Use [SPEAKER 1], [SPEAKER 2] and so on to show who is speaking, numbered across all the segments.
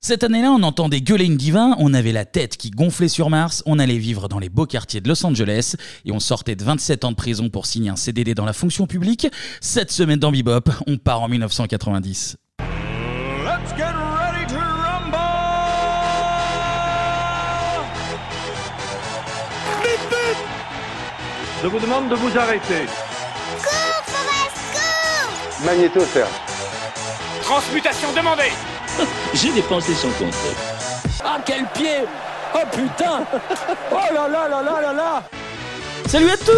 [SPEAKER 1] Cette année-là, on entendait gueuler une divin, on avait la tête qui gonflait sur Mars, on allait vivre dans les beaux quartiers de Los Angeles et on sortait de 27 ans de prison pour signer un CDD dans la fonction publique. Cette semaine dans Bebop, on part en 1990.
[SPEAKER 2] Let's get ready to rumble! Vite, vite!
[SPEAKER 3] Je vous demande de vous arrêter.
[SPEAKER 4] Magnéto, Serge.
[SPEAKER 2] Transmutation demandée!
[SPEAKER 5] J'ai dépensé sans compter.
[SPEAKER 2] Ah, quel pied! Oh putain! Oh là là là là là là!
[SPEAKER 1] Salut à tous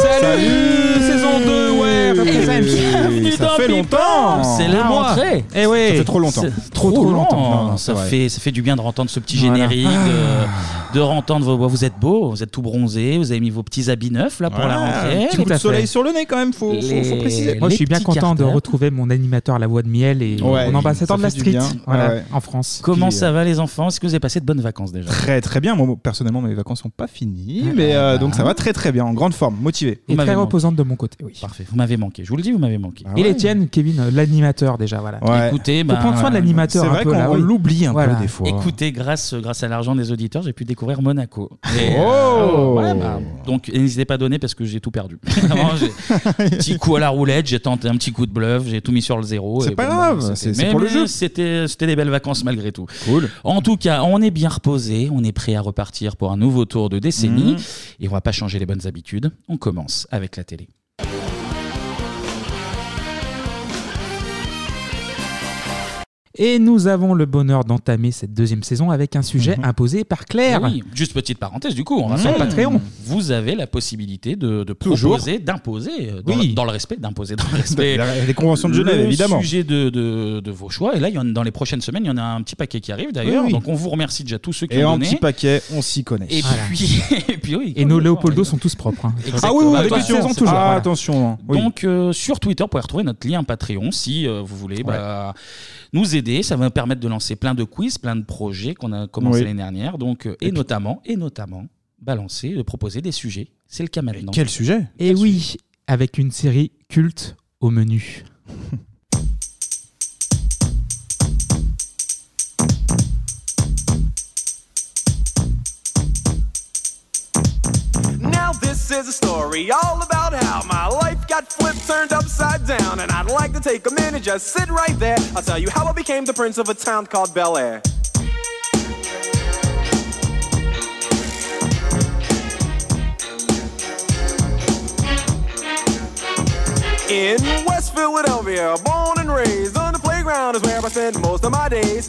[SPEAKER 6] Salut, Saison 2, ouais
[SPEAKER 1] Eh ben, bienvenue
[SPEAKER 6] Ça
[SPEAKER 1] dans
[SPEAKER 6] fait
[SPEAKER 1] Bebop.
[SPEAKER 6] longtemps
[SPEAKER 1] C'est la
[SPEAKER 6] Deux mois.
[SPEAKER 1] rentrée.
[SPEAKER 6] Eh ouais Ça fait trop longtemps
[SPEAKER 1] C'est
[SPEAKER 6] Trop trop longtemps
[SPEAKER 1] long.
[SPEAKER 6] Non, non,
[SPEAKER 1] Oh, ça,
[SPEAKER 6] c'est vrai. Ah.
[SPEAKER 1] fait, ça fait du bien de rentendre ce petit générique, de, de rentendre vos voix. Vous êtes beaux, vous êtes tout bronzés, vous avez mis vos petits habits neufs là pour la
[SPEAKER 6] Voilà,
[SPEAKER 1] rentrée.
[SPEAKER 6] un petit coup de soleil sur le nez quand même, faut, faut-
[SPEAKER 1] Les-
[SPEAKER 6] faut préciser.
[SPEAKER 7] Moi, je
[SPEAKER 1] les
[SPEAKER 7] suis bien
[SPEAKER 1] petits
[SPEAKER 7] content de
[SPEAKER 1] cartons.
[SPEAKER 7] retrouver mon animateur, la voix de miel, et
[SPEAKER 6] Ouais,
[SPEAKER 7] mon ambassadeur
[SPEAKER 6] ça
[SPEAKER 7] de la
[SPEAKER 6] fait du
[SPEAKER 7] street
[SPEAKER 6] bien.
[SPEAKER 7] voilà,
[SPEAKER 6] Ouais, ouais.
[SPEAKER 7] en France.
[SPEAKER 1] Comment
[SPEAKER 6] Puis,
[SPEAKER 1] ça va les enfants Est-ce que vous avez passé de bonnes vacances déjà
[SPEAKER 6] Très très bien, moi personnellement mes vacances sont pas finies, mais euh, donc ça va très très bien, en grande forme, motivé.
[SPEAKER 1] Vous
[SPEAKER 7] Et
[SPEAKER 1] m'avez
[SPEAKER 7] euh, très
[SPEAKER 1] manqué.
[SPEAKER 7] reposante de mon côté, oui.
[SPEAKER 1] Parfait, vous m'avez manqué, je vous le dis, vous m'avez
[SPEAKER 6] Bah
[SPEAKER 1] manqué.
[SPEAKER 7] Et les tiennes, Kevin, euh, l'animateur déjà, voilà.
[SPEAKER 6] Ouais.
[SPEAKER 1] Écoutez,
[SPEAKER 7] Faut
[SPEAKER 1] bah,
[SPEAKER 7] prendre soin
[SPEAKER 6] Ah,
[SPEAKER 7] de l'animateur
[SPEAKER 6] C'est
[SPEAKER 7] un
[SPEAKER 6] vrai
[SPEAKER 7] peu
[SPEAKER 6] qu'on
[SPEAKER 7] là. oui.
[SPEAKER 6] l'oublie un
[SPEAKER 7] Voilà.
[SPEAKER 6] peu des fois.
[SPEAKER 1] Écoutez, grâce, grâce à l'argent des auditeurs, j'ai pu découvrir Monaco. Et, euh,
[SPEAKER 6] Oh
[SPEAKER 1] ouais, bah, donc n'hésitez pas à donner parce que j'ai tout perdu. Vraiment, j'ai- petit coup à la roulette, j'ai tenté un petit coup de bluff, j'ai tout mis sur le zéro.
[SPEAKER 6] C'est
[SPEAKER 1] et
[SPEAKER 6] pas
[SPEAKER 1] bon,
[SPEAKER 6] grave,
[SPEAKER 1] c'était-
[SPEAKER 6] c'est- c'est
[SPEAKER 1] mais-
[SPEAKER 6] pour le
[SPEAKER 1] mais
[SPEAKER 6] jeu.
[SPEAKER 1] C'était c'était des belles vacances malgré tout.
[SPEAKER 6] Cool.
[SPEAKER 1] En tout cas, on est bien reposé, on est prêt à repartir pour un nouveau tour de décennie
[SPEAKER 6] Mhm.
[SPEAKER 1] et on va pas changer les bonnes habitudes. On commence avec la télé.
[SPEAKER 7] Et nous avons le bonheur d'entamer cette deuxième saison avec un sujet
[SPEAKER 6] Mhm.
[SPEAKER 7] imposé par Claire.
[SPEAKER 1] Oui, juste petite parenthèse du coup, on va
[SPEAKER 7] Mmh.
[SPEAKER 1] faire
[SPEAKER 7] Patreon.
[SPEAKER 1] Vous avez la possibilité de, de
[SPEAKER 6] Toujours. Bah,
[SPEAKER 1] proposer, d'imposer, euh, dans,
[SPEAKER 7] Oui.
[SPEAKER 1] le- dans le respect, d'imposer dans le respect.
[SPEAKER 6] La- Les conventions de Genève,
[SPEAKER 1] le
[SPEAKER 6] évidemment.
[SPEAKER 1] sujet de, de- de vos choix. Et là, il y en, dans les prochaines semaines, il y en a un petit paquet qui arrive d'ailleurs.
[SPEAKER 6] Oui, oui.
[SPEAKER 1] Donc on vous remercie déjà tous ceux qui
[SPEAKER 6] Et
[SPEAKER 1] ont
[SPEAKER 6] en
[SPEAKER 1] donné.
[SPEAKER 6] petit paquet, on s'y connaît.
[SPEAKER 1] et,
[SPEAKER 7] Voilà.
[SPEAKER 1] puis, et puis oui.
[SPEAKER 7] Et nos Léopoldo sont tous propres. hein.
[SPEAKER 6] Ah oui, oui,
[SPEAKER 1] Exactement.
[SPEAKER 6] début de
[SPEAKER 1] Attention,
[SPEAKER 6] saison
[SPEAKER 7] c'est-
[SPEAKER 6] toujours.
[SPEAKER 7] voilà.
[SPEAKER 6] Ah, attention. hein. Oui.
[SPEAKER 1] Donc euh, sur Twitter, vous pouvez retrouver notre lien Patreon si euh, vous voulez bah, nous aider. Ça va nous permettre de lancer plein de quiz, plein de projets qu'on a commencé
[SPEAKER 6] Oui.
[SPEAKER 1] l'année dernière. Donc, euh, et, notamment, et notamment, balancer, de proposer des sujets. C'est le cas maintenant.
[SPEAKER 6] Quel sujet
[SPEAKER 7] Et oui, avec une série culte au menu.
[SPEAKER 2] Now this is a story all about how my life got flipped, turned upside down, and I'd like to take a minute, just sit right there. I'll tell you how I became the prince of a town called Bel Air. In West Philadelphia, born and raised on the playground is where I spend most of my days.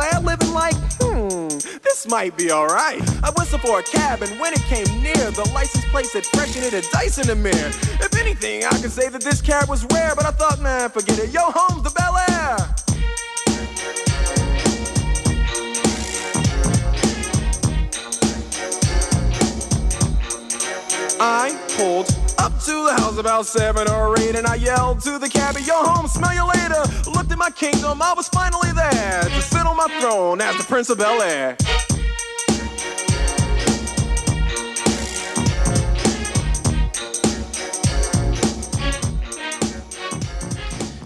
[SPEAKER 2] Air living like? Hmm, this might be alright. I whistled for a cab, and when it came near, the license plate said freshen it a dice in the mirror. If anything, I could say that this cab was rare, but I thought, man, forget it. Yo, home's the Bel Air. I pulled up to the house about seven or eight, and I yelled to the cabbie, "Yo, home, smell you later." Looked at my kingdom, I was finally there to sit on my throne as the prince of Bel Air.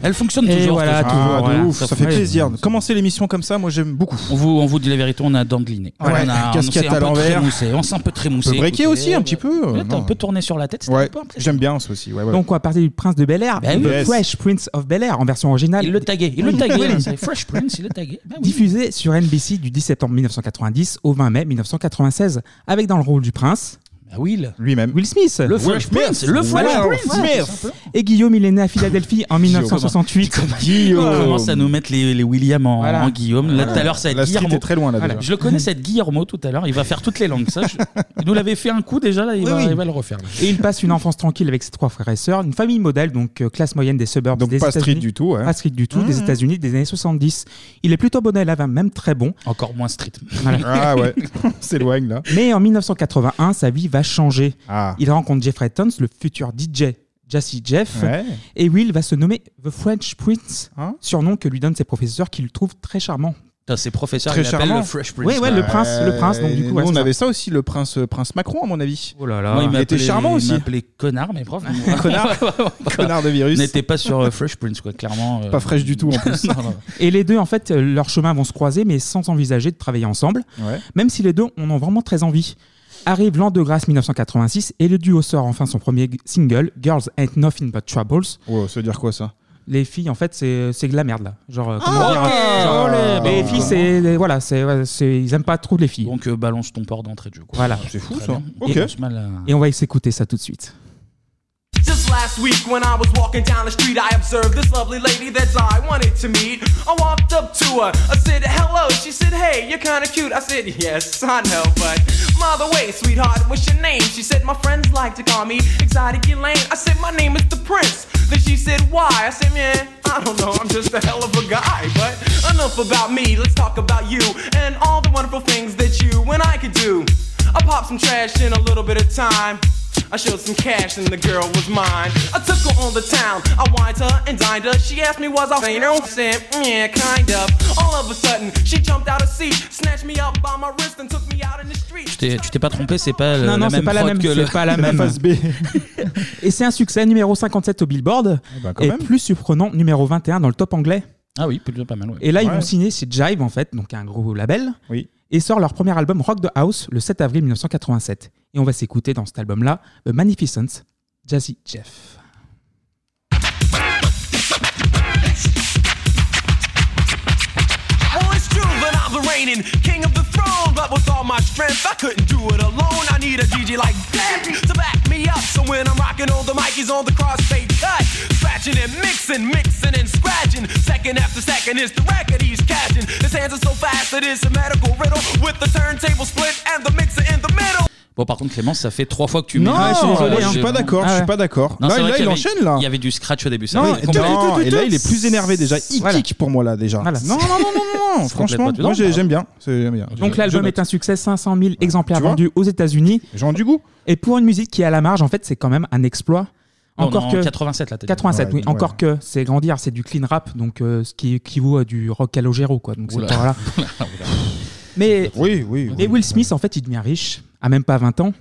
[SPEAKER 1] Elle fonctionne
[SPEAKER 7] Et
[SPEAKER 1] toujours.
[SPEAKER 7] voilà,
[SPEAKER 1] cette
[SPEAKER 7] toujours,
[SPEAKER 6] Ah, de
[SPEAKER 7] voilà.
[SPEAKER 6] ouf, ça fait
[SPEAKER 7] Ouais.
[SPEAKER 6] plaisir. Commencer l'émission comme ça, moi j'aime beaucoup.
[SPEAKER 1] On vous, on vous dit la vérité, on a dangliné.
[SPEAKER 6] Ouais,
[SPEAKER 1] on a, on
[SPEAKER 6] casquette
[SPEAKER 1] s'est un
[SPEAKER 6] à
[SPEAKER 1] peu
[SPEAKER 6] l'envers.
[SPEAKER 1] trémoussé, On s'est un peu trémoussé.
[SPEAKER 6] On peut breaker
[SPEAKER 1] écoutez.
[SPEAKER 6] aussi un petit peu, euh,
[SPEAKER 1] Ouais, t'as un
[SPEAKER 6] non.
[SPEAKER 1] peu tourné sur la tête. c'était
[SPEAKER 6] Ouais,
[SPEAKER 1] un peu impressionnant.
[SPEAKER 6] j'aime bien ça aussi. Ouais, ouais.
[SPEAKER 7] Donc, on va partir du Prince de Bel Air,
[SPEAKER 1] Ben
[SPEAKER 7] The
[SPEAKER 6] oui. Yes.
[SPEAKER 7] Fresh Prince of Bel Air en version originale.
[SPEAKER 1] Il le taguait. Il le
[SPEAKER 7] Oui.
[SPEAKER 1] taguait.
[SPEAKER 7] Oui.
[SPEAKER 1] hein, c'est Fresh Prince, il le taguait. Ben oui.
[SPEAKER 7] Diffusé sur NBC du 10 septembre 1990 au 20 mai 1996, avec dans le rôle du prince
[SPEAKER 1] Ah, Will
[SPEAKER 6] Lui-même.
[SPEAKER 7] Will Smith.
[SPEAKER 1] Le Fresh Prince, le Fresh
[SPEAKER 7] Voilà.
[SPEAKER 1] Prince.
[SPEAKER 7] Ouais. Et Guillaume, il est né à Philadelphie en 1968.
[SPEAKER 1] Il commence à nous mettre les, les William en,
[SPEAKER 7] Voilà.
[SPEAKER 1] en Guillaume. Là, tout à l'heure, ça va
[SPEAKER 6] La
[SPEAKER 1] être
[SPEAKER 6] street
[SPEAKER 1] Guillermo.
[SPEAKER 6] est très loin, là,
[SPEAKER 1] Voilà.
[SPEAKER 6] déjà.
[SPEAKER 1] Je le connais, cette Guillermo tout à l'heure. Il va faire toutes les langues. Ça, je- Il nous l'avait fait un coup déjà, là, il,
[SPEAKER 7] Oui,
[SPEAKER 1] va,
[SPEAKER 7] oui.
[SPEAKER 1] il va le refaire. là.
[SPEAKER 7] Et il passe une enfance tranquille avec ses trois frères et sœurs, une famille modèle, donc euh, classe moyenne des suburbs
[SPEAKER 6] Donc
[SPEAKER 7] des
[SPEAKER 6] pas street
[SPEAKER 7] États-Unis.
[SPEAKER 6] du tout, ouais.
[SPEAKER 7] Pas street du tout, des
[SPEAKER 6] Mhm.
[SPEAKER 7] États-Unis des années 70. Il est plutôt bon élève, hein, même très bon.
[SPEAKER 1] Encore moins street.
[SPEAKER 6] Ah ouais, on s'éloigne là.
[SPEAKER 7] Mais en 1981, sa vie va changer.
[SPEAKER 6] Ah.
[SPEAKER 7] Il rencontre Jeffrey Tons, le futur DJ Jassy Jeff,
[SPEAKER 6] Ouais.
[SPEAKER 7] et Will va se nommer The French Prince,
[SPEAKER 6] Hein
[SPEAKER 7] surnom que lui donnent ses professeurs qui le trouvent très charmant.
[SPEAKER 1] Putain, Ses professeurs,
[SPEAKER 6] Très
[SPEAKER 1] il l'appelle
[SPEAKER 6] charmant.
[SPEAKER 1] le Fresh Prince.
[SPEAKER 7] Ouais, ouais, le prince, le prince, donc
[SPEAKER 6] Euh,
[SPEAKER 7] du
[SPEAKER 6] et
[SPEAKER 7] coup,
[SPEAKER 6] nous,
[SPEAKER 7] ouais,
[SPEAKER 6] on
[SPEAKER 7] c'est
[SPEAKER 6] avait ça aussi, le prince, euh, prince Macron, à mon avis.
[SPEAKER 7] Oh là là.
[SPEAKER 1] Moi, il
[SPEAKER 6] il était
[SPEAKER 1] m'appelait
[SPEAKER 6] charmant aussi.
[SPEAKER 1] Il m'appelait connard, mais prof.
[SPEAKER 6] Connard. Connard de virus.
[SPEAKER 1] n'était pas sur euh, Fresh Prince, quoi, clairement. euh.
[SPEAKER 6] Pas fraîche du tout en plus.
[SPEAKER 1] Non, non.
[SPEAKER 7] Et les deux, en fait, euh, leurs chemins vont se croiser, mais sans envisager de travailler ensemble,
[SPEAKER 6] Ouais.
[SPEAKER 7] même si les deux en ont vraiment très envie. Arrive l'an de grâce 1986 et le duo sort enfin son premier g- single, Girls Ain't Nothing But Troubles.
[SPEAKER 6] Wow, ça veut dire quoi ça
[SPEAKER 7] Les filles, en fait, c'est c'est de la merde, là. Genre, euh, comment dire,
[SPEAKER 1] Oh, les-
[SPEAKER 7] Les
[SPEAKER 1] bah,
[SPEAKER 7] filles, c'est. les- Voilà, c'est ouais, c'est- ils aiment pas trop les filles.
[SPEAKER 1] Donc, euh, balance ton port d'entrée de jeu. quoi.
[SPEAKER 7] Voilà.
[SPEAKER 6] C'est fou
[SPEAKER 1] Très
[SPEAKER 6] ça.
[SPEAKER 1] bien.
[SPEAKER 6] Ok.
[SPEAKER 1] Et on se met là.
[SPEAKER 7] Et on va s'écouter ça tout de suite.
[SPEAKER 2] Just last week when I was walking down the street, I observed this lovely lady that I wanted to meet. I walked up to her, I said, hello. She said, hey, you're kinda cute. I said, yes, I know, but by the way, sweetheart, what's your name? She said, my friends like to call me Exotic Elaine. I said, my name is The Prince. Then she said, why? I said, man, I don't know, I'm just a hell of a guy. But enough about me, let's talk about you and all the wonderful things that you and I could do. I popped some trash in a little bit of time. I showed some cash and the girl was mine. I took her on the town. I wined her and dined her. She asked me was I fainter. I said, "Mm, yeah, kind of. All of a sudden, she jumped out of seat, snatched me up by my wrist and took me out in the street.
[SPEAKER 1] Tu t'es- tu t'es pas trompé, c'est pas le-
[SPEAKER 7] non, non,
[SPEAKER 1] la
[SPEAKER 7] c'est
[SPEAKER 1] même
[SPEAKER 7] pas, la
[SPEAKER 1] prod
[SPEAKER 7] même.
[SPEAKER 1] que le.
[SPEAKER 7] C'est pas la même.
[SPEAKER 6] Phase B.
[SPEAKER 7] Et c'est un succès numéro 57 au Billboard.
[SPEAKER 6] bah, quand
[SPEAKER 7] et
[SPEAKER 6] même.
[SPEAKER 7] plus surprenant, numéro 21 dans le top anglais.
[SPEAKER 1] Ah oui, plutôt pas mal. ouais.
[SPEAKER 7] Et là, ils
[SPEAKER 6] Ouais.
[SPEAKER 7] vont signer chez Jive, en fait, donc un gros label.
[SPEAKER 6] Oui.
[SPEAKER 7] Et sort leur premier album Rock the House le 7 avril 1987. Et on va s'écouter dans cet album-là The Magnificence, Jazzy Jeff.
[SPEAKER 2] Well, it's true that I'm the reigning king of the throne, but with all my strength, I couldn't do it alone. I need a DJ like that to back me up. So when I'm rocking on the mic, he's on the crossfade cut, scratching and mixing, mixing and scratching. Second after second, it's the record he's catching. His hands are so fast, it is a medical riddle with the turntable split and the mixer in the middle.
[SPEAKER 1] Bon, par contre, Clément, ça fait trois fois que tu
[SPEAKER 6] Non,
[SPEAKER 1] mets-
[SPEAKER 6] je suis
[SPEAKER 7] désolé,
[SPEAKER 1] j'ai-
[SPEAKER 7] hein.
[SPEAKER 6] Je suis pas d'accord,
[SPEAKER 7] Ah
[SPEAKER 6] je
[SPEAKER 7] ouais.
[SPEAKER 6] suis pas d'accord.
[SPEAKER 1] Non,
[SPEAKER 6] Là,
[SPEAKER 1] c'est vrai
[SPEAKER 6] là,
[SPEAKER 1] qu'il
[SPEAKER 6] il
[SPEAKER 1] y avait-
[SPEAKER 6] enchaîne là.
[SPEAKER 1] Il y avait du scratch au début. Ça
[SPEAKER 6] Non,
[SPEAKER 1] va,
[SPEAKER 6] et-
[SPEAKER 1] complètement.
[SPEAKER 6] non, et là il est plus énervé déjà. Il
[SPEAKER 7] Voilà.
[SPEAKER 6] kick pour moi là déjà.
[SPEAKER 7] Voilà.
[SPEAKER 6] Non, non, non, non, non. Franchement,
[SPEAKER 1] complètement
[SPEAKER 6] moi
[SPEAKER 1] dedans,
[SPEAKER 6] j'ai- j'aime bien. C'est- j'aime bien.
[SPEAKER 7] Donc
[SPEAKER 6] Ah, Je-
[SPEAKER 7] l'album
[SPEAKER 6] je
[SPEAKER 7] est un succès, 500 000 exemplaires
[SPEAKER 6] Tu vois
[SPEAKER 7] vendus aux États-Unis.
[SPEAKER 6] note. Gens du goût.
[SPEAKER 7] Et pour une musique qui est à la marge, en fait, c'est quand même un exploit.
[SPEAKER 1] Non,
[SPEAKER 7] Encore
[SPEAKER 1] non,
[SPEAKER 7] que.
[SPEAKER 1] 87 là. t'as dit.
[SPEAKER 7] 87,
[SPEAKER 6] Ouais,
[SPEAKER 7] oui.
[SPEAKER 6] ouais.
[SPEAKER 7] Encore que c'est grandir, c'est du clean rap, donc euh, ce qui équivaut à du rock calogero, quoi. Donc c'est
[SPEAKER 1] Oula.
[SPEAKER 7] pas- voilà. Mais
[SPEAKER 6] Oui, oui. oui.
[SPEAKER 7] Et Will Smith, en fait, il devient riche, à même pas 20 ans.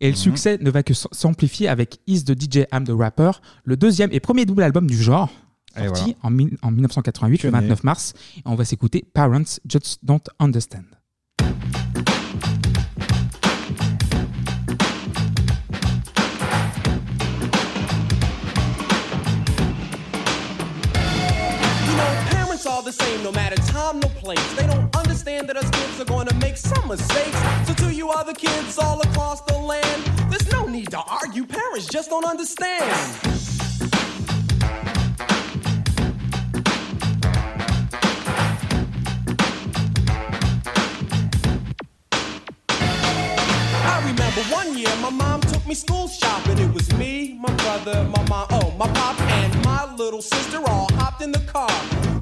[SPEAKER 7] Et
[SPEAKER 1] Mhm.
[SPEAKER 7] le succès ne va que s- s'amplifier avec Is the DJ I'm the Rapper, le deuxième et premier double album du genre,
[SPEAKER 6] Et
[SPEAKER 7] sorti en, mille- en 1988, le
[SPEAKER 6] Pionnier.
[SPEAKER 7] 29 mars. Et on va s'écouter Parents Just Don't Understand.
[SPEAKER 2] You know, parents are the same no matter time, no place. They don't understand that us kids are gonna make some mistakes. So to you other kids all across the land, there's no need to argue. Parents just don't understand. I remember one year my mom took me school shopping. It was me, my brother, my mom, oh, my pop, and my little sister all hopped in the car.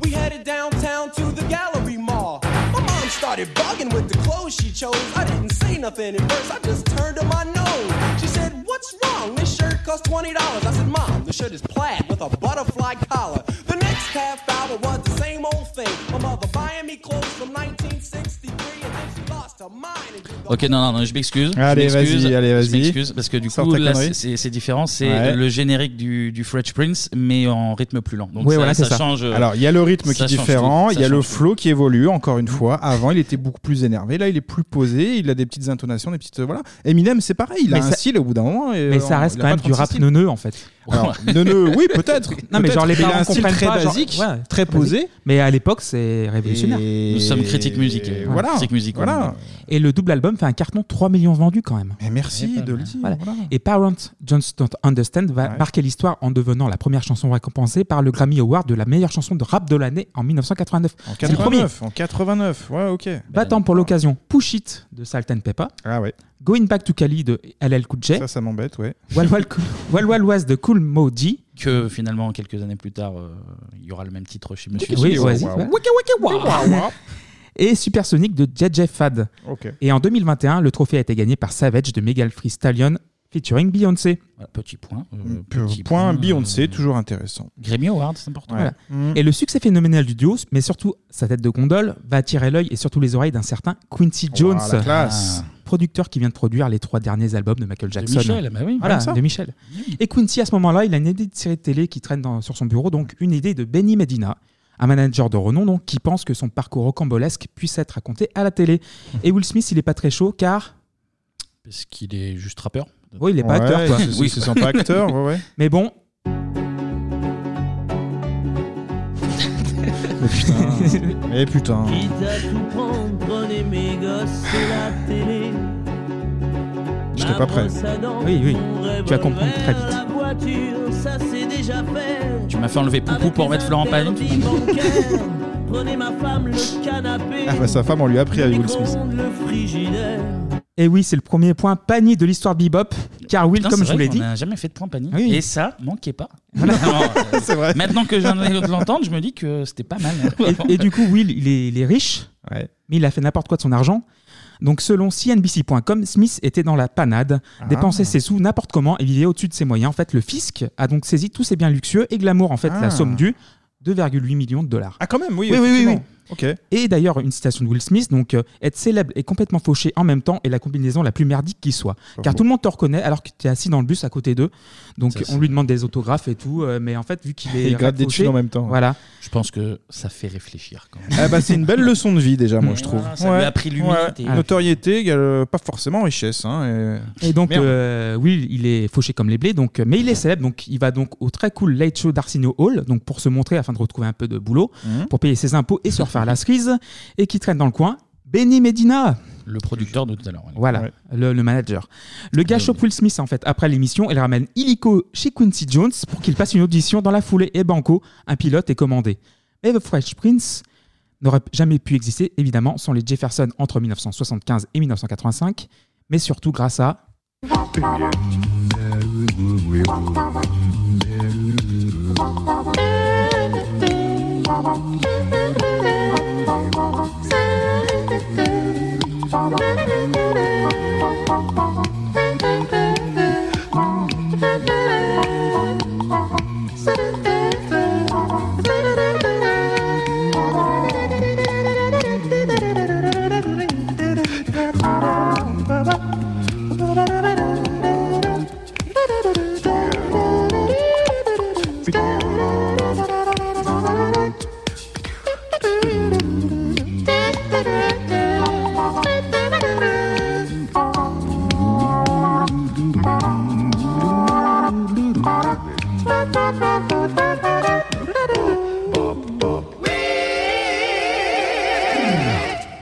[SPEAKER 2] We headed downtown to the gallery mall. My mom started bugging with the clothes she chose. I didn't say nothing at first, I just turned to my nose. She said, What's wrong? This shirt costs $20. I said, Mom, the shirt is plaid with a butterfly collar. The next half hour was the same old thing. My mother buying me clothes from 1963, and then she lost her mind. And did the
[SPEAKER 1] Ok, non, non, non, je m'excuse. je
[SPEAKER 6] Allez,
[SPEAKER 1] m'excuse,
[SPEAKER 6] vas-y, allez,
[SPEAKER 1] Je
[SPEAKER 6] vas-y.
[SPEAKER 1] m'excuse parce que du
[SPEAKER 6] Sors
[SPEAKER 1] coup,
[SPEAKER 6] ta
[SPEAKER 1] là,
[SPEAKER 6] connerie.
[SPEAKER 1] c'est- c'est c'est différent. C'est
[SPEAKER 6] Ouais.
[SPEAKER 1] le générique du, du Fresh Prince, mais en rythme plus lent. Donc
[SPEAKER 7] Oui,
[SPEAKER 1] ça,
[SPEAKER 7] voilà,
[SPEAKER 1] ça
[SPEAKER 7] c'est ça.
[SPEAKER 1] change. euh,
[SPEAKER 6] Alors, il y a le rythme qui
[SPEAKER 1] Ça
[SPEAKER 6] est
[SPEAKER 1] change
[SPEAKER 6] différent,
[SPEAKER 1] tout, ça
[SPEAKER 6] il y a le
[SPEAKER 1] change tout. Mm.
[SPEAKER 6] flow qui évolue, encore une fois. Avant, il était beaucoup plus énervé, là, il est plus posé, il a des petites intonations, des petites. Voilà. Eminem, c'est pareil, il a
[SPEAKER 7] Mais
[SPEAKER 6] un
[SPEAKER 7] ça-
[SPEAKER 6] style au bout d'un moment. et,
[SPEAKER 7] Mais
[SPEAKER 6] euh,
[SPEAKER 7] ça reste
[SPEAKER 6] il a
[SPEAKER 7] quand
[SPEAKER 6] pas
[SPEAKER 7] même du
[SPEAKER 6] 36
[SPEAKER 7] rap
[SPEAKER 6] styles.
[SPEAKER 7] neuneux, en fait.
[SPEAKER 6] Alors, Neneu, oui, peut-être.
[SPEAKER 7] Non, mais
[SPEAKER 6] peut-être.
[SPEAKER 7] genre les
[SPEAKER 6] Il a
[SPEAKER 7] parents
[SPEAKER 6] un style
[SPEAKER 7] comprennent
[SPEAKER 6] très
[SPEAKER 7] pas, genre-
[SPEAKER 6] basique,
[SPEAKER 7] ouais,
[SPEAKER 6] très posé.
[SPEAKER 7] Mais à l'époque, c'est révolutionnaire.
[SPEAKER 6] Et-
[SPEAKER 1] Nous sommes critiques musique.
[SPEAKER 6] Et Voilà.
[SPEAKER 1] Critique musique,
[SPEAKER 6] Voilà.
[SPEAKER 7] Et le double album fait un carton 3 millions vendus quand même.
[SPEAKER 6] Mais
[SPEAKER 1] Eh ben,
[SPEAKER 6] merci de le dire.
[SPEAKER 7] Voilà. Et Parents Don't Understand va marquer l'histoire en devenant la première chanson récompensée par le Grammy Award de la meilleure chanson de rap de l'année en 1989.
[SPEAKER 6] En
[SPEAKER 7] C'est le premier.
[SPEAKER 6] 89, en 89, ouais, ok.
[SPEAKER 7] Battant pour l'occasion Push It de Salt and Peppa,
[SPEAKER 6] Ah ouais,
[SPEAKER 7] Going Back to Cali de LL Cool J,
[SPEAKER 6] ça, ça m'embête, ouais.
[SPEAKER 7] Wal Wal, Wal Wal Was de Cool Moji.
[SPEAKER 1] Que finalement, quelques années plus tard, euh, il y aura le même titre chez Monsieur.
[SPEAKER 7] Oui,
[SPEAKER 1] Soul.
[SPEAKER 7] vas-y. voilà. Et Supersonic de JJ Fad.
[SPEAKER 6] Ok.
[SPEAKER 7] Et en 2021, le trophée a été gagné par Savage de Megal Free Stallion featuring Beyoncé.
[SPEAKER 1] Voilà, petit point. euh,
[SPEAKER 6] Point,
[SPEAKER 1] petit
[SPEAKER 6] point
[SPEAKER 1] euh,
[SPEAKER 6] Beyoncé, toujours intéressant.
[SPEAKER 1] Grammy Award, c'est important.
[SPEAKER 6] Ouais. Mm.
[SPEAKER 7] Voilà. Et le succès phénoménal du duo, mais surtout sa tête de gondole, va attirer l'œil et surtout les oreilles d'un certain Quincy Jones,
[SPEAKER 6] Oh, la classe.
[SPEAKER 7] producteur qui vient de produire les trois derniers albums de Michael
[SPEAKER 1] De
[SPEAKER 7] Jackson.
[SPEAKER 1] Michel, bah oui.
[SPEAKER 7] Voilà,
[SPEAKER 1] comme ça.
[SPEAKER 7] de Michel. Et Quincy, à ce moment-là, il a une idée de série de télé qui traîne dans- sur son bureau, donc une idée de Benny Medina, un manager de renom donc, qui pense que son parcours rocambolesque puisse être raconté à la télé. Et Will Smith, il n'est pas très chaud car.
[SPEAKER 1] Parce qu'il est juste rappeur.
[SPEAKER 7] Oui, il n'est pas
[SPEAKER 6] Ouais,
[SPEAKER 7] acteur, quoi.
[SPEAKER 6] il se-
[SPEAKER 1] Oui.
[SPEAKER 6] il se sent pas acteur, ouais, ouais.
[SPEAKER 7] Mais bon.
[SPEAKER 6] Mais Eh, putain.
[SPEAKER 4] Quitte à tout prendre, prenez mes gosses et la télé.
[SPEAKER 6] J'étais pas prêt.
[SPEAKER 7] Oui, oui. Tu vas comprendre très vite.
[SPEAKER 4] La voiture, ça c'est déjà fait.
[SPEAKER 1] Tu m'as fait enlever Poupou
[SPEAKER 4] Avec
[SPEAKER 1] pour
[SPEAKER 4] les
[SPEAKER 1] mettre Florent Pagny.
[SPEAKER 4] interdits bancaires, Prenez ma femme le canapé.
[SPEAKER 6] Ah bah sa femme, on lui a appris à
[SPEAKER 4] le
[SPEAKER 6] Will Smith.
[SPEAKER 4] micro-ondes, Le frigidaire.
[SPEAKER 7] Et oui, c'est le premier point panier de l'histoire bebop, car Will,
[SPEAKER 1] Putain,
[SPEAKER 7] comme
[SPEAKER 1] c'est
[SPEAKER 7] je
[SPEAKER 1] vrai
[SPEAKER 7] vous l'ai
[SPEAKER 1] qu'on
[SPEAKER 7] dit,
[SPEAKER 1] n'a jamais fait de point panier.
[SPEAKER 7] Oui.
[SPEAKER 1] Et ça, manquait pas. Alors, euh,
[SPEAKER 6] C'est vrai.
[SPEAKER 1] maintenant que je viens de l'entendre, je me dis que c'était pas mal.
[SPEAKER 7] et, et du coup, Will, il est, il est riche,
[SPEAKER 6] Ouais.
[SPEAKER 7] mais il a fait n'importe quoi de son argent. Donc, selon CNBC.com, Smith était dans la panade,
[SPEAKER 6] Ah.
[SPEAKER 7] dépensait ses sous n'importe comment et vivait au-dessus de ses moyens. En fait, le fisc a donc saisi tous ses biens luxueux et glamour, en fait,
[SPEAKER 6] Ah.
[SPEAKER 7] la somme due, 2,8 millions de dollars.
[SPEAKER 6] Ah quand même, oui.
[SPEAKER 7] Oui, oui, oui,
[SPEAKER 6] effectivement. Ok.
[SPEAKER 7] Et d'ailleurs, une citation de Will Smith, donc euh, être célèbre et complètement fauché en même temps est la combinaison la plus merdique qui soit. Car tout le monde te reconnaît alors que tu es assis dans le bus à côté d'eux. Donc
[SPEAKER 1] Ça, c'est-
[SPEAKER 7] on lui demande des autographes et tout, euh, mais en fait, vu qu'il est.
[SPEAKER 6] Et il gratte des
[SPEAKER 7] fauché,
[SPEAKER 6] thunes en même temps.
[SPEAKER 7] Voilà.
[SPEAKER 1] Je pense que ça fait réfléchir quand même.
[SPEAKER 6] Ah bah c'est une belle leçon de vie déjà, moi je trouve.
[SPEAKER 1] Voilà, ça lui a appris l'humilité.
[SPEAKER 6] Ouais. Ah. Notoriété égale euh, pas forcément richesse. Hein, et-
[SPEAKER 7] Et donc,
[SPEAKER 6] Merde.
[SPEAKER 7] euh, Will, il est fauché comme les blés, donc, euh, mais il est célèbre. Donc, il va donc au très cool Late Show d'Arsenio Hall donc pour se montrer afin de retrouver un peu de boulot,
[SPEAKER 6] Mhm.
[SPEAKER 7] pour payer ses impôts et se refaire la cerise. Et qui traîne dans le coin, Benny Medina.
[SPEAKER 1] Le producteur de tout à l'heure. voilà.
[SPEAKER 7] Voilà,
[SPEAKER 6] Ouais.
[SPEAKER 7] le, le manager. Le gars
[SPEAKER 1] Ouais.
[SPEAKER 7] chope Will Smith, en fait, après l'émission, elle ramène illico chez Quincy Jones pour qu'il passe une audition dans la foulée. Et banco, un pilote est commandé. Mais The Fresh Prince n'aurait jamais pu exister, évidemment, sans les Jefferson entre 1975 et 1985, mais surtout grâce à...
[SPEAKER 1] Bah,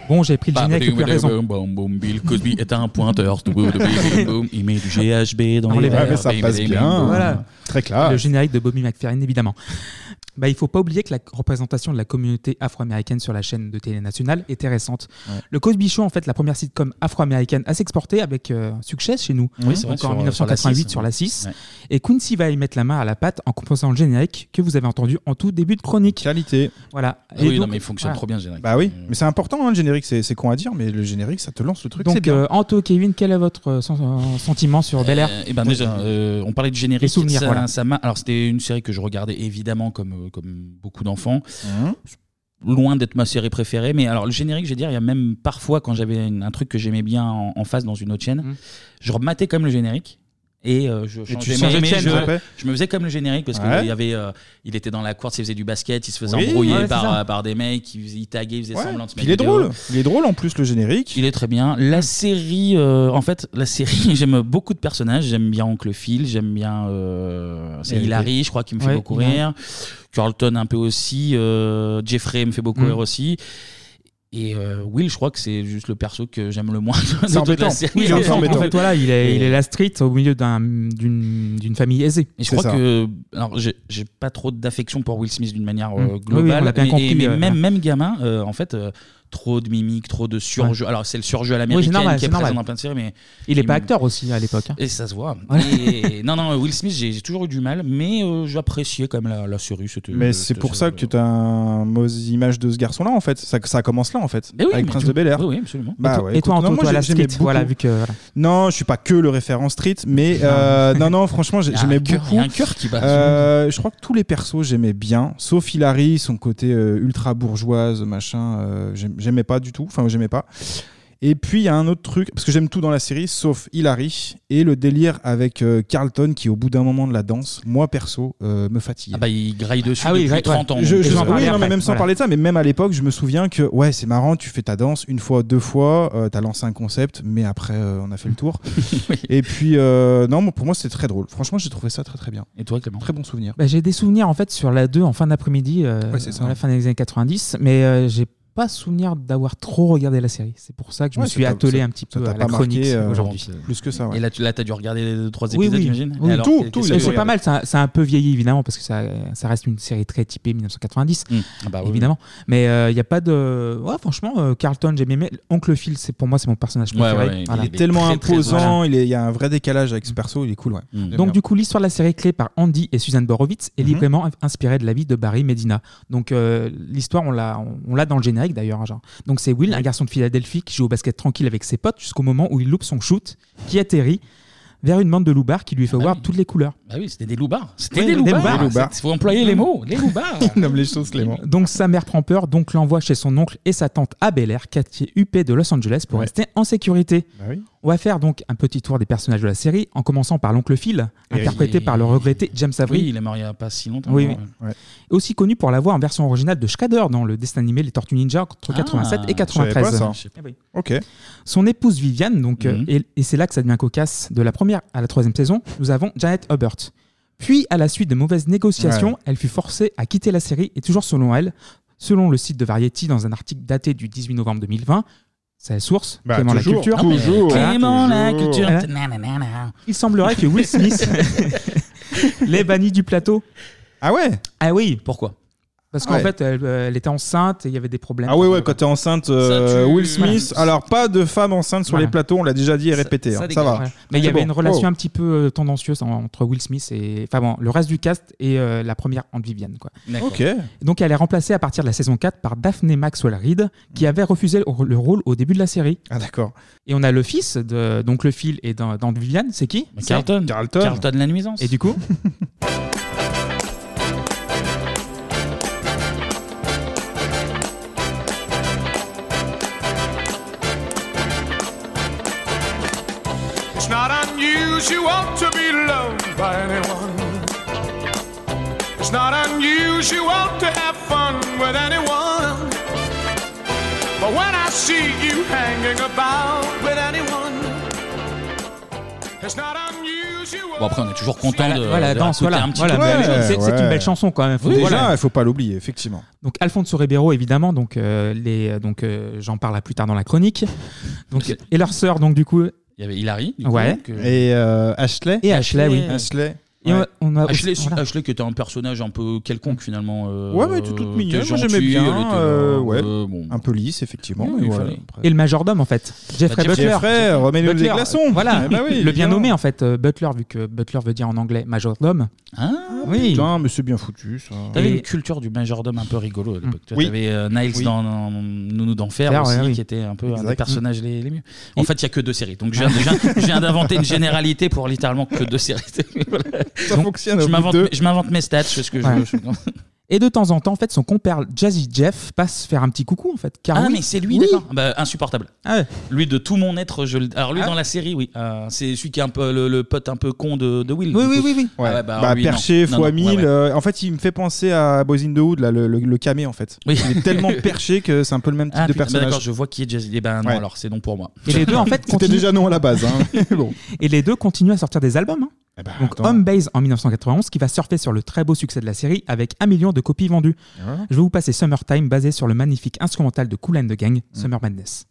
[SPEAKER 7] Bon, j'ai
[SPEAKER 1] bah,
[SPEAKER 7] pris le générique le plus raison.
[SPEAKER 1] Boum, boum, boum, Bill Cosby est un pointeur. Tout boum, boum, boum, Il met du GHB dans
[SPEAKER 7] Dans
[SPEAKER 1] les
[SPEAKER 7] les
[SPEAKER 6] Ah,
[SPEAKER 1] verres.
[SPEAKER 6] mais ça
[SPEAKER 1] Bim,
[SPEAKER 6] passe
[SPEAKER 1] bim, bim,
[SPEAKER 6] bien.
[SPEAKER 1] boum.
[SPEAKER 7] Voilà.
[SPEAKER 6] Très clair.
[SPEAKER 7] Le générique de Bobby McFerrin, évidemment. Bah, il faut pas oublier que la représentation de la communauté afro-américaine sur la chaîne de télé nationale était récente. Le Cosby Show, en fait, la première sitcom afro-américaine à s'exporter avec euh, succès chez nous.
[SPEAKER 1] Oui, c'est vrai,
[SPEAKER 7] Donc
[SPEAKER 1] sur-
[SPEAKER 7] en 1988
[SPEAKER 1] sur
[SPEAKER 7] sur
[SPEAKER 1] la
[SPEAKER 7] la
[SPEAKER 1] six.
[SPEAKER 7] 6. Et Quincy va y mettre la main à la pâte en composant le générique que vous avez entendu en tout début de chronique.
[SPEAKER 6] Qualité.
[SPEAKER 7] Voilà.
[SPEAKER 1] Ah
[SPEAKER 7] Et
[SPEAKER 1] Oui, non,
[SPEAKER 7] donc-
[SPEAKER 1] mais il fonctionne
[SPEAKER 7] voilà.
[SPEAKER 1] trop bien, le générique.
[SPEAKER 6] Bah oui, mais c'est important hein, le générique, c'est c'est con à dire, mais le générique ça te lance le truc. c'est
[SPEAKER 7] Donc,
[SPEAKER 6] bien.
[SPEAKER 7] euh, Anto, Kevin, quel est votre euh, sen- euh, sentiment sur Bel Air
[SPEAKER 1] Euh, eh ben déjà, euh, on parlait de générique.
[SPEAKER 7] Les souvenirs,
[SPEAKER 1] ça-
[SPEAKER 7] voilà.
[SPEAKER 1] ça m'a- Alors c'était une série que je regardais évidemment comme euh, comme beaucoup d'enfants. Hein Loin d'être ma série préférée, mais alors le générique, je vais dire, il y a même parfois quand j'avais une- un truc que j'aimais bien en, en face dans une autre chaîne,
[SPEAKER 7] Mhm.
[SPEAKER 1] je rematais comme le générique. Et euh, je
[SPEAKER 6] Et Mm. tu
[SPEAKER 1] changeais
[SPEAKER 6] changeais
[SPEAKER 1] mes-
[SPEAKER 6] de
[SPEAKER 1] mes-
[SPEAKER 6] chaîne,
[SPEAKER 1] je,
[SPEAKER 6] tu te rappelles
[SPEAKER 1] je me faisais comme le générique parce
[SPEAKER 6] Ouais.
[SPEAKER 1] qu'il y avait, euh, il était dans la course, il faisait du basket, il se faisait
[SPEAKER 6] Oui,
[SPEAKER 1] embrouiller
[SPEAKER 6] ouais, c'est
[SPEAKER 1] par,
[SPEAKER 6] ça.
[SPEAKER 1] euh, par des mecs, il, faisait- il taguait, il faisait
[SPEAKER 6] Ouais.
[SPEAKER 1] semblant de se
[SPEAKER 6] Puis il est
[SPEAKER 1] mettre vidéo.
[SPEAKER 6] drôle. Il est drôle en plus le générique.
[SPEAKER 1] Il est très bien. La série, euh, en fait, la série, j'aime beaucoup de personnages. J'aime bien Oncle Phil, j'aime bien. euh, c'est
[SPEAKER 6] Et-
[SPEAKER 1] Hilary, je crois, qui me fait
[SPEAKER 7] Ouais,
[SPEAKER 1] beaucoup
[SPEAKER 7] Hilary.
[SPEAKER 1] rire. Carlton, un peu aussi. euh, Jeffrey me fait beaucoup
[SPEAKER 7] Mm.
[SPEAKER 1] rire aussi. Et euh, Will, je crois que c'est juste le perso que j'aime le moins
[SPEAKER 6] C'est
[SPEAKER 1] de toute
[SPEAKER 6] embêtant.
[SPEAKER 1] la série.
[SPEAKER 6] Oui,
[SPEAKER 7] Oui,
[SPEAKER 6] c'est
[SPEAKER 7] en
[SPEAKER 6] un peu
[SPEAKER 7] fait, en
[SPEAKER 6] embêtant.
[SPEAKER 7] fait, voilà, il est,
[SPEAKER 1] Et-
[SPEAKER 7] il est la street au milieu d'un- d'une d'une famille aisée.
[SPEAKER 1] Et je crois que. Alors, j'ai j'ai pas trop d'affection pour Will Smith d'une manière euh,
[SPEAKER 7] Mm. Oui,
[SPEAKER 1] globale.
[SPEAKER 7] oui, on l'a bien
[SPEAKER 1] mais-
[SPEAKER 7] compris,
[SPEAKER 1] mais
[SPEAKER 7] euh,
[SPEAKER 1] même,
[SPEAKER 7] ouais.
[SPEAKER 1] même gamin, euh, en fait, euh, trop de mimiques, trop de surjeu. Alors, c'est le surjeu à l'américaine
[SPEAKER 7] normal,
[SPEAKER 1] qui est
[SPEAKER 7] c'est
[SPEAKER 1] présent
[SPEAKER 7] normal.
[SPEAKER 1] dans plein de séries, mais.
[SPEAKER 7] Il est pas
[SPEAKER 1] me-
[SPEAKER 7] acteur aussi à l'époque. hein.
[SPEAKER 1] Et ça se voit. Et- non, non, Will Smith, j'ai j'ai toujours eu du mal, mais euh, j'appréciais quand même la, la série. c'était- euh,
[SPEAKER 6] Mais c'est
[SPEAKER 1] c'était-
[SPEAKER 6] pour ça que tu as une mauvaise image de ce garçon-là, en fait. Ça, ça commence là, en fait.
[SPEAKER 1] Mais Eh oui,
[SPEAKER 6] avec
[SPEAKER 1] mais
[SPEAKER 6] Prince
[SPEAKER 1] tu-
[SPEAKER 6] de Bel Air. Bah
[SPEAKER 1] Oui, oui, absolument.
[SPEAKER 7] Et toi- et toi, Antoine, toi, la street, voilà, vu que.
[SPEAKER 6] Non, je suis pas que le référent street, mais euh, non, non, franchement, j'ai-
[SPEAKER 1] Il y a
[SPEAKER 6] j'aimais
[SPEAKER 1] un cœur-
[SPEAKER 6] beaucoup.
[SPEAKER 1] il y a un cœur qui bat.
[SPEAKER 6] Euh, je crois que tous les persos j'aimais bien, sauf Hilary, son côté euh, ultra bourgeoise, machin, euh, j'aim- j'aimais pas du tout, enfin j'aimais pas. Et puis il y a un autre truc, parce que j'aime tout dans la série, sauf Hilary, et le délire avec euh, Carlton qui au bout d'un moment de la danse, moi perso, euh, me fatigue.
[SPEAKER 1] Ah bah, il graille dessus
[SPEAKER 7] Ah oui,
[SPEAKER 1] depuis
[SPEAKER 7] ouais,
[SPEAKER 1] 30 ans.
[SPEAKER 6] Je,
[SPEAKER 1] donc,
[SPEAKER 6] je-
[SPEAKER 7] Et
[SPEAKER 1] euh,
[SPEAKER 7] j'en
[SPEAKER 6] oui,
[SPEAKER 7] parlais
[SPEAKER 6] non, mais
[SPEAKER 7] après,
[SPEAKER 6] même sans
[SPEAKER 7] voilà.
[SPEAKER 6] parler de ça, mais même à l'époque, je me souviens que ouais, c'est marrant, tu fais ta danse une fois, deux fois, euh, t'as lancé un concept, mais après euh, on a fait le tour. Et puis euh, non, moi, pour moi c'était très drôle. Franchement, j'ai trouvé ça très très bien,
[SPEAKER 1] Et toi, Clément
[SPEAKER 6] très bon souvenir.
[SPEAKER 7] Bah, j'ai des souvenirs en fait sur la 2 en fin d'après-midi, euh,
[SPEAKER 6] Ouais, c'est ça.
[SPEAKER 7] à la fin des années 90, mais euh, j'ai pas souvenir d'avoir trop regardé la série. C'est pour ça que je me
[SPEAKER 6] Ouais,
[SPEAKER 7] suis
[SPEAKER 6] ça t'a-
[SPEAKER 7] attelé
[SPEAKER 6] ça-
[SPEAKER 7] un petit
[SPEAKER 6] ça
[SPEAKER 7] peu
[SPEAKER 6] t'a
[SPEAKER 7] à
[SPEAKER 6] pas
[SPEAKER 7] la chronique
[SPEAKER 6] marqué, euh,
[SPEAKER 7] aujourd'hui.
[SPEAKER 6] Plus que ça, ouais.
[SPEAKER 1] Et là, tu là, t'as dû regarder les deux, trois
[SPEAKER 7] Oui,
[SPEAKER 1] épisodes,
[SPEAKER 7] oui.
[SPEAKER 1] j'imagine
[SPEAKER 7] Oui,
[SPEAKER 1] Et alors,
[SPEAKER 6] tout,
[SPEAKER 1] qu'est-
[SPEAKER 6] tout, euh,
[SPEAKER 1] qu'est-ce
[SPEAKER 6] il a
[SPEAKER 7] Et
[SPEAKER 6] tout
[SPEAKER 1] que
[SPEAKER 7] C'est
[SPEAKER 1] tu
[SPEAKER 7] pas
[SPEAKER 1] regardes
[SPEAKER 7] mal, ça, ça a un peu vieilli évidemment parce que ça, ça reste une série très typée 1990
[SPEAKER 1] Hum, ah bah oui, oui.
[SPEAKER 7] évidemment, mais il n'y a pas de. Ouais, franchement, euh, Carlton, j'ai aimé. Oncle Phil, c'est pour moi c'est mon personnage
[SPEAKER 1] Ouais, ouais,
[SPEAKER 7] préféré.
[SPEAKER 1] ouais,
[SPEAKER 7] Voilà.
[SPEAKER 1] il
[SPEAKER 6] Il est tellement
[SPEAKER 1] très, très
[SPEAKER 6] imposant, il, est- il y a un vrai décalage avec ce perso, il est cool, ouais.
[SPEAKER 1] Mm.
[SPEAKER 6] J'aime
[SPEAKER 7] Donc
[SPEAKER 6] bien.
[SPEAKER 7] du coup, l'histoire de la série clé par Andy et Suzanne Borowitz est
[SPEAKER 6] Mhm.
[SPEAKER 7] librement inspirée de la vie de Barry Medina. Donc euh, l'histoire, on l'a, on, on l'a dans le générique d'ailleurs. hein, genre. Donc c'est Will, un garçon de Philadelphie qui joue au basket tranquille avec ses potes jusqu'au moment où il loupe son shoot, qui atterrit vers une bande de loupards qui
[SPEAKER 6] Ah
[SPEAKER 7] lui fait voir
[SPEAKER 1] oui.
[SPEAKER 7] toutes les couleurs.
[SPEAKER 1] Bah oui, c'était des loupards. C'était
[SPEAKER 7] Oui,
[SPEAKER 1] des
[SPEAKER 7] des
[SPEAKER 1] loupards.
[SPEAKER 7] loupards.
[SPEAKER 1] C'est-
[SPEAKER 6] Des loupards.
[SPEAKER 1] faut employer les mots. Les loupards.
[SPEAKER 6] il nomme les choses, Clément.
[SPEAKER 7] Donc sa mère prend peur, donc l'envoie chez son oncle et sa tante à Bel Air, quartier huppé de Los Angeles, pour
[SPEAKER 6] Ouais.
[SPEAKER 7] rester en sécurité.
[SPEAKER 6] Bah oui.
[SPEAKER 7] On va faire donc un petit tour des personnages de la série, en commençant par l'oncle Phil,
[SPEAKER 6] Eric.
[SPEAKER 7] interprété par le regretté James Avery.
[SPEAKER 1] oui, il est mort il y a pas si longtemps.
[SPEAKER 7] Oui,
[SPEAKER 1] non,
[SPEAKER 7] oui.
[SPEAKER 1] ouais.
[SPEAKER 7] aussi connu pour la voix en version originale de Shredder dans le dessin animé Les Tortues Ninja entre
[SPEAKER 1] Ah,
[SPEAKER 7] 87 et
[SPEAKER 6] Je savais pas
[SPEAKER 7] 93.
[SPEAKER 6] ça.
[SPEAKER 1] Je sais pas.
[SPEAKER 6] Ok.
[SPEAKER 7] Son épouse Viviane, donc,
[SPEAKER 1] Mhm.
[SPEAKER 7] euh, et, et c'est là que ça devient cocasse, de la première à la troisième saison, nous avons Janet Hubbard. Puis, à la suite de mauvaises négociations, elle fut forcée à quitter la série et toujours selon elle, selon le site de Variety dans un article daté du 18 novembre 2020, c'est la source,
[SPEAKER 6] Bah,
[SPEAKER 7] Clément
[SPEAKER 6] toujours.
[SPEAKER 7] la culture,
[SPEAKER 1] Non, mais
[SPEAKER 6] Toujours,
[SPEAKER 1] Clément,
[SPEAKER 6] hein,
[SPEAKER 1] la
[SPEAKER 6] toujours.
[SPEAKER 1] culture.
[SPEAKER 7] Ouais.
[SPEAKER 1] Nanana.
[SPEAKER 7] il semblerait que Will Smith l'ait banni du plateau.
[SPEAKER 6] Ah ouais
[SPEAKER 7] Ah oui,
[SPEAKER 1] Pourquoi
[SPEAKER 7] parce qu'en
[SPEAKER 6] Ouais.
[SPEAKER 7] fait, elle, euh, elle était enceinte et il y avait des problèmes.
[SPEAKER 6] Ah ouais, ouais, quand t'es enceinte, euh,
[SPEAKER 1] Ça, tu-
[SPEAKER 6] Will Smith.
[SPEAKER 1] Voilà.
[SPEAKER 6] Alors, pas de femme enceinte sur
[SPEAKER 7] Voilà.
[SPEAKER 6] les plateaux, on l'a déjà dit et
[SPEAKER 1] Ça-
[SPEAKER 6] répété,
[SPEAKER 1] ça
[SPEAKER 6] hein, ça,
[SPEAKER 1] dégage.
[SPEAKER 6] va.
[SPEAKER 7] Ouais. Mais il y
[SPEAKER 6] C'est
[SPEAKER 7] avait
[SPEAKER 6] bon.
[SPEAKER 7] une relation
[SPEAKER 6] Oh.
[SPEAKER 7] un petit peu euh, tendancieuse en- entre Will Smith et enfin bon, le reste du cast et euh, la première Aunt Viviane. Quoi.
[SPEAKER 1] D'accord.
[SPEAKER 6] Ok.
[SPEAKER 7] Donc elle est remplacée à partir de la saison 4 par Daphne Maxwell Reed qui avait refusé le le rôle au début de la série.
[SPEAKER 6] Mm. Ah d'accord.
[SPEAKER 7] Et on a le fils, de, donc le Phil et d'un- d'Aunt Viviane, c'est qui
[SPEAKER 1] Mais
[SPEAKER 7] C'est-
[SPEAKER 1] Carlton.
[SPEAKER 6] Carlton.
[SPEAKER 1] Carlton la nuisance.
[SPEAKER 7] Et du coup
[SPEAKER 2] It's not unusual to be loved by anyone. It's not unusual to have fun with anyone. But when I see you hanging about with anyone, it's not unusual.
[SPEAKER 1] Bon après on est toujours content
[SPEAKER 7] Voilà,
[SPEAKER 1] de,
[SPEAKER 7] voilà,
[SPEAKER 1] de
[SPEAKER 7] danse,
[SPEAKER 1] raconter
[SPEAKER 7] voilà.
[SPEAKER 1] un petit
[SPEAKER 7] voilà.
[SPEAKER 1] peu.
[SPEAKER 6] Ouais,
[SPEAKER 7] C'est- c'est
[SPEAKER 6] ouais.
[SPEAKER 7] une belle chanson quand même. faut-
[SPEAKER 6] Déjà,
[SPEAKER 7] voilà.
[SPEAKER 6] il faut pas l'oublier, effectivement.
[SPEAKER 7] Donc Alfonso Ribeiro évidemment, donc euh, les donc euh, j'en parle plus tard dans la chronique. Donc et leur sœur donc du coup
[SPEAKER 1] Il y avait Hilary. du coup,
[SPEAKER 7] Ouais.
[SPEAKER 1] que-
[SPEAKER 6] Et euh, Ashley.
[SPEAKER 7] et Ashley, oui.
[SPEAKER 6] Ashley.
[SPEAKER 7] Et
[SPEAKER 6] Ouais.
[SPEAKER 7] on on a
[SPEAKER 1] Ashley,
[SPEAKER 7] aussi- voilà.
[SPEAKER 1] Ashley qui était un personnage un peu quelconque finalement. euh,
[SPEAKER 6] Ouais, mais tout- toute mignonne,
[SPEAKER 1] était
[SPEAKER 6] moi,
[SPEAKER 1] gentille,
[SPEAKER 6] j'aimais bien,
[SPEAKER 1] elle était là,
[SPEAKER 6] euh, ouais.
[SPEAKER 1] bon.
[SPEAKER 6] Un peu lisse, effectivement.
[SPEAKER 1] Oui,
[SPEAKER 6] mais
[SPEAKER 1] il
[SPEAKER 6] voilà,
[SPEAKER 1] fallait.
[SPEAKER 6] après.
[SPEAKER 7] Et le majordome en fait, Jeffrey
[SPEAKER 1] Bah,
[SPEAKER 7] Butler.
[SPEAKER 6] Jeffrey, remets-nous des
[SPEAKER 7] Butler, euh,
[SPEAKER 6] glaçons.
[SPEAKER 7] Voilà,
[SPEAKER 6] Eh bah oui,
[SPEAKER 7] le bien
[SPEAKER 6] évidemment.
[SPEAKER 7] nommé en fait, euh, Butler, vu que Butler veut dire en anglais majordome.
[SPEAKER 1] Ah,
[SPEAKER 7] oui.
[SPEAKER 6] Putain, mais c'est bien foutu ça.
[SPEAKER 1] T'avais
[SPEAKER 7] Et-
[SPEAKER 1] une culture du majordome un peu rigolo à l'époque. Tu vois,
[SPEAKER 6] Oui.
[SPEAKER 1] T'avais euh, Niles
[SPEAKER 6] Oui.
[SPEAKER 1] dans, dans Nounou d'enfer
[SPEAKER 7] Faire,
[SPEAKER 1] aussi,
[SPEAKER 7] ouais, oui.
[SPEAKER 1] qui était un peu un des
[SPEAKER 6] Exact.
[SPEAKER 1] personnages les, les mieux. En
[SPEAKER 7] Et-
[SPEAKER 1] fait, il y a que deux séries. Donc je viens, de- je viens- je viens d'inventer une généralité pour littéralement que deux séries.
[SPEAKER 6] Ça
[SPEAKER 1] Voilà.
[SPEAKER 6] fonctionne. au
[SPEAKER 1] Je
[SPEAKER 6] bout
[SPEAKER 1] m'invente,
[SPEAKER 6] de-
[SPEAKER 1] mes- je Ah, m'invente mes stats, je fais ce que je
[SPEAKER 7] Ouais.
[SPEAKER 1] veux. je-
[SPEAKER 7] Et de temps en temps, en fait, son compère Jazzy Jeff passe faire un petit coucou, en fait. Car
[SPEAKER 1] ah,
[SPEAKER 7] oui-
[SPEAKER 1] mais c'est lui,
[SPEAKER 7] oui,
[SPEAKER 1] d'accord. Bah, insupportable. Lui, de tout mon être, je le. Alors, lui,
[SPEAKER 7] Ah.
[SPEAKER 1] dans la série, oui. Euh, c'est celui qui est un peu le, le pote un peu con de, de Will.
[SPEAKER 7] Oui,
[SPEAKER 1] du
[SPEAKER 7] oui,
[SPEAKER 1] coup.
[SPEAKER 7] oui, oui.
[SPEAKER 1] Ah
[SPEAKER 6] Ouais.
[SPEAKER 1] ouais, bah,
[SPEAKER 6] bah,
[SPEAKER 1] alors lui, non.
[SPEAKER 6] perché
[SPEAKER 1] Non,
[SPEAKER 6] fois
[SPEAKER 1] non,
[SPEAKER 6] 1000.
[SPEAKER 1] ouais, ouais.
[SPEAKER 6] euh, en fait, il me fait penser à Boys in the Hood, là, le, le, le camé, en fait.
[SPEAKER 1] Oui.
[SPEAKER 6] Il est tellement perché que c'est un peu le même type
[SPEAKER 1] Ah,
[SPEAKER 6] de
[SPEAKER 1] putain, bah,
[SPEAKER 6] personnage.
[SPEAKER 1] d'accord, je vois qui est Jazzy. Eh ben non,
[SPEAKER 6] Ouais.
[SPEAKER 1] alors c'est non pour moi.
[SPEAKER 7] Et les deux, en fait,
[SPEAKER 6] C'était
[SPEAKER 7] continuent-
[SPEAKER 6] déjà non à la base. hein. bon.
[SPEAKER 7] Et les deux continuent à sortir des albums. hein.
[SPEAKER 6] Eh ben,
[SPEAKER 7] Donc
[SPEAKER 6] attends.
[SPEAKER 7] Home Base en 1991 qui va surfer sur le très beau succès de la série avec un million de copies vendues.
[SPEAKER 6] Voilà.
[SPEAKER 7] Je vais vous passer Summertime basé sur le magnifique instrumental de Cool and the
[SPEAKER 6] Hein
[SPEAKER 7] Gang, Summer Madness.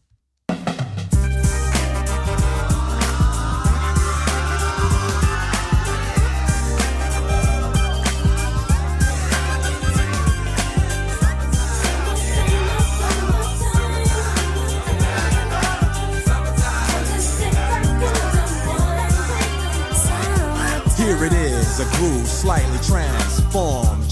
[SPEAKER 2] Here it is, a groove slightly transformed.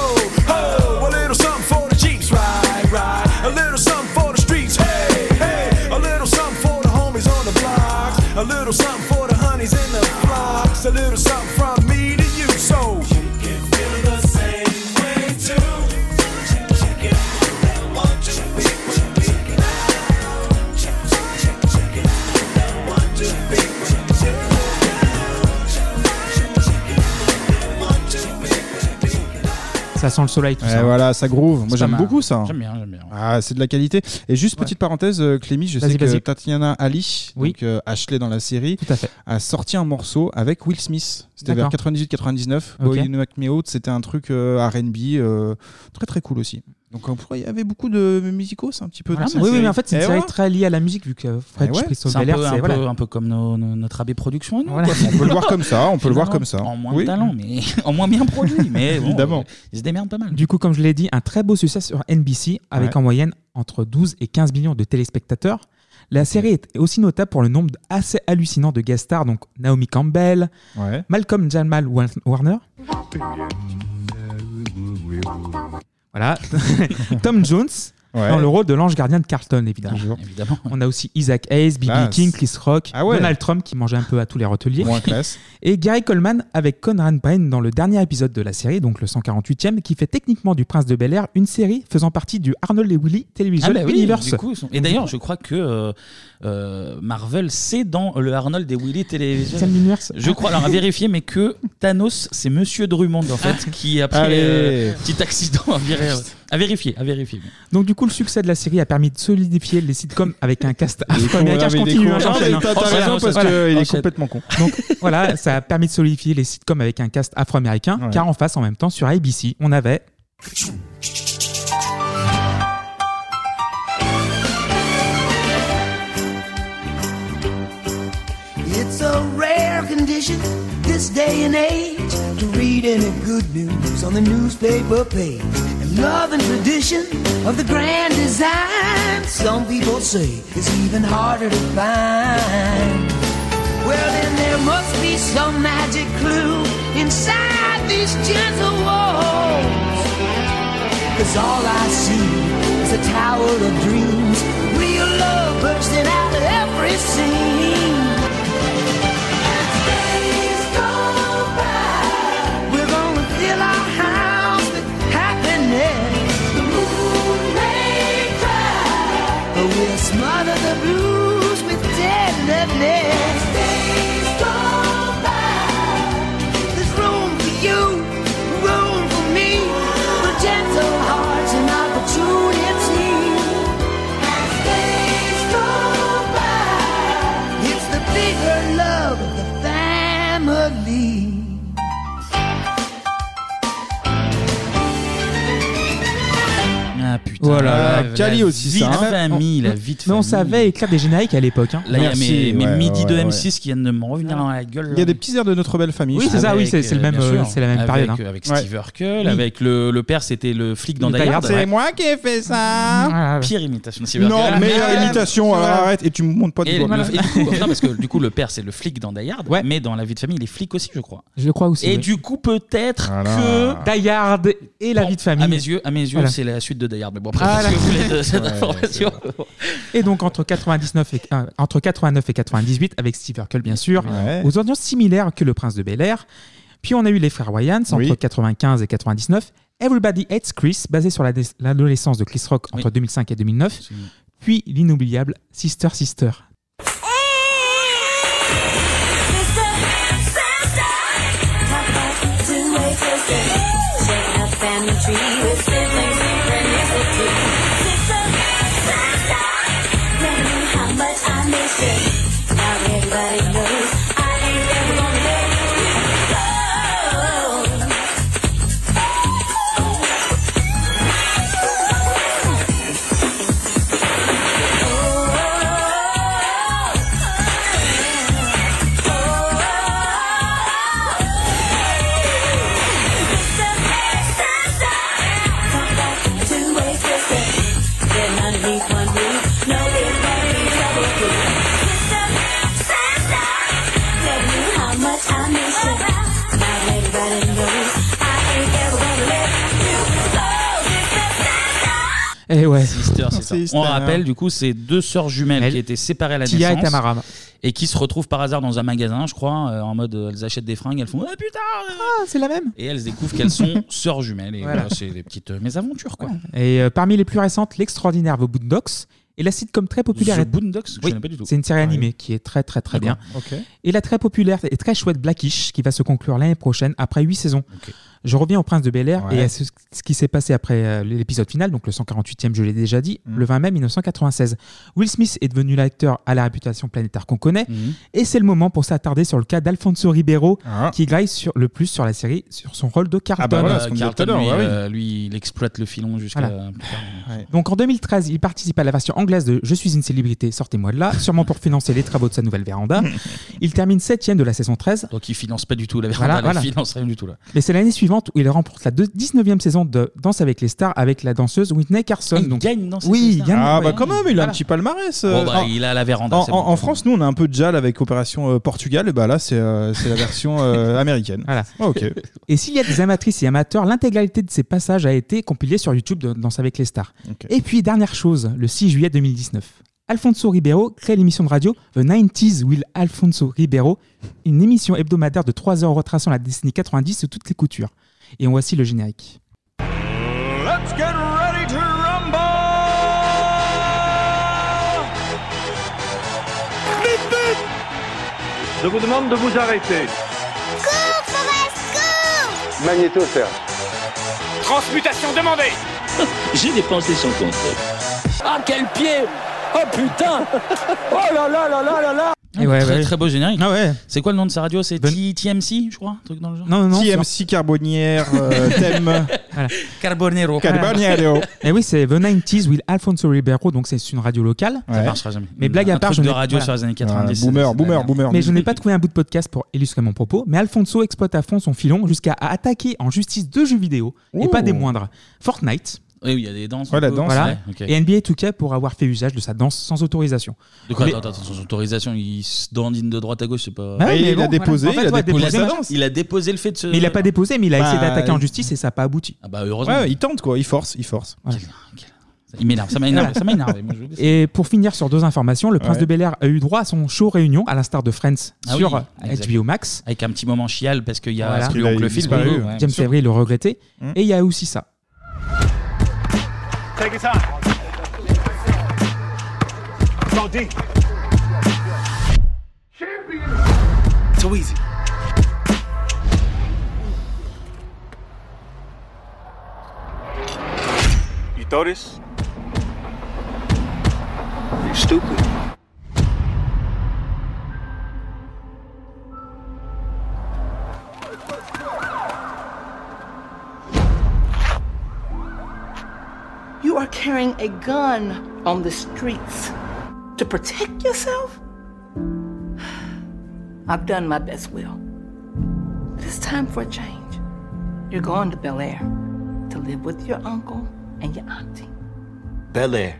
[SPEAKER 2] ho, a little something for the Jeeps, ride, ride, a little something for the streets, hey, hey, a little something for the homies on the block, a little something for the honeys in the flocks, a little something from me to you, so you can feel the same way too.
[SPEAKER 7] Ça sent le soleil, tout
[SPEAKER 6] Et
[SPEAKER 7] ça.
[SPEAKER 6] voilà, ça groove.
[SPEAKER 1] Ça
[SPEAKER 6] Moi, j'aime
[SPEAKER 1] m'a-
[SPEAKER 6] beaucoup ça.
[SPEAKER 1] J'aime bien, j'aime bien.
[SPEAKER 6] Ah, c'est de la qualité. Et juste petite parenthèse, euh, Clémy, je
[SPEAKER 7] Vas-y,
[SPEAKER 6] sais que
[SPEAKER 7] vas-y.
[SPEAKER 6] Tatiana Ali,
[SPEAKER 7] Oui.
[SPEAKER 6] donc euh, Ashley dans la série,
[SPEAKER 7] Tout à fait.
[SPEAKER 6] a sorti un morceau avec Will Smith. C'était vers
[SPEAKER 7] D'accord.
[SPEAKER 6] 98-99.
[SPEAKER 7] Ok.
[SPEAKER 6] Boy You Knock Me Out, c'était un truc euh, RB euh, très très cool aussi. Donc euh, pourquoi il y avait beaucoup de musicos un petit peu
[SPEAKER 7] Voilà.
[SPEAKER 6] dans cette
[SPEAKER 7] Oui, oui,
[SPEAKER 6] série.
[SPEAKER 7] mais en fait, c'est une
[SPEAKER 6] Eh
[SPEAKER 7] série
[SPEAKER 6] ouais.
[SPEAKER 7] très liée à la musique, vu que Fred
[SPEAKER 6] Eh ouais,
[SPEAKER 7] Prince of
[SPEAKER 1] C'est un, peu,
[SPEAKER 7] Bel-Air,
[SPEAKER 1] un,
[SPEAKER 7] c'est
[SPEAKER 1] peu,
[SPEAKER 7] voilà.
[SPEAKER 1] un peu comme nos- nos- notre AB Production, nous.
[SPEAKER 7] Voilà.
[SPEAKER 1] quoi.
[SPEAKER 6] On peut le voir comme ça, on peut le voir comme ça.
[SPEAKER 1] En moins
[SPEAKER 6] Oui.
[SPEAKER 1] de talent, mais en moins bien produit, mais bon,
[SPEAKER 6] Évidemment.
[SPEAKER 1] euh, ils se démerdent pas mal.
[SPEAKER 7] Du coup, comme je l'ai dit, un très beau succès sur NBC, avec
[SPEAKER 6] Ouais.
[SPEAKER 7] en moyenne entre 12 et 15 millions de téléspectateurs. La série est aussi notable pour le nombre assez hallucinant de guest stars, donc Naomi Campbell,
[SPEAKER 6] Ouais.
[SPEAKER 7] Malcolm Jamal Wa- Warner. Voilà, Tom Jones
[SPEAKER 6] Ouais.
[SPEAKER 7] dans le rôle de l'ange gardien de Carlton, évidemment.
[SPEAKER 6] Toujours.
[SPEAKER 1] Évidemment.
[SPEAKER 7] On a aussi Isaac Hayes, B.B.
[SPEAKER 6] Classe.
[SPEAKER 7] King, Chris Rock,
[SPEAKER 6] Ah ouais.
[SPEAKER 7] Donald Trump qui mangeait un peu à tous les roteliers.
[SPEAKER 6] Moins classe.
[SPEAKER 7] Et Gary Coleman avec Conrad Payne dans le dernier épisode de la série, donc le 148e, qui fait techniquement du Prince de Bel Air une série faisant partie du Arnold et Willy Television
[SPEAKER 1] Ah bah oui,
[SPEAKER 7] Universe.
[SPEAKER 1] du coup, ils sont- et d'ailleurs, je crois que euh, euh, Marvel, c'est dans le Arnold des Willy Television.
[SPEAKER 7] C'est l'univers.
[SPEAKER 1] Je crois, alors à vérifier, mais que Thanos, c'est Monsieur Drummond, en
[SPEAKER 7] Ah.
[SPEAKER 1] fait, qui après
[SPEAKER 6] Allez.
[SPEAKER 1] euh, petit accident, à, vér- à vérifier, à vérifier.
[SPEAKER 7] Donc du coup, le succès de la série a permis de solidifier les sitcoms avec un cast afro-américain. Je
[SPEAKER 6] Avec des
[SPEAKER 7] continue,
[SPEAKER 6] cons.
[SPEAKER 7] hein,
[SPEAKER 6] Ah,
[SPEAKER 7] j'enchaîne,
[SPEAKER 6] mais
[SPEAKER 7] hein.
[SPEAKER 6] T'as t'as
[SPEAKER 1] Enchaîne,
[SPEAKER 6] raison parce
[SPEAKER 1] enchaîne.
[SPEAKER 6] qu'il est
[SPEAKER 1] Enchaîne.
[SPEAKER 6] complètement con.
[SPEAKER 7] Voilà, ça a permis de solidifier les sitcoms avec un cast afro-américain,
[SPEAKER 6] Ouais.
[SPEAKER 7] car en face, en même temps, sur ABC, on avait
[SPEAKER 4] It's a rare condition this day and age to read any good news on the newspaper page. And
[SPEAKER 8] Love and tradition of the grand design. Some people say it's even harder to find. Well, then there must be some magic clue inside these gentle walls. Cause all I see is a tower of dreams. Real love bursting out of every scene. As days go by, we're gonna fill our house with happiness. The moon may cry, but we'll smother the blues with tenderness. Days go by, there's room for you, room for me, for gentle hearts and opportunity. As days go by. It's the bigger love of the family.
[SPEAKER 1] Ah putain.
[SPEAKER 7] Voilà.
[SPEAKER 1] la-
[SPEAKER 6] Cali
[SPEAKER 1] la
[SPEAKER 6] aussi,
[SPEAKER 1] vie
[SPEAKER 6] ça,
[SPEAKER 1] de
[SPEAKER 6] hein.
[SPEAKER 1] famille, la vie de
[SPEAKER 7] Mais
[SPEAKER 1] famille.
[SPEAKER 7] on savait écrire des génériques à l'époque. hein.
[SPEAKER 1] Là, il y a
[SPEAKER 6] Merci,
[SPEAKER 1] mes, mes
[SPEAKER 6] ouais,
[SPEAKER 1] midis de
[SPEAKER 6] ouais,
[SPEAKER 1] M6 qui viennent de me revenir dans la gueule.
[SPEAKER 6] Il y a des petits airs de notre belle famille.
[SPEAKER 7] Oui,
[SPEAKER 6] je
[SPEAKER 7] c'est
[SPEAKER 6] trouve.
[SPEAKER 7] ça, oui, c'est
[SPEAKER 1] Avec,
[SPEAKER 7] c'est le
[SPEAKER 1] euh,
[SPEAKER 7] même,
[SPEAKER 1] bien
[SPEAKER 7] euh,
[SPEAKER 1] sûr.
[SPEAKER 7] c'est la même
[SPEAKER 1] Avec,
[SPEAKER 7] période. hein.
[SPEAKER 1] euh, Avec
[SPEAKER 6] Ouais.
[SPEAKER 1] Steve Urkel,
[SPEAKER 7] Oui.
[SPEAKER 1] avec le, le père, c'était le flic dans
[SPEAKER 7] Die
[SPEAKER 1] Die Hard.
[SPEAKER 7] Hard,
[SPEAKER 6] C'est moi qui ai fait ça.
[SPEAKER 7] Ah, ouais.
[SPEAKER 1] Pire imitation de Steve
[SPEAKER 6] Non,
[SPEAKER 1] Urkel.
[SPEAKER 6] meilleure
[SPEAKER 1] Mais-
[SPEAKER 6] imitation. alors Arrête et tu me montes pas
[SPEAKER 1] Et
[SPEAKER 6] du
[SPEAKER 1] le-
[SPEAKER 6] doigt.
[SPEAKER 1] et du coup, non, parce que du coup, le père, c'est le flic dans Die Hard,
[SPEAKER 7] Ouais.
[SPEAKER 1] mais dans la vie de famille, il est flic aussi, je crois.
[SPEAKER 7] Je crois aussi.
[SPEAKER 1] Et
[SPEAKER 7] oui.
[SPEAKER 1] du coup, peut-être
[SPEAKER 6] Voilà.
[SPEAKER 1] que.
[SPEAKER 7] Die Hard et la
[SPEAKER 1] Bon,
[SPEAKER 7] vie de famille.
[SPEAKER 1] À mes yeux, à mes yeux,
[SPEAKER 7] Voilà.
[SPEAKER 1] c'est la suite de Die Hard. Mais bon, après,
[SPEAKER 7] Ah,
[SPEAKER 1] qu'est-ce
[SPEAKER 7] là.
[SPEAKER 1] que vous voulez de cette
[SPEAKER 6] Ouais,
[SPEAKER 1] information
[SPEAKER 7] Et donc entre 99 et euh, entre 89 et 98 avec Steve Urkel bien sûr,
[SPEAKER 6] Ouais.
[SPEAKER 7] aux audiences similaires que Le Prince de Bel Air. Puis on a eu les frères Wayans entre
[SPEAKER 6] Oui.
[SPEAKER 7] 95 et 99. Everybody Hates Chris, basé sur la- l'adolescence de Chris Rock entre
[SPEAKER 1] Oui.
[SPEAKER 7] 2005 et 2009. Puis l'inoubliable Sister Sister. Et Eh ouais.
[SPEAKER 1] Sister, c'est ça.
[SPEAKER 6] Sister.
[SPEAKER 1] On rappelle, du coup, c'est deux sœurs jumelles
[SPEAKER 7] Elle-
[SPEAKER 1] qui étaient séparées à la
[SPEAKER 7] Tia et
[SPEAKER 1] naissance.
[SPEAKER 7] Tamara.
[SPEAKER 1] et qui se retrouvent par hasard dans un magasin, je crois, euh, en mode euh, elles achètent des fringues, elles font ah putain euh
[SPEAKER 7] Ah, c'est la même.
[SPEAKER 1] et elles découvrent qu'elles sont sœurs jumelles et
[SPEAKER 7] Voilà.
[SPEAKER 1] voilà, c'est des petites euh, mésaventures quoi.
[SPEAKER 7] Et euh, parmi les plus récentes, l'extraordinaire The Boondocks et la sitcom très populaire.
[SPEAKER 1] The
[SPEAKER 7] et-
[SPEAKER 1] Boondocks, je
[SPEAKER 7] Oui,
[SPEAKER 1] connais pas du tout.
[SPEAKER 7] C'est une série animée qui est très très très bien.
[SPEAKER 6] Ah Ok.
[SPEAKER 7] Et la très populaire et très chouette Blackish qui va se conclure l'année prochaine après 8 saisons. Je reviens au Prince de Bel Air
[SPEAKER 6] Ouais.
[SPEAKER 7] et à ce, ce qui s'est passé après euh, l'épisode final, donc le 148e, je l'ai déjà dit,
[SPEAKER 6] Mm.
[SPEAKER 7] le 20 mai 1996. Will Smith est devenu l'acteur à la réputation planétaire qu'on connaît et c'est le moment pour s'attarder sur le cas d'Alfonso Ribeiro
[SPEAKER 6] Mm. Ah.
[SPEAKER 7] qui glaille sur, le plus sur la série, sur son rôle de Carlton.
[SPEAKER 6] Ah bah voilà, ce qu'on disait tout à
[SPEAKER 1] euh, Carlton,
[SPEAKER 6] l'heure,
[SPEAKER 1] lui,
[SPEAKER 6] ouais, oui.
[SPEAKER 1] euh, lui, il exploite le filon jusqu'à
[SPEAKER 7] Voilà.
[SPEAKER 1] plus tard.
[SPEAKER 7] Donc en 2013, il participe à la version anglaise de Je suis une célébrité, sortez-moi de là, sûrement pour financer les travaux de sa nouvelle véranda. Il termine septième de la saison 13,
[SPEAKER 1] Donc il finance pas du tout la
[SPEAKER 7] Voilà,
[SPEAKER 1] véranda,
[SPEAKER 7] voilà.
[SPEAKER 1] il finance rien du tout là.
[SPEAKER 7] mais c'est l'année suivante où il remporte la deux- 19e saison de Danse avec les stars avec la danseuse Whitney Carson.
[SPEAKER 1] il
[SPEAKER 7] Donc,
[SPEAKER 1] gagne dans cette
[SPEAKER 7] oui, il
[SPEAKER 1] liste,
[SPEAKER 7] gagne.
[SPEAKER 6] Ah bah
[SPEAKER 7] ouais.
[SPEAKER 6] quand même, il a
[SPEAKER 7] Voilà.
[SPEAKER 6] un petit palmarès. euh,
[SPEAKER 1] Bon bah
[SPEAKER 6] en-
[SPEAKER 1] il a la véranda.
[SPEAKER 6] en,
[SPEAKER 1] c'est bon.
[SPEAKER 6] en France, nous, on a un peu de jal avec Opération euh, Portugal. Et bah là, c'est euh, c'est la version euh, américaine.
[SPEAKER 7] Voilà.
[SPEAKER 6] Ah, ok.
[SPEAKER 7] Et s'il y a des amatrices et amateurs, l'intégralité de ces passages a été compilée sur YouTube de Danse avec les stars.
[SPEAKER 6] Ok.
[SPEAKER 7] Et puis dernière chose, le 6 juillet 2019. Alfonso Ribeiro crée l'émission de radio The 90s Will Alfonso Ribeiro, une émission hebdomadaire de 3 heures retraçant la décennie 90 sous toutes les coutures. Et voici le générique.
[SPEAKER 9] Let's get ready to rumble!
[SPEAKER 3] Je vous demande de vous arrêter.
[SPEAKER 10] Magnéto, Serge.
[SPEAKER 11] Transmutation demandée
[SPEAKER 12] J'ai des pensées sans contrôle.
[SPEAKER 11] Ah, quel pied Oh putain Oh là là là là là là
[SPEAKER 1] Ah,
[SPEAKER 7] ouais,
[SPEAKER 1] très,
[SPEAKER 7] ouais.
[SPEAKER 1] très beau générique. C'est quoi le nom de sa radio C'est
[SPEAKER 7] Ben-
[SPEAKER 1] T- TMC, je crois un truc dans le genre
[SPEAKER 7] Non, non, non,
[SPEAKER 6] TMC Carbonnière, euh, thème.
[SPEAKER 1] Carbonero.
[SPEAKER 6] Carbonero.
[SPEAKER 7] Et Eh oui, c'est The 90s with Alfonso Ribeiro, donc c'est une radio locale.
[SPEAKER 1] Ça Ouais. marchera jamais.
[SPEAKER 7] Mais blague
[SPEAKER 1] Un
[SPEAKER 7] à part,
[SPEAKER 1] truc
[SPEAKER 7] je n'ai-
[SPEAKER 1] de radio sur les années 90, Boomer, c'est- c'est boomer, la merde. boomer.
[SPEAKER 7] Mais je n'ai pas trouvé un bout de podcast pour illustrer mon propos. Mais Alfonso exploite à fond son filon jusqu'à à attaquer en justice deux jeux vidéo, et
[SPEAKER 1] Ouh.
[SPEAKER 7] pas des moindres. Fortnite.
[SPEAKER 1] Oui, oui, il y a des danses.
[SPEAKER 7] Voilà,
[SPEAKER 1] un peu. Ouais, ok.
[SPEAKER 7] Et NBA 2K pour avoir fait usage de sa danse sans autorisation.
[SPEAKER 1] De quoi
[SPEAKER 7] Mais-
[SPEAKER 1] Attends, attends, sans autorisation, il se dandine de droite à gauche, c'est pas.
[SPEAKER 7] Ah oui, mais bon, voilà. En fait, ouais, déposer,
[SPEAKER 1] il a,
[SPEAKER 7] machin.
[SPEAKER 1] il a déposé le fait de se.
[SPEAKER 7] Mais il n'a pas déposé, mais il a
[SPEAKER 1] Bah,
[SPEAKER 7] essayé d'attaquer en justice et ça n'a pas abouti.
[SPEAKER 1] Ah bah heureusement. Ouais, ouais,
[SPEAKER 6] il tente quoi, il force, il force.
[SPEAKER 1] Il m'énerve, ça m'a énervé, ça m'a énervé. Moi, je vous dis.
[SPEAKER 7] Et pour finir sur deux informations, le Prince
[SPEAKER 1] Ouais.
[SPEAKER 7] de Bel Air a eu droit à son show réunion, à l'instar de Friends,
[SPEAKER 1] Ah
[SPEAKER 7] sur
[SPEAKER 1] oui,
[SPEAKER 7] euh,
[SPEAKER 1] exact.
[SPEAKER 7] HBO Max.
[SPEAKER 1] Avec un petit moment chial parce qu'il y a
[SPEAKER 7] Voilà.
[SPEAKER 1] ce plus long que le film.
[SPEAKER 7] Disparu,
[SPEAKER 1] Ouais.
[SPEAKER 7] James Avery le regrettait.
[SPEAKER 6] Hum.
[SPEAKER 7] Et il y a aussi ça.
[SPEAKER 13] Take it out. Bandit. Too easy.
[SPEAKER 3] You throw this?
[SPEAKER 13] You stupid.
[SPEAKER 11] You are carrying a gun on the streets to protect yourself? I've done my best, Will. But it's time for a change. You're going to Bel Air to live with your uncle and your auntie.
[SPEAKER 14] Bel Air,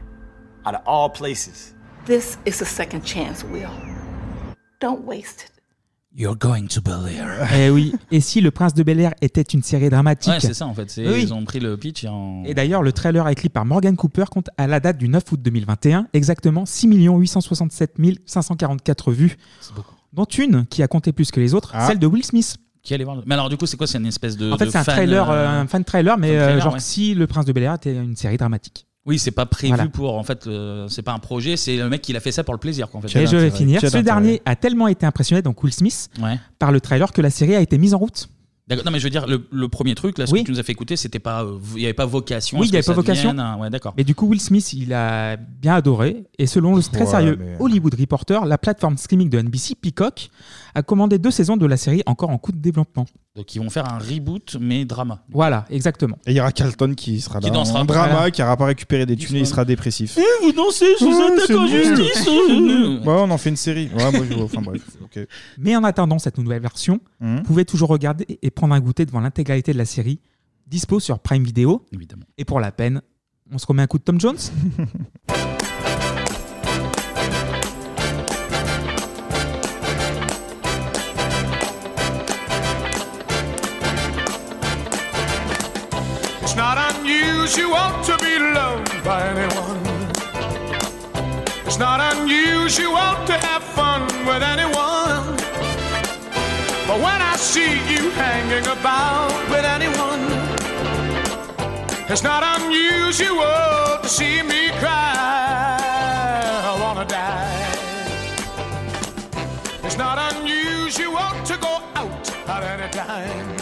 [SPEAKER 14] out of all places.
[SPEAKER 11] This is a second chance, Will. Don't waste it.
[SPEAKER 1] You're going to Bel Air.
[SPEAKER 7] Eh oui. Et si le Prince de Bel Air était une série dramatique
[SPEAKER 1] Ouais, c'est ça en fait. c'est-
[SPEAKER 7] Oui.
[SPEAKER 1] Ils ont pris le pitch et en.
[SPEAKER 7] Et d'ailleurs, le trailer écrit par Morgan Cooper compte à la date du 9 août 2021 exactement 6 867 544 vues. Dont une qui a compté plus que les autres,
[SPEAKER 1] Ah.
[SPEAKER 7] celle de Will Smith.
[SPEAKER 1] Qui allait voir le- Mais alors, du coup, c'est quoi C'est une espèce de.
[SPEAKER 7] En fait,
[SPEAKER 1] de
[SPEAKER 7] c'est un
[SPEAKER 1] fan,
[SPEAKER 7] trailer,
[SPEAKER 1] euh,
[SPEAKER 7] euh, un fan trailer, mais
[SPEAKER 1] fan
[SPEAKER 7] euh,
[SPEAKER 1] trailer,
[SPEAKER 7] genre
[SPEAKER 1] ouais.
[SPEAKER 7] si le Prince de Bel Air était une série dramatique.
[SPEAKER 1] Oui, c'est pas prévu
[SPEAKER 7] Voilà.
[SPEAKER 1] pour. En fait, euh, c'est pas un projet, c'est le mec qui l'a fait ça pour le plaisir. Quoi, en fait.
[SPEAKER 7] Et je vais finir. Ce dernier a tellement été impressionné, donc Will Smith,
[SPEAKER 1] Ouais.
[SPEAKER 7] par le trailer que la série a été mise en route.
[SPEAKER 1] D'accord. Non, mais je veux dire, le, le premier truc, là, ce que tu nous as fait écouter, c'était pas. euh, Il n'y avait pas vocation. à
[SPEAKER 7] oui,
[SPEAKER 1] ce
[SPEAKER 7] il n'y avait
[SPEAKER 1] que
[SPEAKER 7] pas
[SPEAKER 1] ça
[SPEAKER 7] vocation.
[SPEAKER 1] devienne un- Ouais, d'accord.
[SPEAKER 7] Mais du coup, Will Smith, il a bien adoré. Et selon le très
[SPEAKER 1] Ouais,
[SPEAKER 7] sérieux
[SPEAKER 1] mais-
[SPEAKER 7] Hollywood Reporter, la plateforme streaming de NBC, Peacock, a commandé deux saisons de la série encore en cours de développement.
[SPEAKER 1] Donc, ils vont faire un reboot, mais drama.
[SPEAKER 7] Voilà, exactement.
[SPEAKER 6] Et il y aura Carlton qui sera
[SPEAKER 1] Qui
[SPEAKER 6] là.
[SPEAKER 1] dansera
[SPEAKER 6] en
[SPEAKER 1] pas.
[SPEAKER 6] drama,
[SPEAKER 1] Voilà.
[SPEAKER 6] qui n'aura pas récupéré des thunes, il sera dépressif.
[SPEAKER 1] vous dansez
[SPEAKER 6] sous Ouais, attaque c'est en nul.
[SPEAKER 7] justice.
[SPEAKER 6] Ouais, on en fait une série. Ouais, moi, je... enfin, bref. ok. Mmh.
[SPEAKER 7] Mais en attendant cette nouvelle version, vous pouvez toujours regarder et prendre un goûter devant l'intégralité de la série, dispo sur Prime Video.
[SPEAKER 1] Évidemment.
[SPEAKER 7] Et pour la peine, on se remet un coup de Tom Jones
[SPEAKER 15] It's not unusual to be loved by anyone. It's not unusual to have fun with anyone. But when I see you hanging about with anyone, it's not unusual to see me cry. I wanna die. It's not unusual to go out at any time.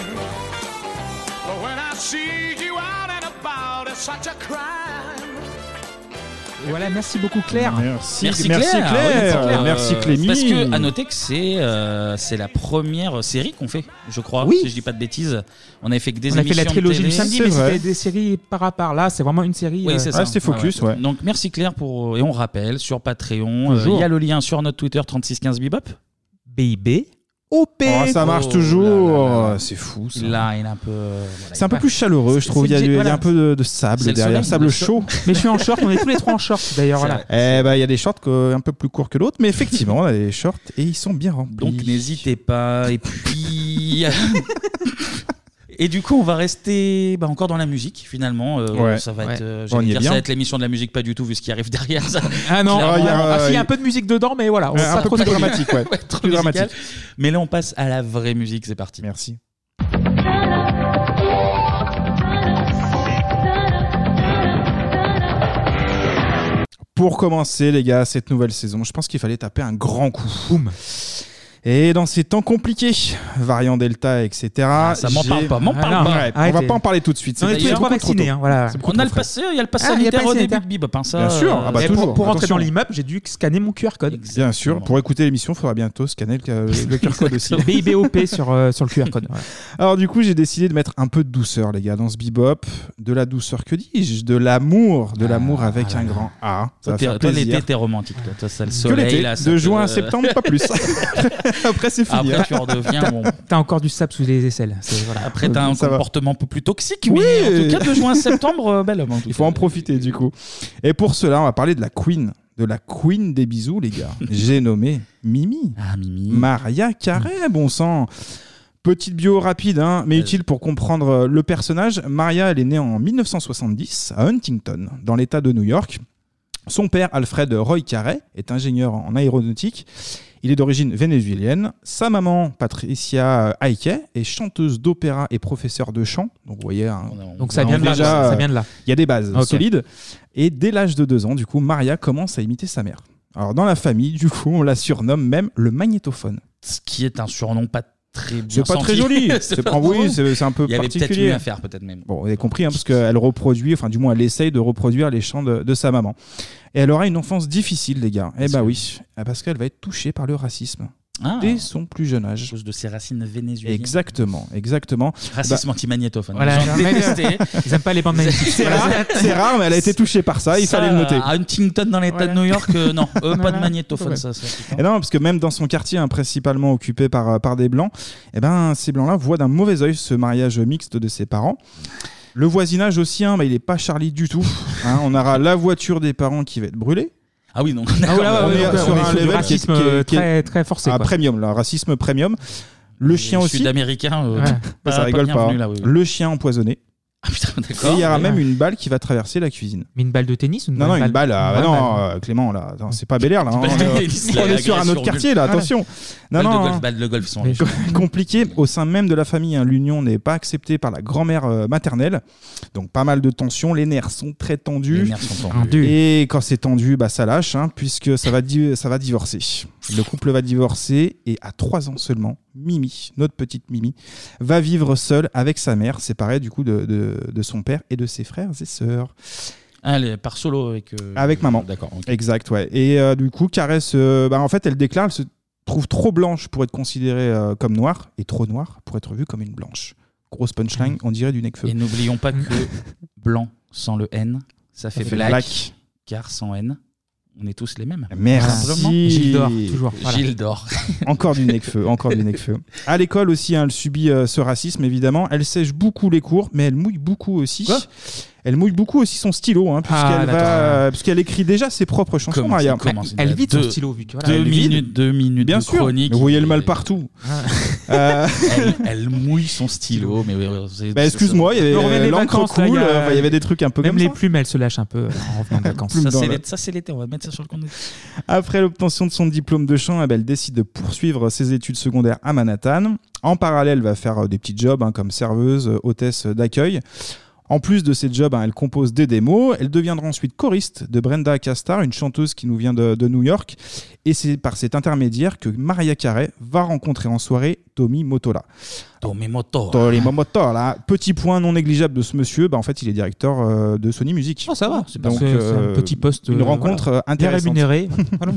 [SPEAKER 15] But when I see you out and about, it's such a crime.
[SPEAKER 7] Et voilà, merci beaucoup Claire.
[SPEAKER 6] Merci, merci Claire. Oui, Claire. Merci
[SPEAKER 7] Euh,
[SPEAKER 6] Clémy.
[SPEAKER 1] Parce que à noter que c'est euh, c'est la première série qu'on fait, je crois,
[SPEAKER 7] Oui.
[SPEAKER 1] si je dis pas de bêtises. On avait fait que
[SPEAKER 7] on
[SPEAKER 1] des
[SPEAKER 7] a fait
[SPEAKER 1] émissions
[SPEAKER 7] la
[SPEAKER 1] de
[SPEAKER 7] trilogie
[SPEAKER 1] télé.
[SPEAKER 7] du samedi, mais c'était euh, des séries par à part. Là, c'est vraiment une série.
[SPEAKER 1] Oui, c'est ça. Ah
[SPEAKER 7] ouais.
[SPEAKER 1] Donc merci Claire pour et on rappelle sur Patreon, euh, il
[SPEAKER 7] Toujours.
[SPEAKER 1] y a le lien sur notre Twitter 3615 Bibop.
[SPEAKER 7] BIB. OP.
[SPEAKER 6] Oh, ça marche toujours. C'est fou. Ça.
[SPEAKER 1] Là, il est un peu. euh, voilà,
[SPEAKER 6] C'est un peu
[SPEAKER 1] il-
[SPEAKER 6] plus chaleureux, je
[SPEAKER 1] C'est-
[SPEAKER 6] trouve. Il
[SPEAKER 1] c'est
[SPEAKER 6] y a,
[SPEAKER 1] le
[SPEAKER 6] du-
[SPEAKER 1] jet-
[SPEAKER 6] il y a
[SPEAKER 1] voilà.
[SPEAKER 6] un peu de, de sable
[SPEAKER 1] C'est le
[SPEAKER 6] derrière,
[SPEAKER 1] soleil,
[SPEAKER 6] sable
[SPEAKER 1] le
[SPEAKER 6] chaud.
[SPEAKER 7] Mais je suis en short, on est tous les trois en short d'ailleurs. Voilà.
[SPEAKER 6] Eh ben, il y a des shorts que- un peu plus courts que l'autre, mais effectivement, on a des shorts et ils sont bien remplis.
[SPEAKER 1] Donc n'hésitez pas. Et puis. Et du coup, on va rester bah, encore dans la musique finalement. Euh,
[SPEAKER 6] Ouais.
[SPEAKER 1] Ça va
[SPEAKER 6] Ouais.
[SPEAKER 1] être, euh,
[SPEAKER 6] On
[SPEAKER 1] j'allais
[SPEAKER 6] y est
[SPEAKER 1] dire,
[SPEAKER 6] bien. euh,
[SPEAKER 1] ça va être l'émission de la musique, pas du tout vu ce qui arrive derrière. Ça.
[SPEAKER 7] Ah non,
[SPEAKER 1] Clairement.
[SPEAKER 7] ah, il y a, un peu de musique dedans, mais voilà. On
[SPEAKER 1] Ouais,
[SPEAKER 7] sait pas
[SPEAKER 1] un peu
[SPEAKER 7] trop ce
[SPEAKER 1] plus
[SPEAKER 7] qu'il y a.
[SPEAKER 1] dramatique, ouais.
[SPEAKER 7] trop
[SPEAKER 1] Plus
[SPEAKER 7] musical.
[SPEAKER 1] dramatique. Mais là, on passe à la vraie musique. C'est parti.
[SPEAKER 6] Merci. Pour commencer, les gars, cette nouvelle saison, je pense qu'il fallait taper un grand coup. Et dans ces temps compliqués, variant Delta, etc.
[SPEAKER 1] Ah, ça m'en
[SPEAKER 6] j'ai-
[SPEAKER 1] parle pas, m'en parle Ah non, pas.
[SPEAKER 6] Ouais, on va
[SPEAKER 1] arrêtez.
[SPEAKER 6] pas en parler tout de suite.
[SPEAKER 1] On est tous les trois vaccinés, hein, voilà.
[SPEAKER 6] Ah,
[SPEAKER 1] On a le
[SPEAKER 6] passé.
[SPEAKER 1] passé, il y a le passé
[SPEAKER 7] Ah, il y a
[SPEAKER 1] sanitaire
[SPEAKER 7] le
[SPEAKER 1] au
[SPEAKER 7] passé
[SPEAKER 1] début de
[SPEAKER 7] sanitaire.
[SPEAKER 1] Bib. hein, ça,
[SPEAKER 6] Bien sûr,
[SPEAKER 1] euh,
[SPEAKER 6] ah bah
[SPEAKER 1] mais
[SPEAKER 6] toujours.
[SPEAKER 1] pour- pour rentrer
[SPEAKER 6] Attention.
[SPEAKER 1] dans l'immeuble,
[SPEAKER 7] J'ai dû scanner mon QR code.
[SPEAKER 6] Bien sûr, pour écouter l'émission, il faudra bientôt scanner le, euh, le QR code aussi.
[SPEAKER 7] BIBOP sur, euh, sur le QR code. ouais.
[SPEAKER 6] Alors du coup, j'ai décidé de mettre un peu de douceur, les gars, dans ce bebop. De la douceur, que dis-je De l'amour, de l'amour
[SPEAKER 7] Ah.
[SPEAKER 6] avec un grand A. Ça
[SPEAKER 1] Toi,
[SPEAKER 6] va
[SPEAKER 1] t'es-
[SPEAKER 6] faire
[SPEAKER 1] toi,
[SPEAKER 6] plaisir.
[SPEAKER 1] l'été, t'es romantique. Toi, Toi, ça, le
[SPEAKER 6] Que
[SPEAKER 1] soleil,
[SPEAKER 6] l'été,
[SPEAKER 1] là, ça
[SPEAKER 6] de
[SPEAKER 1] te-
[SPEAKER 6] juin
[SPEAKER 7] euh,
[SPEAKER 6] à septembre, pas plus. Après, c'est fini. hein.
[SPEAKER 1] Après, tu redeviens. bon.
[SPEAKER 7] T'as encore du sable sous les aisselles. c'est- voilà.
[SPEAKER 1] Après, t'as un
[SPEAKER 6] Ça va.
[SPEAKER 1] comportement un peu plus toxique, mais en tout cas, de juin à septembre, euh, bel homme. en tout
[SPEAKER 6] Il faut en profiter du coup. Et pour cela, on va parler de la queen, de la queen des bisous, les gars. J'ai nommé Mimi.
[SPEAKER 1] Ah,
[SPEAKER 6] Maria Carré, bon sang. Petite bio rapide, hein, mais utile pour comprendre euh, le personnage. Maria, elle est née en 1970 à Huntington, dans l'État de New York. Son père, Alfred Roy Carré, est ingénieur en aéronautique. Il est d'origine vénézuélienne. Sa maman, Patricia Aike, est chanteuse d'opéra et professeure de chant. Donc, vous voyez, hein,
[SPEAKER 7] Donc, ça
[SPEAKER 6] on
[SPEAKER 7] vient de là, ça vient de là.
[SPEAKER 6] Il y a des bases
[SPEAKER 7] Ok.
[SPEAKER 6] solides. Et dès l'âge de deux ans, du coup, Maria commence à imiter sa mère. Alors, dans la famille, du coup, on la surnomme même le magnétophone.
[SPEAKER 1] Ce qui est un surnom pas très bien
[SPEAKER 6] C'est pas
[SPEAKER 1] senti.
[SPEAKER 6] très joli.
[SPEAKER 1] C'est
[SPEAKER 6] C'est
[SPEAKER 1] pas
[SPEAKER 6] ah
[SPEAKER 1] drôle.
[SPEAKER 6] oui, c'est c'est un peu
[SPEAKER 1] Il y avait peut-être
[SPEAKER 6] particulier.
[SPEAKER 1] mieux à faire, peut-être même.
[SPEAKER 6] Bon, vous avez compris, hein, parce qu'elle reproduit, enfin du moins elle essaye de reproduire les chants de, de sa maman. Et elle aura une enfance difficile, les gars. Eh bah oui, Ah, parce qu'elle va être touchée par le racisme.
[SPEAKER 1] Ah.
[SPEAKER 6] Dès son plus jeune âge.
[SPEAKER 1] À cause de ses racines vénézuéliennes.
[SPEAKER 6] Exactement, exactement.
[SPEAKER 1] Racisme
[SPEAKER 6] Bah,
[SPEAKER 1] anti-magnétophone.
[SPEAKER 6] Voilà,
[SPEAKER 1] J'en
[SPEAKER 6] jamais-
[SPEAKER 1] détestais.
[SPEAKER 7] euh, Ils aiment pas les bandes magnétiques.
[SPEAKER 6] C'est rare, c'est rare, mais elle a été touchée par ça, il fallait le noter.
[SPEAKER 1] À Huntington, dans l'état de New York, euh, non, eux, pas de
[SPEAKER 7] Voilà.
[SPEAKER 1] magnétophone,
[SPEAKER 7] Ouais.
[SPEAKER 1] ça. ça, putain.
[SPEAKER 6] Et non, Eh ben, parce que même dans son quartier, hein, principalement occupé par, euh, par des blancs, eh ben, ces blancs-là voient d'un mauvais oeil ce mariage mixte de ses parents. Le voisinage aussi, hein, bah, il n'est pas Charlie du tout. hein. on aura la voiture des parents qui va être brûlée.
[SPEAKER 1] Ah oui, donc
[SPEAKER 7] Ah ouais, ouais,
[SPEAKER 6] on
[SPEAKER 7] ouais,
[SPEAKER 6] est
[SPEAKER 7] ouais,
[SPEAKER 6] sur
[SPEAKER 7] on est
[SPEAKER 6] un
[SPEAKER 7] sur du
[SPEAKER 6] level qui est-
[SPEAKER 7] racisme,
[SPEAKER 6] qui est- qui est-
[SPEAKER 7] très- très forcé,
[SPEAKER 6] Ah,
[SPEAKER 7] quoi.
[SPEAKER 6] premium, là, racisme premium. Le chien aussi.
[SPEAKER 1] Sud-américain, euh,
[SPEAKER 6] Ouais.
[SPEAKER 1] pas-
[SPEAKER 6] Bah, ça
[SPEAKER 1] pas
[SPEAKER 6] rigole pas.
[SPEAKER 1] bienvenu,
[SPEAKER 6] hein.
[SPEAKER 1] là, oui, oui.
[SPEAKER 6] Le chien empoisonné.
[SPEAKER 1] d'accord.
[SPEAKER 6] Et il y aura
[SPEAKER 1] Ouais.
[SPEAKER 6] même une balle qui va traverser la cuisine.
[SPEAKER 7] Mais une balle de tennis ou une
[SPEAKER 6] Non, non,
[SPEAKER 7] vraie
[SPEAKER 6] une balle. ah, bah
[SPEAKER 7] Une vraie
[SPEAKER 6] non,
[SPEAKER 7] balle.
[SPEAKER 6] euh, Clément, là, attends, c'est pas Bel Air, là. hein.
[SPEAKER 7] C'est pas
[SPEAKER 6] on
[SPEAKER 7] Bel Air,
[SPEAKER 6] est,
[SPEAKER 7] c'est
[SPEAKER 6] on est sur un
[SPEAKER 7] l'agression Ah,
[SPEAKER 6] autre quartier, là,
[SPEAKER 7] nulle.
[SPEAKER 6] attention.
[SPEAKER 1] Balle de
[SPEAKER 6] non,
[SPEAKER 1] golf,
[SPEAKER 6] hein.
[SPEAKER 1] balle de golf, sont
[SPEAKER 6] Mais
[SPEAKER 1] les choses.
[SPEAKER 6] compliqué. Au sein même de la famille, hein, l'union n'est pas acceptée par la grand-mère euh, maternelle. Donc, pas mal de tensions. Les nerfs sont très tendus.
[SPEAKER 1] Les nerfs sont tendus.
[SPEAKER 6] Et quand c'est tendu, bah, ça lâche, hein, puisque ça va, di- ça va divorcer. Le couple va divorcer et à trois ans seulement, Mimi, notre petite Mimi, va vivre seule avec sa mère, séparée du coup de, de- de son père et de ses frères et sœurs.
[SPEAKER 1] Ah, les- par solo avec. euh,
[SPEAKER 6] Avec maman.
[SPEAKER 1] D'accord. ok.
[SPEAKER 6] Exact, ouais. Et euh, du coup, Caresse, euh, bah, en fait, elle déclare, elle se trouve trop blanche pour être considérée euh, comme noire et trop noire pour être vue comme une blanche. Grosse punchline, on dirait du Necfeu.
[SPEAKER 1] Mhm. Et n'oublions pas que blanc sans le N, ça fait
[SPEAKER 6] fait
[SPEAKER 1] black,
[SPEAKER 6] black.
[SPEAKER 1] Car sans N, on est tous les mêmes.
[SPEAKER 6] Merci.
[SPEAKER 1] Simplement. Gilles d'or.
[SPEAKER 6] encore du Necfeu, encore du Necfeu. À l'école aussi, hein, elle subit euh, ce racisme, évidemment. Elle sèche beaucoup les cours, mais elle mouille beaucoup aussi. elle mouille beaucoup aussi son stylo, hein,
[SPEAKER 1] Ah,
[SPEAKER 6] puisqu'elle
[SPEAKER 1] d'accord.
[SPEAKER 6] va, puisqu'elle écrit déjà ses propres chansons,
[SPEAKER 1] Comment
[SPEAKER 6] Maria.
[SPEAKER 1] c'est- comment c'est- Elle vide son deux- stylo, vu que voilà, deux
[SPEAKER 6] Elle le vide.
[SPEAKER 1] minutes- deux minutes
[SPEAKER 6] Bien
[SPEAKER 1] de
[SPEAKER 6] sûr.
[SPEAKER 1] chronique. Ah.
[SPEAKER 6] Vous voyez le mal partout. Euh,
[SPEAKER 1] elle, elle mouille son stylo, mais oui, oui, c'est-
[SPEAKER 6] Bah, excuse-moi, il y avait
[SPEAKER 1] On remet les
[SPEAKER 6] l'encre
[SPEAKER 1] vacances, là,
[SPEAKER 6] cool,
[SPEAKER 1] y a-
[SPEAKER 6] euh, enfin, il y avait des trucs un peu
[SPEAKER 7] Même
[SPEAKER 6] comme
[SPEAKER 7] les
[SPEAKER 6] ça.
[SPEAKER 7] plumes, elles se lâchent un peu euh, en revenant de vacances.
[SPEAKER 6] Plumes
[SPEAKER 1] Ça,
[SPEAKER 6] dans
[SPEAKER 1] c'est
[SPEAKER 6] la-
[SPEAKER 1] l'été- ça, c'est l'été, on va mettre ça sur le compte.
[SPEAKER 6] Après l'obtention de son diplôme de chant, eh ben, elle décide de poursuivre ses études secondaires à Manhattan. En parallèle, elle va faire euh, des petits jobs hein, comme serveuse, euh, hôtesse d'accueil. En plus de ces jobs, hein, elle compose des démos. Elle deviendra ensuite choriste de Brenda Castar, une chanteuse qui nous vient de, de New York. Et c'est par cet intermédiaire que Maria Carey va rencontrer en soirée Tommy Motola.
[SPEAKER 1] Tommy Motola.
[SPEAKER 6] Tommy Motola. Petit point non négligeable de ce monsieur, bah, en fait, il est directeur euh, de Sony Music.
[SPEAKER 7] Oh, ça va, c'est pas- c'est-
[SPEAKER 6] euh,
[SPEAKER 7] c'est un petit poste,
[SPEAKER 6] Une
[SPEAKER 7] euh,
[SPEAKER 6] rencontre
[SPEAKER 7] voilà.
[SPEAKER 6] euh,
[SPEAKER 7] Bien
[SPEAKER 6] intéressante.
[SPEAKER 7] rémunéré. Voilà.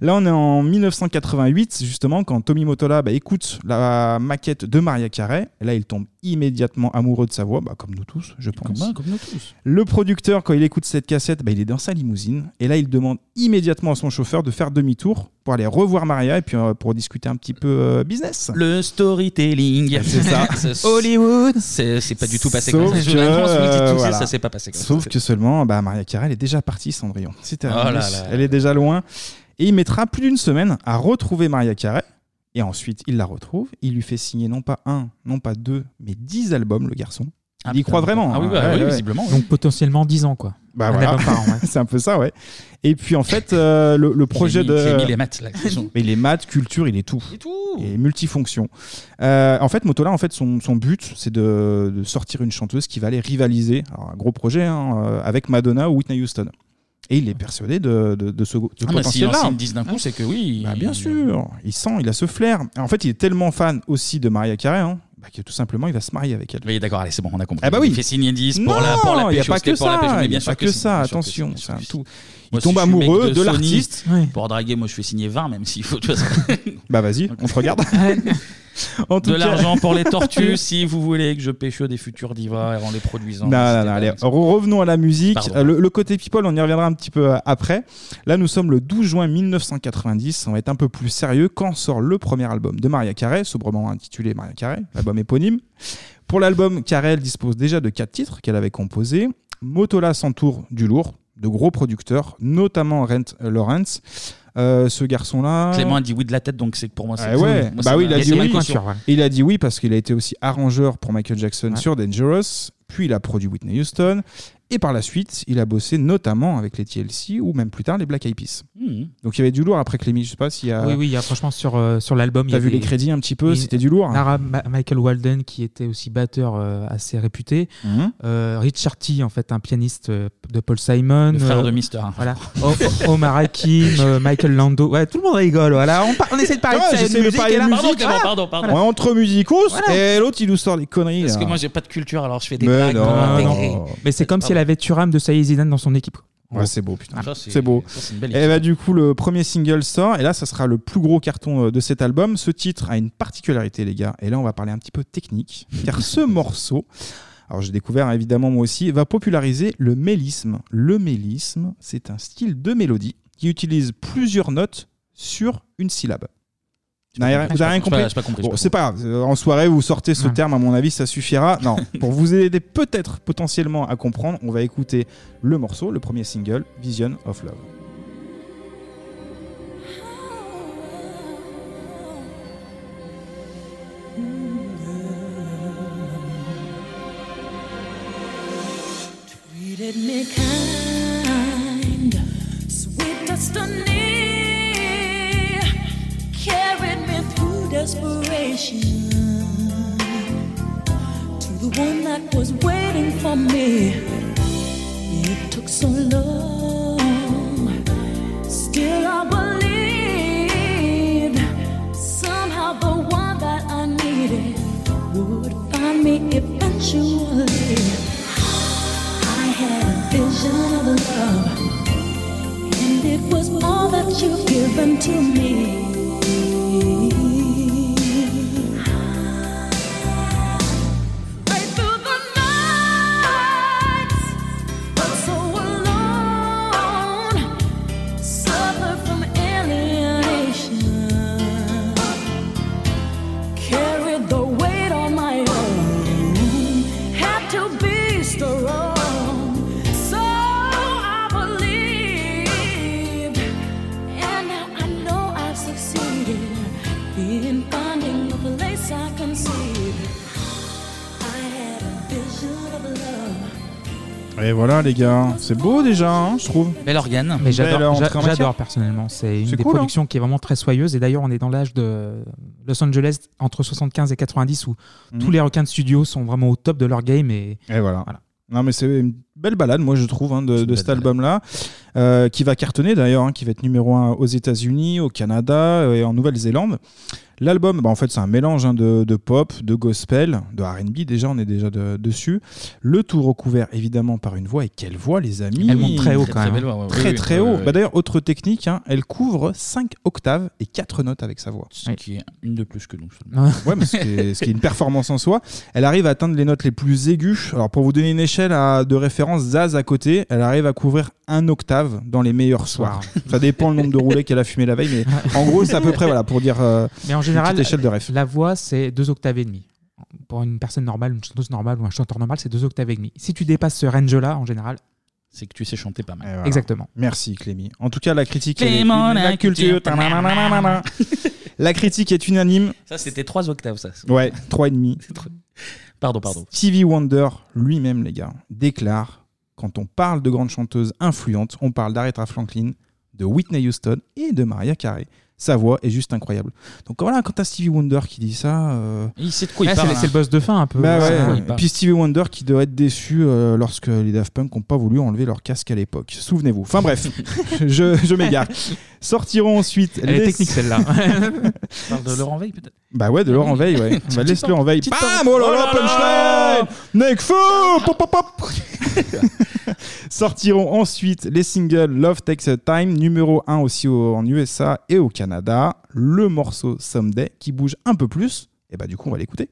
[SPEAKER 6] Là, on est en 1988, justement, quand Tommy Motola bah, écoute la maquette de Maria Carey. Là, il tombe immédiatement amoureux de sa voix, bah, comme nous tous, je pense.
[SPEAKER 1] Comme, comme nous tous.
[SPEAKER 6] Le producteur, quand il écoute cette cassette, bah, il est dans sa limousine. Et là, il demande immédiatement à son chauffeur de faire demi-tour pour aller revoir Maria et puis euh, pour discuter un petit peu euh, business.
[SPEAKER 1] Le storytelling.
[SPEAKER 6] C'est ça.
[SPEAKER 1] Hollywood. C'est c'est pas du tout passé comme ça. Je- honnêtement, ce
[SPEAKER 6] euh,
[SPEAKER 1] midi, tout ça, ça s'est pas passé comme ça.
[SPEAKER 6] Sauf que seulement, bah, Maria Carey, elle est déjà partie, Cendrillon. C'est terminé.
[SPEAKER 1] Oh là là.
[SPEAKER 6] Elle est déjà loin. Et il mettra plus d'une semaine à retrouver Maria Carey. Et ensuite, il la retrouve. Il lui fait signer non pas un, non pas deux, mais dix albums, le garçon.
[SPEAKER 7] Ah,
[SPEAKER 6] il y
[SPEAKER 7] putain.
[SPEAKER 6] croit vraiment.
[SPEAKER 7] Ah oui,
[SPEAKER 6] hein.
[SPEAKER 7] bah,
[SPEAKER 6] Ouais,
[SPEAKER 7] oui,
[SPEAKER 6] ouais.
[SPEAKER 7] visiblement, oui. Donc, potentiellement 10 ans, quoi.
[SPEAKER 6] Bah
[SPEAKER 7] Un
[SPEAKER 6] voilà.
[SPEAKER 7] album par an, ouais.
[SPEAKER 6] c'est un peu ça, ouais. Et puis en fait, euh, le, le projet
[SPEAKER 1] mis-
[SPEAKER 6] de.
[SPEAKER 1] j'ai mis les maths, là, qui sont-
[SPEAKER 6] Mais les maths, culture, il est tout. Et multifonction. Euh, en fait, Motola, en fait, son, son but, c'est de, de sortir une chanteuse qui va aller rivaliser, alors un gros projet, hein, euh, avec Madonna ou Whitney Houston. Et il est persuadé de, de, de ce, de ce
[SPEAKER 1] Ah, mais si-
[SPEAKER 6] potentiel-là.
[SPEAKER 1] s'ils me disent d'un coup, c'est que oui.
[SPEAKER 6] Bah, bien sûr, il sent, il a ce flair. Et En fait, il est tellement fan aussi de Maria Carré hein, bah, que tout simplement, il va se marier avec elle.
[SPEAKER 1] Oui, d'accord, allez, c'est bon, on a compris.
[SPEAKER 6] Ah bah oui.
[SPEAKER 1] Il fait signer 10 pour la, pour la
[SPEAKER 6] Non, il y a
[SPEAKER 1] pêche, au
[SPEAKER 6] pas
[SPEAKER 1] steak,
[SPEAKER 6] que
[SPEAKER 1] pour la
[SPEAKER 6] ça,
[SPEAKER 1] pêche,
[SPEAKER 6] il y
[SPEAKER 1] mais
[SPEAKER 6] a
[SPEAKER 1] bien
[SPEAKER 6] pas
[SPEAKER 1] sûr
[SPEAKER 6] que ça, attention,
[SPEAKER 1] c'est un
[SPEAKER 6] tout. il
[SPEAKER 1] Moi, si
[SPEAKER 6] tombe
[SPEAKER 1] je suis mec
[SPEAKER 6] amoureux
[SPEAKER 1] de
[SPEAKER 6] de
[SPEAKER 1] Sony,
[SPEAKER 6] l'artiste.
[SPEAKER 1] Pour draguer, moi, je fais signer 20, même s'il faut. de toute façon.
[SPEAKER 6] Bah vas-y, on se regarde. En tout
[SPEAKER 1] de
[SPEAKER 6] cas-
[SPEAKER 1] l'argent pour les tortues, si vous voulez que je pêche des futurs divas et en les produisant.
[SPEAKER 6] Non, non, non, allez, re- revenons à la musique.
[SPEAKER 1] Pardon.
[SPEAKER 6] Euh, Le, le côté people, on y reviendra un petit peu euh, après. Là, nous sommes le 12 juin 1990. On va être un peu plus sérieux quand sort le premier album de Maria Carey, sobrement intitulé Maria Carey, l'album éponyme. Pour l'album, Carey elle dispose déjà de quatre titres qu'elle avait composés. Motola s'entoure du lourd, de gros producteurs, notamment Rent Lawrence. Euh, ce garçon-là.
[SPEAKER 1] Clément a dit oui de la tête, donc c'est que pour moi, c'est
[SPEAKER 6] Ah ouais,
[SPEAKER 1] Moi,
[SPEAKER 6] bah
[SPEAKER 1] ça
[SPEAKER 6] oui, il
[SPEAKER 1] m'a-
[SPEAKER 6] a
[SPEAKER 1] c'est
[SPEAKER 6] dit
[SPEAKER 1] ma
[SPEAKER 6] oui.
[SPEAKER 1] culture.
[SPEAKER 6] Il a dit oui parce qu'il a été aussi arrangeur pour Michael Jackson
[SPEAKER 1] Ouais.
[SPEAKER 6] sur Dangerous, puis il a produit Whitney Houston, et par la suite, il a bossé notamment avec les TLC ou même plus tard les Black Eyed Peas.
[SPEAKER 1] Mhm.
[SPEAKER 6] Donc il y avait du lourd après Clémy, je sais pas s'il y a.
[SPEAKER 7] Hmm. Oui, oui, il y a, franchement sur, euh, sur l'album. il y
[SPEAKER 6] T'as vu
[SPEAKER 7] avait-
[SPEAKER 6] les crédits un petit peu,
[SPEAKER 7] Et
[SPEAKER 6] c'était du lourd.
[SPEAKER 7] Lara Ma- Michael Walden, qui était aussi batteur euh, assez réputé.
[SPEAKER 6] Mhm.
[SPEAKER 7] Euh, Richard T, en fait, un pianiste euh, de Paul Simon.
[SPEAKER 1] Le frère
[SPEAKER 7] Euh,
[SPEAKER 1] de Mister. hein.
[SPEAKER 7] Voilà. O- O- Omar Hakim, euh, Michael Lando. Ouais, tout le monde rigole. Voilà. On, par- on essaie de parler
[SPEAKER 6] Ouais,
[SPEAKER 7] de,
[SPEAKER 6] Ah, j'essaie de
[SPEAKER 7] musique,
[SPEAKER 6] parler
[SPEAKER 7] et là-
[SPEAKER 6] de musique.
[SPEAKER 7] voilà.
[SPEAKER 1] Pardon, pardon.
[SPEAKER 6] Ouais, entre musicos
[SPEAKER 7] Voilà.
[SPEAKER 6] et l'autre il nous sort des conneries.
[SPEAKER 1] Parce
[SPEAKER 6] là.
[SPEAKER 1] que moi, j'ai pas de culture, alors je fais des
[SPEAKER 6] Hein. Mais
[SPEAKER 1] blagues. Ah, pour
[SPEAKER 6] non,
[SPEAKER 1] m'intégrer.
[SPEAKER 6] non.
[SPEAKER 7] Mais c'est comme si elle avait Thuram de Saïd Zidane dans son équipe.
[SPEAKER 6] Ouais, c'est beau, putain.
[SPEAKER 1] Ça,
[SPEAKER 6] C'est beau.
[SPEAKER 1] ça, c'est une belle
[SPEAKER 6] et bah, du coup, le premier single sort, et là, ça sera le plus gros carton euh, de cet album. Ce titre a une particularité, les gars, et là, on va parler un petit peu technique, car ce morceau, alors j'ai découvert hein, évidemment moi aussi, va populariser le mélisme. Le mélisme, c'est un style de mélodie qui utilise plusieurs notes sur une syllabe. Vous n'avez rien- vous n'avez rien
[SPEAKER 1] J'ai pas-
[SPEAKER 6] compris
[SPEAKER 1] j'ai pas compris, j'ai
[SPEAKER 6] Bon,
[SPEAKER 1] pas
[SPEAKER 6] c'est pas grave. Euh, En soirée, vous sortez ce terme, à mon avis, ça suffira. Non, pour vous aider peut-être potentiellement à comprendre, on va écouter le morceau, le premier single, Vision of Love.
[SPEAKER 8] treated me kind, sweet destiny carried me through desperation to the one that was waiting for me. It took so long, still I believed somehow the one that I needed would find me eventually. I had a vision of love, and it was all that you've given to me. Right through the night, felt so alone, suffered from alienation, carried the weight on my own had to be strong. So I believed, and now I know I've succeeded in finding the place I conceived. I had a vision of love.
[SPEAKER 6] Et voilà, les gars, c'est beau déjà, hein, je trouve.
[SPEAKER 1] Bel organe.
[SPEAKER 7] Mais j'adore,
[SPEAKER 6] entrée en
[SPEAKER 7] j'a-
[SPEAKER 6] matière.
[SPEAKER 7] j'adore personnellement. C'est une
[SPEAKER 6] C'est
[SPEAKER 7] des
[SPEAKER 6] cool, hein.
[SPEAKER 7] productions qui est vraiment très soyeuse. Et d'ailleurs, on est dans l'âge de Los Angeles entre 75 et 90 où
[SPEAKER 6] Mhm.
[SPEAKER 7] tous les requins de studio sont vraiment au top de leur game. Et,
[SPEAKER 6] Et voilà. Non, mais c'est une belle balade, moi, je trouve, hein, de, de cet album-là, euh, qui va cartonner d'ailleurs, hein, qui va être numéro un aux États-Unis, au Canada euh, et en Nouvelle-Zélande. L'album, bah, en fait, c'est un mélange hein, de, de pop, de gospel, de RB, déjà, on est déjà de- dessus. Le tout recouvert, évidemment, par une voix. Et quelle voix, les amis
[SPEAKER 7] Elle monte très haut, Très, quand très même. belle voix, ouais, ouais.
[SPEAKER 6] Très,
[SPEAKER 7] Oui,
[SPEAKER 6] très
[SPEAKER 7] oui,
[SPEAKER 6] haut.
[SPEAKER 7] oui, oui.
[SPEAKER 6] Bah, d'ailleurs, autre technique, hein, elle couvre 5 octaves et 4 notes avec sa voix.
[SPEAKER 1] Ce qui est une de plus que nous.
[SPEAKER 6] Ouais, mais ce qui, est, ce qui est une performance en soi. Elle arrive à atteindre les notes les plus aiguës. Alors, pour vous donner une échelle à- de référence, Zaz à côté, elle arrive à couvrir un octave dans les meilleurs soirs. Ça dépend le nombre de roulets qu'elle a fumé la veille, mais en gros, c'est à peu près, voilà, pour dire. euh,
[SPEAKER 7] mais en
[SPEAKER 6] une
[SPEAKER 7] général,
[SPEAKER 6] petite échelle de ref.
[SPEAKER 7] la voix, c'est deux octaves et demie. Pour une personne normale, une chanteuse normale ou un chanteur normal, c'est deux octaves et demie. Si tu dépasses ce range-là, en général,
[SPEAKER 1] c'est que tu sais chanter pas mal.
[SPEAKER 6] Voilà.
[SPEAKER 7] Exactement.
[SPEAKER 6] Merci Clémy. En tout cas, la critique elle est
[SPEAKER 1] Clément,
[SPEAKER 6] une-
[SPEAKER 1] la
[SPEAKER 6] la culture.
[SPEAKER 1] culture.
[SPEAKER 6] tananananana. La critique est unanime.
[SPEAKER 1] Ça, c'était trois octaves, ça.
[SPEAKER 6] Ouais, 3,5.
[SPEAKER 1] Pardon, pardon.
[SPEAKER 6] Stevie Wonder lui-même, les gars, déclare quand on parle de grandes chanteuses influentes, on parle d'Aretha Franklin, de Whitney Houston et de Maria Carey. Sa voix est juste incroyable. Donc voilà, quand t'as Stevie Wonder qui dit ça. euh,
[SPEAKER 1] Il sait de quoi il
[SPEAKER 7] Ouais,
[SPEAKER 1] parle.
[SPEAKER 7] Ah, c'est-
[SPEAKER 1] hein.
[SPEAKER 7] c'est le boss de fin, un peu.
[SPEAKER 6] Bah
[SPEAKER 7] C'est
[SPEAKER 6] ouais.
[SPEAKER 7] de quoi il
[SPEAKER 6] Et
[SPEAKER 7] parle.
[SPEAKER 6] Puis Stevie Wonder qui doit être déçu euh, lorsque les Daft Punk n'ont pas voulu enlever leur casque à l'époque. Souvenez-vous. Enfin bref, je, je m'égare. Sortiront ensuite
[SPEAKER 7] Elle est
[SPEAKER 6] les-
[SPEAKER 7] technique, celle-là.
[SPEAKER 1] On parle de Laurent Veil peut-être.
[SPEAKER 6] Bah ouais, de l'or en veille, ouais. Bah, Laisse-le en veille. Bam Oh là là, punchline Nekfeu Pop, pop, pop Sortiront ensuite les singles Love Takes a Time, numéro 1 aussi au- en USA et au Canada. Le morceau Someday qui bouge un peu plus. Et bah du coup, on va l'écouter.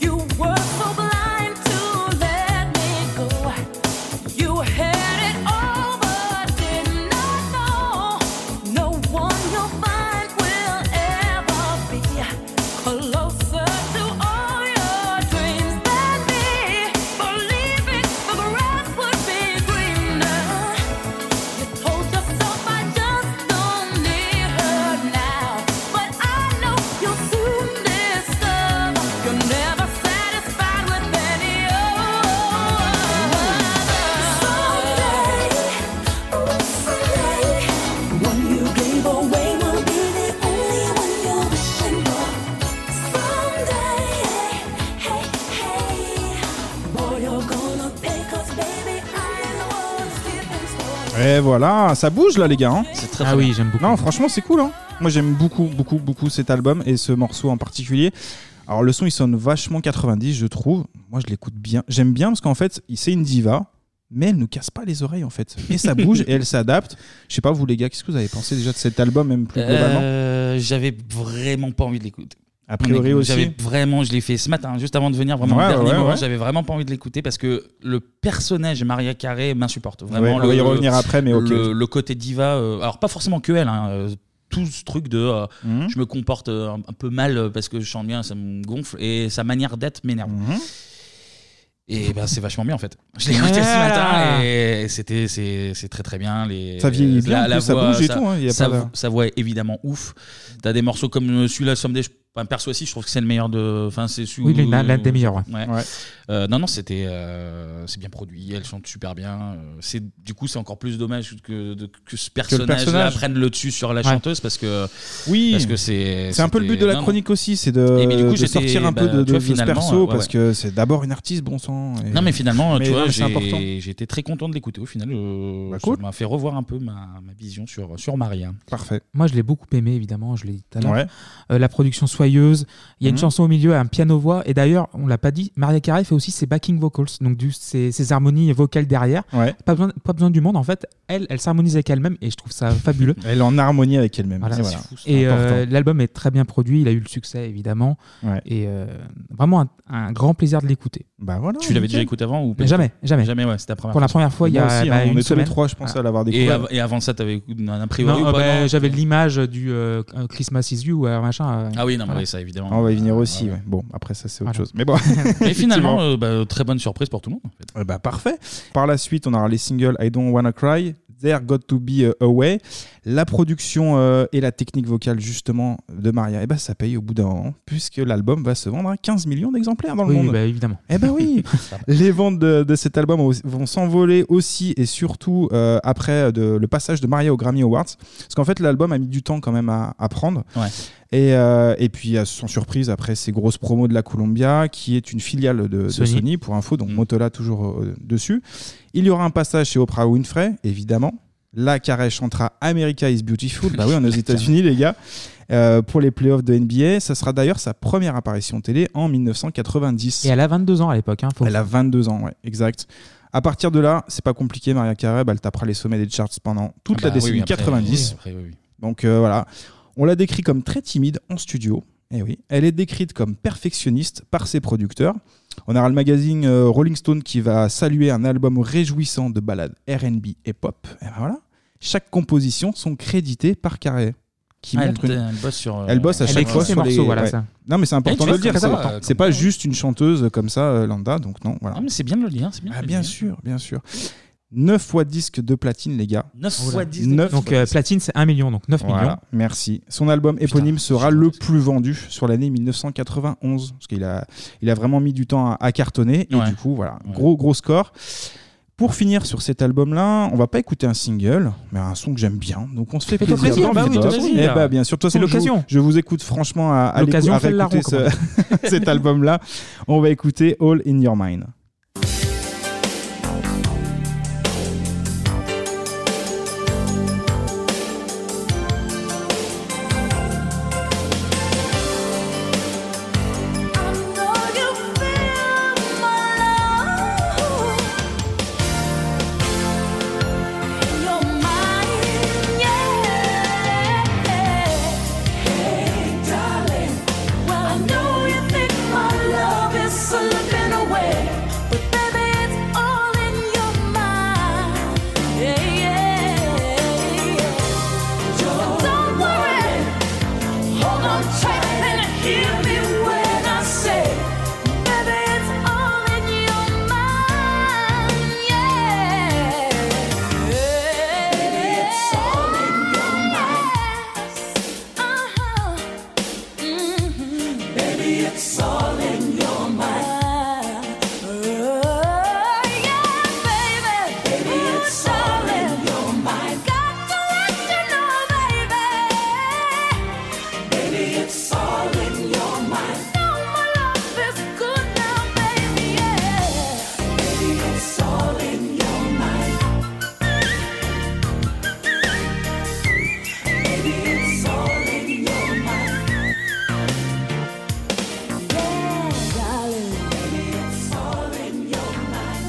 [SPEAKER 8] You were so blind to let me go. You had it all, but did not know. No one you'll find will ever be closer to all your dreams than me. Believe it, the grass would be greener. You told yourself I just don't need her now, but I know you'll soon discover you're never satisfied with any other. One you gave away will be the only one you're wishing for. Someday, hey, hey, boy, you're gonna pay 'cause baby, I'm the one sleeping for.
[SPEAKER 6] Et voilà, ça bouge là les gars. C'est
[SPEAKER 1] très Ah très oui, bien. j'aime beaucoup.
[SPEAKER 6] Non, franchement, c'est cool. Hein. Moi, j'aime beaucoup, beaucoup, beaucoup cet album et ce morceau en particulier. Alors le son, il sonne vachement 90, je trouve. Moi, je l'écoute bien. J'aime bien parce qu'en fait, il- c'est une diva, mais elle nous casse pas les oreilles en fait. Et ça bouge et elle s'adapte. Je sais pas vous les gars, qu'est-ce que vous avez pensé déjà de cet album, même plus globalement
[SPEAKER 1] Euh, J'avais vraiment pas envie de l'écouter.
[SPEAKER 6] A priori
[SPEAKER 1] Honnêtement,
[SPEAKER 6] aussi.
[SPEAKER 1] J'avais vraiment, je l'ai fait ce matin, juste avant de venir, vraiment
[SPEAKER 6] Ouais,
[SPEAKER 1] au dernier
[SPEAKER 6] ouais,
[SPEAKER 1] moment,
[SPEAKER 6] ouais.
[SPEAKER 1] j'avais vraiment pas envie de l'écouter parce que le personnage Maria Carré m'insupporte.
[SPEAKER 6] Ouais,
[SPEAKER 1] Vraiment,
[SPEAKER 6] on
[SPEAKER 1] le,
[SPEAKER 6] va y revenir après, mais ok.
[SPEAKER 1] le, le côté diva, euh, alors pas forcément que elle, hein, euh, tout ce truc de euh,
[SPEAKER 6] Mhm.
[SPEAKER 1] je me comporte euh, un, un peu mal euh, parce que je chante bien, ça me gonfle et sa manière d'être m'énerve.
[SPEAKER 6] Mhm.
[SPEAKER 1] Et ben c'est vachement bien en fait. Je l'ai écouté
[SPEAKER 7] Voilà.
[SPEAKER 1] ce matin et c'était c'est c'est très très bien les
[SPEAKER 6] Ça vieillit bien, en plus, ça bouge et tout, hein, il y a
[SPEAKER 1] sa,
[SPEAKER 6] pas de-
[SPEAKER 1] vo- sa voix est évidemment ouf. T'as des morceaux comme euh, celui-là Someday je, enfin, perso aussi je trouve que c'est le meilleur de enfin c'est celui
[SPEAKER 7] Oui, il est l'un- l'un des meilleurs, ouais.
[SPEAKER 1] Euh, non non, c'était euh, c'est bien produit, elle chante super bien. Euh, C'est du coup c'est encore plus dommage que de- que ce personnage,
[SPEAKER 6] personnage.
[SPEAKER 1] prenne le dessus sur la
[SPEAKER 6] Ouais.
[SPEAKER 1] chanteuse parce que
[SPEAKER 6] Oui.
[SPEAKER 1] parce que c'est
[SPEAKER 6] C'est un peu le
[SPEAKER 1] Euh, c'était-
[SPEAKER 6] but de la
[SPEAKER 1] non, non.
[SPEAKER 6] chronique aussi, c'est
[SPEAKER 1] Et
[SPEAKER 6] de,
[SPEAKER 1] mais du coup,
[SPEAKER 6] de
[SPEAKER 1] j'étais-
[SPEAKER 6] sortir un
[SPEAKER 1] bah,
[SPEAKER 6] peu de,
[SPEAKER 1] tu
[SPEAKER 6] de-
[SPEAKER 1] vois,
[SPEAKER 6] de ce
[SPEAKER 1] finalement,
[SPEAKER 6] perso
[SPEAKER 1] ouais, ouais.
[SPEAKER 6] parce que c'est d'abord une artiste, bon sang. et-
[SPEAKER 1] Non mais finalement,
[SPEAKER 6] Mais
[SPEAKER 1] tu
[SPEAKER 6] non,
[SPEAKER 1] vois,
[SPEAKER 6] mais c'est important.
[SPEAKER 1] j'ai j'ai été très content de l'écouter. Au final, euh,
[SPEAKER 6] cool.
[SPEAKER 1] ça m'a fait revoir un peu ma, ma vision sur, sur Maria.
[SPEAKER 6] Parfait.
[SPEAKER 7] Moi, je l'ai beaucoup aimé, évidemment, je l'ai dit tout à l'heure.
[SPEAKER 1] Ouais.
[SPEAKER 7] Euh, la production soyeuse. Il y a une
[SPEAKER 1] Mhm.
[SPEAKER 7] chanson au milieu, un piano-voix. Et d'ailleurs, on l'a pas dit, Maria Carey fait aussi ses backing vocals, donc du, ses, ses harmonies vocales derrière. Pas, besoin, pas besoin du monde, en fait. Elle, elle s'harmonise avec elle-même et je trouve ça fabuleux.
[SPEAKER 6] Elle est en harmonie avec elle-même.
[SPEAKER 7] Voilà.
[SPEAKER 6] Et voilà.
[SPEAKER 7] Et
[SPEAKER 6] Important.
[SPEAKER 7] euh, l'album est très bien produit, il a eu le succès, évidemment. Et euh, vraiment un, un grand plaisir de l'écouter.
[SPEAKER 6] Bah voilà.
[SPEAKER 1] Tu l'avais déjà écouté avant ou pas du
[SPEAKER 7] Ah, Jamais,
[SPEAKER 1] tout
[SPEAKER 7] jamais.
[SPEAKER 1] Jamais, ouais, c'était la première
[SPEAKER 7] Pour la première fois, il y a
[SPEAKER 6] Moi aussi,
[SPEAKER 7] bah,
[SPEAKER 6] hein,
[SPEAKER 7] une
[SPEAKER 6] on est tous les
[SPEAKER 7] semaine.
[SPEAKER 6] trois, je pense, à l'avoir
[SPEAKER 1] Et,
[SPEAKER 6] découvert.
[SPEAKER 1] av- et avant ça, t'avais un a priori
[SPEAKER 7] Non,
[SPEAKER 1] ou pas,
[SPEAKER 7] euh, bah,
[SPEAKER 1] non
[SPEAKER 7] J'avais l'image du euh, Christmas is You, euh, machin. euh,
[SPEAKER 1] Ah oui, non, mais
[SPEAKER 7] voilà.
[SPEAKER 1] oui, ça évidemment.
[SPEAKER 6] Ah, on va y venir aussi. ouais. Bon, après ça c'est autre
[SPEAKER 7] Voilà.
[SPEAKER 6] chose. Mais bon.
[SPEAKER 1] Mais
[SPEAKER 6] Effectivement.
[SPEAKER 1] finalement, euh, bah, très bonne surprise pour tout le monde.
[SPEAKER 6] Eh ben, parfait. Par la suite, on aura les singles I Don't Wanna Cry, There Got to Be euh, Away. La production euh, et la technique vocale justement de Maria, eh ben, ça paye au bout d'un moment, puisque l'album va se vendre à 15 Hein, millions d'exemplaires dans le
[SPEAKER 7] Oui,
[SPEAKER 6] monde.
[SPEAKER 7] bah, évidemment.
[SPEAKER 6] Eh ben oui. les ventes de, de cet album au- vont s'envoler aussi et surtout euh, après de- le passage de Maria aux Grammy Awards, parce qu'en fait l'album a mis du temps quand même à, à prendre.
[SPEAKER 1] Ouais.
[SPEAKER 6] Et, euh, et puis euh, sans surprise après ces grosses promos de la Columbia, qui est une filiale de, de
[SPEAKER 7] Sony.
[SPEAKER 6] Sony. pour info,
[SPEAKER 1] Mm.
[SPEAKER 6] donc Motola toujours euh, dessus. Il y aura un passage chez Oprah Winfrey, évidemment. Là, Carey chantera America is Beautiful. Bah oui, on est aux États-Unis, les gars. Euh, pour les playoffs de NBA, ça sera d'ailleurs sa première apparition télé en 1990.
[SPEAKER 7] Et elle a 22 ans à l'époque. hein, faut-
[SPEAKER 6] Elle a 22 ans, ouais, exact. À partir de là, c'est pas compliqué, Maria Carey, bah, elle tapera les sommets des charts pendant toute
[SPEAKER 1] Ah
[SPEAKER 6] la
[SPEAKER 1] bah oui,
[SPEAKER 6] décennie
[SPEAKER 1] oui, après,
[SPEAKER 6] 90.
[SPEAKER 1] oui, après, oui, oui.
[SPEAKER 6] Donc euh, voilà, on la décrit comme très timide en studio. Eh oui, elle est décrite comme perfectionniste par ses producteurs. On aura le magazine euh, Rolling Stone qui va saluer un album réjouissant Eh de ballades R&B et pop. Et ben voilà, chaque composition sont créditées par Carey. qui
[SPEAKER 1] Ah, elle-
[SPEAKER 6] montre une-
[SPEAKER 1] elle bosse sur, euh,
[SPEAKER 6] elle bosse à
[SPEAKER 1] elle
[SPEAKER 6] chaque
[SPEAKER 1] écrit
[SPEAKER 6] fois
[SPEAKER 1] ses
[SPEAKER 6] sur les
[SPEAKER 1] morceaux, voilà,
[SPEAKER 6] ouais.
[SPEAKER 1] ça.
[SPEAKER 6] non mais c'est important
[SPEAKER 1] Elle
[SPEAKER 6] de le
[SPEAKER 1] fait
[SPEAKER 6] dire
[SPEAKER 1] très
[SPEAKER 6] c'est
[SPEAKER 1] important.
[SPEAKER 6] c'est pas juste une chanteuse comme ça euh, lambda donc non voilà
[SPEAKER 1] Ah, mais c'est bien de le dire. c'est Bien, de
[SPEAKER 6] Ah,
[SPEAKER 1] le
[SPEAKER 6] bien
[SPEAKER 1] dire.
[SPEAKER 6] sûr bien sûr 9 fois disque de platine les gars
[SPEAKER 1] Neuf
[SPEAKER 6] Voilà.
[SPEAKER 1] fois disque de
[SPEAKER 6] Neuf
[SPEAKER 1] platine.
[SPEAKER 7] Donc euh, platine, c'est 1 million, donc 9
[SPEAKER 6] Voilà,
[SPEAKER 7] millions.
[SPEAKER 6] merci. Son album éponyme sera le plus vendu sur l'année 1991, parce qu'il a, il a vraiment mis du temps à, à cartonner, et
[SPEAKER 1] Ouais.
[SPEAKER 6] du coup, voilà, gros, gros score. Pour finir sur cet album-là, on va pas écouter un single, mais un son que j'aime bien, donc on se fait
[SPEAKER 7] Fais-toi
[SPEAKER 6] plaisir.
[SPEAKER 7] plaisir, bah oui,
[SPEAKER 6] Beatbox.
[SPEAKER 7] vas-y,
[SPEAKER 6] Eh
[SPEAKER 7] là.
[SPEAKER 6] bah, bien sûr, de toute
[SPEAKER 7] C'est
[SPEAKER 6] façon, je vous-
[SPEAKER 7] l'occasion.
[SPEAKER 6] Je, vous écoute franchement à, à, l'écou-
[SPEAKER 7] L'occasion
[SPEAKER 6] à
[SPEAKER 7] fait le larron,
[SPEAKER 6] réécouter
[SPEAKER 7] comme
[SPEAKER 6] ce- cet album-là. On va écouter All in Your Mind.
[SPEAKER 8] Hear me when I say, baby, it's all in your mind, yeah. Baby, it's all in your Uh-huh. mind. Baby, it's all in your mind. Oh, yeah, baby. Baby, it's all in your mind. Got to let you know, baby. Baby, it's all in your mind. Now my love is good now, baby, yeah. Baby, it's all in your mind. Baby, it's all in your mind. Yeah, darling. Baby, it's all in your mind.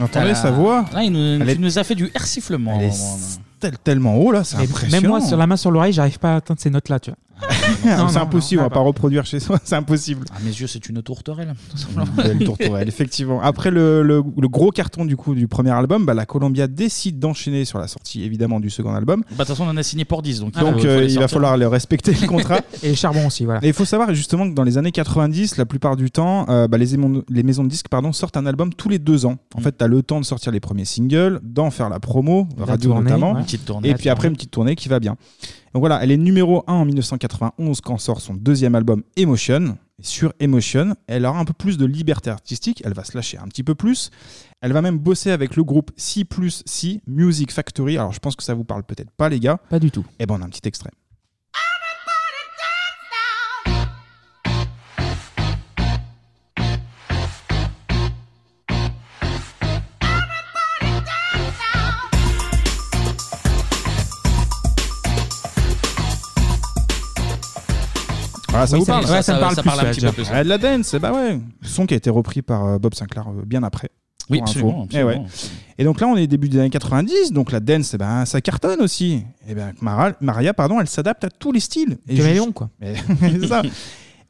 [SPEAKER 6] Entendez
[SPEAKER 1] Là,
[SPEAKER 6] sa voix
[SPEAKER 1] Là, Ah, il nous,
[SPEAKER 6] Elle est-
[SPEAKER 1] tu nous a fait du air sifflement. à un
[SPEAKER 6] Elle est
[SPEAKER 1] moment, là.
[SPEAKER 6] tel- tellement haut, là, c'est
[SPEAKER 7] Mais
[SPEAKER 6] impressionnant.
[SPEAKER 7] Même moi, sur la main sur l'oreille, j'arrive pas à atteindre ces notes-là, tu vois. Non,
[SPEAKER 6] c'est
[SPEAKER 7] non,
[SPEAKER 6] impossible,
[SPEAKER 7] non,
[SPEAKER 6] on va pas reproduire chez soi, c'est impossible.
[SPEAKER 1] À Ah, mes yeux, c'est une tourterelle, tout simplement.
[SPEAKER 6] Une belle tourterelle, effectivement. Après le, le- le gros carton du coup du premier album, bah, la Columbia décide d'enchaîner sur la sortie évidemment du second album.
[SPEAKER 1] Bah, De toute façon, on en a signé pour 10. Donc,
[SPEAKER 6] Donc
[SPEAKER 1] Ah, faut- faut
[SPEAKER 6] euh,
[SPEAKER 1] les
[SPEAKER 6] il va
[SPEAKER 1] sortir.
[SPEAKER 6] falloir le respecter le contrat.
[SPEAKER 7] Et les charbons aussi, voilà.
[SPEAKER 6] Et il faut savoir justement que dans les années 90, la plupart du temps, euh, bah, les, émon- les maisons de disques pardon, sortent un album tous les deux ans. En fait, tu as le temps de sortir les premiers singles, d'en faire la promo,
[SPEAKER 1] La
[SPEAKER 6] radio
[SPEAKER 1] tournée,
[SPEAKER 6] notamment,
[SPEAKER 1] ouais. Une petite tournée.
[SPEAKER 6] et
[SPEAKER 1] La
[SPEAKER 6] puis après
[SPEAKER 1] tournée.
[SPEAKER 6] une petite tournée qui va bien. Donc voilà, elle est numéro 1 en 1991 quand sort son deuxième album Emotion. Et sur Emotion, elle aura un peu plus de liberté artistique, elle va se lâcher un petit peu plus. Elle va même bosser avec le groupe C plus C Music Factory. Alors je pense que ça vous parle peut-être pas les gars.
[SPEAKER 7] Pas du tout.
[SPEAKER 6] Eh ben on a un petit extrait. Voilà, Ah, ça
[SPEAKER 7] Oui,
[SPEAKER 6] vous
[SPEAKER 7] ça-
[SPEAKER 6] parle
[SPEAKER 7] ouais, ça me Ça- parle ça plus, parle un ouais, petit peu déjà. plus.
[SPEAKER 6] Ouais, de la dance, bah ouais. Son qui a été repris par euh, Bob Sinclair euh, bien après.
[SPEAKER 1] Oui,
[SPEAKER 6] pour info.
[SPEAKER 1] absolument, absolument,
[SPEAKER 6] Et, ouais. Et donc là, on est début des années 90, donc la dance, eh ben, ça cartonne aussi. Et ben, Mara- Maria, pardon, elle s'adapte à tous les styles. Et
[SPEAKER 7] Caméléon,
[SPEAKER 6] ju-
[SPEAKER 7] quoi.
[SPEAKER 6] Mais- c'est ça.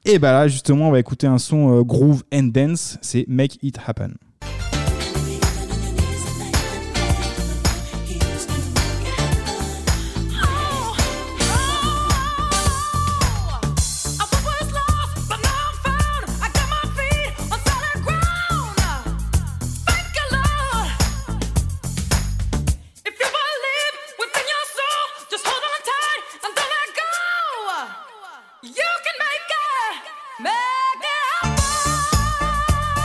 [SPEAKER 6] Et bah là, justement, on va écouter un son euh, groove and dance, c'est Make It Happen.
[SPEAKER 8] If you believe within your soul, just hold on tight until I go. You can make it, make it happen.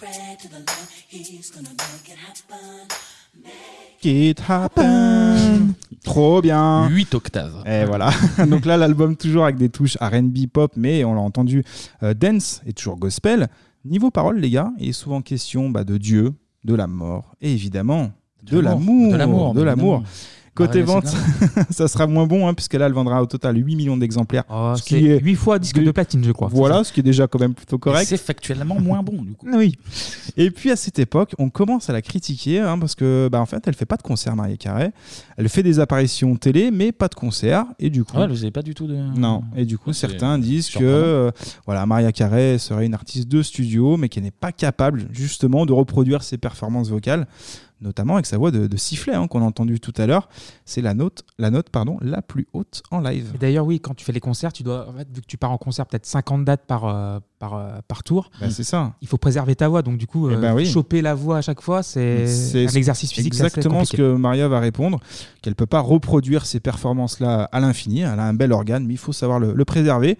[SPEAKER 8] back to the love. He's gonna make it happen.
[SPEAKER 6] It happen. Trop bien.
[SPEAKER 1] 8 octaves.
[SPEAKER 6] Et voilà. Donc là, l'album toujours avec des touches R&B pop, mais on l'a entendu euh, dance et toujours gospel. Niveau parole, les gars, il est souvent question bah, de Dieu, de la mort et évidemment de l'amour,
[SPEAKER 1] De
[SPEAKER 6] de
[SPEAKER 1] l'amour, bien
[SPEAKER 6] l'amour.
[SPEAKER 1] évidemment.
[SPEAKER 6] Côté
[SPEAKER 1] Ah ouais,
[SPEAKER 6] vente,
[SPEAKER 1] c'est
[SPEAKER 6] ça sera moins bon, hein, puisque là, elle vendra au total 8 millions d'exemplaires. ce
[SPEAKER 7] c'est 8 fois disque de platine, je crois.
[SPEAKER 6] Voilà, ce qui est déjà quand même plutôt correct.
[SPEAKER 1] C'est factuellement moins bon, du coup.
[SPEAKER 6] Oui. Et puis à cette époque, on commence à la critiquer hein, parce que, bah, en fait, elle fait pas de concert Marie Carré. Elle fait des apparitions télé, mais pas de concert. Et du coup,
[SPEAKER 1] Ah ouais, vous avez pas du tout de.
[SPEAKER 6] non. Et du coup,
[SPEAKER 1] C'est
[SPEAKER 6] certains disent que
[SPEAKER 1] surprenant.
[SPEAKER 6] euh, voilà, Maria Carey serait une artiste de studio, mais qui n'est pas capable justement de reproduire ses performances vocales, notamment avec sa voix de, de sifflet hein, qu'on a entendu tout à l'heure. C'est la note, la note pardon, la plus haute en live.
[SPEAKER 7] Et D'ailleurs, oui, quand tu fais les concerts, tu dois, en fait, vu que tu pars en concert, peut-être 50 dates par, euh, par, euh, par tour.
[SPEAKER 6] Bah, c'est ça.
[SPEAKER 7] Il faut préserver ta voix. Donc, du coup,
[SPEAKER 6] Eh
[SPEAKER 7] euh,
[SPEAKER 6] ben oui.
[SPEAKER 7] choper la voix à chaque fois, c'est un exercice physique. c'est assez
[SPEAKER 6] Exactement ce
[SPEAKER 7] compliqué.
[SPEAKER 6] que Maria va répondre, qu'elle peut pas reproduire ces performances-là à l'infini. Elle a un bel organe, mais il faut savoir le, le préserver.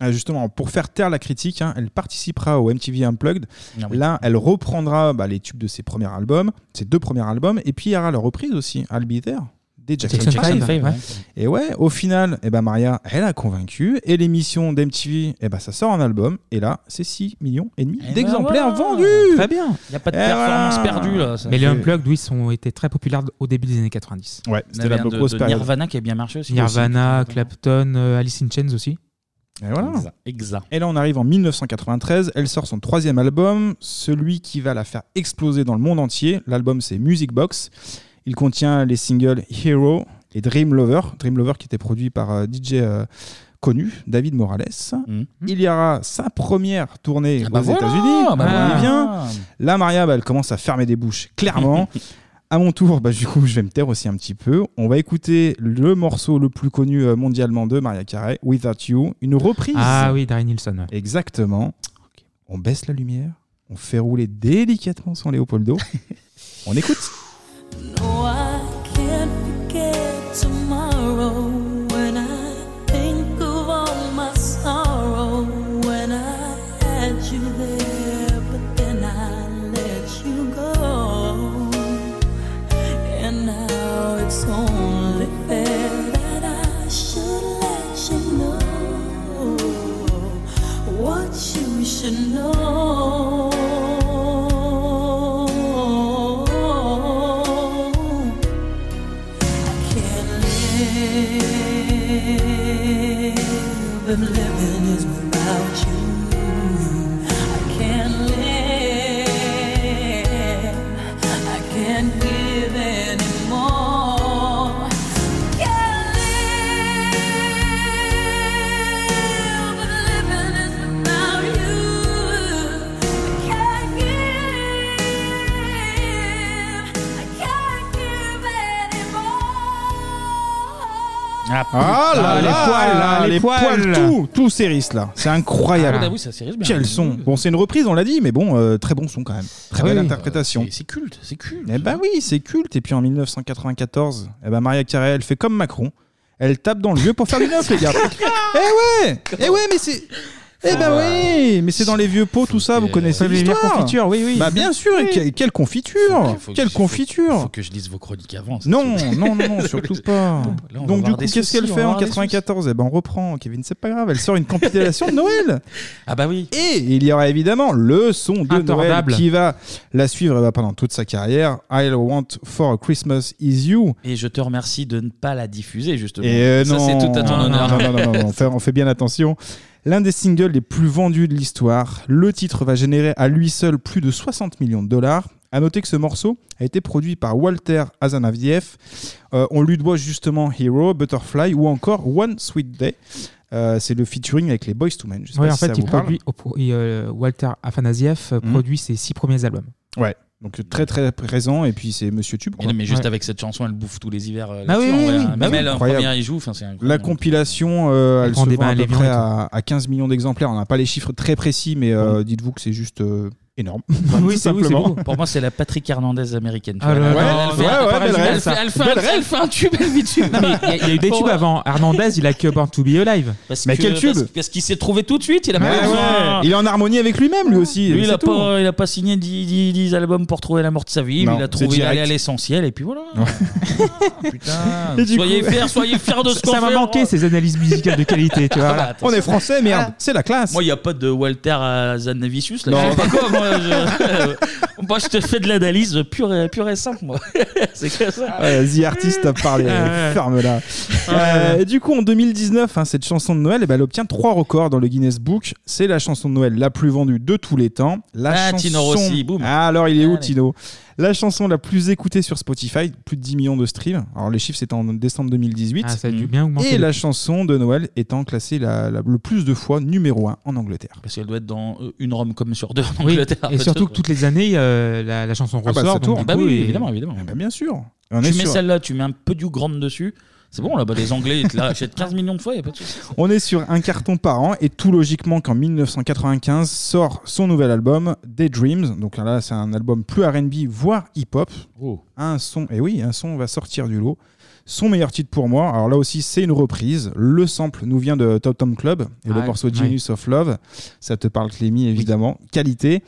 [SPEAKER 6] Ah, Justement, pour faire taire la critique, hein, elle participera au MTV Unplugged.
[SPEAKER 1] Ah oui.
[SPEAKER 6] Là, elle reprendra bah, les tubes de ses premiers albums, ses deux premiers albums, et puis il y aura la reprise aussi, I'll Be There, des Jackson,
[SPEAKER 1] Jackson
[SPEAKER 6] Five.
[SPEAKER 1] Five, ouais.
[SPEAKER 6] Et ouais, au final, eh ben Maria, elle a convaincu, et l'émission d'MTV, eh ben ça sort un album, et là, c'est 6 millions et demi
[SPEAKER 1] ben
[SPEAKER 6] d'exemplaires
[SPEAKER 1] voilà.
[SPEAKER 6] vendus
[SPEAKER 1] Très bien. Y a pas de
[SPEAKER 6] Eh
[SPEAKER 1] performance perdue, là, ça
[SPEAKER 7] Mais les
[SPEAKER 1] fait-
[SPEAKER 7] Unplugged, oui, sont, été très populaires au début des années 90.
[SPEAKER 6] Ouais,
[SPEAKER 1] On avait un de- de Nirvana qui a bien marché aussi.
[SPEAKER 7] Nirvana, Clapton, euh, Alice in Chains aussi.
[SPEAKER 6] Et voilà.
[SPEAKER 1] Exact. Exact.
[SPEAKER 6] Et là, on arrive en 1993. Elle sort son troisième album, celui qui va la faire exploser dans le monde entier. L'album, c'est Music Box. Il contient les singles Hero et Dream Lover. Dream Lover qui était produit par euh, DJ euh, connu, David Morales.
[SPEAKER 7] Hmm.
[SPEAKER 6] Il y aura sa première tournée
[SPEAKER 1] Mm. Ah bah
[SPEAKER 6] aux
[SPEAKER 1] voilà,
[SPEAKER 6] États-Unis. Ah,
[SPEAKER 1] bah
[SPEAKER 6] On y
[SPEAKER 1] voilà.
[SPEAKER 6] vient. Là, Maria, bah, elle commence à fermer des bouches, clairement. À mon tour, bah, du coup, je vais me taire aussi un petit peu. On va écouter le morceau le plus connu euh, mondialement de Maria Carey, Without You, une reprise.
[SPEAKER 7] Ah oui, Darren Nilsson. ouais.
[SPEAKER 6] Exactement. On baisse la lumière, on fait rouler délicatement son Léopoldo. on écoute.
[SPEAKER 8] No, Oh, I can't forget tomorrow when I think of all my sorrow when I had you there, but then I let you go. And now it's only fair that I should let you know what you should know. I can't live if living is without you. I can't live. I can't give anymore. Can't live if living is without you. Can't give. I can't give anymore.
[SPEAKER 1] Ah,
[SPEAKER 6] Ah
[SPEAKER 1] putain,
[SPEAKER 6] là
[SPEAKER 1] les
[SPEAKER 6] là
[SPEAKER 1] poils,
[SPEAKER 6] là,
[SPEAKER 1] les
[SPEAKER 6] les poils,
[SPEAKER 1] poils.
[SPEAKER 6] tout, tout s'érisse là. C'est incroyable.
[SPEAKER 1] Ah bah oui, ça s'érisse bien.
[SPEAKER 6] Quels sont Bon, c'est une reprise, on l'a dit, mais bon, euh, très bon son quand même. Très
[SPEAKER 1] Ah
[SPEAKER 6] belle
[SPEAKER 1] oui.
[SPEAKER 6] interprétation.
[SPEAKER 1] C'est- C'est culte, c'est culte.
[SPEAKER 6] Eh ben oui, c'est culte. Et puis en 1994, eh ben Maria Carey, elle fait comme Macron. Elle tape dans le vieux pour faire du neuf, les gars. Eh ouais Eh ouais, mais c'est. Eh ben oui, mais c'est dans les vieux pots, tout ça, vous connaissez
[SPEAKER 7] Faut les
[SPEAKER 6] l'histoire.
[SPEAKER 7] confiture, oui, oui.
[SPEAKER 6] Bah bien sûr, et que- quelle
[SPEAKER 1] Oh,
[SPEAKER 6] confiture Quelle confiture
[SPEAKER 1] Faut que je lise vos chroniques avant. ça,
[SPEAKER 6] non,
[SPEAKER 1] c'est-
[SPEAKER 6] non, non, non, surtout pas.
[SPEAKER 1] bah, Là, on va
[SPEAKER 6] Donc du coup,
[SPEAKER 1] avoir des
[SPEAKER 6] qu'est-ce qu'elle
[SPEAKER 1] soucis, on
[SPEAKER 6] fait
[SPEAKER 1] va
[SPEAKER 6] en
[SPEAKER 1] avoir des
[SPEAKER 6] 94 Eh ben on reprend, Kevin, c'est pas grave, elle sort une compilation de Noël.
[SPEAKER 1] Ah bah oui.
[SPEAKER 6] Et il y aura évidemment le son de Noël
[SPEAKER 1] Intordable.
[SPEAKER 6] qui va la suivre eh ben, pendant toute sa carrière. I'll want for Christmas is you.
[SPEAKER 1] Et je te remercie de ne pas la diffuser, justement.
[SPEAKER 6] Et euh,
[SPEAKER 1] Ça,
[SPEAKER 6] non,
[SPEAKER 1] c'est tout à ton
[SPEAKER 6] non,
[SPEAKER 1] honneur.
[SPEAKER 6] non, non, non, non, on, fait, on fait bien attention. L'un des singles les plus vendus de l'histoire. Le titre va générer à lui seul plus de 60 millions de dollars. À noter que ce morceau a été produit par Walter Azanaviev. Euh, on lui doit justement Hero, Butterfly ou encore One Sweet Day. Euh, c'est le featuring avec les Boys to Men. Je sais
[SPEAKER 7] Ouais,
[SPEAKER 6] pas
[SPEAKER 7] en
[SPEAKER 6] si ça
[SPEAKER 7] fait, il
[SPEAKER 6] vous parle.
[SPEAKER 7] produit, au- il, euh, Walter Afanasieff euh,
[SPEAKER 6] Mhm.
[SPEAKER 7] produit ses six premiers albums.
[SPEAKER 6] Ouais, donc très très présent. Et puis c'est Monsieur Tube.
[SPEAKER 1] Mais,
[SPEAKER 6] quoi.
[SPEAKER 1] non, mais juste
[SPEAKER 6] Ouais.
[SPEAKER 1] avec cette chanson, elle bouffe tous les hivers. euh,
[SPEAKER 6] Bah
[SPEAKER 1] là-dessus,
[SPEAKER 6] oui,
[SPEAKER 1] en
[SPEAKER 6] oui,
[SPEAKER 1] vrai,
[SPEAKER 6] oui,
[SPEAKER 1] hein.
[SPEAKER 6] bah
[SPEAKER 1] Même
[SPEAKER 6] oui.
[SPEAKER 1] elle, en
[SPEAKER 6] Incroyable.
[SPEAKER 1] première, il joue. Enfin, c'est incroyable.
[SPEAKER 6] La compilation, euh, elle se
[SPEAKER 7] prend des
[SPEAKER 6] vend
[SPEAKER 7] bains
[SPEAKER 6] à
[SPEAKER 7] à
[SPEAKER 6] peu
[SPEAKER 7] l'avion
[SPEAKER 6] près
[SPEAKER 7] et tout.
[SPEAKER 6] à, à 15 millions d'exemplaires. On n'a pas les chiffres très précis, mais euh, dites-vous que c'est juste euh, énorme.
[SPEAKER 1] oui,
[SPEAKER 6] Tout
[SPEAKER 1] c'est- oui, c'est
[SPEAKER 6] simplement.
[SPEAKER 1] beau. Pour moi, c'est la Patrick Hernandez américaine. tu
[SPEAKER 6] Ah
[SPEAKER 1] vois.
[SPEAKER 6] là
[SPEAKER 1] Elle-
[SPEAKER 6] là.
[SPEAKER 1] elle fait-
[SPEAKER 6] Ouais,
[SPEAKER 1] elle
[SPEAKER 6] ouais,
[SPEAKER 1] fait-
[SPEAKER 6] belle
[SPEAKER 1] elle
[SPEAKER 6] rêve,
[SPEAKER 1] fait-
[SPEAKER 6] ça.
[SPEAKER 1] elle fait-
[SPEAKER 6] Belle
[SPEAKER 1] elle fait-
[SPEAKER 6] rêve.
[SPEAKER 1] Elle fait un tube, elle fait un tube.
[SPEAKER 7] Non, mais Il y, a- il y a eu des
[SPEAKER 1] Pour
[SPEAKER 7] tubes
[SPEAKER 1] moi.
[SPEAKER 7] avant. Hernandez, il a que Born to Be Alive.
[SPEAKER 1] Parce
[SPEAKER 7] mais
[SPEAKER 1] que-
[SPEAKER 7] quel tube
[SPEAKER 1] parce- Parce qu'il s'est trouvé tout de suite. Il a pas besoin-
[SPEAKER 6] Il est en harmonie avec lui-même, lui aussi.
[SPEAKER 1] Lui, il
[SPEAKER 6] c'est
[SPEAKER 1] a,
[SPEAKER 6] tout.
[SPEAKER 1] pas, il a pas signé 10, albums pour trouver la mort de sa vie.
[SPEAKER 6] Non,
[SPEAKER 1] mais il a
[SPEAKER 6] c'est
[SPEAKER 1] trouvé
[SPEAKER 6] direct.
[SPEAKER 1] d'aller à l'essentiel et puis voilà. Putain.
[SPEAKER 7] Et du
[SPEAKER 1] soyez
[SPEAKER 7] coup-
[SPEAKER 1] fiers, soyez fiers de ce qu'on
[SPEAKER 7] Ça m'a
[SPEAKER 1] fait.
[SPEAKER 7] manqué ces analyses musicales de qualité, tu vois.
[SPEAKER 1] Ah bah,
[SPEAKER 7] Voilà.
[SPEAKER 1] attention.
[SPEAKER 6] merde. C'est la classe.
[SPEAKER 1] Moi, il n'y a pas de Walter à Zanavicius. Là.
[SPEAKER 7] Non.
[SPEAKER 1] Je sais pas quoi, moi, je... moi, je te fais de l'analyse pure, et- pure et simple. Moi. C'est que ça.
[SPEAKER 6] Euh, The Artist a parlé,
[SPEAKER 1] Ah ouais.
[SPEAKER 6] ferme-la. Euh, et du coup, en 2019, hein, cette chanson de Noël, eh ben, elle obtient trois records dans le Guinness Book. C'est la chanson de Noël la plus vendue de tous les temps. La
[SPEAKER 1] Ah,
[SPEAKER 6] chanson...
[SPEAKER 1] Tino Rossi, boum.
[SPEAKER 6] Ah, alors, il est où,
[SPEAKER 1] Allez.
[SPEAKER 6] Tino La chanson la plus écoutée sur Spotify, plus de 10 millions de streams. Alors, les chiffres, c'était en décembre 2018.
[SPEAKER 7] Ah, ça a dû bien augmenter
[SPEAKER 6] Et
[SPEAKER 7] le
[SPEAKER 6] la
[SPEAKER 7] prix.
[SPEAKER 6] chanson de Noël étant classée la- la- le plus de fois numéro 1 en Angleterre.
[SPEAKER 1] Parce qu'elle doit être dans euh, une Rome comme sur deux en
[SPEAKER 7] Oui.
[SPEAKER 1] Angleterre.
[SPEAKER 7] Et surtout que toutes les années, euh, la, la chanson
[SPEAKER 1] Ah bah,
[SPEAKER 7] ressort.
[SPEAKER 1] ça
[SPEAKER 7] donc
[SPEAKER 1] tourne.
[SPEAKER 7] du
[SPEAKER 1] Bah
[SPEAKER 7] coup,
[SPEAKER 1] oui,
[SPEAKER 7] et-
[SPEAKER 1] évidemment, évidemment. Eh
[SPEAKER 6] ben, bien sûr.
[SPEAKER 1] Tu
[SPEAKER 6] On
[SPEAKER 1] mets
[SPEAKER 6] est sur-
[SPEAKER 1] celle-là, tu mets un peu du grand dessus. C'est bon, là-bas, les Anglais, ils te l'achètent 15 millions de fois, il n'y a pas de souci.
[SPEAKER 6] On est sur un carton par an et tout logiquement qu'en 1995 sort son nouvel album Daydreams. Donc là, c'est un album plus R&B voire hip-hop.
[SPEAKER 1] Oh.
[SPEAKER 6] Un son, et oui, un son va sortir du lot. Son meilleur titre pour moi. Alors là aussi, c'est une reprise. Le sample nous vient de Top Tom Club et le
[SPEAKER 1] Ah,
[SPEAKER 6] morceau
[SPEAKER 1] ouais.
[SPEAKER 6] Genius of Love. Ça te parle Clémy évidemment. Qualité.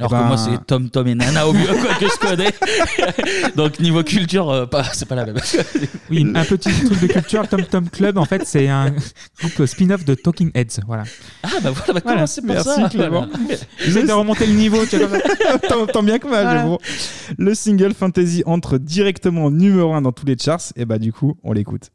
[SPEAKER 1] Alors
[SPEAKER 6] Eh
[SPEAKER 1] que
[SPEAKER 6] ben,
[SPEAKER 1] moi, c'est Tom, Tom et Nana au mieux, quoi, que je connais. Donc, niveau culture, euh, pas- c'est pas la même.
[SPEAKER 7] Oui, un petit truc de culture, Tom Tom Club, en fait, c'est un groupe spin-off de Talking Heads. Voilà.
[SPEAKER 1] Ah, bah voilà, bah,
[SPEAKER 7] Voilà.
[SPEAKER 1] comment c'est pour
[SPEAKER 7] Merci,
[SPEAKER 1] ça
[SPEAKER 7] Clément.
[SPEAKER 1] Voilà.
[SPEAKER 7] J'essaie de remonter le niveau. Tu vois, comme ça.
[SPEAKER 6] tant, tant bien que mal.
[SPEAKER 7] Voilà.
[SPEAKER 6] mais bon. Le single Fantasy entre directement numéro 1 dans tous les charts. Et bah du coup, on l'écoute.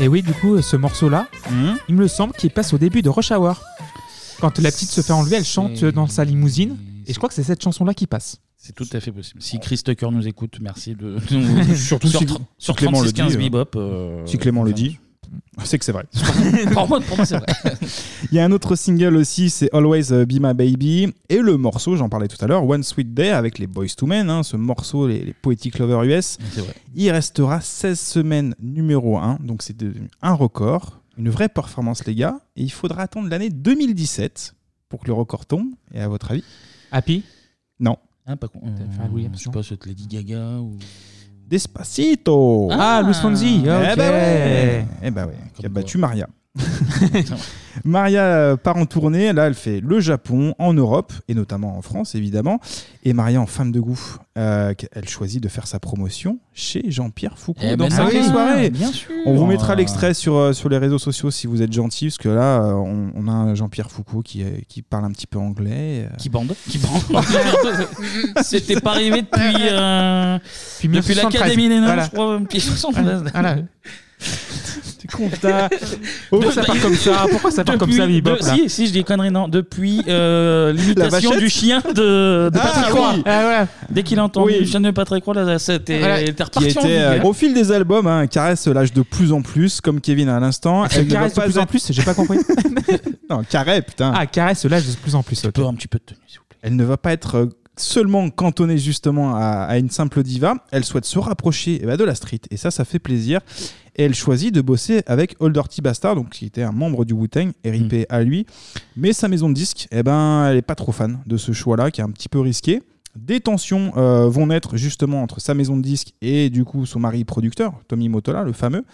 [SPEAKER 7] Et oui, du coup, ce morceau-là,
[SPEAKER 1] Hum.
[SPEAKER 7] il me semble qu'il passe au début de Rush Hour. Quand la petite se fait enlever, elle chante dans sa limousine. Et je crois que c'est cette chanson-là qui passe.
[SPEAKER 1] C'est tout à fait possible. Si Chris Tucker nous écoute, merci de. de-
[SPEAKER 6] Surtout
[SPEAKER 1] sur,
[SPEAKER 6] si,
[SPEAKER 1] tr-
[SPEAKER 6] si
[SPEAKER 1] sur
[SPEAKER 6] Clément le
[SPEAKER 1] 36
[SPEAKER 6] dit.
[SPEAKER 1] 15
[SPEAKER 6] euh,
[SPEAKER 1] bebop. euh,
[SPEAKER 6] si Clément le dit, c'est que c'est vrai.
[SPEAKER 1] pour moi, pour moi, c'est vrai.
[SPEAKER 6] Il y a un autre single aussi, c'est Always euh, Be My Baby. Et le morceau, j'en parlais tout à l'heure, One Sweet Day avec les Boys to Men, hein, ce morceau, les, les Poetic Lover US.
[SPEAKER 1] C'est vrai.
[SPEAKER 6] Il restera 16 semaines numéro 1, donc c'est devenu un record, une vraie performance, les gars. Et il faudra attendre l'année 2017 pour que le record tombe. Et à votre avis
[SPEAKER 7] Happy
[SPEAKER 6] Non.
[SPEAKER 1] Ah, pas con. euh, je sais pas, cette Lady Gaga ou.
[SPEAKER 6] Despacito
[SPEAKER 1] Ah, Luis Fonsi,
[SPEAKER 6] Eh
[SPEAKER 1] ok.
[SPEAKER 6] bah ouais Eh bah ouais, qui a battu Maria. Maria euh, part en tournée, là elle fait le Japon, en Europe, et notamment en France évidemment. Et Maria en femme de goût, euh, elle choisit de faire sa promotion chez Jean-Pierre Foucault
[SPEAKER 1] Eh
[SPEAKER 6] dans
[SPEAKER 1] ben
[SPEAKER 6] sa
[SPEAKER 1] oui,
[SPEAKER 6] soirée.
[SPEAKER 1] bien sûr.
[SPEAKER 6] On vous mettra l'extrait sur, euh, sur les réseaux sociaux si vous êtes gentil, parce que là euh, on, on a un Jean-Pierre Foucault qui, euh, qui parle un petit peu anglais. euh.
[SPEAKER 1] Qui bande Qui bande C'était pas arrivé depuis. euh,
[SPEAKER 6] Depuis
[SPEAKER 1] depuis
[SPEAKER 6] 1973.
[SPEAKER 1] l'Académie des Nains,
[SPEAKER 6] Voilà.
[SPEAKER 1] je crois. Depuis 1973.
[SPEAKER 6] Voilà. T'es con, putain.
[SPEAKER 7] Pourquoi Oh, ça part comme ça Pourquoi ça part comme ça,
[SPEAKER 1] Oh. Depuis-
[SPEAKER 7] Bebop
[SPEAKER 1] de-
[SPEAKER 7] là
[SPEAKER 1] Si, si, je dis conneries, non. Depuis euh, l'imitation
[SPEAKER 7] vachette
[SPEAKER 1] du chien de, de Patrick Roy.
[SPEAKER 7] oui. Ah, voilà.
[SPEAKER 1] Dès qu'il entend
[SPEAKER 7] Oui.
[SPEAKER 1] le chien de Patrick Roy, là, c'était
[SPEAKER 7] Voilà.
[SPEAKER 1] t'es
[SPEAKER 6] qui
[SPEAKER 1] reparti en
[SPEAKER 6] était
[SPEAKER 1] ligue,
[SPEAKER 6] euh,
[SPEAKER 1] hein.
[SPEAKER 6] au fil des albums hein, caresse l'âge de plus en plus comme Kevin à l'instant
[SPEAKER 7] Elle se
[SPEAKER 6] ne va
[SPEAKER 7] Ah, caresse de
[SPEAKER 6] pas
[SPEAKER 7] plus en
[SPEAKER 6] être-
[SPEAKER 7] plus, j'ai pas compris.
[SPEAKER 6] non carré putain
[SPEAKER 7] Ah, caresse l'âge de plus en plus. Tu
[SPEAKER 1] peux un petit peu de tenue,
[SPEAKER 6] s'il vous plaît. Elle ne va pas être euh, seulement cantonnée justement à, à une simple diva. Elle souhaite se rapprocher eh ben, de la street. Et ça, ça fait plaisir. Et elle choisit de bosser avec Old Dirty Bastard, donc, qui était un membre du Wu-Tang, RIP à lui. Mais sa maison de disques, eh ben, elle n'est pas trop fan de ce choix-là, qui est un petit peu risqué. Des tensions euh, vont naître justement entre sa maison de disques et du coup son mari producteur, Tommy Motola, le fameux.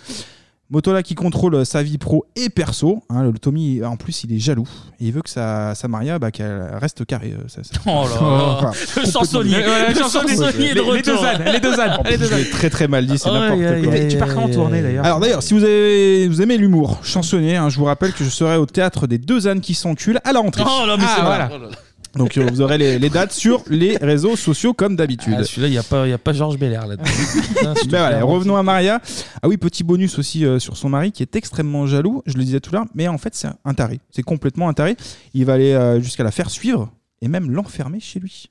[SPEAKER 6] Motola qui contrôle sa vie pro et perso. hein, le, le Tommy, en plus, il est jaloux. Et il veut que sa, sa Maria, bah, qu'elle reste carrée. euh, ça- ça-
[SPEAKER 1] Oh là là.
[SPEAKER 6] Enfin,
[SPEAKER 1] Le chansonnier.
[SPEAKER 6] complètement.
[SPEAKER 1] Ouais, ouais, le chansonnier est
[SPEAKER 6] Les-
[SPEAKER 1] de
[SPEAKER 6] les
[SPEAKER 1] retour.
[SPEAKER 6] deux ânes, les deux ânes,
[SPEAKER 1] En
[SPEAKER 6] les
[SPEAKER 1] plus,
[SPEAKER 6] deux
[SPEAKER 1] je l'ai
[SPEAKER 6] ânes. très très mal dit, c'est
[SPEAKER 7] Oh,
[SPEAKER 1] Aïe,
[SPEAKER 6] n'importe
[SPEAKER 1] aïe,
[SPEAKER 6] quoi.
[SPEAKER 1] aïe, Tu partiras en aïe, tournée, aïe. d'ailleurs.
[SPEAKER 6] Alors d'ailleurs, si vous, avez, vous aimez l'humour chansonnier, hein, je vous rappelle que je serai au théâtre des deux ânes qui s'enculent à la rentrée.
[SPEAKER 1] Oh là, mais
[SPEAKER 6] Ah,
[SPEAKER 1] c'est
[SPEAKER 6] voilà.
[SPEAKER 1] vrai. Oh là là.
[SPEAKER 6] Donc euh, vous aurez les, les dates sur les réseaux sociaux comme d'habitude.
[SPEAKER 1] Ah, celui-là, il n'y a pas, il y a pas Georges Belair là-dedans. Putain, je te
[SPEAKER 6] Ben voilà,
[SPEAKER 1] fais un-
[SPEAKER 6] revenons à Maria. Ah oui, petit bonus aussi euh, sur son mari qui est extrêmement jaloux. Je le disais tout à l'heure, mais en fait, c'est un taré. C'est complètement un taré. Il va aller euh, jusqu'à la faire suivre et même l'enfermer chez lui.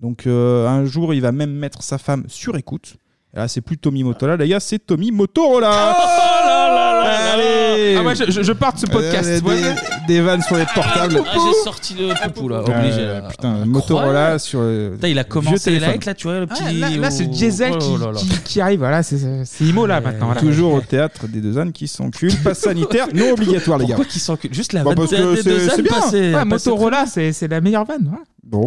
[SPEAKER 6] Donc euh, un jour, il va même mettre sa femme sur écoute. Et là, c'est plus Tommy Motola, les gars, c'est Tommy Motorola.
[SPEAKER 7] Oh
[SPEAKER 6] Allez Euh,
[SPEAKER 7] Ah ouais, je, je, je pars de ce podcast.
[SPEAKER 6] Des,
[SPEAKER 7] Ouais, ouais.
[SPEAKER 6] des vannes sur les portables.
[SPEAKER 1] Ah, j'ai sorti le poupou là, obligé.
[SPEAKER 6] Euh,
[SPEAKER 1] là.
[SPEAKER 6] putain, Motorola sur. euh,
[SPEAKER 1] Putain, il a
[SPEAKER 6] vieux
[SPEAKER 1] commencé
[SPEAKER 6] téléphone.
[SPEAKER 1] like là, tu vois, le petit.
[SPEAKER 7] Ah, là, là, c'est Diesel
[SPEAKER 1] Oh
[SPEAKER 7] qui,
[SPEAKER 1] là là.
[SPEAKER 7] qui- qui arrive. Voilà, c'est c'est Imo là maintenant. voilà.
[SPEAKER 6] Toujours au théâtre des deux ânes qui s'enculent. Passe sanitaire non obligatoire, les gars.
[SPEAKER 1] Pourquoi qui s'enculent Juste la
[SPEAKER 6] Bah,
[SPEAKER 1] vanne
[SPEAKER 6] parce
[SPEAKER 1] des-
[SPEAKER 6] que
[SPEAKER 1] des
[SPEAKER 6] c'est-
[SPEAKER 1] deux
[SPEAKER 6] c'est
[SPEAKER 1] ânes
[SPEAKER 6] bien.
[SPEAKER 1] passée-
[SPEAKER 7] Ouais,
[SPEAKER 1] passée
[SPEAKER 7] Motorola, c'est c'est la meilleure vanne. voilà.
[SPEAKER 6] hein. Bon.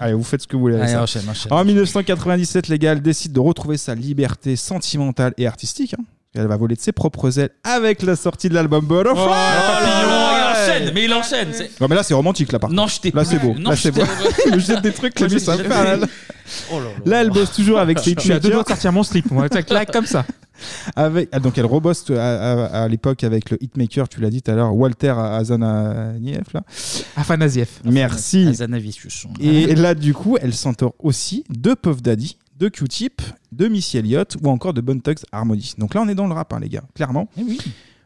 [SPEAKER 6] Allez, vous faites ce que vous voulez. avec
[SPEAKER 1] Ah, Allez,
[SPEAKER 6] ça.
[SPEAKER 1] enchaîne, enchaîne,
[SPEAKER 6] en 1997, les gars, elle décide de retrouver sa liberté sentimentale et artistique. hein. Elle va voler de ses propres ailes avec la sortie de l'album Butterfly.
[SPEAKER 1] Oh, Ah, il enchaîne, mais il enchaîne. c'est-
[SPEAKER 6] Non, mais là, c'est romantique, là, par
[SPEAKER 1] Non, je t'ai.
[SPEAKER 6] Là, c'est beau.
[SPEAKER 1] Non,
[SPEAKER 6] là,
[SPEAKER 1] je
[SPEAKER 6] c'est
[SPEAKER 1] t'ai-
[SPEAKER 6] beau. Je jette des trucs, là,
[SPEAKER 1] Moi,
[SPEAKER 6] mais
[SPEAKER 1] j'ai-
[SPEAKER 6] ça me fait
[SPEAKER 1] j'ai-
[SPEAKER 6] mal.
[SPEAKER 1] Oh là là.
[SPEAKER 6] Là, elle bosse toujours avec ses
[SPEAKER 7] Je suis à deux doigts de
[SPEAKER 6] tweakers.
[SPEAKER 7] sortir mon slip. Moi, Tac, là, comme ça.
[SPEAKER 6] Avec, ah, donc elle rebosse euh, à, à- à l'époque avec le hitmaker, tu l'as dit tout à l'heure, Walter Azaniev. Là.
[SPEAKER 7] Afanasiev.
[SPEAKER 6] Merci.
[SPEAKER 1] Azanavicius.
[SPEAKER 6] Et là, du coup, elle s'entoure aussi de Puff Daddy, de Q-Tip, de Missy Elliott ou encore de Bone Thugs Harmony. Donc là, on est dans le rap, hein, les gars, clairement.
[SPEAKER 1] Eh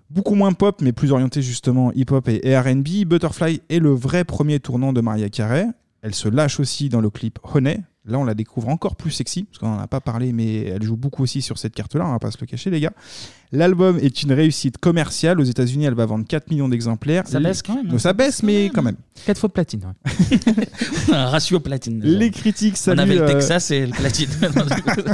[SPEAKER 6] Beaucoup moins pop, mais plus orienté justement hip-hop et, et RB. Butterfly est le vrai premier tournant de Maria Carey. Elle se lâche aussi dans le clip Honey. Là, on la découvre encore plus sexy, parce qu'on n'en a pas parlé, mais elle joue beaucoup aussi sur cette carte-là, on va pas se le cacher, les gars. L'album est une réussite commerciale. Aux États-Unis, elle va vendre 4 millions d'exemplaires.
[SPEAKER 1] Ça baisse quand même, hein.
[SPEAKER 6] Ça baisse, mais quand même.
[SPEAKER 7] 4 fois platine.
[SPEAKER 1] Un ratio platine.
[SPEAKER 6] Les critiques saluent,
[SPEAKER 1] On avait le
[SPEAKER 6] euh,
[SPEAKER 1] Texas et le platine.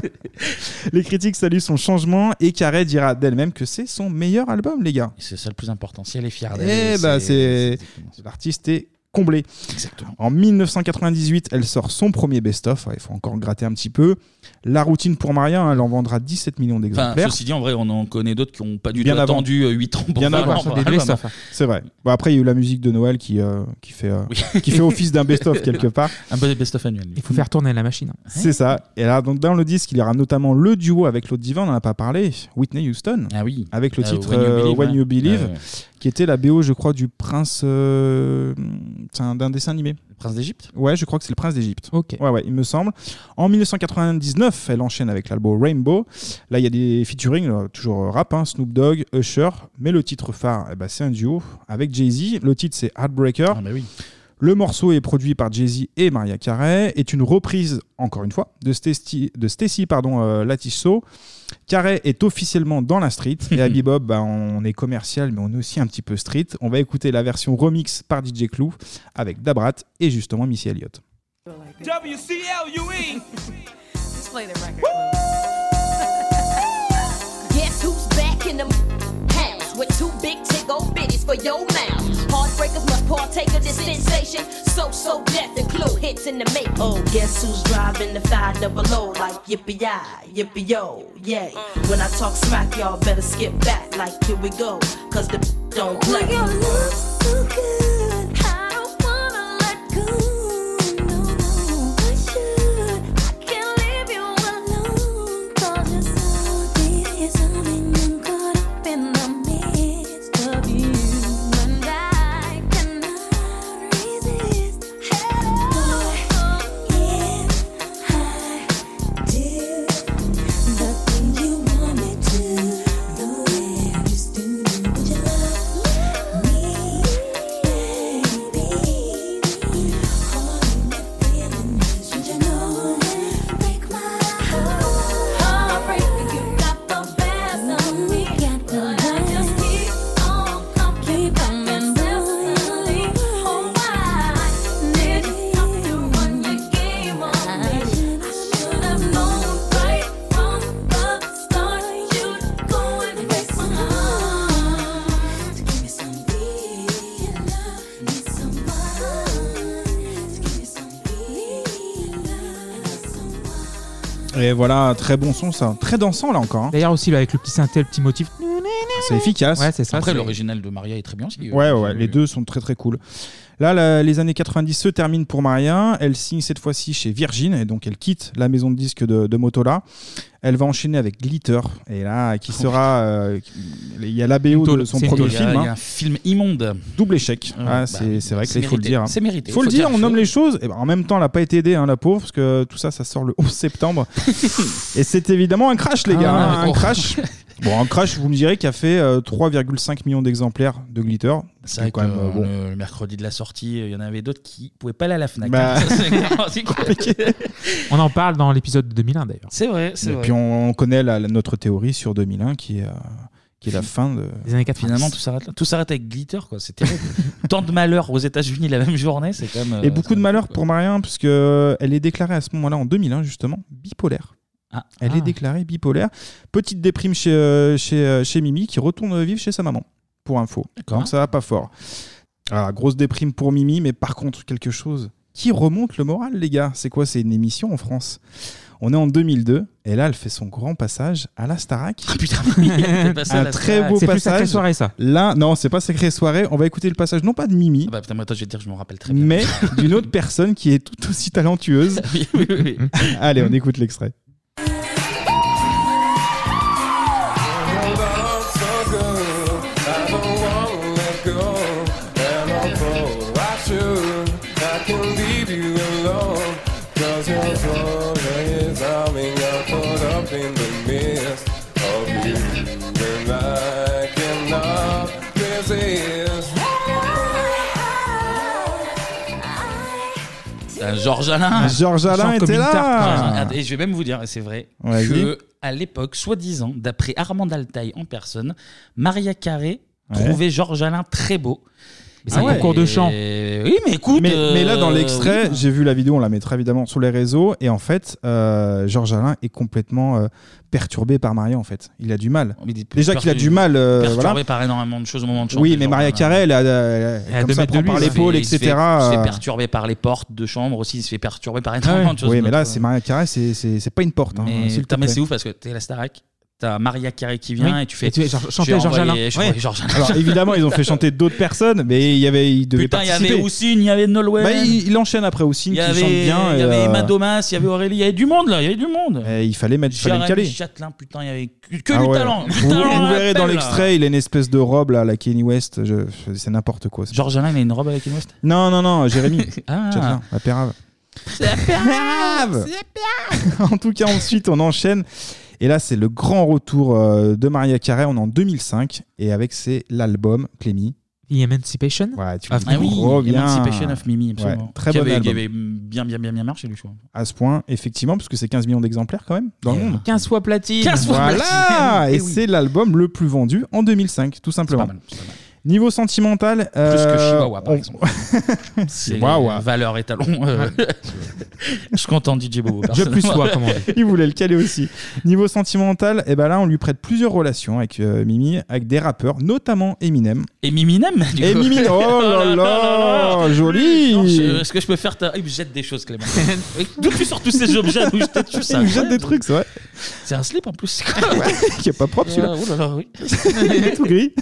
[SPEAKER 6] Les critiques saluent son changement et Carré dira d'elle-même que c'est son meilleur album, les gars.
[SPEAKER 1] C'est ça le plus important. Si elle est fière d'elle.
[SPEAKER 6] Eh
[SPEAKER 7] ben,
[SPEAKER 6] bah, c'est l'artiste est comblé. En 1998, elle sort son premier best-of. Ouais, Il faut encore gratter un petit peu. La routine pour Maria, hein, elle en vendra 17 millions
[SPEAKER 1] Enfin,
[SPEAKER 6] d'exemplaires.
[SPEAKER 1] ceci dit, en vrai, on en connaît d'autres qui n'ont pas du tout
[SPEAKER 6] Bien avant.
[SPEAKER 1] attendu 8 euh, ans pour
[SPEAKER 6] Bien
[SPEAKER 1] faire Ah,
[SPEAKER 6] avant,
[SPEAKER 1] leur
[SPEAKER 6] ça, des
[SPEAKER 1] album.
[SPEAKER 6] best-of. C'est vrai. Bon, après, il y a eu la musique de Noël qui, euh, qui, fait, euh, qui fait office d'un best-of quelque part.
[SPEAKER 1] Un peu des best-of annuels.
[SPEAKER 7] Il faut faire tourner la machine.
[SPEAKER 6] C'est ça. Et là, donc, dans le disque, il y aura notamment le duo avec l'autre divin, on n'en a pas parlé, Whitney Houston. Avec le
[SPEAKER 1] Euh,
[SPEAKER 6] titre
[SPEAKER 1] When You
[SPEAKER 6] euh,
[SPEAKER 1] Believe,
[SPEAKER 6] When
[SPEAKER 1] ouais.
[SPEAKER 6] You Believe,
[SPEAKER 1] Ouais, ouais.
[SPEAKER 6] qui était la BO, je crois, du prince. euh, c'est un- d'un dessin animé. Le
[SPEAKER 1] prince d'Égypte
[SPEAKER 6] Ouais, je crois que c'est le prince d'Égypte.
[SPEAKER 7] Ok.
[SPEAKER 6] Ouais, ouais, il me semble. En 1999, elle enchaîne avec l'album Rainbow. Là, il y a des featuring, euh, toujours rap, hein, Snoop Dogg, Usher. Mais le titre phare, eh ben, c'est un duo avec Jay-Z. Le titre, c'est
[SPEAKER 1] Ah,
[SPEAKER 6] Heartbreaker.
[SPEAKER 1] bah
[SPEAKER 6] Le morceau est produit par Jay-Z et Maria Carey, est une reprise, encore une fois, de Stacy, de Stacy pardon, euh, Latisso. Carey est officiellement dans la street, et à Bebop, bah, on est commercial, mais on est aussi un petit peu street. On va écouter la version remix par DJ Clou, avec Dabrat et justement Missy Elliott.
[SPEAKER 16] WCLUE.
[SPEAKER 17] Let's play the record.
[SPEAKER 18] Guess who's back in the house with two big tickle bitties for your mouth? Heartbreakers must partake of this sensation. So, so death include hits in the make.
[SPEAKER 19] Oh, guess who's driving the five double O like yippee yi, yippee yo, yay. When I talk smack, y'all better skip back like here we go, cause the don't play.
[SPEAKER 8] Would you love me?
[SPEAKER 6] Et voilà, très bon son ça. Très dansant là encore. hein.
[SPEAKER 7] D'ailleurs aussi là, avec le petit synthé, le petit motif.
[SPEAKER 6] C'est efficace.
[SPEAKER 7] Ouais, c'est ça.
[SPEAKER 1] Après,
[SPEAKER 7] c'est-
[SPEAKER 1] l'original de Maria est très bien aussi.
[SPEAKER 6] Ouais, ouais, ouais, les deux sont très très cool. Là, la- les années 90 se terminent pour Maria. Elle signe cette fois-ci chez Virgin et donc elle quitte la maison de disques de, de Motola. Elle va enchaîner avec Glitter et là,
[SPEAKER 1] Oh,
[SPEAKER 6] qui sera. euh, Il y a l'ABO de son
[SPEAKER 1] C'est-
[SPEAKER 6] premier
[SPEAKER 1] il y a-
[SPEAKER 6] film.
[SPEAKER 1] Il y
[SPEAKER 6] hein.
[SPEAKER 1] a un film immonde.
[SPEAKER 6] Double échec. Ah,
[SPEAKER 1] Ouais, bah,
[SPEAKER 6] c'est c'est vrai que
[SPEAKER 1] c'est
[SPEAKER 6] il faut le
[SPEAKER 1] mérité.
[SPEAKER 6] dire. hein.
[SPEAKER 1] C'est mérité,
[SPEAKER 6] Faut, le
[SPEAKER 1] faut
[SPEAKER 6] dire,
[SPEAKER 1] dire,
[SPEAKER 6] on nomme
[SPEAKER 1] faut-
[SPEAKER 6] les choses. Et ben, en même temps, elle n'a pas été aidée, hein, la pauvre, parce que tout ça, ça sort le 11 septembre. et c'est évidemment un crash, les
[SPEAKER 1] Ah,
[SPEAKER 6] gars. hein,
[SPEAKER 1] ouais,
[SPEAKER 6] un
[SPEAKER 1] oh.
[SPEAKER 6] crash. Bon, un crash, vous me direz, qui a fait euh, 3,5 millions d'exemplaires de Glitter.
[SPEAKER 1] C'est vrai
[SPEAKER 6] quand même euh,
[SPEAKER 1] que,
[SPEAKER 6] bon.
[SPEAKER 1] euh, le mercredi de la sortie, il y en avait d'autres qui pouvaient pas aller à la Fnac.
[SPEAKER 6] Bah.
[SPEAKER 1] Ça, c'est clair, c'est clair.
[SPEAKER 7] On en parle dans l'épisode de 2001 d'ailleurs.
[SPEAKER 1] C'est vrai,
[SPEAKER 6] Et puis on, on connaît la- la- notre théorie sur 2001 qui est, euh, qui est la fin de.
[SPEAKER 7] Les années 90.
[SPEAKER 1] Finalement, tout s'arrête là. Tout s'arrête avec Glitter, quoi. C'est terrible. Tant de malheurs aux États-Unis la même journée, c'est quand même. euh,
[SPEAKER 6] Et beaucoup de malheur pour Marianne, puisque elle est déclarée à ce moment-là, en 2001 justement, bipolaire.
[SPEAKER 1] Ah.
[SPEAKER 6] Elle est déclarée bipolaire. Petite déprime chez, euh, chez, euh, chez Mimi, qui retourne vivre chez sa maman, pour info. Donc ça va pas fort. Alors, grosse déprime pour Mimi, mais par contre, quelque chose qui remonte le moral, les gars. C'est quoi C'est une émission en France. On est en 2002, et là, elle fait son grand passage à la Starac.
[SPEAKER 1] Ah, putain,
[SPEAKER 7] elle était passée à
[SPEAKER 6] Un
[SPEAKER 7] la
[SPEAKER 6] très
[SPEAKER 7] Starac.
[SPEAKER 6] beau
[SPEAKER 7] C'est plus
[SPEAKER 6] passage.
[SPEAKER 7] Sacrée Soirée, ça.
[SPEAKER 6] Là, non, c'est pas Sacrée Soirée. On va écouter le passage, non pas de Mimi,
[SPEAKER 1] Ah bah putain, moi, attends, je vais te dire, je m'en rappelle très bien.
[SPEAKER 6] mais d'une autre personne qui est tout aussi talentueuse.
[SPEAKER 1] oui, oui, oui.
[SPEAKER 6] Allez, on écoute l'extrait.
[SPEAKER 1] Euh, Georges Alain.
[SPEAKER 6] Ah, Georges Alain était là.
[SPEAKER 1] Ah, Et je vais même vous dire, et c'est vrai,
[SPEAKER 6] Vas-y.
[SPEAKER 1] que à l'époque, soi-disant, d'après Armand Altaï en personne, Maria Carré
[SPEAKER 6] Ouais.
[SPEAKER 1] trouvait Georges Alain très beau. Ah
[SPEAKER 6] c'est un concours de chant.
[SPEAKER 1] Et- Oui, mais écoute.
[SPEAKER 6] Mais,
[SPEAKER 1] euh,
[SPEAKER 6] mais là, dans l'extrait,
[SPEAKER 1] oui.
[SPEAKER 6] j'ai vu la vidéo, on la mettra évidemment sur les réseaux. Et en fait, euh, Georges Alain est complètement euh, perturbé par Maria, en fait. Il a du mal.
[SPEAKER 1] Il est
[SPEAKER 6] Déjà qu'il a
[SPEAKER 1] perturbé-
[SPEAKER 6] du mal. euh,
[SPEAKER 1] perturbé
[SPEAKER 6] voilà.
[SPEAKER 1] par énormément de choses au moment de chanter.
[SPEAKER 6] Oui, mais Maria
[SPEAKER 1] Georges
[SPEAKER 6] Carré, elle, a- elle,
[SPEAKER 1] à
[SPEAKER 6] a- comme
[SPEAKER 1] deux
[SPEAKER 6] ça,
[SPEAKER 1] mètres
[SPEAKER 6] prend
[SPEAKER 1] lui,
[SPEAKER 6] par
[SPEAKER 1] il se
[SPEAKER 6] l'épaule,
[SPEAKER 1] fait-
[SPEAKER 6] etc.
[SPEAKER 1] Il se fait, il se fait
[SPEAKER 6] euh,
[SPEAKER 1] perturbé par les portes de chambre aussi, il se fait perturber par énormément de choses.
[SPEAKER 6] Oui, mais là,
[SPEAKER 1] Notre-
[SPEAKER 6] c'est Maria Carré, c'est- c'est c'est pas une porte. hein,
[SPEAKER 1] Mais,
[SPEAKER 6] s'il te
[SPEAKER 1] putain, mais
[SPEAKER 6] plaît.
[SPEAKER 1] Euh, c'est ouf parce que t'es à la Starac, t'as Maria Carré qui vient
[SPEAKER 6] Oui.
[SPEAKER 1] et tu fais.
[SPEAKER 6] Et tu fais genre-
[SPEAKER 1] je vais
[SPEAKER 6] chanter Georges
[SPEAKER 1] envoyer-
[SPEAKER 6] Alain.
[SPEAKER 1] je vais envoyer
[SPEAKER 6] Ouais.
[SPEAKER 1] Georges Alain.
[SPEAKER 6] Alors évidemment, ils ont fait chanter d'autres personnes, mais il y avait, ils devaient
[SPEAKER 1] Putain, il y
[SPEAKER 6] participer.
[SPEAKER 1] avait Houssine, il y avait Nolwenn.
[SPEAKER 6] Bah, il, il enchaîne après Houssine,
[SPEAKER 1] Il y
[SPEAKER 6] qui
[SPEAKER 1] avait,
[SPEAKER 6] chante bien.
[SPEAKER 1] il y
[SPEAKER 6] et,
[SPEAKER 1] avait
[SPEAKER 6] euh,
[SPEAKER 1] Emma Domas, il y avait Aurélie, il y avait du monde là, il y avait du monde.
[SPEAKER 6] et Eh, il fallait mettre, il fallait le
[SPEAKER 1] Jaren
[SPEAKER 6] caler.
[SPEAKER 1] Châtelain, putain, il y avait que, que
[SPEAKER 6] Ah
[SPEAKER 1] du
[SPEAKER 6] ouais.
[SPEAKER 1] talent. du
[SPEAKER 6] Vous,
[SPEAKER 1] talent
[SPEAKER 6] vous
[SPEAKER 1] à
[SPEAKER 6] verrez dans
[SPEAKER 1] l'appel, là.
[SPEAKER 6] l'extrait, il a une espèce de robe là, la Kenny West. je- C'est n'importe quoi.
[SPEAKER 1] Georges Alain, il a une robe avec une Ah West
[SPEAKER 6] Non, non, non, Jérémy.
[SPEAKER 1] Ah.
[SPEAKER 6] Chatelain, la Pérave.
[SPEAKER 1] C'est la
[SPEAKER 6] Pérave En tout cas, ensuite, on enchaîne. Et là, c'est le grand retour euh, de Maria Carey. On est en 2005 et avec c'est l'album Clémy.
[SPEAKER 7] The Emancipation
[SPEAKER 6] Ouais, tu
[SPEAKER 7] Ah
[SPEAKER 6] me
[SPEAKER 7] oui,
[SPEAKER 6] reviens.
[SPEAKER 1] Emancipation of Mimi, absolument.
[SPEAKER 6] Ouais, très
[SPEAKER 1] qui
[SPEAKER 6] bon
[SPEAKER 1] avait, qui
[SPEAKER 6] album.
[SPEAKER 1] avait bien, bien, bien, bien marché, lui, je crois.
[SPEAKER 6] À ce point, effectivement, parce que c'est 15 millions d'exemplaires quand même dans le
[SPEAKER 1] euh,
[SPEAKER 6] monde.
[SPEAKER 7] 15 fois platine.
[SPEAKER 1] 15 fois
[SPEAKER 6] Voilà
[SPEAKER 1] platine.
[SPEAKER 6] Et
[SPEAKER 1] Eh oui.
[SPEAKER 6] c'est l'album le plus vendu en 2005, tout simplement. Niveau sentimental,
[SPEAKER 1] Plus que
[SPEAKER 6] euh,
[SPEAKER 1] Chihuahua, par
[SPEAKER 6] on-
[SPEAKER 1] exemple. C'est
[SPEAKER 6] Chihuahua.
[SPEAKER 1] valeur et talon. euh, je suis content, DJ Bobo.
[SPEAKER 6] Je plus
[SPEAKER 1] personnellement.
[SPEAKER 6] soi, comment Il voulait le caler aussi. Niveau sentimental, et ben là, on lui prête plusieurs relations avec euh, Mimi, avec des rappeurs, notamment Eminem.
[SPEAKER 1] Et Miminem du
[SPEAKER 6] Et
[SPEAKER 1] coup.
[SPEAKER 6] Mimi, oh là là,
[SPEAKER 1] Non, je-
[SPEAKER 6] joli
[SPEAKER 1] Est-ce que je peux faire ta. Il me jette des choses, Clément. D'où tu sors tous ces objets d'où je t'ai tué ça
[SPEAKER 6] Il me jette des trucs, c'est vrai.
[SPEAKER 1] C'est un slip en plus. c'est quoi
[SPEAKER 6] Qui est pas propre celui-là.
[SPEAKER 1] Euh, oh là là, oui.
[SPEAKER 6] Il est tout gris.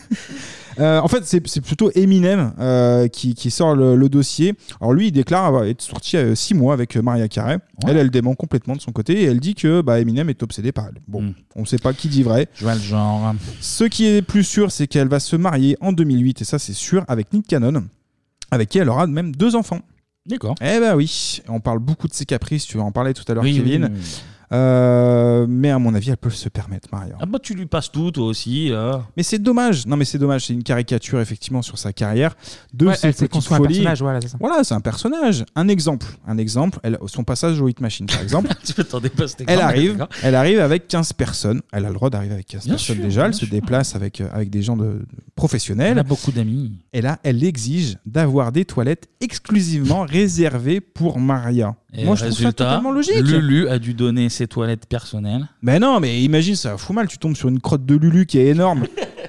[SPEAKER 6] Euh, en fait, c'est c'est plutôt Eminem euh, qui, qui sort le, le dossier. Alors lui, il déclare avoir été sorti 6 mois avec euh, Maria Carey. Elle, elle dément complètement de son côté et elle dit que bah, Eminem est obsédé par elle. Bon, on sait pas qui dit vrai.
[SPEAKER 1] Je vois Hmm. le genre.
[SPEAKER 6] Ce qui est plus sûr, c'est qu'elle va se marier en 2008 et ça, c'est sûr, avec Nick Cannon, avec qui elle aura même deux enfants.
[SPEAKER 1] D'accord.
[SPEAKER 6] Eh ben oui, on parle beaucoup de ses caprices. Tu vas en parler tout à l'heure,
[SPEAKER 1] Oui, oui,
[SPEAKER 6] Kevin.
[SPEAKER 1] oui, oui.
[SPEAKER 6] Euh, mais à mon avis, elle peut se permettre, Maria.
[SPEAKER 1] Ah bah tu lui passes tout, toi aussi. là.
[SPEAKER 6] Mais c'est dommage. Non, mais c'est dommage. C'est une caricature effectivement sur sa carrière. De
[SPEAKER 7] Ouais,
[SPEAKER 6] ses
[SPEAKER 7] elle s'est
[SPEAKER 6] petites
[SPEAKER 7] construit un
[SPEAKER 6] folies.
[SPEAKER 7] personnage, voilà, c'est ça.
[SPEAKER 6] Voilà, c'est un personnage. Un exemple. Un exemple. Elle- son passage au Hit Machine, par exemple.
[SPEAKER 1] Tu t'attendais pas, c'était
[SPEAKER 6] elle
[SPEAKER 1] grave,
[SPEAKER 6] arrive.
[SPEAKER 1] d'accord.
[SPEAKER 6] Elle arrive avec 15 personnes. Elle a le droit d'arriver avec 15
[SPEAKER 1] Bien
[SPEAKER 6] personnes
[SPEAKER 1] sûr,
[SPEAKER 6] déjà. Elle
[SPEAKER 1] bien
[SPEAKER 6] se déplace avec euh, avec des gens de, de professionnels.
[SPEAKER 1] Elle a beaucoup d'amis.
[SPEAKER 6] Et là, elle exige d'avoir des toilettes exclusivement réservées pour Maria.
[SPEAKER 1] Et
[SPEAKER 6] Moi, je trouve ça
[SPEAKER 1] résultat,
[SPEAKER 6] totalement logique.
[SPEAKER 1] Lulu a dû donner ses toilettes personnelles.
[SPEAKER 6] Mais non, mais imagine, ça fout mal. Tu tombes sur une crotte de Lulu qui est énorme.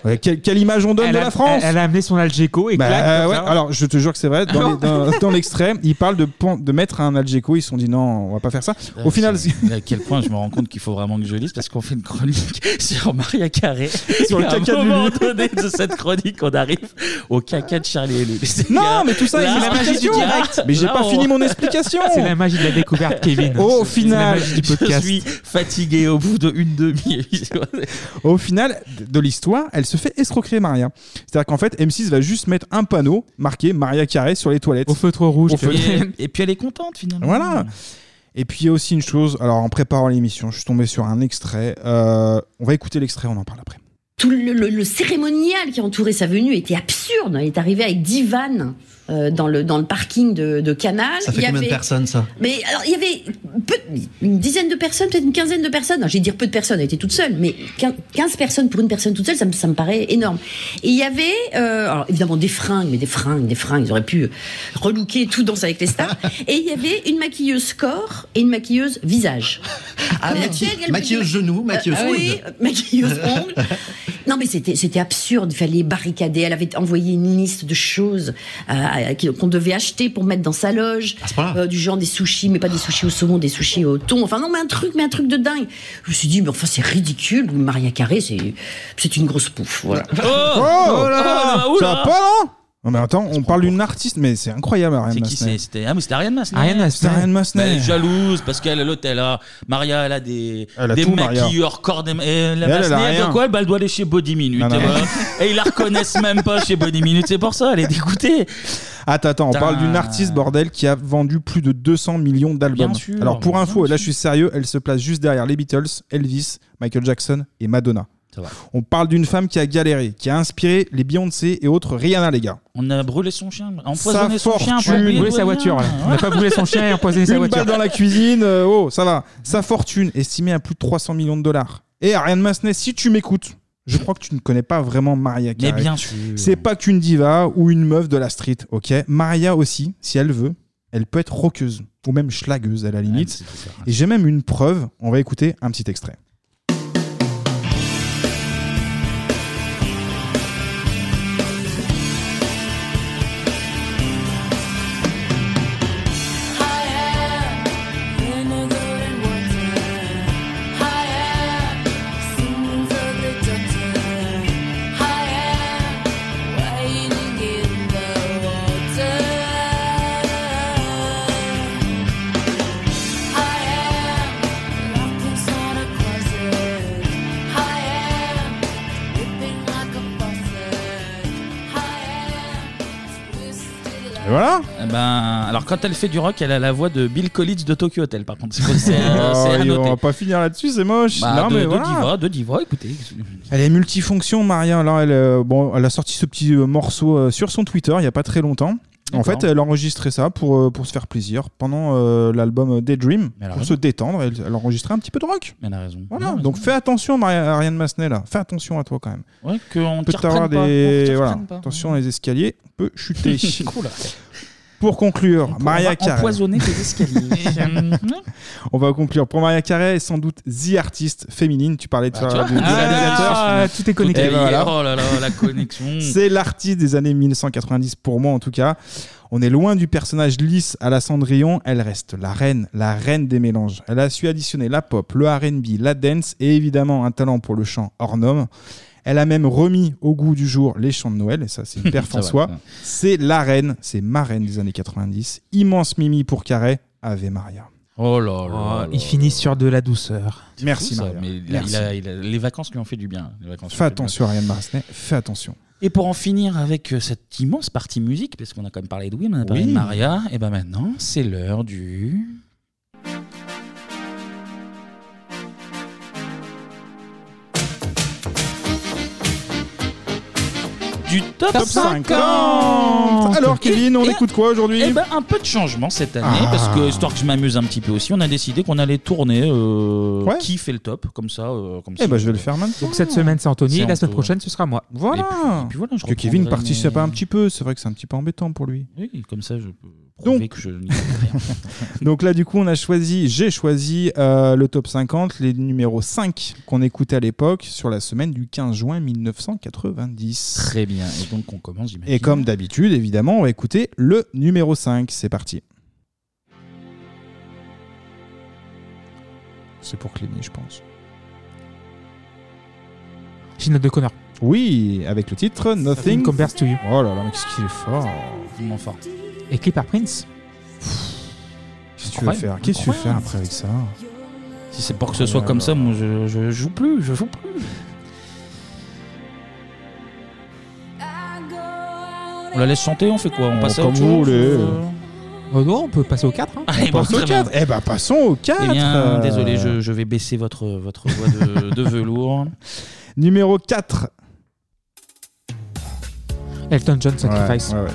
[SPEAKER 6] Ouais, quelle, quelle image on donne
[SPEAKER 7] Elle
[SPEAKER 6] de
[SPEAKER 7] a-
[SPEAKER 6] la France
[SPEAKER 7] elle- elle a amené son Algeco et
[SPEAKER 6] Bah,
[SPEAKER 7] claque,
[SPEAKER 6] euh,
[SPEAKER 7] comme
[SPEAKER 6] ouais,
[SPEAKER 7] ça.
[SPEAKER 6] Alors, je te jure que c'est vrai. Dans, les-
[SPEAKER 7] Non.
[SPEAKER 6] dans- dans l'extrait, il parle de, pon- de mettre un Algeco. Ils se sont dit non, on va pas faire ça.
[SPEAKER 1] Euh,
[SPEAKER 6] Au final, c'est-
[SPEAKER 1] à quel point je me rends compte qu'il faut vraiment que je lise parce qu'on fait une chronique sur Maria Carré.
[SPEAKER 6] Sur le
[SPEAKER 1] Et
[SPEAKER 6] caca
[SPEAKER 1] à
[SPEAKER 6] de
[SPEAKER 1] un moment
[SPEAKER 6] Lulu.
[SPEAKER 1] donné de cette chronique, on arrive au caca de Charlie et Lulu. C'est
[SPEAKER 6] Non,
[SPEAKER 1] bien.
[SPEAKER 6] mais tout ça,
[SPEAKER 1] Là,
[SPEAKER 6] il
[SPEAKER 1] on
[SPEAKER 6] la
[SPEAKER 1] passe
[SPEAKER 6] magie du direct. Mais j'ai
[SPEAKER 1] Là,
[SPEAKER 6] pas
[SPEAKER 1] on-
[SPEAKER 6] fini mon explication.
[SPEAKER 7] C'est la magie de la découverte, Kevin.
[SPEAKER 6] Au
[SPEAKER 7] C'est- c'est la
[SPEAKER 6] final,
[SPEAKER 7] magie du podcast.
[SPEAKER 1] Je suis fatigué au bout de une demi-émission.
[SPEAKER 6] Au final de- de l'histoire, elle se fait escroquer Maria. C'est-à-dire qu'en fait, M6 va juste mettre un panneau marqué Maria Carré sur les toilettes. Au
[SPEAKER 7] feutre rouge.
[SPEAKER 1] Et, et puis elle est contente finalement.
[SPEAKER 6] Voilà. Et puis il y a aussi une chose, alors en préparant l'émission, je suis tombé sur un extrait. Euh, on va écouter l'extrait, on en parle après.
[SPEAKER 16] Tout le, le- le cérémonial qui entourait sa venue était absurde. Il est arrivé avec 10 vannes euh, dans, le, dans le parking de, de Canal.
[SPEAKER 20] Ça fait
[SPEAKER 16] Il y
[SPEAKER 20] combien de
[SPEAKER 16] avait-
[SPEAKER 20] personnes ça
[SPEAKER 16] Mais alors, il y avait peu de- une dizaine de personnes, peut-être une quinzaine de personnes. Non, j'ai dire peu de personnes, elle était toute seule, mais quin- 15 personnes pour une personne toute seule, ça me, ça me paraît énorme. Et il y avait, euh, alors évidemment, des fringues, mais des fringues, des fringues, ils auraient pu relooker tout Danse avec les stars. et il y avait une maquilleuse corps et une maquilleuse visage.
[SPEAKER 20] Ah,
[SPEAKER 16] Euh,
[SPEAKER 20] maqui-
[SPEAKER 16] tu sais, elle-
[SPEAKER 20] maquilleuse genou, maquilleuse
[SPEAKER 16] Euh, Oui,
[SPEAKER 20] coude.
[SPEAKER 16] maquilleuse ongle. Non, mais c'était c'était absurde. Il fallait barricader. Elle avait envoyé une liste de choses euh, qu'il- qu'on devait acheter pour mettre dans sa loge. Euh, du genre des sushis, mais pas des sushis au saumon, des sushis au thon. Enfin, non, mais un truc, mais un truc de dingue. Je me suis dit, mais enfin, c'est ridicule. Maria Carré, c'est c'est une grosse pouffe. Voilà.
[SPEAKER 1] Oh,
[SPEAKER 6] Oh là Ça va pas, non Non mais attends, on parle d'une artiste, mais c'est incroyable Ariane
[SPEAKER 1] C'est qui
[SPEAKER 6] Massenet.
[SPEAKER 1] c'est C'était ah, mais c'était Ariane Massenet.
[SPEAKER 6] Ariane Massenet. C'était Ariane Massenet.
[SPEAKER 1] Bah, elle est jalouse parce qu'elle est l'hôtel. Hein. Maria, elle a des,
[SPEAKER 6] Elle a
[SPEAKER 1] des
[SPEAKER 6] tout, Maria.
[SPEAKER 1] maquilleurs, corps des. Et la
[SPEAKER 6] Elle, elle a
[SPEAKER 1] Massenet, elle
[SPEAKER 6] rien.
[SPEAKER 1] vient quoi bah, Elle doit aller chez Body Minute.
[SPEAKER 6] Non, non.
[SPEAKER 1] et, voilà. Et ils la reconnaissent même pas chez Body Minute. C'est pour ça, elle est dégoûtée.
[SPEAKER 6] Attends, attends, on
[SPEAKER 1] Putain.
[SPEAKER 6] parle d'une artiste, bordel, qui a vendu plus de 200 millions d'albums.
[SPEAKER 1] Bien sûr,
[SPEAKER 6] Alors pour
[SPEAKER 1] bien
[SPEAKER 6] info, et là je suis sérieux, elle se place juste derrière les Beatles, Elvis, Michael Jackson et Madonna.
[SPEAKER 1] Ça va.
[SPEAKER 6] On parle d'une femme qui a galéré, qui a inspiré les Beyoncé et autres Rihanna, les gars.
[SPEAKER 1] On a brûlé son chien, empoisonné
[SPEAKER 6] Sa
[SPEAKER 1] son
[SPEAKER 6] fortune,
[SPEAKER 1] chien,
[SPEAKER 6] brûler Une balle dans la cuisine, euh, oh, ça va. Sa fortune, estimée à plus de 300 millions de dollars. Et Ariane Massenet, si tu m'écoutes, je crois que tu ne connais pas vraiment Maria Carey.
[SPEAKER 1] bien sûr.
[SPEAKER 6] C'est pas qu'une diva ou une meuf de la street, ok Maria aussi, si elle veut, elle peut être rockeuse ou même schlagueuse à la limite.
[SPEAKER 1] Ah,
[SPEAKER 6] Et j'ai même une preuve, on va écouter un petit extrait. Et voilà
[SPEAKER 1] ben, Alors quand elle fait du rock, elle a la voix de Bill Collins de Tokyo Hotel par contre. C'est c'est- euh,
[SPEAKER 6] Oh,
[SPEAKER 1] c'est à
[SPEAKER 6] et on
[SPEAKER 1] noter.
[SPEAKER 6] va pas finir là-dessus, c'est moche.
[SPEAKER 1] Bah,
[SPEAKER 6] Non,
[SPEAKER 1] de,
[SPEAKER 6] mais
[SPEAKER 1] de
[SPEAKER 6] voilà.
[SPEAKER 1] diva, de diva, écoutez.
[SPEAKER 6] Elle est multifonction, Maria. Là, elle, euh, bon, elle a sorti ce petit euh, morceau euh, sur son Twitter il n'y a pas très longtemps. En
[SPEAKER 1] D'accord.
[SPEAKER 6] fait, elle a enregistré ça pour, euh, pour se faire plaisir pendant euh, l'album Daydream,
[SPEAKER 1] elle a
[SPEAKER 6] pour
[SPEAKER 1] raison. Ah,
[SPEAKER 6] se détendre. Elle, elle a enregistré un petit peu de rock.
[SPEAKER 1] Elle a raison.
[SPEAKER 6] Voilà. Donc fais attention, Maria, Ariane Massenet, là. Fais attention à toi quand même.
[SPEAKER 1] Ouais, qu'on
[SPEAKER 6] peut
[SPEAKER 1] t'y
[SPEAKER 6] t'avoir
[SPEAKER 1] reprenne pas, qu'on t'y
[SPEAKER 6] des.
[SPEAKER 1] reprenne
[SPEAKER 6] Voilà.
[SPEAKER 1] pas.
[SPEAKER 6] Attention, les escaliers, on peut chuter.
[SPEAKER 1] Cool.
[SPEAKER 6] Pour conclure,
[SPEAKER 1] On va
[SPEAKER 6] Maria Carey.
[SPEAKER 1] empoisonner tes escaliers.
[SPEAKER 6] On va conclure. Pour Maria Carey, sans doute the artiste féminine. Tu parlais de
[SPEAKER 1] Ah,
[SPEAKER 6] ça.
[SPEAKER 1] tu vois
[SPEAKER 6] de- de
[SPEAKER 1] Ah,
[SPEAKER 6] réalisateur.
[SPEAKER 1] ah, tout est connecté.
[SPEAKER 6] Et ben voilà.
[SPEAKER 1] Oh là là, la connexion.
[SPEAKER 6] C'est l'artiste des années 1990 pour moi en tout cas. On est loin du personnage lisse à la Cendrillon, elle reste la reine, la reine des mélanges. Elle a su additionner la pop, le R&B, la dance et évidemment un talent pour le chant hors norme. Elle a même remis au goût du jour les chants de Noël, et ça c'est une perf
[SPEAKER 1] Ça
[SPEAKER 6] en
[SPEAKER 1] va,
[SPEAKER 6] soi.
[SPEAKER 1] ça va.
[SPEAKER 6] C'est la reine, c'est ma reine des années 90. Immense mimi pour Carré, Ave Maria.
[SPEAKER 1] Oh là là.
[SPEAKER 7] Ils finissent sur de la douceur.
[SPEAKER 1] C'est
[SPEAKER 6] Merci,
[SPEAKER 1] fou, ça,
[SPEAKER 6] Maria.
[SPEAKER 1] mais il a-
[SPEAKER 6] Merci.
[SPEAKER 1] il a- il a- les vacances lui ont fait du bien. Les vacances lui
[SPEAKER 6] Fais
[SPEAKER 1] ont fait du bien.
[SPEAKER 6] attention Ariane Massenet, fais attention.
[SPEAKER 1] Et pour en finir avec euh, cette immense partie musique, parce qu'on a quand même parlé de Wim, on a parlé
[SPEAKER 6] Oui.
[SPEAKER 1] de Maria, et ben maintenant c'est l'heure du. Du top,
[SPEAKER 6] Top
[SPEAKER 1] 50.
[SPEAKER 6] 50. Alors, Kevin, on écoute quoi aujourd'hui
[SPEAKER 1] Eh ben un peu de changement cette année,
[SPEAKER 6] Ah.
[SPEAKER 1] parce que histoire que je m'amuse un petit peu aussi, on a décidé qu'on allait tourner euh,
[SPEAKER 7] Ouais.
[SPEAKER 1] qui fait le top, comme ça. euh, comme
[SPEAKER 6] Eh
[SPEAKER 1] ça,
[SPEAKER 6] ben je vais
[SPEAKER 1] euh,
[SPEAKER 6] le faire maintenant.
[SPEAKER 7] Donc cette semaine c'est Anthony,
[SPEAKER 1] C'est
[SPEAKER 7] la semaine
[SPEAKER 1] Anto.
[SPEAKER 7] prochaine hein. ce sera moi.
[SPEAKER 6] Voilà.
[SPEAKER 1] Et puis voilà, je
[SPEAKER 6] que Kevin
[SPEAKER 1] reprendrai
[SPEAKER 6] participe
[SPEAKER 1] mes-
[SPEAKER 6] un petit peu, c'est vrai que c'est un petit peu embêtant pour lui.
[SPEAKER 1] Oui, comme ça je peux Donc, je n'y connais rien.
[SPEAKER 6] Donc là, du coup, on a choisi, j'ai choisi euh, le top 50, les numéros 5 qu'on écoutait à l'époque sur la semaine du 15 juin 1990.
[SPEAKER 1] Très bien. Et donc, on commence, j'imagine.
[SPEAKER 6] Et comme d'habitude, évidemment, on va écouter le numéro 5. C'est parti. C'est pour Clémy, je pense.
[SPEAKER 7] Finale de Connor.
[SPEAKER 6] Oui, avec le titre Nothing
[SPEAKER 7] compares to you.
[SPEAKER 6] Oh là là, mais qu'est-ce qu'il est fort.
[SPEAKER 1] Vraiment fort.
[SPEAKER 7] Écrit par Prince.
[SPEAKER 6] Qu'est-ce que tu veux faire Qu'est-ce que tu veux faire après avec ça Euh,
[SPEAKER 1] Si c'est pour que ce soit comme ça, moi, je, je joue plus, je joue plus. On la laisse chanter, on fait quoi On passe à
[SPEAKER 6] Comme
[SPEAKER 1] autre
[SPEAKER 6] vous
[SPEAKER 1] chose
[SPEAKER 6] voulez.
[SPEAKER 1] euh
[SPEAKER 7] Oh non, on peut passer au 4. Hein.
[SPEAKER 1] Allez,
[SPEAKER 6] On passe
[SPEAKER 1] bon,
[SPEAKER 6] au
[SPEAKER 1] très bien.
[SPEAKER 6] quatre. Eh ben, passons au quatre.
[SPEAKER 1] Eh bien,
[SPEAKER 6] Euh,
[SPEAKER 1] désolé, je, je vais baisser votre, votre voix de, de velours.
[SPEAKER 6] Numéro 4.
[SPEAKER 7] Elton John Sacrifice.
[SPEAKER 6] Ouais, ouais,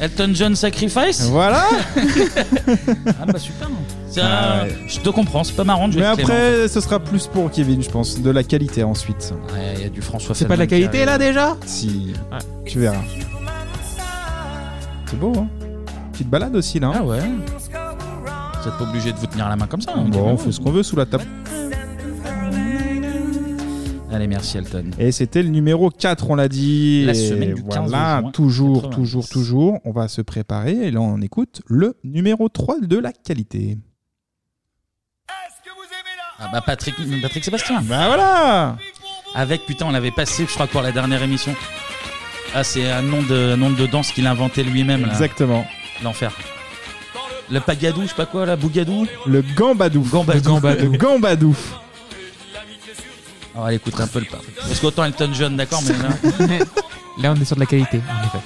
[SPEAKER 1] Elton John Sacrifice
[SPEAKER 6] Voilà
[SPEAKER 1] Ah bah super C'est un-
[SPEAKER 6] Ouais.
[SPEAKER 1] Je te comprends, c'est pas marrant, je
[SPEAKER 6] Mais
[SPEAKER 1] vais être Clément.
[SPEAKER 6] après, ce sera plus pour Kevin, je pense. De la qualité ensuite.
[SPEAKER 1] Ouais, il y a du François
[SPEAKER 7] C'est pas de la
[SPEAKER 1] Feldman qui
[SPEAKER 7] qualité là
[SPEAKER 1] arrive.
[SPEAKER 7] déjà
[SPEAKER 6] Si. Tu verras. C'est beau, hein Petite balade aussi, là. hein.
[SPEAKER 1] Ah ouais. Vous êtes pas obligé de vous tenir la main comme ça. hein,
[SPEAKER 6] Bon,
[SPEAKER 1] Clément.
[SPEAKER 6] on fait ce qu'on veut sous la table.
[SPEAKER 1] Allez, merci Elton.
[SPEAKER 6] Et c'était le numéro 4, on l'a dit.
[SPEAKER 1] La
[SPEAKER 6] Et
[SPEAKER 1] semaine du 15
[SPEAKER 6] voilà,
[SPEAKER 1] juin
[SPEAKER 6] toujours,
[SPEAKER 1] 90.
[SPEAKER 6] toujours, toujours. On va se préparer et là, on écoute le numéro 3 de la qualité.
[SPEAKER 1] Ah bah Patrick, Patrick Sébastien.
[SPEAKER 6] Bah voilà
[SPEAKER 1] Avec putain, on l'avait passé, je crois, pour la dernière émission. Ah, c'est un nom de un nom de danse qu'il a inventé lui-même. là.
[SPEAKER 6] Exactement.
[SPEAKER 1] L'enfer. Le pagadou, je sais pas quoi, là, bougadou.
[SPEAKER 6] Le gambadou.
[SPEAKER 1] Gambadou.
[SPEAKER 6] Le gambadou. Le gambadou.
[SPEAKER 1] On va l'écouter Oh, un peu le Patrick. Parce qu'autant Elton John, d'accord, mais là.
[SPEAKER 7] Là, on est sur de la qualité, en effet.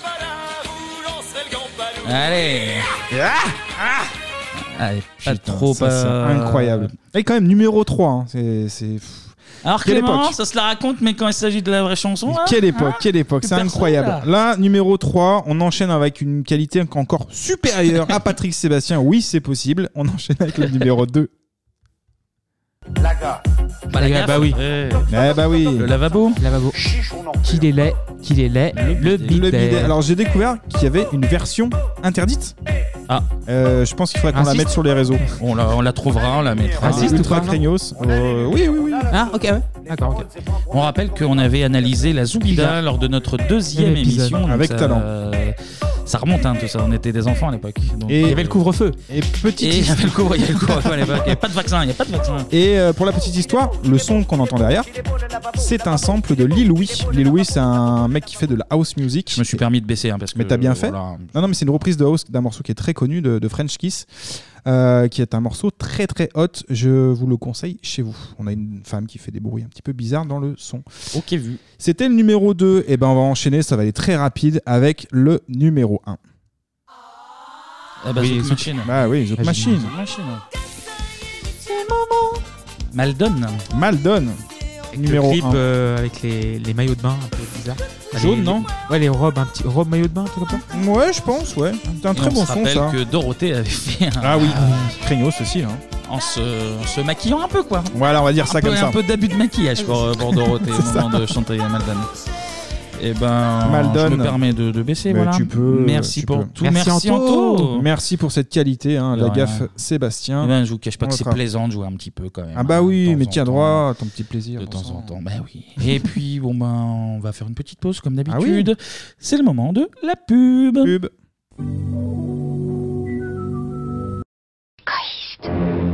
[SPEAKER 1] Allez. Allez, pas
[SPEAKER 6] Ah, Putain,
[SPEAKER 1] trop.
[SPEAKER 6] ça, c'est
[SPEAKER 1] pas-
[SPEAKER 6] incroyable. Et quand même, numéro 3. hein, C'est. c'est- pff,
[SPEAKER 1] Alors
[SPEAKER 6] Quelle
[SPEAKER 1] Clément,
[SPEAKER 6] époque.
[SPEAKER 1] ça se la raconte, mais quand il s'agit de la vraie chanson. là,
[SPEAKER 6] Quelle époque,
[SPEAKER 1] hein,
[SPEAKER 6] quelle époque,
[SPEAKER 1] plus
[SPEAKER 6] c'est
[SPEAKER 1] personne,
[SPEAKER 6] incroyable. Là. numéro 3, on enchaîne avec une qualité encore supérieure à Patrick Sébastien. Oui, c'est possible. On enchaîne avec le numéro 2.
[SPEAKER 13] Laga.
[SPEAKER 1] Bah, la
[SPEAKER 7] Ah,
[SPEAKER 1] gaffe.
[SPEAKER 7] bah oui.
[SPEAKER 1] Eh,
[SPEAKER 6] Eh bah oui.
[SPEAKER 1] Le lavabo.
[SPEAKER 7] Lavabo. Qu'il est laid, qu'il est laid, le
[SPEAKER 6] Le bidet.
[SPEAKER 7] bidet.
[SPEAKER 6] Alors j'ai découvert qu'il y avait une version interdite.
[SPEAKER 1] Ah.
[SPEAKER 6] Euh, je pense qu'il faudrait qu'on la
[SPEAKER 7] Insiste.
[SPEAKER 6] mette sur les réseaux.
[SPEAKER 1] On la, on la trouvera, on la mettra.
[SPEAKER 7] Insiste. Existe ou
[SPEAKER 6] Ultra
[SPEAKER 7] pas, non
[SPEAKER 6] craignos. Euh, oui, oui, oui.
[SPEAKER 7] Ah, ok, ouais. D'accord, ok.
[SPEAKER 1] On rappelle qu'on avait analysé la Zoubida lors de notre deuxième
[SPEAKER 7] Épisode.
[SPEAKER 1] émission. donc
[SPEAKER 6] Avec
[SPEAKER 1] ça- euh,
[SPEAKER 6] talent.
[SPEAKER 1] Ça remonte, hein, tout ça. On était des enfants à l'époque. donc- euh,
[SPEAKER 6] Et-
[SPEAKER 7] Il y avait le couvre-feu.
[SPEAKER 6] Et
[SPEAKER 1] Et
[SPEAKER 6] petite
[SPEAKER 1] il y avait le couvre, il y avait le couvre à l'époque. Il n'y avait pas de vaccin, il n'y a pas de vaccin.
[SPEAKER 6] Et euh, pour la petite histoire, le son qu'on entend derrière, c'est un sample de Lil Louis. Lil Louis, c'est un mec qui fait de la house music.
[SPEAKER 1] Je me suis permis de baisser, hein, parce que.
[SPEAKER 6] Mais t'as bien fait.
[SPEAKER 1] voilà.
[SPEAKER 6] Non, non, mais c'est une reprise de house d'un morceau qui est très connu de, de French Kiss, euh, qui est un morceau très très hot. Je vous le conseille chez vous. On a une femme qui fait des bruits un petit peu bizarres dans le son.
[SPEAKER 1] Ok, vu.
[SPEAKER 6] C'était le numéro 2. Et ben on va enchaîner, ça va aller très rapide avec le numéro 1.
[SPEAKER 1] Ah bah,
[SPEAKER 7] Oui,
[SPEAKER 1] Zouk
[SPEAKER 7] Zouk-
[SPEAKER 1] Machine.
[SPEAKER 6] Bah oui, The
[SPEAKER 7] Ah,
[SPEAKER 6] Machine.
[SPEAKER 1] Zouk Machine. Maldon.
[SPEAKER 6] Maldon.
[SPEAKER 7] Le
[SPEAKER 6] Numéro
[SPEAKER 7] clip
[SPEAKER 6] un.
[SPEAKER 7] euh, avec les, les maillots de bain un peu bizarre.
[SPEAKER 6] Jaune,
[SPEAKER 7] Les-
[SPEAKER 6] non
[SPEAKER 7] Ouais, les robes, un petit robe maillot de bain, un truc comme ça.
[SPEAKER 6] Ouais, je pense, ouais. C'est un
[SPEAKER 1] Et
[SPEAKER 6] très
[SPEAKER 1] on
[SPEAKER 6] bon
[SPEAKER 1] se
[SPEAKER 6] son
[SPEAKER 1] rappelle
[SPEAKER 6] ça.
[SPEAKER 1] que Dorothée avait fait un-
[SPEAKER 6] Ah oui, Craignos aussi. hein.
[SPEAKER 1] en, se, en se maquillant un peu, quoi.
[SPEAKER 6] Voilà, on va dire
[SPEAKER 1] un
[SPEAKER 6] ça
[SPEAKER 1] peu,
[SPEAKER 6] comme
[SPEAKER 1] un
[SPEAKER 6] ça.
[SPEAKER 1] peu d'abus de maquillage pour, euh, pour Dorothée au moment de chanter Maldon. Et ben,
[SPEAKER 6] Maldon.
[SPEAKER 1] je me permets de, de baisser.
[SPEAKER 6] Mais
[SPEAKER 1] voilà.
[SPEAKER 6] tu peux,
[SPEAKER 1] Merci
[SPEAKER 6] tu
[SPEAKER 1] pour
[SPEAKER 6] peux.
[SPEAKER 1] tout.
[SPEAKER 7] Merci,
[SPEAKER 1] Merci,
[SPEAKER 7] Anto.
[SPEAKER 1] Anto.
[SPEAKER 6] Merci pour cette qualité, hein,
[SPEAKER 1] De
[SPEAKER 6] la
[SPEAKER 1] rien.
[SPEAKER 6] gaffe
[SPEAKER 1] Eh
[SPEAKER 6] Sébastien.
[SPEAKER 1] ben, je vous cache pas
[SPEAKER 6] On
[SPEAKER 1] que
[SPEAKER 6] le
[SPEAKER 1] c'est
[SPEAKER 6] fera.
[SPEAKER 1] plaisant de jouer un petit peu quand même.
[SPEAKER 6] ah bah
[SPEAKER 1] hein, de
[SPEAKER 6] oui,
[SPEAKER 1] temps
[SPEAKER 6] mais
[SPEAKER 1] en
[SPEAKER 6] tiens
[SPEAKER 1] temps.
[SPEAKER 6] droit à Ah, ton petit plaisir.
[SPEAKER 1] De temps
[SPEAKER 6] Vincent.
[SPEAKER 1] en temps, bah oui. Et puis, bon ben, on va faire une petite pause comme d'habitude.
[SPEAKER 6] Ah
[SPEAKER 1] C'est le moment de la pub.
[SPEAKER 6] Pub.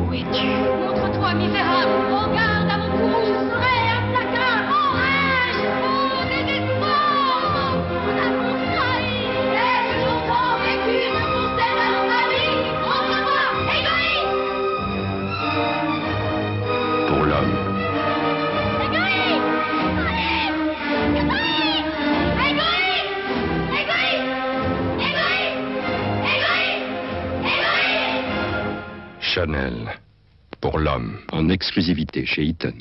[SPEAKER 8] Montre-toi misérable, prends garde à mon cou, je serai un placard en rage, au désespoir. On a tout trahi, et que longtemps vécu ne concerne à nos amis, en savoir égoïste,
[SPEAKER 20] Pour l'homme,
[SPEAKER 8] égoïste, allez, égoïste, égoïste, égoïste, égoïste, égoïste, égoïste.
[SPEAKER 20] Chanel. Pour l'homme, en exclusivité chez Eaton.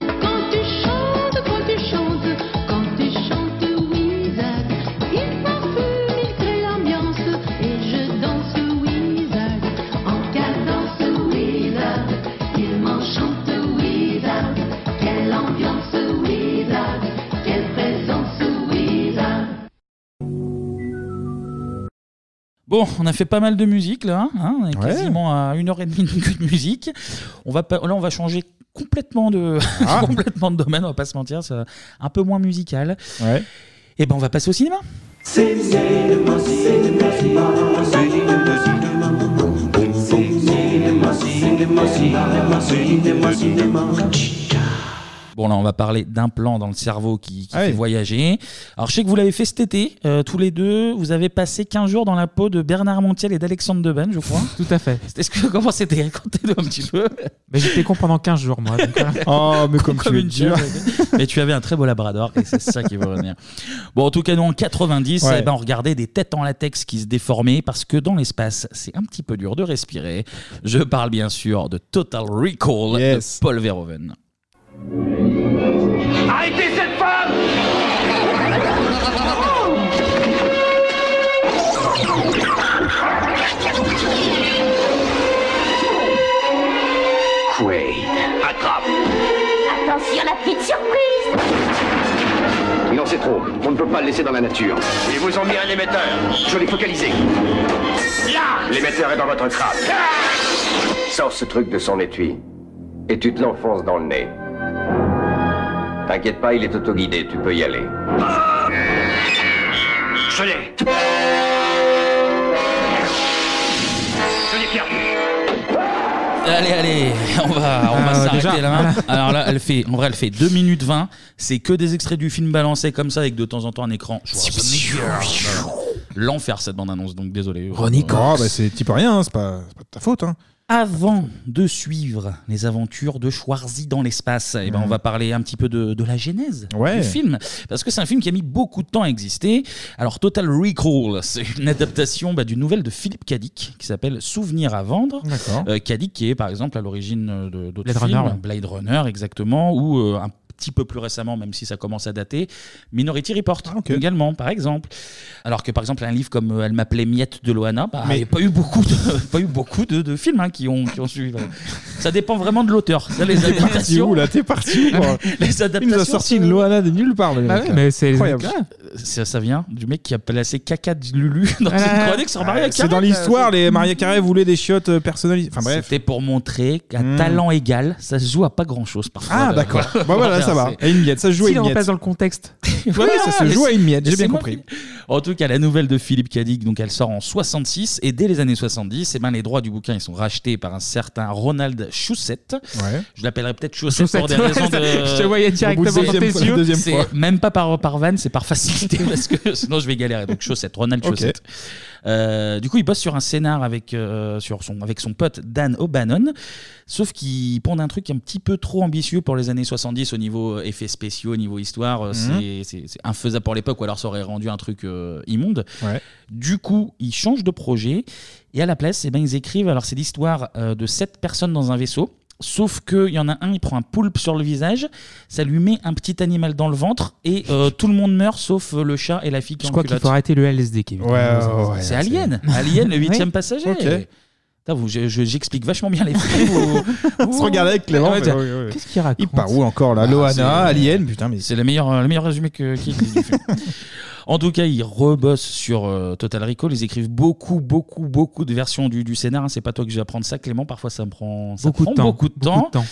[SPEAKER 8] Quand tu chantes, quand tu chantes, quand tu chantes Wizard, il parfume, il crée l'ambiance et je danse Wizard. En cadence Wizard, il m'enchante Wizard. Quelle ambiance Wizard, quelle présence Wizard.
[SPEAKER 1] Bon, on a fait pas mal de musique là, hein, on est
[SPEAKER 6] Ouais.
[SPEAKER 1] quasiment à une heure et demie de musique. On va pas- là, on va changer complètement de
[SPEAKER 6] Ah.
[SPEAKER 1] complètement de domaine, on va pas se mentir, c'est un peu moins musical. Et ben on va passer au cinéma. Bon là, on va parler d'un plan dans le cerveau qui,
[SPEAKER 7] Ah
[SPEAKER 1] qui fait voyager. Alors je sais que vous l'avez fait cet été, euh, tous les deux. Vous avez passé 15 jours dans la peau de Bernard Montiel et d'Alexandre Deben, je crois.
[SPEAKER 7] Tout à fait.
[SPEAKER 1] Est-ce que comment c'était Racontez-nous un petit peu.
[SPEAKER 7] Mais j'étais con pendant 15 jours, moi. donc, voilà.
[SPEAKER 1] une chèvre. Mais tu avais un très beau labrador et c'est ça qui va revenir. Bon, en tout cas, nous, en 90,
[SPEAKER 7] Ouais.
[SPEAKER 1] eh ben, on regardait des têtes en latex qui se déformaient parce que dans l'espace, c'est un petit peu dur de respirer. Je parle bien sûr de Total Recall de Paul Verhoeven.
[SPEAKER 15] Arrêtez cette femme
[SPEAKER 13] Quaid, attrape.
[SPEAKER 21] Attention, la petite surprise
[SPEAKER 13] Non, c'est trop. On ne peut pas le laisser dans la nature. Ils vous ont mis un émetteur. Je l'ai focalisé. Là L'émetteur est dans votre crâne. Ah, Sors ce truc de son étui. Et tu te l'enfonces dans le nez. T'inquiète pas, il est autoguidé. Tu peux y aller. Je l'ai.
[SPEAKER 1] Allez, allez, on va,
[SPEAKER 6] Ah
[SPEAKER 1] on va
[SPEAKER 7] Euh,
[SPEAKER 1] s'arrêter
[SPEAKER 7] déjà,
[SPEAKER 1] là.
[SPEAKER 7] voilà.
[SPEAKER 1] Alors là, elle fait, en vrai, elle fait 2 minutes 20. C'est que des extraits du film balancés comme ça avec de temps en temps un écran. Schwarzenegger. L'enfer cette bande-annonce, donc désolé. Euh,
[SPEAKER 6] Oh, bah, c'est type rien, hein, c'est pas, c'est pas de ta faute. Hein.
[SPEAKER 1] Avant de suivre les aventures de Schwarzy dans l'espace, eh ben
[SPEAKER 6] Mhm.
[SPEAKER 1] on va parler un petit peu de, de la genèse
[SPEAKER 6] Ouais.
[SPEAKER 1] du film. Parce que c'est un film qui a mis beaucoup de temps à exister. Alors, Total Recall, c'est une adaptation bah, d'une nouvelle de Philippe Dick qui s'appelle Souvenir à vendre.
[SPEAKER 6] D'accord.
[SPEAKER 1] Euh, Dick qui est par exemple à l'origine euh, de- d'autres
[SPEAKER 7] Blade
[SPEAKER 1] films,
[SPEAKER 7] Runner, ouais.
[SPEAKER 1] Blade Runner exactement, ou euh, un petit peu plus récemment, même si ça commence à dater, Minority Report
[SPEAKER 6] Ah,
[SPEAKER 1] également, par exemple. Alors que par exemple un livre comme euh, Elle m'appelait Miette de Loana, bah,
[SPEAKER 7] Mais-
[SPEAKER 1] il n'y a pas eu beaucoup de, pas eu beaucoup de, de films hein, qui, ont, qui ont suivi. voilà. Ça dépend vraiment de l'auteur. Ça, les
[SPEAKER 6] T'es parti
[SPEAKER 1] adaptations.
[SPEAKER 6] où là T'es parti où quoi
[SPEAKER 1] les adaptations.
[SPEAKER 6] Il nous a sorti une Loana de nulle part. le
[SPEAKER 1] Bah
[SPEAKER 6] mec,
[SPEAKER 1] ouais,
[SPEAKER 6] là.
[SPEAKER 1] mais c'est-
[SPEAKER 6] incroyable.
[SPEAKER 1] Ça, ça vient du mec qui a placé caca de Lulu dans une chronique sur Maria
[SPEAKER 6] Euh, C'est dans l'histoire, les Maria Carré voulaient des chiottes euh, personnalisées. Enfin bref.
[SPEAKER 1] C'était pour montrer qu'à
[SPEAKER 6] Hmm.
[SPEAKER 1] talent égal, ça se joue à pas grand chose parfois.
[SPEAKER 6] Ah,
[SPEAKER 1] Euh,
[SPEAKER 6] d'accord.
[SPEAKER 1] voilà.
[SPEAKER 6] Bah voilà, ça va.
[SPEAKER 1] c'est-
[SPEAKER 6] Et une miette, ça se joue à
[SPEAKER 1] Si
[SPEAKER 6] une
[SPEAKER 1] on
[SPEAKER 6] miette.
[SPEAKER 1] repasse dans le
[SPEAKER 7] contexte.
[SPEAKER 1] Voilà,
[SPEAKER 6] Ouais, ça se
[SPEAKER 1] Ah, mais
[SPEAKER 6] joue à
[SPEAKER 1] c'est-
[SPEAKER 6] une miette, j'ai
[SPEAKER 1] mais
[SPEAKER 6] bien
[SPEAKER 1] c'est
[SPEAKER 6] compris.
[SPEAKER 1] moi qui- En tout cas, la nouvelle de Philippe Cadic, donc elle sort en 66 et dès les années 70, eh ben, les droits du bouquin ils sont rachetés par un certain Ronald Chaussette.
[SPEAKER 6] Ouais.
[SPEAKER 1] Je l'appellerai peut-être Chaussette, pour des
[SPEAKER 7] Chaussette, ouais,
[SPEAKER 1] raisons de.
[SPEAKER 7] ça- je te voyais directement
[SPEAKER 1] Au bout de
[SPEAKER 7] dans
[SPEAKER 1] deuxième
[SPEAKER 7] tes
[SPEAKER 1] fois-
[SPEAKER 7] yeux. Deuxième
[SPEAKER 1] C'est
[SPEAKER 7] fois.
[SPEAKER 1] même pas par, par vanne, c'est par facilité parce que sinon je vais galérer. Donc Chaussette, Ronald
[SPEAKER 7] Ok.
[SPEAKER 1] Chaussette. Euh, du coup, il bosse sur un scénar avec, euh, sur son, avec son pote Dan O'Bannon. Sauf qu'il pondent un truc un petit peu trop ambitieux pour les années 70 au niveau euh, effets spéciaux, au niveau histoire. euh,
[SPEAKER 6] Mhm.
[SPEAKER 1] c'est- C'est c'est infaisable pour l'époque, ou alors ça aurait rendu un truc euh, immonde.
[SPEAKER 6] Ouais.
[SPEAKER 1] Du coup, ils changent de projet. Et à la place, eh ben, ils écrivent. Alors, c'est l'histoire euh, de sept personnes dans un vaisseau. Sauf qu'il y en a un, il prend un poulpe sur le visage, ça lui met un petit animal dans le ventre et euh, tout le monde meurt sauf euh, le chat et la fille qui est
[SPEAKER 7] Je
[SPEAKER 1] en
[SPEAKER 7] crois qu'il
[SPEAKER 1] culotte.
[SPEAKER 7] faut arrêter le LSD, Kevin.
[SPEAKER 1] C'est Alien, Alien le
[SPEAKER 7] Oui.
[SPEAKER 1] huitième
[SPEAKER 7] Ah
[SPEAKER 1] passager.
[SPEAKER 7] Ok.
[SPEAKER 1] Putain, vous- je- je- J'explique vachement bien les films. vous-
[SPEAKER 6] On se regarde avec Clément.
[SPEAKER 1] Ouais,
[SPEAKER 6] mais
[SPEAKER 1] tiens.
[SPEAKER 6] ouais, ouais, ouais.
[SPEAKER 7] Qu'est-ce qu'il raconte
[SPEAKER 6] Il part où encore là Loana,
[SPEAKER 1] Ah, c'est-
[SPEAKER 6] Alien, putain, mais.
[SPEAKER 1] C'est le meilleur, euh, le meilleur résumé que, qui existe du film. En tout cas, ils rebossent sur euh, Total Recall. Ils écrivent beaucoup, beaucoup, beaucoup de versions du, du scénar. hein. C'est pas toi que je vais apprendre ça, Clément. Parfois, ça me prend, ça
[SPEAKER 7] Beaucoup de
[SPEAKER 1] prend
[SPEAKER 7] temps,
[SPEAKER 1] beaucoup de
[SPEAKER 7] beaucoup
[SPEAKER 1] temps.
[SPEAKER 7] de temps.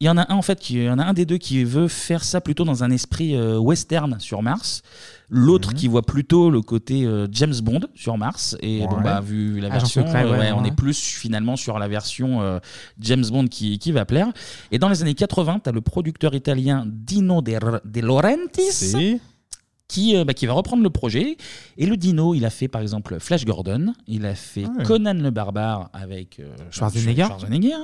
[SPEAKER 1] Il y en a un en fait, qui, il y en a un des deux qui veut faire ça plutôt dans un esprit euh, western sur Mars. L'autre
[SPEAKER 7] Mhm.
[SPEAKER 1] qui voit plutôt le côté euh, James Bond sur Mars. Et bon
[SPEAKER 7] Ouais.
[SPEAKER 1] bah vu la
[SPEAKER 7] Agent
[SPEAKER 1] version,
[SPEAKER 7] secret,
[SPEAKER 1] euh,
[SPEAKER 7] ouais,
[SPEAKER 1] ouais, on
[SPEAKER 7] ouais.
[SPEAKER 1] est plus finalement sur la version euh, James Bond qui, qui va plaire. Et dans les années 80, tu as le producteur italien Dino De, De Laurentiis qui, euh, bah, qui va reprendre le projet. Et le Dino, il a fait par exemple Flash Gordon, il a fait
[SPEAKER 7] Ah Ouais.
[SPEAKER 1] Conan le Barbare avec euh,
[SPEAKER 7] Schwarzenegger.
[SPEAKER 1] Schwarzenegger,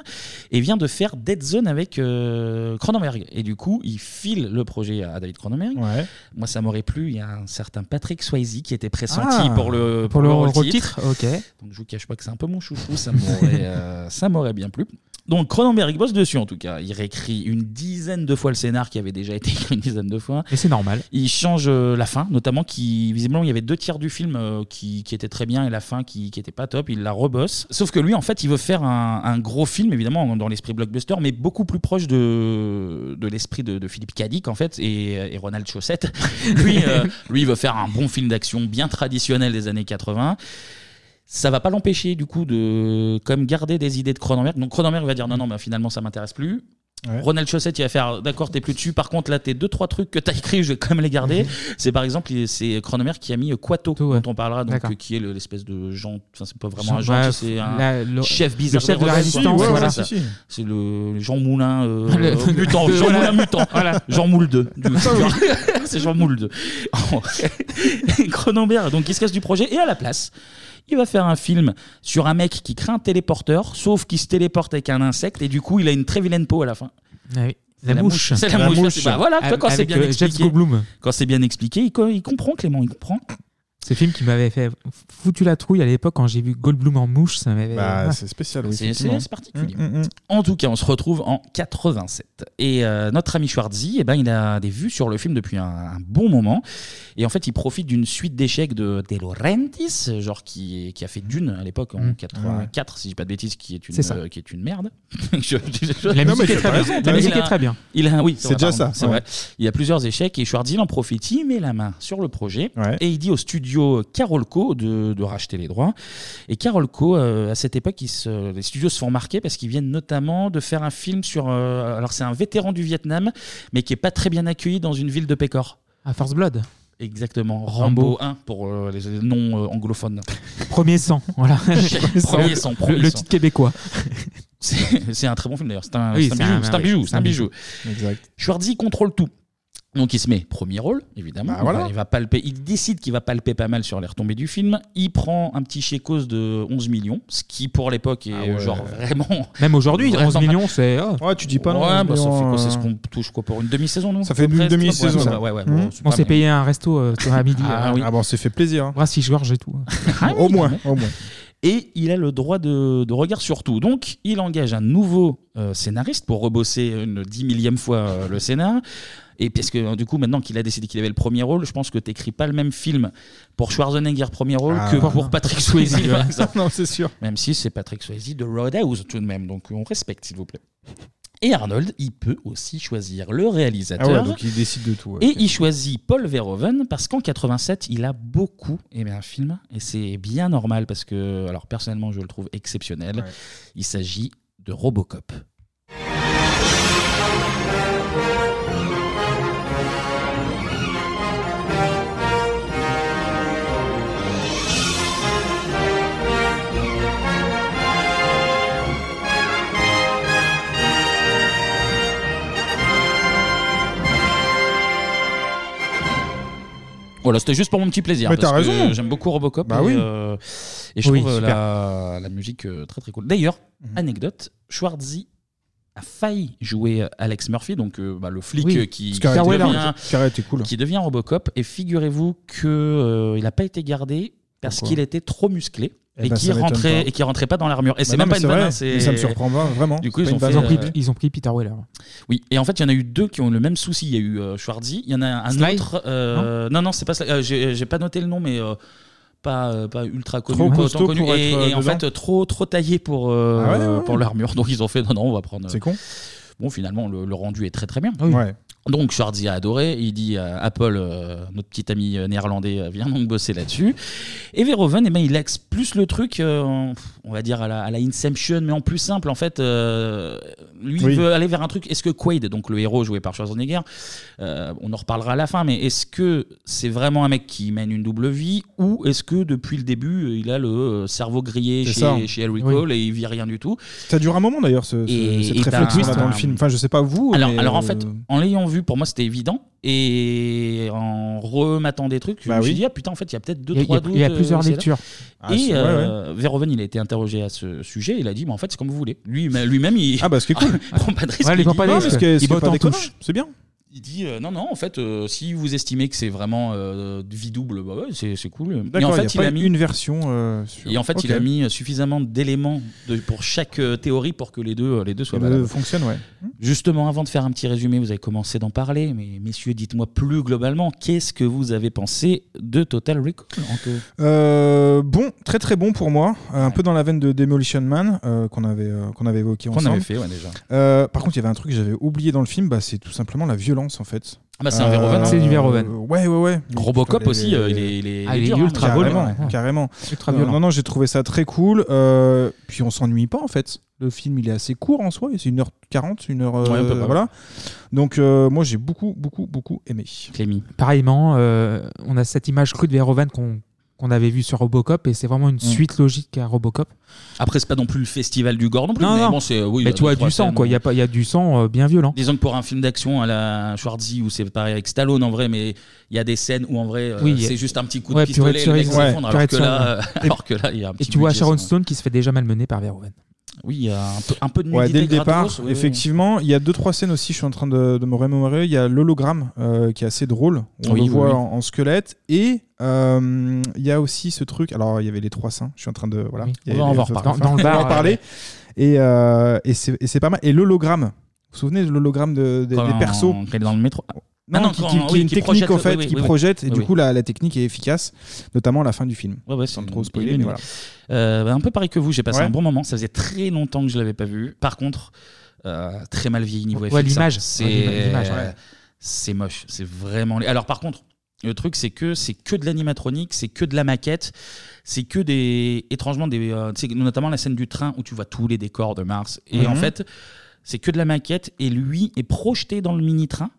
[SPEAKER 1] et vient de faire Dead Zone avec euh, Cronenberg. Et du coup, il file le projet à David Cronenberg. Moi, ça m'aurait plu. Il y a un certain Patrick Swayze qui était pressenti
[SPEAKER 7] Ah,
[SPEAKER 1] pour le,
[SPEAKER 7] pour le rôle titre, ok.
[SPEAKER 1] Donc, je vous cache pas que c'est un peu mon chouchou. Ça m'aurait, euh, ça m'aurait bien plu. Donc, Cronenberg bosse dessus en tout cas. Il réécrit une dizaine de fois le scénar qui avait déjà été écrit une dizaine de fois.
[SPEAKER 7] Et c'est normal.
[SPEAKER 1] Il change euh, la fin, notamment qui visiblement il y avait deux tiers du film euh, qui, qui étaient très bien et la fin qui, qui était pas top. Il la rebosse. Sauf que lui, en fait, il veut faire un, un gros film, évidemment dans l'esprit blockbuster, mais beaucoup plus proche de, de l'esprit de, de Philippe Cadic en fait et, et Ronald euh, Chaussette. lui, euh, lui, il veut faire un bon film d'action bien traditionnel des années 80. ça va pas l'empêcher du coup de comme garder des idées de Cronenberg. Donc Cronenberg va dire non non mais finalement ça m'intéresse plus.
[SPEAKER 6] Ouais.
[SPEAKER 1] Ronald Chaussette, il va faire d'accord, t'es plus dessus. Par contre, là, t'es deux trois trucs que t'as écrits, je vais quand même les garder. C'est par exemple, il- c'est Cronenberg qui a mis euh, Quato, dont on parlera, donc
[SPEAKER 7] D'accord.
[SPEAKER 1] euh, qui est le- l'espèce de genre, enfin c'est pas vraiment un
[SPEAKER 7] Jean-
[SPEAKER 1] genre,
[SPEAKER 7] ouais,
[SPEAKER 1] c'est un
[SPEAKER 7] la- le-
[SPEAKER 1] chef bizarre,
[SPEAKER 7] le chef de la
[SPEAKER 1] rebelle,
[SPEAKER 7] résistance,
[SPEAKER 1] quoi.
[SPEAKER 7] ouais,
[SPEAKER 1] Voilà,
[SPEAKER 7] ouais,
[SPEAKER 1] ça.
[SPEAKER 7] si, si.
[SPEAKER 1] c'est le Jean Moulin euh,
[SPEAKER 7] Le-
[SPEAKER 1] mutant,
[SPEAKER 7] le-
[SPEAKER 1] Jean
[SPEAKER 7] voilà.
[SPEAKER 1] Moulin mutant,
[SPEAKER 7] Voilà.
[SPEAKER 1] Jean Moule 2. c'est Jean Moule 2. Cronenberg, donc il se casse du projet et à la place, il va faire un film sur un mec qui craint un téléporteur, sauf qu'il se téléporte avec un insecte et du coup il a une très vilaine peau à la fin.
[SPEAKER 7] Ah oui. La,
[SPEAKER 1] La
[SPEAKER 7] mouche.
[SPEAKER 1] mouche. C'est la mouche. Bah voilà, toi, quand
[SPEAKER 7] Avec,
[SPEAKER 1] c'est bien
[SPEAKER 7] euh, Jeff
[SPEAKER 1] expliqué.
[SPEAKER 7] Goldblum.
[SPEAKER 1] Quand c'est bien expliqué, il, co- il comprend Clément, il comprend.
[SPEAKER 7] Ce film qui m'avait fait foutu la trouille à l'époque quand j'ai vu Goldblum en mouche, ça m'avait.
[SPEAKER 6] Bah,
[SPEAKER 7] Ah.
[SPEAKER 1] C'est- c'est c'est particulier.
[SPEAKER 7] Mm,
[SPEAKER 1] En tout cas, on se retrouve en 87. Et euh, notre ami Schwarzy, eh ben, il a des vues sur le film depuis un, un bon moment. Et en fait, il profite d'une suite d'échecs de De Laurentiis, genre qui, est- qui a fait Dune à l'époque en
[SPEAKER 7] Mm.
[SPEAKER 1] 84, si je dis pas de bêtises, qui est une,
[SPEAKER 7] C'est ça.
[SPEAKER 1] euh, qui est une merde. Je- je-
[SPEAKER 7] La musique est très bien. La
[SPEAKER 1] Il
[SPEAKER 7] musique
[SPEAKER 1] a-
[SPEAKER 7] est très bien.
[SPEAKER 1] Il a, oui,
[SPEAKER 7] C'est
[SPEAKER 1] vrai,
[SPEAKER 7] déjà ça,
[SPEAKER 1] pardon, C'est
[SPEAKER 7] ouais.
[SPEAKER 1] vrai. Il y a plusieurs échecs et Schwarzy il en profite, il met la main sur le projet et il dit au studio Carolco de, de racheter les droits. Et Carolco, euh, à cette époque, ils se- les studios se font marquer parce qu'ils viennent notamment de faire un film sur. euh, alors, c'est un vétéran du Vietnam, mais qui est pas très bien accueilli dans une ville de Pécor.
[SPEAKER 7] À Force Blood.
[SPEAKER 1] Exactement,
[SPEAKER 7] Rambo.
[SPEAKER 1] Rambo 1 pour euh, les non euh, anglophones.
[SPEAKER 7] Premier sang. Voilà.
[SPEAKER 1] Premier sang,
[SPEAKER 7] Le-
[SPEAKER 1] premier
[SPEAKER 7] Le
[SPEAKER 1] sang.
[SPEAKER 7] titre québécois.
[SPEAKER 1] C'est c'est un très bon film d'ailleurs. C'est un,
[SPEAKER 7] Oui,
[SPEAKER 1] c'est un
[SPEAKER 7] c'est un-
[SPEAKER 1] bijou, c'est un
[SPEAKER 7] oui,
[SPEAKER 1] bijou,
[SPEAKER 7] c'est
[SPEAKER 1] c'est un
[SPEAKER 7] un
[SPEAKER 1] bijou.
[SPEAKER 6] bijou. Exact.
[SPEAKER 1] Schwarzy contrôle tout. Donc il se met premier rôle, évidemment.
[SPEAKER 6] Bah, voilà.
[SPEAKER 1] Il va palper. Il décide qu'il va palper pas mal sur les retombées du film. Il prend un petit chèque cause de 11 millions, ce qui pour l'époque est
[SPEAKER 7] Ah ouais.
[SPEAKER 1] genre vraiment.
[SPEAKER 7] Même aujourd'hui,
[SPEAKER 1] Vraiment
[SPEAKER 7] 11
[SPEAKER 1] pas-
[SPEAKER 7] millions, c'est. oh.
[SPEAKER 6] Ouais, tu dis pas non,
[SPEAKER 1] Ouais,
[SPEAKER 6] 11
[SPEAKER 1] bah, ça fait
[SPEAKER 6] millions,
[SPEAKER 1] quoi
[SPEAKER 6] euh,
[SPEAKER 1] C'est ce qu'on touche quoi pour une demi-saison, non
[SPEAKER 6] Ça fait
[SPEAKER 1] À peu
[SPEAKER 6] une
[SPEAKER 1] près, c'est
[SPEAKER 6] demi-saison,
[SPEAKER 1] pas-
[SPEAKER 6] ça.
[SPEAKER 1] Ouais, ouais,
[SPEAKER 6] Mhm.
[SPEAKER 1] bon, c'est
[SPEAKER 7] On
[SPEAKER 1] pas
[SPEAKER 7] s'est
[SPEAKER 1] mal.
[SPEAKER 7] payé un resto euh, sur- à midi.
[SPEAKER 1] Ah oui. Ah
[SPEAKER 6] bon, c'est fait plaisir. hein.
[SPEAKER 7] Brassis Georges et tout.
[SPEAKER 1] au moins, Et il a le droit de, de regard sur tout. Donc, il engage un nouveau euh, scénariste pour rebosser une dix millième fois euh, le scénar. Et parce que euh, du coup, maintenant qu'il a décidé qu'il avait le premier rôle, je pense que t'écris pas le même film pour Schwarzenegger premier rôle
[SPEAKER 6] Ah,
[SPEAKER 1] que
[SPEAKER 6] non.
[SPEAKER 1] pour Patrick Swayze.
[SPEAKER 6] Ouais.
[SPEAKER 1] par exemple.
[SPEAKER 6] Non, c'est sûr.
[SPEAKER 1] Même si c'est Patrick Swayze de Roadhouse tout de même, donc euh, on respecte s'il vous plaît. Et Arnold, il peut aussi choisir le réalisateur.
[SPEAKER 6] Ah ouais, donc il décide de tout, ouais.
[SPEAKER 1] Et il choisit Paul Verhoeven parce qu'en 87, il a beaucoup aimé un film et c'est bien normal parce que, alors personnellement, je le trouve exceptionnel. Il s'agit de Robocop. Voilà, c'était juste pour mon petit plaisir.
[SPEAKER 6] Mais
[SPEAKER 1] parce
[SPEAKER 6] t'as
[SPEAKER 1] que
[SPEAKER 6] raison.
[SPEAKER 1] J'aime beaucoup Robocop.
[SPEAKER 6] Bah
[SPEAKER 1] et,
[SPEAKER 6] oui.
[SPEAKER 1] euh, et je
[SPEAKER 6] Oui,
[SPEAKER 1] trouve euh,
[SPEAKER 6] super. Mhm.
[SPEAKER 1] la, la musique euh, très très cool. D'ailleurs, anecdote, Schwarzy a failli jouer Alex Murphy, donc euh, bah, le flic
[SPEAKER 6] Oui.
[SPEAKER 1] euh, qui,
[SPEAKER 6] Ce
[SPEAKER 1] qui
[SPEAKER 6] qui aurait été-
[SPEAKER 1] devient,
[SPEAKER 6] ce qui aurait été cool.
[SPEAKER 1] qui devient Robocop. Et figurez-vous qu'il n'a pas été gardé parce
[SPEAKER 6] Pourquoi
[SPEAKER 1] qu'il était trop musclé.
[SPEAKER 6] Eh
[SPEAKER 1] Et,
[SPEAKER 6] ben,
[SPEAKER 1] qui
[SPEAKER 6] ça m'étonne
[SPEAKER 1] rentrait
[SPEAKER 6] pas.
[SPEAKER 1] et qui rentrait pas dans l'armure et
[SPEAKER 6] Bah
[SPEAKER 1] c'est
[SPEAKER 6] non,
[SPEAKER 1] même
[SPEAKER 6] mais
[SPEAKER 1] pas une
[SPEAKER 6] c'est
[SPEAKER 1] vanne
[SPEAKER 6] vrai.
[SPEAKER 1] hein, c'est-
[SPEAKER 6] Mais ça me surprend pas, vraiment.
[SPEAKER 1] du coup
[SPEAKER 6] C'est
[SPEAKER 1] ils ont,
[SPEAKER 6] pas une
[SPEAKER 1] fait,
[SPEAKER 7] Ils ont, pris,
[SPEAKER 1] euh,
[SPEAKER 7] ils ont pris Peter Weller.
[SPEAKER 1] oui, et en fait, il y en a eu deux qui ont eu le même souci. Il y a eu euh, Schwarzy, il y en a un
[SPEAKER 7] Sly
[SPEAKER 1] autre. euh, non, non, c'est pas Sly. Euh, J'ai j'ai pas noté le nom, mais. euh, pas, euh, pas ultra connu,
[SPEAKER 6] Trop
[SPEAKER 1] pas
[SPEAKER 6] costaud
[SPEAKER 1] autant connu
[SPEAKER 6] pour
[SPEAKER 1] et,
[SPEAKER 6] être, euh,
[SPEAKER 1] et en
[SPEAKER 6] dedans.
[SPEAKER 1] fait euh, trop trop taillé pour euh,
[SPEAKER 6] Ah ouais, ouais, ouais.
[SPEAKER 1] pour l'armure donc ils ont fait non non on va prendre euh,
[SPEAKER 6] C'est con.
[SPEAKER 1] bon finalement le, le rendu est très très bien
[SPEAKER 6] oui. Ouais.
[SPEAKER 1] donc Schwarzy a adoré il dit à Apple euh, notre petit ami euh, néerlandais euh, viens donc bosser là-dessus et Verhoeven eh ben, il axe plus le truc euh, en- on va dire à la, à la Inception mais en plus simple en fait euh, lui
[SPEAKER 6] Oui.
[SPEAKER 1] il veut aller vers un truc. Est-ce que Quaid, donc le héros joué par Schwarzenegger, euh, on en reparlera à la fin, mais est-ce que c'est vraiment un mec qui mène une double vie ou est-ce que depuis le début, euh, il a le euh, cerveau grillé
[SPEAKER 6] C'est ça.
[SPEAKER 1] chez, chez
[SPEAKER 6] Oui.
[SPEAKER 1] Harry Cole et il vit rien du tout
[SPEAKER 6] Ça dure un moment d'ailleurs, ce, ce-
[SPEAKER 1] Et- et
[SPEAKER 6] cette
[SPEAKER 1] t'as-
[SPEAKER 6] réflexion-là dans le
[SPEAKER 1] t'as-
[SPEAKER 6] film. Enfin, je sais pas vous.
[SPEAKER 1] alors,
[SPEAKER 6] mais,
[SPEAKER 1] alors en
[SPEAKER 6] euh,
[SPEAKER 1] fait, en l'ayant vu, pour moi, c'était évident. Et en remettant des trucs,
[SPEAKER 6] Bah
[SPEAKER 1] je me suis
[SPEAKER 6] oui.
[SPEAKER 1] dit, ah putain, en fait, il y a peut-être deux,
[SPEAKER 7] Il y a-
[SPEAKER 1] trois
[SPEAKER 7] il y a- il y a
[SPEAKER 1] doutes,
[SPEAKER 7] plusieurs
[SPEAKER 1] euh, c'est là.
[SPEAKER 7] lectures. Ah,
[SPEAKER 1] et
[SPEAKER 7] c'est- ouais,
[SPEAKER 1] euh, Verhoeven, il a été interrogé à ce sujet. Il a dit, mais en fait, c'est comme vous voulez. Lui- Lui-même, il.
[SPEAKER 6] Ah bah, ce qui est cool.
[SPEAKER 1] prend pas de risque.
[SPEAKER 7] Ouais, il prend
[SPEAKER 1] dit-
[SPEAKER 7] pas de
[SPEAKER 1] Non,
[SPEAKER 7] risque.
[SPEAKER 1] parce que
[SPEAKER 7] Il
[SPEAKER 1] c'est
[SPEAKER 7] botte
[SPEAKER 1] pas
[SPEAKER 7] en
[SPEAKER 1] des
[SPEAKER 7] touche.
[SPEAKER 1] connards.
[SPEAKER 6] C'est bien.
[SPEAKER 1] Il dit euh, non non en fait euh, si vous estimez que c'est vraiment euh, de vie double bah ouais, c'est c'est cool. Mais en
[SPEAKER 6] D'accord,
[SPEAKER 1] fait
[SPEAKER 6] il y a pas une version. euh, sur-
[SPEAKER 1] et en fait
[SPEAKER 6] Ok.
[SPEAKER 1] il a mis suffisamment d'éléments de- pour chaque euh, théorie pour que les deux euh, les deux soient
[SPEAKER 6] Les deux
[SPEAKER 1] valables.
[SPEAKER 6] fonctionnent, ouais.
[SPEAKER 1] Justement avant de faire un petit résumé vous avez commencé d'en parler mais messieurs dites-moi plus globalement qu'est-ce que vous avez pensé de Total Recall Anto
[SPEAKER 6] Euh, bon, très très bon pour moi, Euh, un peu dans la veine de Demolition Man euh, qu'on avait euh, qu'on avait évoqué
[SPEAKER 1] Qu'on
[SPEAKER 6] ensemble.
[SPEAKER 1] avait fait, ouais, déjà.
[SPEAKER 6] Euh, par contre, il y avait un truc que j'avais oublié dans le film, bah, c'est tout simplement la violence en fait.
[SPEAKER 1] Ah bah, c'est un Verhoeven, hein.
[SPEAKER 7] C'est du Verhoeven.
[SPEAKER 6] ouais, ouais, ouais.
[SPEAKER 1] Robocop
[SPEAKER 6] Putain, les-
[SPEAKER 1] aussi,
[SPEAKER 6] les-
[SPEAKER 1] euh, il est, il est-
[SPEAKER 7] Ah,
[SPEAKER 1] il est
[SPEAKER 7] il est
[SPEAKER 1] dur, hein.
[SPEAKER 7] ultra
[SPEAKER 6] carrément,
[SPEAKER 7] violent, ouais.
[SPEAKER 6] carrément.
[SPEAKER 7] Ultra
[SPEAKER 6] non,
[SPEAKER 7] violent.
[SPEAKER 6] Non, non, j'ai trouvé ça très cool. euh, puis on s'ennuie pas en fait. Le film, il est assez court en soi. C'est 1h40, 1h.
[SPEAKER 7] Ouais, à peu près.
[SPEAKER 6] euh, voilà. Donc euh, moi, j'ai beaucoup, beaucoup, beaucoup aimé.
[SPEAKER 1] Clémy.
[SPEAKER 7] Pareillement, euh, on a cette image crue de Verhoeven qu'on qu'on avait vue sur Robocop et c'est vraiment
[SPEAKER 1] Hmm.
[SPEAKER 7] une suite logique à Robocop.
[SPEAKER 1] Après, c'est pas non plus le festival du gore non plus. mais bon, c'est. oui,
[SPEAKER 7] mais
[SPEAKER 1] il y a
[SPEAKER 7] tu vois
[SPEAKER 1] deux,
[SPEAKER 7] du
[SPEAKER 1] trois
[SPEAKER 7] sang
[SPEAKER 1] scènes,
[SPEAKER 7] quoi, il y, a pas- il y a du sang euh, bien violent.
[SPEAKER 1] Disons que pour un film d'action à la Schwarzy où c'est pareil avec Stallone en vrai, mais il y a des scènes où en vrai euh,
[SPEAKER 7] Oui, il y a-
[SPEAKER 1] c'est juste un petit coup
[SPEAKER 7] Ouais,
[SPEAKER 1] de pistolet,
[SPEAKER 7] purée de
[SPEAKER 1] le mec
[SPEAKER 7] cerise, ouais,
[SPEAKER 1] s'effondre, alors,
[SPEAKER 7] purée
[SPEAKER 1] que
[SPEAKER 7] de
[SPEAKER 1] là,
[SPEAKER 7] cerise.
[SPEAKER 1] euh, alors que là, il y a un
[SPEAKER 7] Et
[SPEAKER 1] petit
[SPEAKER 7] tu vois
[SPEAKER 1] budget,
[SPEAKER 7] Sharon
[SPEAKER 1] c'est-
[SPEAKER 7] Stone qui se fait déjà malmener par Verhoeven.
[SPEAKER 1] Oui, il y a un peu, un peu de
[SPEAKER 6] Ouais,
[SPEAKER 1] nudité
[SPEAKER 6] dès le départ,
[SPEAKER 1] gratos, oui, oui.
[SPEAKER 6] effectivement, il y a deux trois scènes aussi. Je suis en train de, de me remémorer. Il y a l'hologramme euh, qui est assez drôle. On
[SPEAKER 1] Oui,
[SPEAKER 6] le
[SPEAKER 1] oui,
[SPEAKER 6] voit
[SPEAKER 1] oui.
[SPEAKER 6] En, en squelette et euh, il y a aussi ce truc. Alors il y avait les trois seins. Je suis en train de voilà.
[SPEAKER 7] Oui.
[SPEAKER 6] Il y
[SPEAKER 7] On va-
[SPEAKER 6] avait
[SPEAKER 7] on va
[SPEAKER 6] les-
[SPEAKER 7] en reparler.
[SPEAKER 6] enfin,
[SPEAKER 7] Dans le
[SPEAKER 6] on va
[SPEAKER 7] bar,
[SPEAKER 6] en parler. Et, euh, et c'est et c'est pas mal. Et l'hologramme. Vous vous souvenez de l'hologramme de- des-
[SPEAKER 1] Quand
[SPEAKER 6] des
[SPEAKER 1] on-
[SPEAKER 6] persos
[SPEAKER 1] quand il est dans le métro.
[SPEAKER 6] non,
[SPEAKER 1] Ah non,
[SPEAKER 6] qui,
[SPEAKER 1] quand-
[SPEAKER 6] qui- qui
[SPEAKER 1] oui,
[SPEAKER 6] est une
[SPEAKER 1] qui
[SPEAKER 6] technique
[SPEAKER 1] projette,
[SPEAKER 6] en
[SPEAKER 1] oui,
[SPEAKER 6] fait
[SPEAKER 1] oui,
[SPEAKER 6] qui
[SPEAKER 1] oui, oui.
[SPEAKER 6] projette et
[SPEAKER 1] Oui,
[SPEAKER 6] du
[SPEAKER 1] oui.
[SPEAKER 6] coup la, la technique est efficace, notamment à la fin du film.
[SPEAKER 1] Ouais, ouais, c'est
[SPEAKER 6] trop spoiler,
[SPEAKER 1] une-
[SPEAKER 6] mais
[SPEAKER 1] une-
[SPEAKER 6] voilà.
[SPEAKER 1] Euh, bah, un peu pareil que vous, j'ai passé
[SPEAKER 6] Ouais.
[SPEAKER 1] un bon moment. Ça faisait très longtemps que je l'avais pas vu. Par contre, euh, très mal vieilli niveau
[SPEAKER 7] Ouais,
[SPEAKER 1] FX, hein.
[SPEAKER 7] l'image.
[SPEAKER 1] C'est
[SPEAKER 7] Ouais, l'image, ouais.
[SPEAKER 1] c'est moche. C'est vraiment. laid. Alors par contre, le truc c'est que c'est que de l'animatronique, c'est que de la maquette, c'est que des étrangement des euh, tu sais, notamment la scène du train où tu vois tous les décors de Mars et
[SPEAKER 7] Mhm.
[SPEAKER 1] en fait c'est que de la maquette et lui est projeté dans le mini train.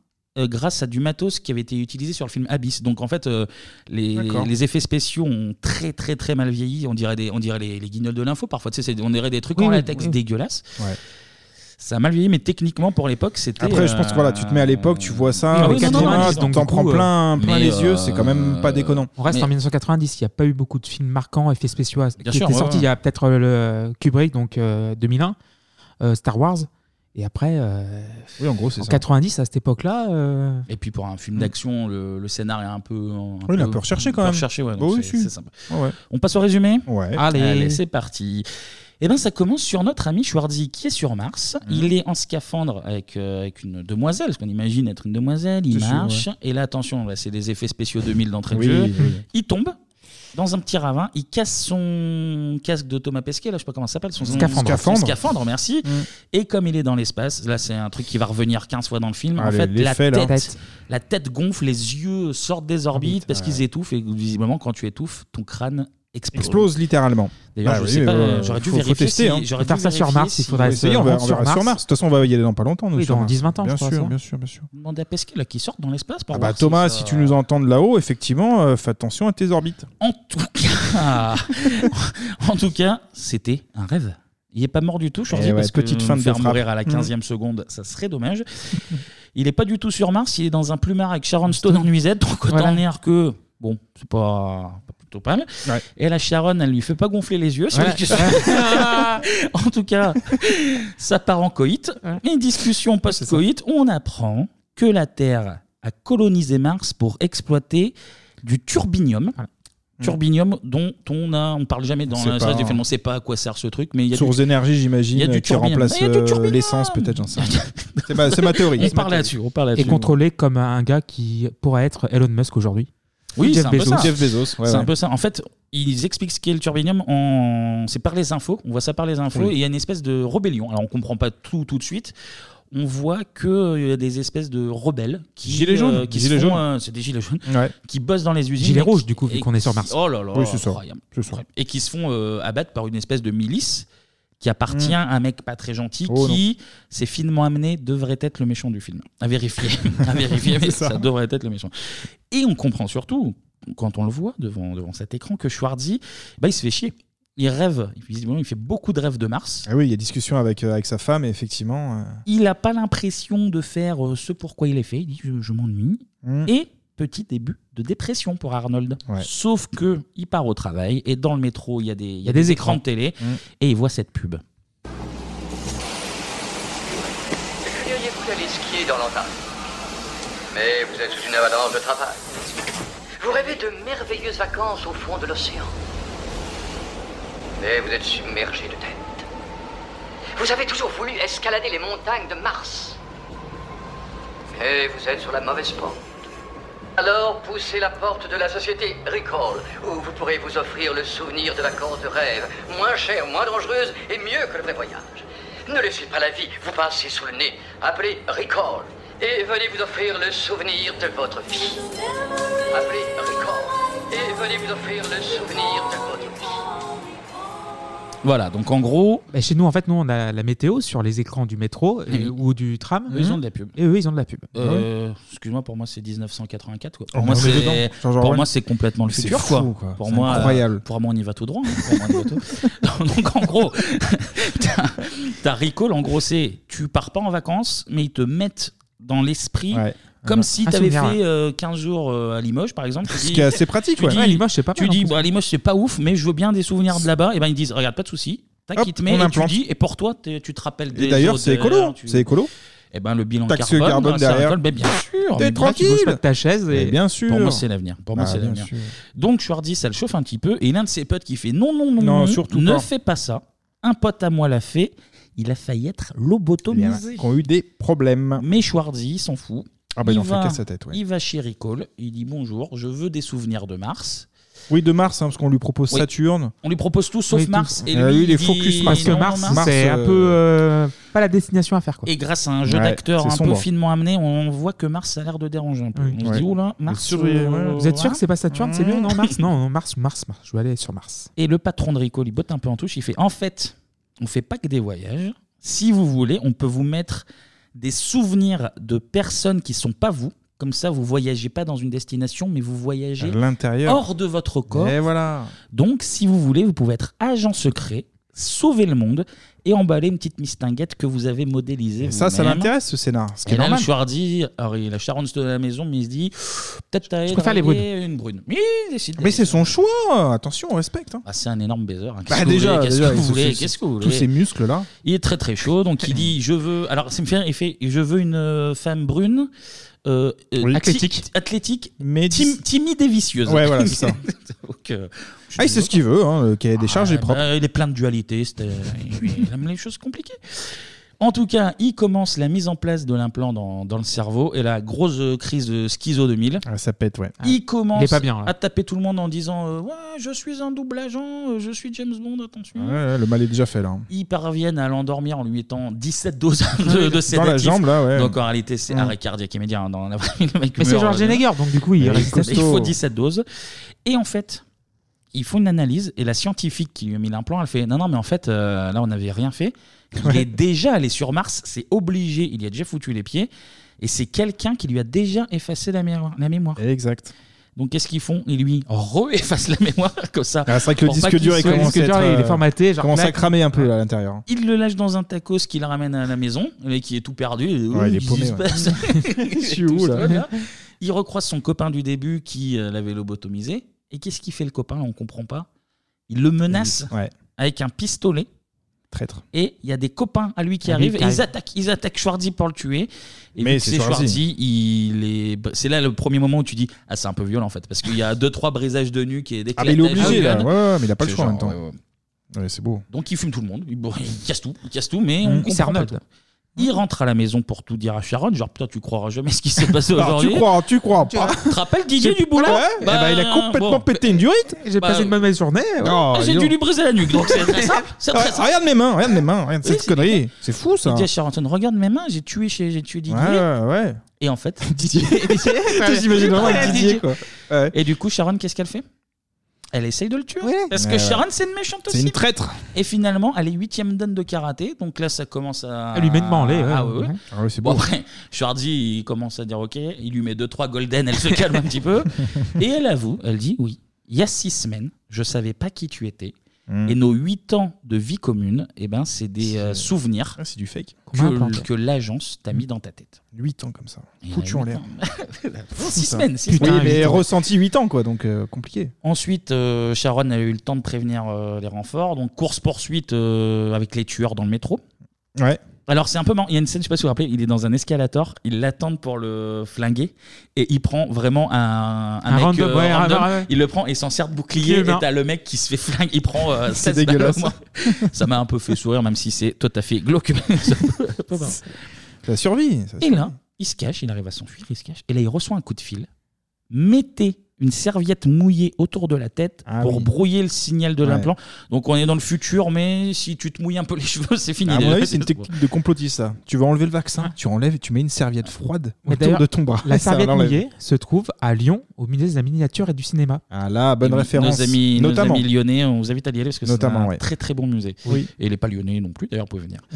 [SPEAKER 1] grâce à du matos qui avait été utilisé sur le film Abyss. Donc en fait, euh, les,
[SPEAKER 7] D'accord.
[SPEAKER 1] les effets spéciaux ont très très très mal vieilli. On dirait, des, on dirait les, les guignols de l'info parfois. Tu sais, c'est- on dirait des trucs
[SPEAKER 7] Oui,
[SPEAKER 1] en
[SPEAKER 7] oui,
[SPEAKER 1] latex
[SPEAKER 7] oui.
[SPEAKER 1] dégueulasses. Ça a mal vieilli, mais techniquement pour l'époque, c'était.
[SPEAKER 6] Après, je pense que voilà, tu te mets à l'époque, tu vois ça,
[SPEAKER 1] Ah
[SPEAKER 6] au
[SPEAKER 1] euh, oui, non, non,
[SPEAKER 6] cinéma,
[SPEAKER 1] non, non,
[SPEAKER 6] donc t'en
[SPEAKER 1] du coup,
[SPEAKER 6] prends plein,
[SPEAKER 1] euh,
[SPEAKER 6] plein
[SPEAKER 1] mais,
[SPEAKER 6] les yeux,
[SPEAKER 1] euh,
[SPEAKER 6] c'est quand même pas déconnant.
[SPEAKER 7] On reste en 1990, il n'y a pas eu beaucoup de films marquants, effets spéciaux qui
[SPEAKER 6] sûr,
[SPEAKER 7] étaient
[SPEAKER 6] ouais,
[SPEAKER 7] sortis.
[SPEAKER 6] ouais.
[SPEAKER 7] Il y a peut-être euh, le Kubrick, donc euh, 2001, euh, Star Wars, et après. euh,
[SPEAKER 6] Oui, en gros, c'est ça.
[SPEAKER 7] 90, à cette époque-là. euh,
[SPEAKER 1] Et puis pour un film d'action, le, le scénar est un peu. Un
[SPEAKER 7] Oui, il est un peu recherché, quand même.
[SPEAKER 1] recherché, ouais, donc
[SPEAKER 7] Bah oui,
[SPEAKER 1] c'est
[SPEAKER 7] si.
[SPEAKER 1] c'est sympa.
[SPEAKER 7] Ouais, ouais.
[SPEAKER 1] On passe au résumé
[SPEAKER 7] Allez.
[SPEAKER 1] c'est parti. Eh bien, ça commence sur notre ami Schwarzy qui est sur Mars.
[SPEAKER 7] Mm.
[SPEAKER 1] Il est en scaphandre avec, euh, avec une demoiselle, ce qu'on imagine être une demoiselle. Il
[SPEAKER 7] C'est sûr,
[SPEAKER 1] marche. Et là, attention, là, c'est des effets spéciaux 2000 d'entrée
[SPEAKER 7] Oui,
[SPEAKER 1] de jeu.
[SPEAKER 7] oui, oui.
[SPEAKER 1] Il tombe dans un petit ravin. Il casse son casque de Thomas Pesquet, là, je sais pas comment ça s'appelle. Son son-
[SPEAKER 7] Scaphandre.
[SPEAKER 1] Son
[SPEAKER 7] Scaphandre. Mm.
[SPEAKER 1] scaphandre, merci. Et comme il est dans l'espace, là, c'est un truc qui va revenir 15 fois dans le film. en
[SPEAKER 7] Allez,
[SPEAKER 1] fait, la
[SPEAKER 7] l'effet,
[SPEAKER 1] tête,
[SPEAKER 7] là.
[SPEAKER 1] la tête gonfle, les yeux sortent des orbites parce qu'ils étouffent. Et visiblement, quand tu étouffes, ton crâne explose.
[SPEAKER 6] Explose littéralement.
[SPEAKER 1] D'ailleurs, je
[SPEAKER 6] oui,
[SPEAKER 1] sais pas,
[SPEAKER 6] euh,
[SPEAKER 1] j'aurais dû
[SPEAKER 6] faut- faut
[SPEAKER 1] vérifier
[SPEAKER 6] tester,
[SPEAKER 1] si-
[SPEAKER 6] hein.
[SPEAKER 1] j'aurais dû Faire ça sur vérifier Mars, il si- faudrait
[SPEAKER 6] Oui,
[SPEAKER 1] se
[SPEAKER 6] ça y est, on va-
[SPEAKER 1] rendre
[SPEAKER 6] on verra
[SPEAKER 1] sur
[SPEAKER 6] sur
[SPEAKER 1] Mars.
[SPEAKER 6] Mars. De toute façon, on va y aller dans pas longtemps. nous,
[SPEAKER 1] Oui,
[SPEAKER 6] sur
[SPEAKER 1] dans
[SPEAKER 6] Mars.
[SPEAKER 1] 10-20 ans,
[SPEAKER 6] Bien
[SPEAKER 1] je crois,
[SPEAKER 6] sûr,
[SPEAKER 1] ça. hein.
[SPEAKER 6] bien sûr, bien sûr.
[SPEAKER 1] Demandez à Pesquet là, qui sort dans l'espace pour
[SPEAKER 6] Ah bah,
[SPEAKER 1] voir
[SPEAKER 6] Thomas,
[SPEAKER 1] ça-
[SPEAKER 6] si tu nous entends de là-haut, effectivement, euh, fais attention à tes orbites.
[SPEAKER 1] En tout cas, Ah. en tout cas, c'était un rêve. Il n'est pas mort du tout, je
[SPEAKER 6] Eh
[SPEAKER 1] leur dis,
[SPEAKER 6] ouais,
[SPEAKER 1] parce que
[SPEAKER 6] petite
[SPEAKER 1] me
[SPEAKER 6] fin de
[SPEAKER 1] faire
[SPEAKER 6] frappe.
[SPEAKER 1] mourir à la
[SPEAKER 6] Mhm.
[SPEAKER 1] 15e seconde, ça serait dommage. il n'est pas du tout sur Mars, il est dans un plumard avec Sharon Stone en nuisette, donc autant
[SPEAKER 7] Voilà.
[SPEAKER 1] dire que, bon, c'est pas, pas plutôt pas mal. Et la Sharon, elle lui fait pas gonfler les yeux. sur
[SPEAKER 7] Voilà.
[SPEAKER 1] les- en tout cas, ça part en coït. Une discussion post-coït, on apprend que la Terre a colonisé Mars pour exploiter du turbinium. Mm. Turbinium dont on a, on parle jamais dans
[SPEAKER 6] sait
[SPEAKER 1] le reste
[SPEAKER 6] pas,
[SPEAKER 1] du film,
[SPEAKER 6] hein.
[SPEAKER 1] on sait pas à quoi sert ce truc, mais il y a
[SPEAKER 6] Source
[SPEAKER 1] du...
[SPEAKER 6] d'énergie, j'imagine,
[SPEAKER 1] il y a du
[SPEAKER 6] qui
[SPEAKER 1] turbinium.
[SPEAKER 6] remplace
[SPEAKER 1] Il y a du
[SPEAKER 6] euh,
[SPEAKER 1] turbinium.
[SPEAKER 6] l'essence, peut-être, j'en sais rien. C'est ma, c'est ma théorie.
[SPEAKER 1] On
[SPEAKER 6] c'est ma
[SPEAKER 1] parle
[SPEAKER 6] théorie.
[SPEAKER 1] là-dessus, on parle
[SPEAKER 7] et
[SPEAKER 1] là-dessus.
[SPEAKER 7] contrôlé comme un gars qui pourrait être Elon Musk aujourd'hui.
[SPEAKER 1] Oui,
[SPEAKER 7] Jeff
[SPEAKER 1] c'est un peu
[SPEAKER 7] Bezos.
[SPEAKER 1] ça.
[SPEAKER 7] ouais,
[SPEAKER 1] c'est un
[SPEAKER 7] ouais.
[SPEAKER 1] peu ça. En fait, ils expliquent ce qu'est le turbinium. En... C'est par les infos. On voit ça par les infos.
[SPEAKER 7] Oui.
[SPEAKER 1] Et il y a une espèce de rébellion. Alors, on comprend pas tout tout de suite. On voit qu'il y a des espèces de rebelles qui,
[SPEAKER 7] Gilets jaunes.
[SPEAKER 1] qui
[SPEAKER 7] Gilets
[SPEAKER 1] se font,
[SPEAKER 7] jaunes.
[SPEAKER 1] euh, c'est des gilets jaunes, qui bossent dans les usines.
[SPEAKER 7] Gilets
[SPEAKER 1] et qui-
[SPEAKER 7] rouges, du coup, vu
[SPEAKER 1] et
[SPEAKER 7] qu'on est sur
[SPEAKER 1] qui-
[SPEAKER 7] Mars.
[SPEAKER 1] Oh là là,
[SPEAKER 7] Oui, c'est ça.
[SPEAKER 1] incroyable. Et qui se font euh, abattre par une espèce de milice qui appartient
[SPEAKER 7] Mm.
[SPEAKER 1] à un mec pas très gentil
[SPEAKER 7] Oh,
[SPEAKER 1] qui, c'est finement amené, devrait être le méchant du film. À vérifier, à vérifier mais
[SPEAKER 7] C'est
[SPEAKER 1] ça.
[SPEAKER 7] ça.
[SPEAKER 1] devrait être le méchant. Et on comprend surtout, quand on le voit devant, devant cet écran, que Schwarzy, bah, il se fait chier. Il rêve, visiblement, il fait beaucoup de rêves de Mars.
[SPEAKER 6] Ah oui, il y a discussion avec, euh, avec sa femme, et effectivement. euh,
[SPEAKER 1] Il n'a pas l'impression de faire euh, ce pourquoi il est fait. Il dit Je, je m'ennuie.
[SPEAKER 7] Mm.
[SPEAKER 1] Et petit début de dépression pour Arnold. Sauf que il part au travail et dans le métro, il y a des, il y a des écrans de télé
[SPEAKER 6] Mm.
[SPEAKER 1] et il voit cette pub.
[SPEAKER 22] Diriez-vous d'aller skier dans l'Antarctique Mais vous êtes sous une avalanche de travail. Vous rêvez de merveilleuses vacances au fond de l'océan. Mais vous êtes submergé de tête. Vous avez toujours voulu escalader les montagnes de Mars. Mais vous êtes sur la mauvaise pente. Alors poussez la porte de la société Recall, où vous pourrez vous offrir le souvenir de vacances de rêve, moins chères, moins dangereuses et mieux que le vrai voyage. Ne laissez pas la vie vous passer sous le nez. Appelez Recall et venez vous offrir le souvenir de votre vie. Appelez Record et venez vous offrir le souvenir de votre vie.
[SPEAKER 1] Voilà, donc en gros.
[SPEAKER 7] chez nous, en fait, nous, on a la météo sur les écrans du métro euh, ou du tram.
[SPEAKER 1] Eux, ils ont de la pub.
[SPEAKER 7] Et eux, ils ont de la pub.
[SPEAKER 1] Euh, Excuse-moi, pour moi c'est 1984. Quoi. Pour
[SPEAKER 7] Oh,
[SPEAKER 1] moi,
[SPEAKER 7] mais on est
[SPEAKER 1] c'est
[SPEAKER 7] dedans. George
[SPEAKER 1] pour
[SPEAKER 7] Orwell.
[SPEAKER 1] moi c'est complètement le
[SPEAKER 7] C'est
[SPEAKER 1] futur.
[SPEAKER 7] fou,
[SPEAKER 1] quoi.
[SPEAKER 7] quoi.
[SPEAKER 1] Pour
[SPEAKER 7] C'est
[SPEAKER 1] moi,
[SPEAKER 7] incroyable.
[SPEAKER 1] euh, pour moi, on y va tout droit. hein. Pour moi, on y va tout droit. donc en gros, t'as- t'as Ricole. En gros,
[SPEAKER 7] Ah
[SPEAKER 1] c'est tu pars pas en vacances, mais ils te mettent dans l'esprit. Comme
[SPEAKER 6] Ah,
[SPEAKER 7] Un-
[SPEAKER 1] si
[SPEAKER 7] un
[SPEAKER 1] tu avais fait
[SPEAKER 7] souvenir, ouais.
[SPEAKER 1] euh, 15 jours euh, à Limoges, par exemple. Tu
[SPEAKER 7] Ce
[SPEAKER 1] dis-
[SPEAKER 7] qui est assez pratique,
[SPEAKER 1] tu
[SPEAKER 7] ouais.
[SPEAKER 1] dis-
[SPEAKER 7] Ouais, Limoges, c'est pas
[SPEAKER 1] Tu
[SPEAKER 7] mal, en
[SPEAKER 1] dis,
[SPEAKER 6] hein.
[SPEAKER 7] plus.
[SPEAKER 1] bah, à Limoges, c'est pas ouf, mais je veux bien des souvenirs de là-bas. Et ben ils disent, regarde, pas de souci. Tac,
[SPEAKER 6] Hop,
[SPEAKER 1] ils te met
[SPEAKER 6] on
[SPEAKER 1] et tu
[SPEAKER 6] implante.
[SPEAKER 1] dis, et pour toi, t'es- tu te rappelles des
[SPEAKER 6] Et d'ailleurs,
[SPEAKER 1] odeurs,
[SPEAKER 6] c'est écolo.
[SPEAKER 1] tu-
[SPEAKER 6] C'est écolo.
[SPEAKER 1] Et ben le bilan
[SPEAKER 6] Taxe
[SPEAKER 1] carbone,
[SPEAKER 6] carbone
[SPEAKER 1] ça
[SPEAKER 6] derrière.
[SPEAKER 1] rigole, mais bien sûr.
[SPEAKER 6] T'es
[SPEAKER 1] mais bien, tu bouges
[SPEAKER 6] tranquille.
[SPEAKER 1] pas de ta chaise et-
[SPEAKER 6] Mais bien sûr.
[SPEAKER 1] Pour moi, c'est l'avenir. Pour moi,
[SPEAKER 6] Bah,
[SPEAKER 1] c'est
[SPEAKER 6] bien
[SPEAKER 1] l'avenir.
[SPEAKER 6] sûr.
[SPEAKER 1] Donc, Schwarzy, ça le chauffe un petit peu. Et l'un de ses potes qui fait non, non, non,
[SPEAKER 6] Non,
[SPEAKER 1] non,
[SPEAKER 6] surtout
[SPEAKER 1] ne
[SPEAKER 6] pas.
[SPEAKER 1] fais pas ça. Un pote à moi l'a fait. Il a failli être lobotomisé.
[SPEAKER 6] Qui ont eu des problèmes.
[SPEAKER 1] Mais Schwarzy, il s'en fout.
[SPEAKER 6] Ah bah, il en fait
[SPEAKER 1] va-
[SPEAKER 6] qu'à sa tête, ouais.
[SPEAKER 1] Il va chez Recall. Il dit bonjour, je veux des souvenirs de Mars.
[SPEAKER 6] Oui, de Mars, hein, parce qu'on lui propose
[SPEAKER 1] Oui.
[SPEAKER 6] Saturne.
[SPEAKER 1] On lui propose tout sauf
[SPEAKER 6] Oui, tout.
[SPEAKER 1] Mars. Et lui,
[SPEAKER 6] Euh, lui, il est
[SPEAKER 1] dit,
[SPEAKER 6] focus
[SPEAKER 7] Parce que
[SPEAKER 1] non,
[SPEAKER 7] Mars,
[SPEAKER 1] Mars,
[SPEAKER 7] c'est
[SPEAKER 1] euh,
[SPEAKER 7] un peu euh, pas la destination à faire. Quoi.
[SPEAKER 1] Et grâce à un jeu
[SPEAKER 7] Ouais,
[SPEAKER 1] d'acteur
[SPEAKER 7] c'est
[SPEAKER 1] un
[SPEAKER 7] sombre.
[SPEAKER 1] peu finement amené, on voit que Mars a l'air de déranger un peu. On se dit, oula, Mars. euh,
[SPEAKER 7] Vous êtes sûr
[SPEAKER 1] voilà.
[SPEAKER 7] que c'est pas Saturne C'est mieux Non, Mars Non, non, Mars, Mars, Mars. Je vais aller sur Mars.
[SPEAKER 1] Et le patron de Rico, il botte un peu en touche. Il fait En fait, on fait pas que des voyages. Si vous voulez, on peut vous mettre des souvenirs de personnes qui sont pas vous. Comme ça, vous voyagez pas dans une destination, mais vous voyagez
[SPEAKER 6] À l'intérieur.
[SPEAKER 1] hors de votre corps.
[SPEAKER 6] Et voilà.
[SPEAKER 1] Donc, si vous voulez, vous pouvez être agent secret, sauver le monde et emballer une petite mistinguette que vous avez modélisée.
[SPEAKER 6] Et ça, ça
[SPEAKER 1] vous-même.
[SPEAKER 6] l'intéresse, ce scénar. Ce qui
[SPEAKER 1] Et
[SPEAKER 6] est
[SPEAKER 1] là, le
[SPEAKER 6] normal.
[SPEAKER 1] Schwarzy, alors il a Sharon Stone à la maison, mais il se dit peut-être t'as
[SPEAKER 6] Je préfère les brunes.
[SPEAKER 1] une brune. Mais il décide.
[SPEAKER 6] Mais c'est son choix. Attention, on respecte. hein.
[SPEAKER 1] Ah, c'est un énorme baiser. hein.
[SPEAKER 6] Bah,
[SPEAKER 1] Qu'est-ce que vous
[SPEAKER 6] déjà,
[SPEAKER 1] voulez, qu'est-ce
[SPEAKER 6] déjà,
[SPEAKER 1] que vous
[SPEAKER 6] ce-
[SPEAKER 1] voulez,
[SPEAKER 6] ce-
[SPEAKER 1] qu'est-ce que vous
[SPEAKER 6] tous
[SPEAKER 1] voulez
[SPEAKER 6] ces muscles-là.
[SPEAKER 1] Il est très très chaud, donc il dit je veux. Alors c'est me fait, il fait je veux une euh, femme brune, euh, euh,
[SPEAKER 6] Oui.
[SPEAKER 1] ati-
[SPEAKER 6] Athlétique.
[SPEAKER 1] athlétique, tim- timide et vicieuse.
[SPEAKER 6] Ouais, voilà, c'est ça.
[SPEAKER 1] Donc, euh, je
[SPEAKER 6] Ah,
[SPEAKER 1] suis
[SPEAKER 6] il sait ce qu'il veut. Hein, le cahier des charges est
[SPEAKER 1] bah,
[SPEAKER 6] propre.
[SPEAKER 1] il est plein de dualité, c'est, euh, il aime les choses compliquées. En tout cas, il commence la mise en place de l'implant dans, dans le cerveau et la grosse euh, crise de schizo 2000.
[SPEAKER 6] Ah, ça pète, ouais.
[SPEAKER 1] Il commence
[SPEAKER 6] Il est pas bien, là.
[SPEAKER 1] à taper tout le monde en disant euh, Ouais, je suis un double agent, euh, je suis James Bond, attention.
[SPEAKER 6] Ouais, ouais, le mal est déjà fait, là. hein.
[SPEAKER 1] Ils parviennent à l'endormir en lui mettant 17 doses de, de
[SPEAKER 6] Ah Dans
[SPEAKER 1] sédatifs.
[SPEAKER 6] la jambe, là, ouais.
[SPEAKER 1] Donc en réalité, c'est
[SPEAKER 6] Mm.
[SPEAKER 1] arrêt cardiaque immédiat. hein, dans la...
[SPEAKER 7] Mais c'est Georges Jenegger, donc du coup, il
[SPEAKER 1] Mais
[SPEAKER 7] reste
[SPEAKER 1] euh, il
[SPEAKER 7] costaud.
[SPEAKER 1] faut 17 doses. Et en fait, ils font une analyse et la scientifique qui lui a mis l'implant, elle fait Non, non, mais en fait, euh, là, on n'avait rien fait. Il est déjà allé sur Mars, c'est obligé, il y a déjà foutu les pieds. Et c'est quelqu'un qui lui a déjà effacé la, mémoire- la mémoire.
[SPEAKER 6] Exact.
[SPEAKER 1] Donc qu'est-ce qu'ils font Ils lui re-effacent la mémoire, comme ça.
[SPEAKER 6] Ah, c'est vrai que le
[SPEAKER 1] pour
[SPEAKER 6] disque
[SPEAKER 1] pas qu'il
[SPEAKER 6] dur est
[SPEAKER 1] soit-
[SPEAKER 6] commencé.
[SPEAKER 1] euh,
[SPEAKER 6] Commence à cramer un peu là, à l'intérieur.
[SPEAKER 1] il le lâche dans un tacos qu'il ramène à la maison, mais qui est tout perdu. Et,
[SPEAKER 6] Ouais, il est paumé,
[SPEAKER 1] se
[SPEAKER 6] ouais.
[SPEAKER 1] passe
[SPEAKER 6] Je suis
[SPEAKER 1] Tout
[SPEAKER 6] où,
[SPEAKER 1] seul,
[SPEAKER 6] là
[SPEAKER 1] Il recroise son copain du début qui euh, l'avait lobotomisé. Et qu'est-ce qu'il fait le copain On comprend pas. Il le menace
[SPEAKER 6] Ouais.
[SPEAKER 1] avec un pistolet.
[SPEAKER 6] Traître.
[SPEAKER 1] Et il y a des copains à lui qui
[SPEAKER 6] À lui
[SPEAKER 1] arrivent
[SPEAKER 6] qui
[SPEAKER 1] et
[SPEAKER 6] arrive.
[SPEAKER 1] ils attaquent, ils attaquent Schwarzy pour le tuer. Et
[SPEAKER 6] Mais
[SPEAKER 1] vu que
[SPEAKER 6] c'est
[SPEAKER 1] c'est
[SPEAKER 6] Schwarzy.
[SPEAKER 1] Schwarzy, il est. C'est là le premier moment où tu dis ah c'est un peu violent en fait parce qu'il y a deux trois brisages de nuque et des
[SPEAKER 6] Ah, mais il est
[SPEAKER 1] éclatages de
[SPEAKER 6] obligé, là. Ouais,
[SPEAKER 1] gueule.
[SPEAKER 6] ouais, mais il a pas le
[SPEAKER 1] C'est
[SPEAKER 6] choix en
[SPEAKER 1] genre,
[SPEAKER 6] même temps.
[SPEAKER 1] ouais, ouais.
[SPEAKER 6] Ouais, c'est beau.
[SPEAKER 1] Donc il fume tout le monde, il, bon, il casse tout, il casse tout, mais
[SPEAKER 7] Mm.
[SPEAKER 1] on comprend
[SPEAKER 7] C'est
[SPEAKER 1] pas
[SPEAKER 7] Arnold.
[SPEAKER 1] tout. Il rentre à la maison pour tout dire à Sharon, genre putain tu croiras jamais ce qui s'est passé
[SPEAKER 6] Alors,
[SPEAKER 1] aujourd'hui.
[SPEAKER 6] Bah, tu crois, tu crois pas.
[SPEAKER 1] Tu te rappelles Didier Bah, du boulot
[SPEAKER 6] Ouais, eh ben, il a complètement pété une durite.
[SPEAKER 1] J'ai Bah, passé une
[SPEAKER 7] mauvaise journée.
[SPEAKER 1] Ah, J'ai dû lui briser la nuque, donc c'est très simple. c'est très simple.
[SPEAKER 6] Ah, Regarde mes mains, regarde mes mains, regarde
[SPEAKER 1] Oui,
[SPEAKER 6] cette connerie. C'est fou ça.
[SPEAKER 1] Il dit à Sharon, regarde mes mains, j'ai tué, chez- j'ai tué Didier.
[SPEAKER 6] Ouais, ouais.
[SPEAKER 1] Et en fait, Didier. Didier
[SPEAKER 6] J'imagine vraiment avec Didier, quoi.
[SPEAKER 1] Et du coup, Sharon, qu'est-ce qu'elle fait Elle essaye de le tuer. Parce que
[SPEAKER 6] Ouais, ouais.
[SPEAKER 1] Sharon, c'est une méchante aussi.
[SPEAKER 6] C'est une traître.
[SPEAKER 1] Et finalement, elle est huitième dan de karaté. Donc là, ça commence à.
[SPEAKER 7] Elle lui met une branlée, ouais.
[SPEAKER 1] Ah ouais, ouais.
[SPEAKER 6] Ah ouais, c'est
[SPEAKER 1] Bon,
[SPEAKER 6] beau.
[SPEAKER 1] après, Schwarzy, il commence à dire OK. Il lui met deux, trois golden. Elle se calme un petit peu. Et elle avoue, elle dit Oui, il y a six semaines, je savais pas qui tu étais.
[SPEAKER 6] Mm.
[SPEAKER 1] Et nos huit ans de vie commune, eh ben, c'est des euh, souvenirs.
[SPEAKER 6] Ah, c'est du fake.
[SPEAKER 1] Que, que l'agence t'a mis dans ta tête.
[SPEAKER 6] 8 ans comme ça.
[SPEAKER 1] Et
[SPEAKER 6] Foutu en
[SPEAKER 1] huit
[SPEAKER 6] l'air.
[SPEAKER 1] ans.
[SPEAKER 6] Fou,
[SPEAKER 1] Six
[SPEAKER 6] ça.
[SPEAKER 1] semaines, six
[SPEAKER 6] Putain,
[SPEAKER 1] semaines.
[SPEAKER 6] mais ressenti 8 ans, quoi, donc euh, compliqué.
[SPEAKER 1] Ensuite, euh, Sharon a eu le temps de prévenir euh, les renforts. Donc, course-poursuite euh, avec les tueurs dans le métro.
[SPEAKER 6] Ouais.
[SPEAKER 1] Alors, c'est un peu marrant. Il y a une scène, je sais pas si vous vous rappelez, il est dans un escalator, ils l'attendent pour le flinguer et il prend vraiment un, un
[SPEAKER 7] Un
[SPEAKER 1] mec
[SPEAKER 7] random,
[SPEAKER 1] euh,
[SPEAKER 7] ouais,
[SPEAKER 1] random.
[SPEAKER 7] ouais, ouais.
[SPEAKER 1] Il le prend et il s'en sert de
[SPEAKER 7] Qui
[SPEAKER 1] bouclier.
[SPEAKER 7] est
[SPEAKER 1] Et
[SPEAKER 7] humain.
[SPEAKER 1] t'as le mec qui se fait flingue. Il prend euh,
[SPEAKER 7] C'est
[SPEAKER 1] 16 balles au
[SPEAKER 7] dégueulasse.
[SPEAKER 1] moins. Ça m'a un peu fait sourire, même si c'est tout à fait glauque. C'est un peu- un peu marrant.
[SPEAKER 6] La survie. ça,
[SPEAKER 1] Et
[SPEAKER 6] c'est-
[SPEAKER 1] là, il se cache, il arrive à s'enfuir, il se cache. Et là, il reçoit un coup de fil. Mettez une serviette mouillée autour de la tête
[SPEAKER 6] Ah
[SPEAKER 1] pour
[SPEAKER 6] oui.
[SPEAKER 1] brouiller le signal de
[SPEAKER 6] Ouais.
[SPEAKER 1] l'implant. Donc on est dans le futur, mais si tu te mouilles un peu les cheveux, c'est fini.
[SPEAKER 6] À mon
[SPEAKER 1] déjà.
[SPEAKER 6] avis, c'est une technique de complotiste, ça. Tu vas enlever le vaccin, tu enlèves et tu mets une serviette froide
[SPEAKER 7] Mais
[SPEAKER 6] autour
[SPEAKER 7] d'ailleurs,
[SPEAKER 6] de ton bras.
[SPEAKER 7] La
[SPEAKER 6] Ça
[SPEAKER 7] serviette
[SPEAKER 6] l'enlève.
[SPEAKER 7] mouillée se trouve à Lyon, au milieu de la miniature et du cinéma.
[SPEAKER 6] Ah là, bonne
[SPEAKER 1] Et
[SPEAKER 6] référence.
[SPEAKER 1] Nos amis,
[SPEAKER 6] Notamment.
[SPEAKER 1] nos amis lyonnais, on vous invite à y aller parce que c'est
[SPEAKER 6] Notamment,
[SPEAKER 1] un
[SPEAKER 6] ouais.
[SPEAKER 1] très très bon musée.
[SPEAKER 6] Oui.
[SPEAKER 1] Et les pas lyonnais non plus, d'ailleurs, vous pouvez venir.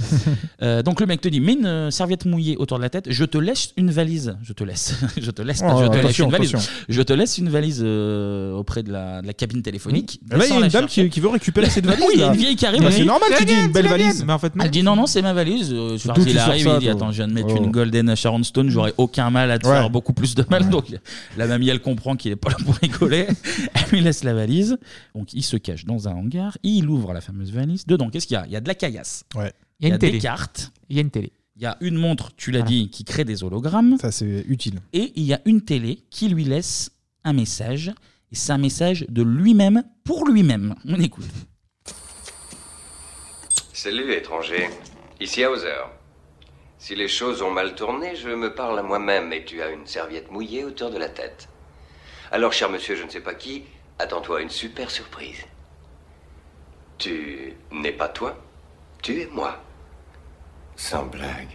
[SPEAKER 1] Euh, donc le mec te dit mets une euh, serviette mouillée autour de la tête, je te laisse une valise. Je te laisse. je te laisse, pas,
[SPEAKER 6] Oh,
[SPEAKER 1] je te laisse
[SPEAKER 6] attention,
[SPEAKER 1] une valise.
[SPEAKER 6] attention.
[SPEAKER 1] Je te laisse une valise euh, auprès de la, de la cabine téléphonique.
[SPEAKER 6] Là, Mmh. Ah, il y a
[SPEAKER 1] Descends
[SPEAKER 6] une
[SPEAKER 1] la
[SPEAKER 6] dame
[SPEAKER 1] chercher.
[SPEAKER 6] qui, qui veut récupérer cette valise.
[SPEAKER 1] Oui, il y a
[SPEAKER 6] là.
[SPEAKER 1] une vieille qui arrive.
[SPEAKER 6] Mais
[SPEAKER 1] elle
[SPEAKER 6] Ah. Bah, C'est normal qu'il
[SPEAKER 1] dit, C'est la
[SPEAKER 6] dit
[SPEAKER 1] mienne,
[SPEAKER 6] une belle
[SPEAKER 1] c'est la
[SPEAKER 6] valise.
[SPEAKER 1] mienne. elle dit non, non, c'est ma valise. Euh,
[SPEAKER 6] D'où
[SPEAKER 1] il
[SPEAKER 6] tu sors
[SPEAKER 1] arrive,
[SPEAKER 6] ça,
[SPEAKER 1] il dit
[SPEAKER 6] toi
[SPEAKER 1] attends, je viens de mettre
[SPEAKER 6] Oh. Mm.
[SPEAKER 1] une Golden à Sharon Stone, j'aurais aucun mal à te
[SPEAKER 6] Ouais.
[SPEAKER 1] faire beaucoup plus de mal. Donc la mamie, elle comprend qu'il est pas là pour rigoler. elle lui laisse la valise. Donc il se cache dans un hangar, il ouvre la fameuse valise. Dedans, qu'est-ce qu'il y a Il y a de la caillasse.
[SPEAKER 6] Ouais.
[SPEAKER 1] Il y a,
[SPEAKER 7] une
[SPEAKER 1] des
[SPEAKER 7] télé.
[SPEAKER 1] cartes.
[SPEAKER 7] Il y a une télé.
[SPEAKER 1] Il y a une montre, tu l'as dit, qui crée des hologrammes.
[SPEAKER 6] Ça, c'est utile.
[SPEAKER 1] Et il y a une télé qui lui laisse un message. Et c'est un message de lui-même pour lui-même. On écoute.
[SPEAKER 4] Salut étranger, ici Hauser. Si les choses ont mal tourné, je me parle à moi-même et tu as une serviette mouillée autour de la tête. Alors, cher monsieur, je ne sais pas qui, attends-toi à une super surprise. Tu n'es pas toi, tu es moi. Sans blague.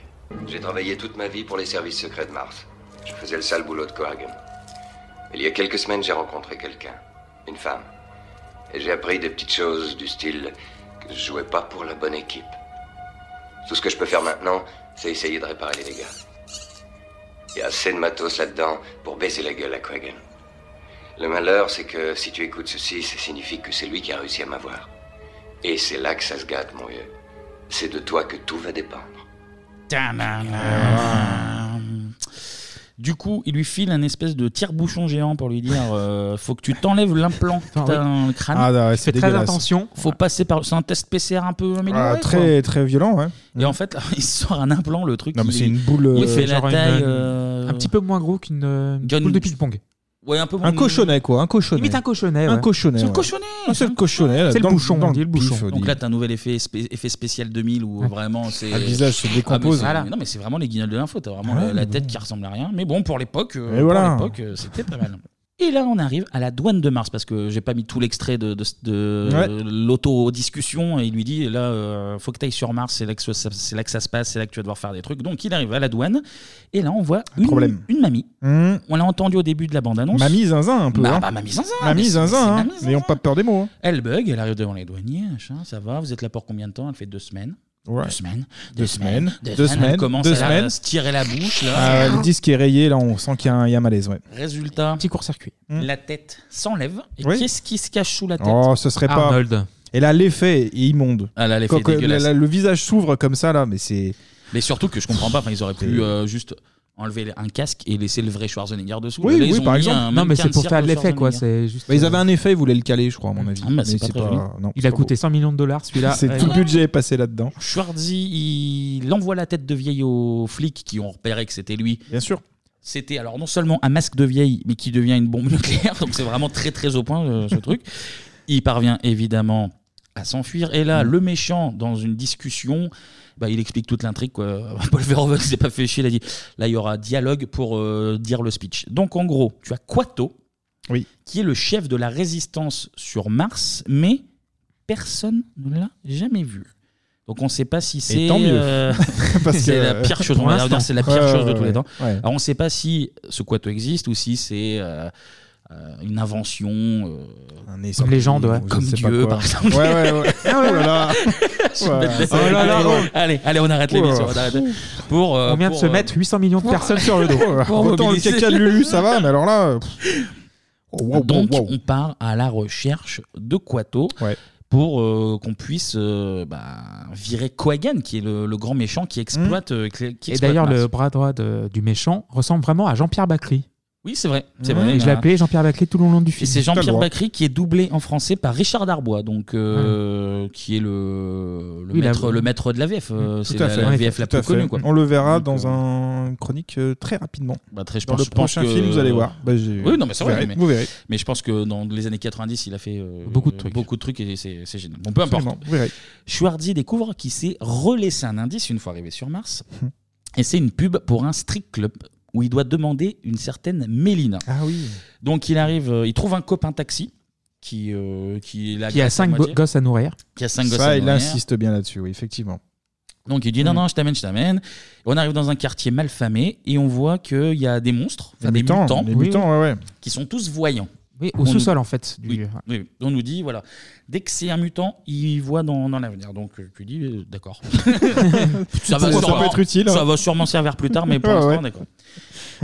[SPEAKER 4] J'ai travaillé toute ma vie pour les services secrets de Mars. Je faisais le sale boulot de Coagan. Il y a quelques semaines, j'ai rencontré quelqu'un, une femme. Et j'ai appris des petites choses du style que je jouais pas pour la bonne équipe. Tout ce que je peux faire maintenant, c'est essayer de réparer les dégâts. Il y a assez de matos là-dedans pour baiser la gueule à Quagan. Le malheur, c'est que si tu écoutes ceci, ça signifie que c'est lui qui a réussi à m'avoir. Et c'est là que ça se gâte, mon vieux. C'est de toi que tout va dépendre.
[SPEAKER 1] Du coup, il lui file un espèce de tire-bouchon géant pour lui dire euh, faut que tu t'enlèves l'implant que
[SPEAKER 7] Ah,
[SPEAKER 1] t'as
[SPEAKER 7] oui.
[SPEAKER 1] dans le crâne.
[SPEAKER 6] Ah, ouais, c'est
[SPEAKER 1] Fais
[SPEAKER 6] dégueulasse.
[SPEAKER 1] Faut passer par. C'est un test PCR un peu amélioré.
[SPEAKER 6] Ah,
[SPEAKER 1] quoi.
[SPEAKER 6] Très très violent, ouais.
[SPEAKER 1] Et en fait, il sort un implant, le truc.
[SPEAKER 6] Non, mais
[SPEAKER 1] il-
[SPEAKER 6] c'est une boule,
[SPEAKER 1] Il
[SPEAKER 6] euh,
[SPEAKER 1] fait la
[SPEAKER 6] genre une-
[SPEAKER 1] taille. euh,
[SPEAKER 7] Un petit peu moins gros qu'une euh, une
[SPEAKER 1] John-
[SPEAKER 7] boule de ping-pong.
[SPEAKER 1] Ouais, un peu
[SPEAKER 6] Un
[SPEAKER 1] moins-
[SPEAKER 6] cochonnet, quoi. Un cochonnet.
[SPEAKER 7] Limite un cochonnet,
[SPEAKER 6] Un
[SPEAKER 7] ouais.
[SPEAKER 6] cochonnet.
[SPEAKER 7] C'est le
[SPEAKER 6] ouais.
[SPEAKER 1] cochonnet,
[SPEAKER 6] Ah, C'est le cochonnet. là,
[SPEAKER 7] C'est le
[SPEAKER 6] dans
[SPEAKER 7] bouchon,
[SPEAKER 6] dans
[SPEAKER 7] on dit le
[SPEAKER 6] pif,
[SPEAKER 7] bouchon.
[SPEAKER 6] on
[SPEAKER 1] Donc
[SPEAKER 6] dit.
[SPEAKER 1] là, t'as un nouvel effet, spé- effet spécial 2000 où vraiment c'est.
[SPEAKER 6] Ah, le visage se
[SPEAKER 1] Ah, mais
[SPEAKER 6] décompose.
[SPEAKER 1] c'est-
[SPEAKER 6] Voilà.
[SPEAKER 1] Non, mais c'est vraiment les guignols de l'info. T'as vraiment
[SPEAKER 6] Ah ouais,
[SPEAKER 1] la, la
[SPEAKER 6] mais
[SPEAKER 1] tête qui ressemble à rien. Mais bon, pour l'époque, euh,
[SPEAKER 6] Et
[SPEAKER 1] pour
[SPEAKER 6] voilà.
[SPEAKER 1] l'époque, euh, c'était pas mal. Et là, on arrive à la douane de Mars parce que j'ai pas mis tout l'extrait de, de, de
[SPEAKER 6] Ouais.
[SPEAKER 1] l'auto-discussion. Et il lui dit là, euh, faut que t'ailles sur Mars, c'est là, que ça- c'est là que ça se passe, c'est là que tu vas devoir faire des trucs. Donc il arrive à la douane et là, on voit une,
[SPEAKER 6] problème.
[SPEAKER 1] une mamie.
[SPEAKER 6] Hum.
[SPEAKER 1] On l'a entendu au début de la bande-annonce.
[SPEAKER 6] Mamie zinzin, un peu.
[SPEAKER 1] Bah,
[SPEAKER 6] hein.
[SPEAKER 1] bah, mamie zinzin. mais
[SPEAKER 6] Mamie
[SPEAKER 1] c'est-
[SPEAKER 6] zinzin,
[SPEAKER 1] c'est
[SPEAKER 6] hein.
[SPEAKER 1] mamie
[SPEAKER 6] N'ayons pas peur des mots. hein.
[SPEAKER 1] elle bug, elle arrive devant les douaniers, machin, ça va, vous êtes là pour combien de temps Elle fait deux semaines.
[SPEAKER 6] Ouais.
[SPEAKER 1] Deux semaines.
[SPEAKER 6] Deux semaines,
[SPEAKER 1] Deux,
[SPEAKER 6] deux
[SPEAKER 1] semaines.
[SPEAKER 6] semaines,
[SPEAKER 1] Elle commence
[SPEAKER 6] deux
[SPEAKER 1] à, la-
[SPEAKER 6] semaines.
[SPEAKER 1] à se tirer la bouche. Là.
[SPEAKER 6] Ah, le disque est rayé, là, on sent qu'il y, a un- il y a un malaise, ouais.
[SPEAKER 1] Résultat.
[SPEAKER 7] Petit court-circuit.
[SPEAKER 1] La tête s'enlève. Et
[SPEAKER 6] Mmh. Oui.
[SPEAKER 1] qu'est-ce qui se cache sous la tête
[SPEAKER 6] Oh, ce serait pas. Et là, l'effet est immonde.
[SPEAKER 1] Ah là, l'effet
[SPEAKER 6] Quand-
[SPEAKER 1] est dégueulasse.
[SPEAKER 6] là, là, le visage s'ouvre comme ça, là, mais c'est.
[SPEAKER 1] Mais surtout que je comprends pas, enfin, ils auraient pu euh, juste enlever un casque et laisser le vrai Schwarzenegger dessous.
[SPEAKER 6] Oui,
[SPEAKER 1] Là, ils
[SPEAKER 6] oui,
[SPEAKER 1] ont
[SPEAKER 6] par
[SPEAKER 1] mis
[SPEAKER 6] exemple.
[SPEAKER 1] un
[SPEAKER 6] Non, mais
[SPEAKER 1] mannequin
[SPEAKER 6] c'est pour
[SPEAKER 1] de
[SPEAKER 6] faire
[SPEAKER 1] cirque
[SPEAKER 6] l'effet, quoi,
[SPEAKER 1] Schwarzenegger.
[SPEAKER 7] c'est juste-
[SPEAKER 6] Bah, ils avaient un effet, ils voulaient le caler, je crois, à mon avis.
[SPEAKER 1] Ah, bah, c'est pas très joli.
[SPEAKER 6] non,
[SPEAKER 7] Il
[SPEAKER 6] c'est
[SPEAKER 7] a
[SPEAKER 6] pas
[SPEAKER 7] coûté 100 millions de dollars celui-là.
[SPEAKER 6] beau. C'est
[SPEAKER 7] Ouais.
[SPEAKER 6] tout le budget est passé là-dedans.
[SPEAKER 1] Schwarzy, il envoie la tête de vieille aux flics qui ont repéré que c'était lui.
[SPEAKER 6] Bien sûr.
[SPEAKER 1] C'était alors non seulement un masque de vieille, mais qui devient une bombe nucléaire, donc c'est vraiment très très au point euh, ce truc. Il parvient évidemment à s'enfuir, et
[SPEAKER 6] Mm.
[SPEAKER 1] là, le méchant, dans une discussion, bah, il explique toute l'intrigue. quoi. Paul Verhoeven s'est pas fait chier, il a dit là, il y aura dialogue pour euh, dire le speech. Donc en gros, tu as Quato, qui est le chef de la résistance sur Mars, mais personne ne l'a jamais vu. Donc on ne sait pas si c'est
[SPEAKER 6] tant mieux.
[SPEAKER 1] euh,
[SPEAKER 6] Parce
[SPEAKER 1] c'est
[SPEAKER 6] que, euh,
[SPEAKER 1] la pire chose.
[SPEAKER 6] pour
[SPEAKER 1] On va
[SPEAKER 6] l'instant.
[SPEAKER 1] dire c'est la pire
[SPEAKER 6] Ouais,
[SPEAKER 1] chose de
[SPEAKER 6] ouais,
[SPEAKER 1] tous les
[SPEAKER 6] ouais.
[SPEAKER 1] temps.
[SPEAKER 6] Ouais.
[SPEAKER 1] Alors on ne sait pas si ce quato existe ou si c'est euh, euh, une invention, euh,
[SPEAKER 7] Comme légende, ouais.
[SPEAKER 1] comme
[SPEAKER 7] Je sais
[SPEAKER 1] Dieu
[SPEAKER 7] pas quoi.
[SPEAKER 1] par exemple.
[SPEAKER 7] Ouais, ouais, ouais.
[SPEAKER 1] Ah,
[SPEAKER 7] Oh là là.
[SPEAKER 1] Je suis
[SPEAKER 7] Ouais.
[SPEAKER 1] bête, mais ça
[SPEAKER 7] Oh
[SPEAKER 1] va
[SPEAKER 7] là
[SPEAKER 1] être
[SPEAKER 7] là,
[SPEAKER 1] drôle.
[SPEAKER 7] oh.
[SPEAKER 1] Allez, allez, on arrête
[SPEAKER 7] Oh là
[SPEAKER 1] l'émission.
[SPEAKER 7] là.
[SPEAKER 1] on arrête. Pour, euh,
[SPEAKER 7] on vient de
[SPEAKER 1] pour,
[SPEAKER 7] se
[SPEAKER 1] euh,
[SPEAKER 7] mettre 800 millions de personnes sur le dos.
[SPEAKER 1] Pour
[SPEAKER 6] Autant le
[SPEAKER 1] mobiliser.
[SPEAKER 6] caca de Lulu, ça va, mais alors là. pff.
[SPEAKER 1] Oh,
[SPEAKER 6] wow,
[SPEAKER 1] Donc,
[SPEAKER 6] wow, wow.
[SPEAKER 1] on part à la recherche de Quato pour euh, qu'on puisse euh, bah, virer Quagan, qui est le, le grand méchant qui exploite. euh, qui- qui
[SPEAKER 7] Et
[SPEAKER 1] exploite
[SPEAKER 7] d'ailleurs,
[SPEAKER 1] Mars.
[SPEAKER 7] le bras droit de- du méchant ressemble vraiment à Jean-Pierre Bacry.
[SPEAKER 1] Oui, c'est vrai. C'est
[SPEAKER 7] Mmh.
[SPEAKER 1] vrai.
[SPEAKER 7] Et je l'appelais Jean-Pierre Bacry tout le long du
[SPEAKER 1] Et
[SPEAKER 7] film.
[SPEAKER 1] c'est Jean-Pierre
[SPEAKER 7] Bacry.
[SPEAKER 1] Bacry qui est doublé en français par Richard Darbois, donc euh,
[SPEAKER 6] Mmh.
[SPEAKER 1] qui est le, le
[SPEAKER 7] Oui, la-
[SPEAKER 1] maître, le maître de la VF. euh,
[SPEAKER 6] Tout
[SPEAKER 1] c'est
[SPEAKER 6] à
[SPEAKER 1] la,
[SPEAKER 6] fait.
[SPEAKER 1] la VF la
[SPEAKER 6] Tout à fait.
[SPEAKER 1] plus connue. Quoi.
[SPEAKER 6] On le verra dans un chronique euh, très rapidement.
[SPEAKER 1] Bah, très, je
[SPEAKER 6] dans
[SPEAKER 1] pense-
[SPEAKER 6] le
[SPEAKER 1] je pense
[SPEAKER 6] prochain
[SPEAKER 1] que-
[SPEAKER 6] film, vous allez voir. Bah, j'ai-
[SPEAKER 1] oui, non, mais c'est
[SPEAKER 6] vous
[SPEAKER 1] vrai.
[SPEAKER 6] verrez,
[SPEAKER 1] mais,
[SPEAKER 6] Vous verrez.
[SPEAKER 1] mais je pense que dans les années 90, il a fait beaucoup de trucs. Beaucoup de trucs et c'est c'est génial. Bon, peu importe.
[SPEAKER 6] Absolument, vous verrez.
[SPEAKER 1] Schwarzy découvre
[SPEAKER 6] Hum.
[SPEAKER 1] qu'il s'est relaissé un indice une fois arrivé sur Mars. Et c'est une pub pour un strip club où il doit demander une certaine Mélina.
[SPEAKER 6] Ah oui.
[SPEAKER 1] Donc il arrive, euh, il trouve un copain taxi qui, euh, qui, est là-
[SPEAKER 7] Qui a cinq
[SPEAKER 1] moitié.
[SPEAKER 7] go- gosses à nourrir.
[SPEAKER 1] Qui a cinq gosses
[SPEAKER 6] Ça,
[SPEAKER 1] à
[SPEAKER 6] il
[SPEAKER 1] nourrir.
[SPEAKER 6] insiste bien là-dessus, oui, effectivement.
[SPEAKER 1] Donc il dit
[SPEAKER 6] Mm.
[SPEAKER 1] non, non, je t'amène, je t'amène. On arrive dans un quartier mal famé et on voit qu'il y a des monstres, enfin,
[SPEAKER 6] Des
[SPEAKER 1] des
[SPEAKER 6] mutants,
[SPEAKER 1] mutants,
[SPEAKER 6] des mutants, ouais, ouais.
[SPEAKER 1] qui sont tous voyants.
[SPEAKER 7] Oui, au
[SPEAKER 1] On
[SPEAKER 7] sous-sol,
[SPEAKER 1] nous-
[SPEAKER 7] en fait, du-
[SPEAKER 1] Oui, oui. on nous dit, voilà, dès que c'est un mutant, il voit dans, dans l'avenir. Donc euh, tu dis, euh, d'accord.
[SPEAKER 6] Ça
[SPEAKER 1] ça va
[SPEAKER 6] peut
[SPEAKER 1] sûrement
[SPEAKER 6] être utile, hein.
[SPEAKER 1] Ça va sûrement servir plus tard, mais pour
[SPEAKER 6] Ouais,
[SPEAKER 1] l'instant,
[SPEAKER 6] ouais.
[SPEAKER 1] d'accord.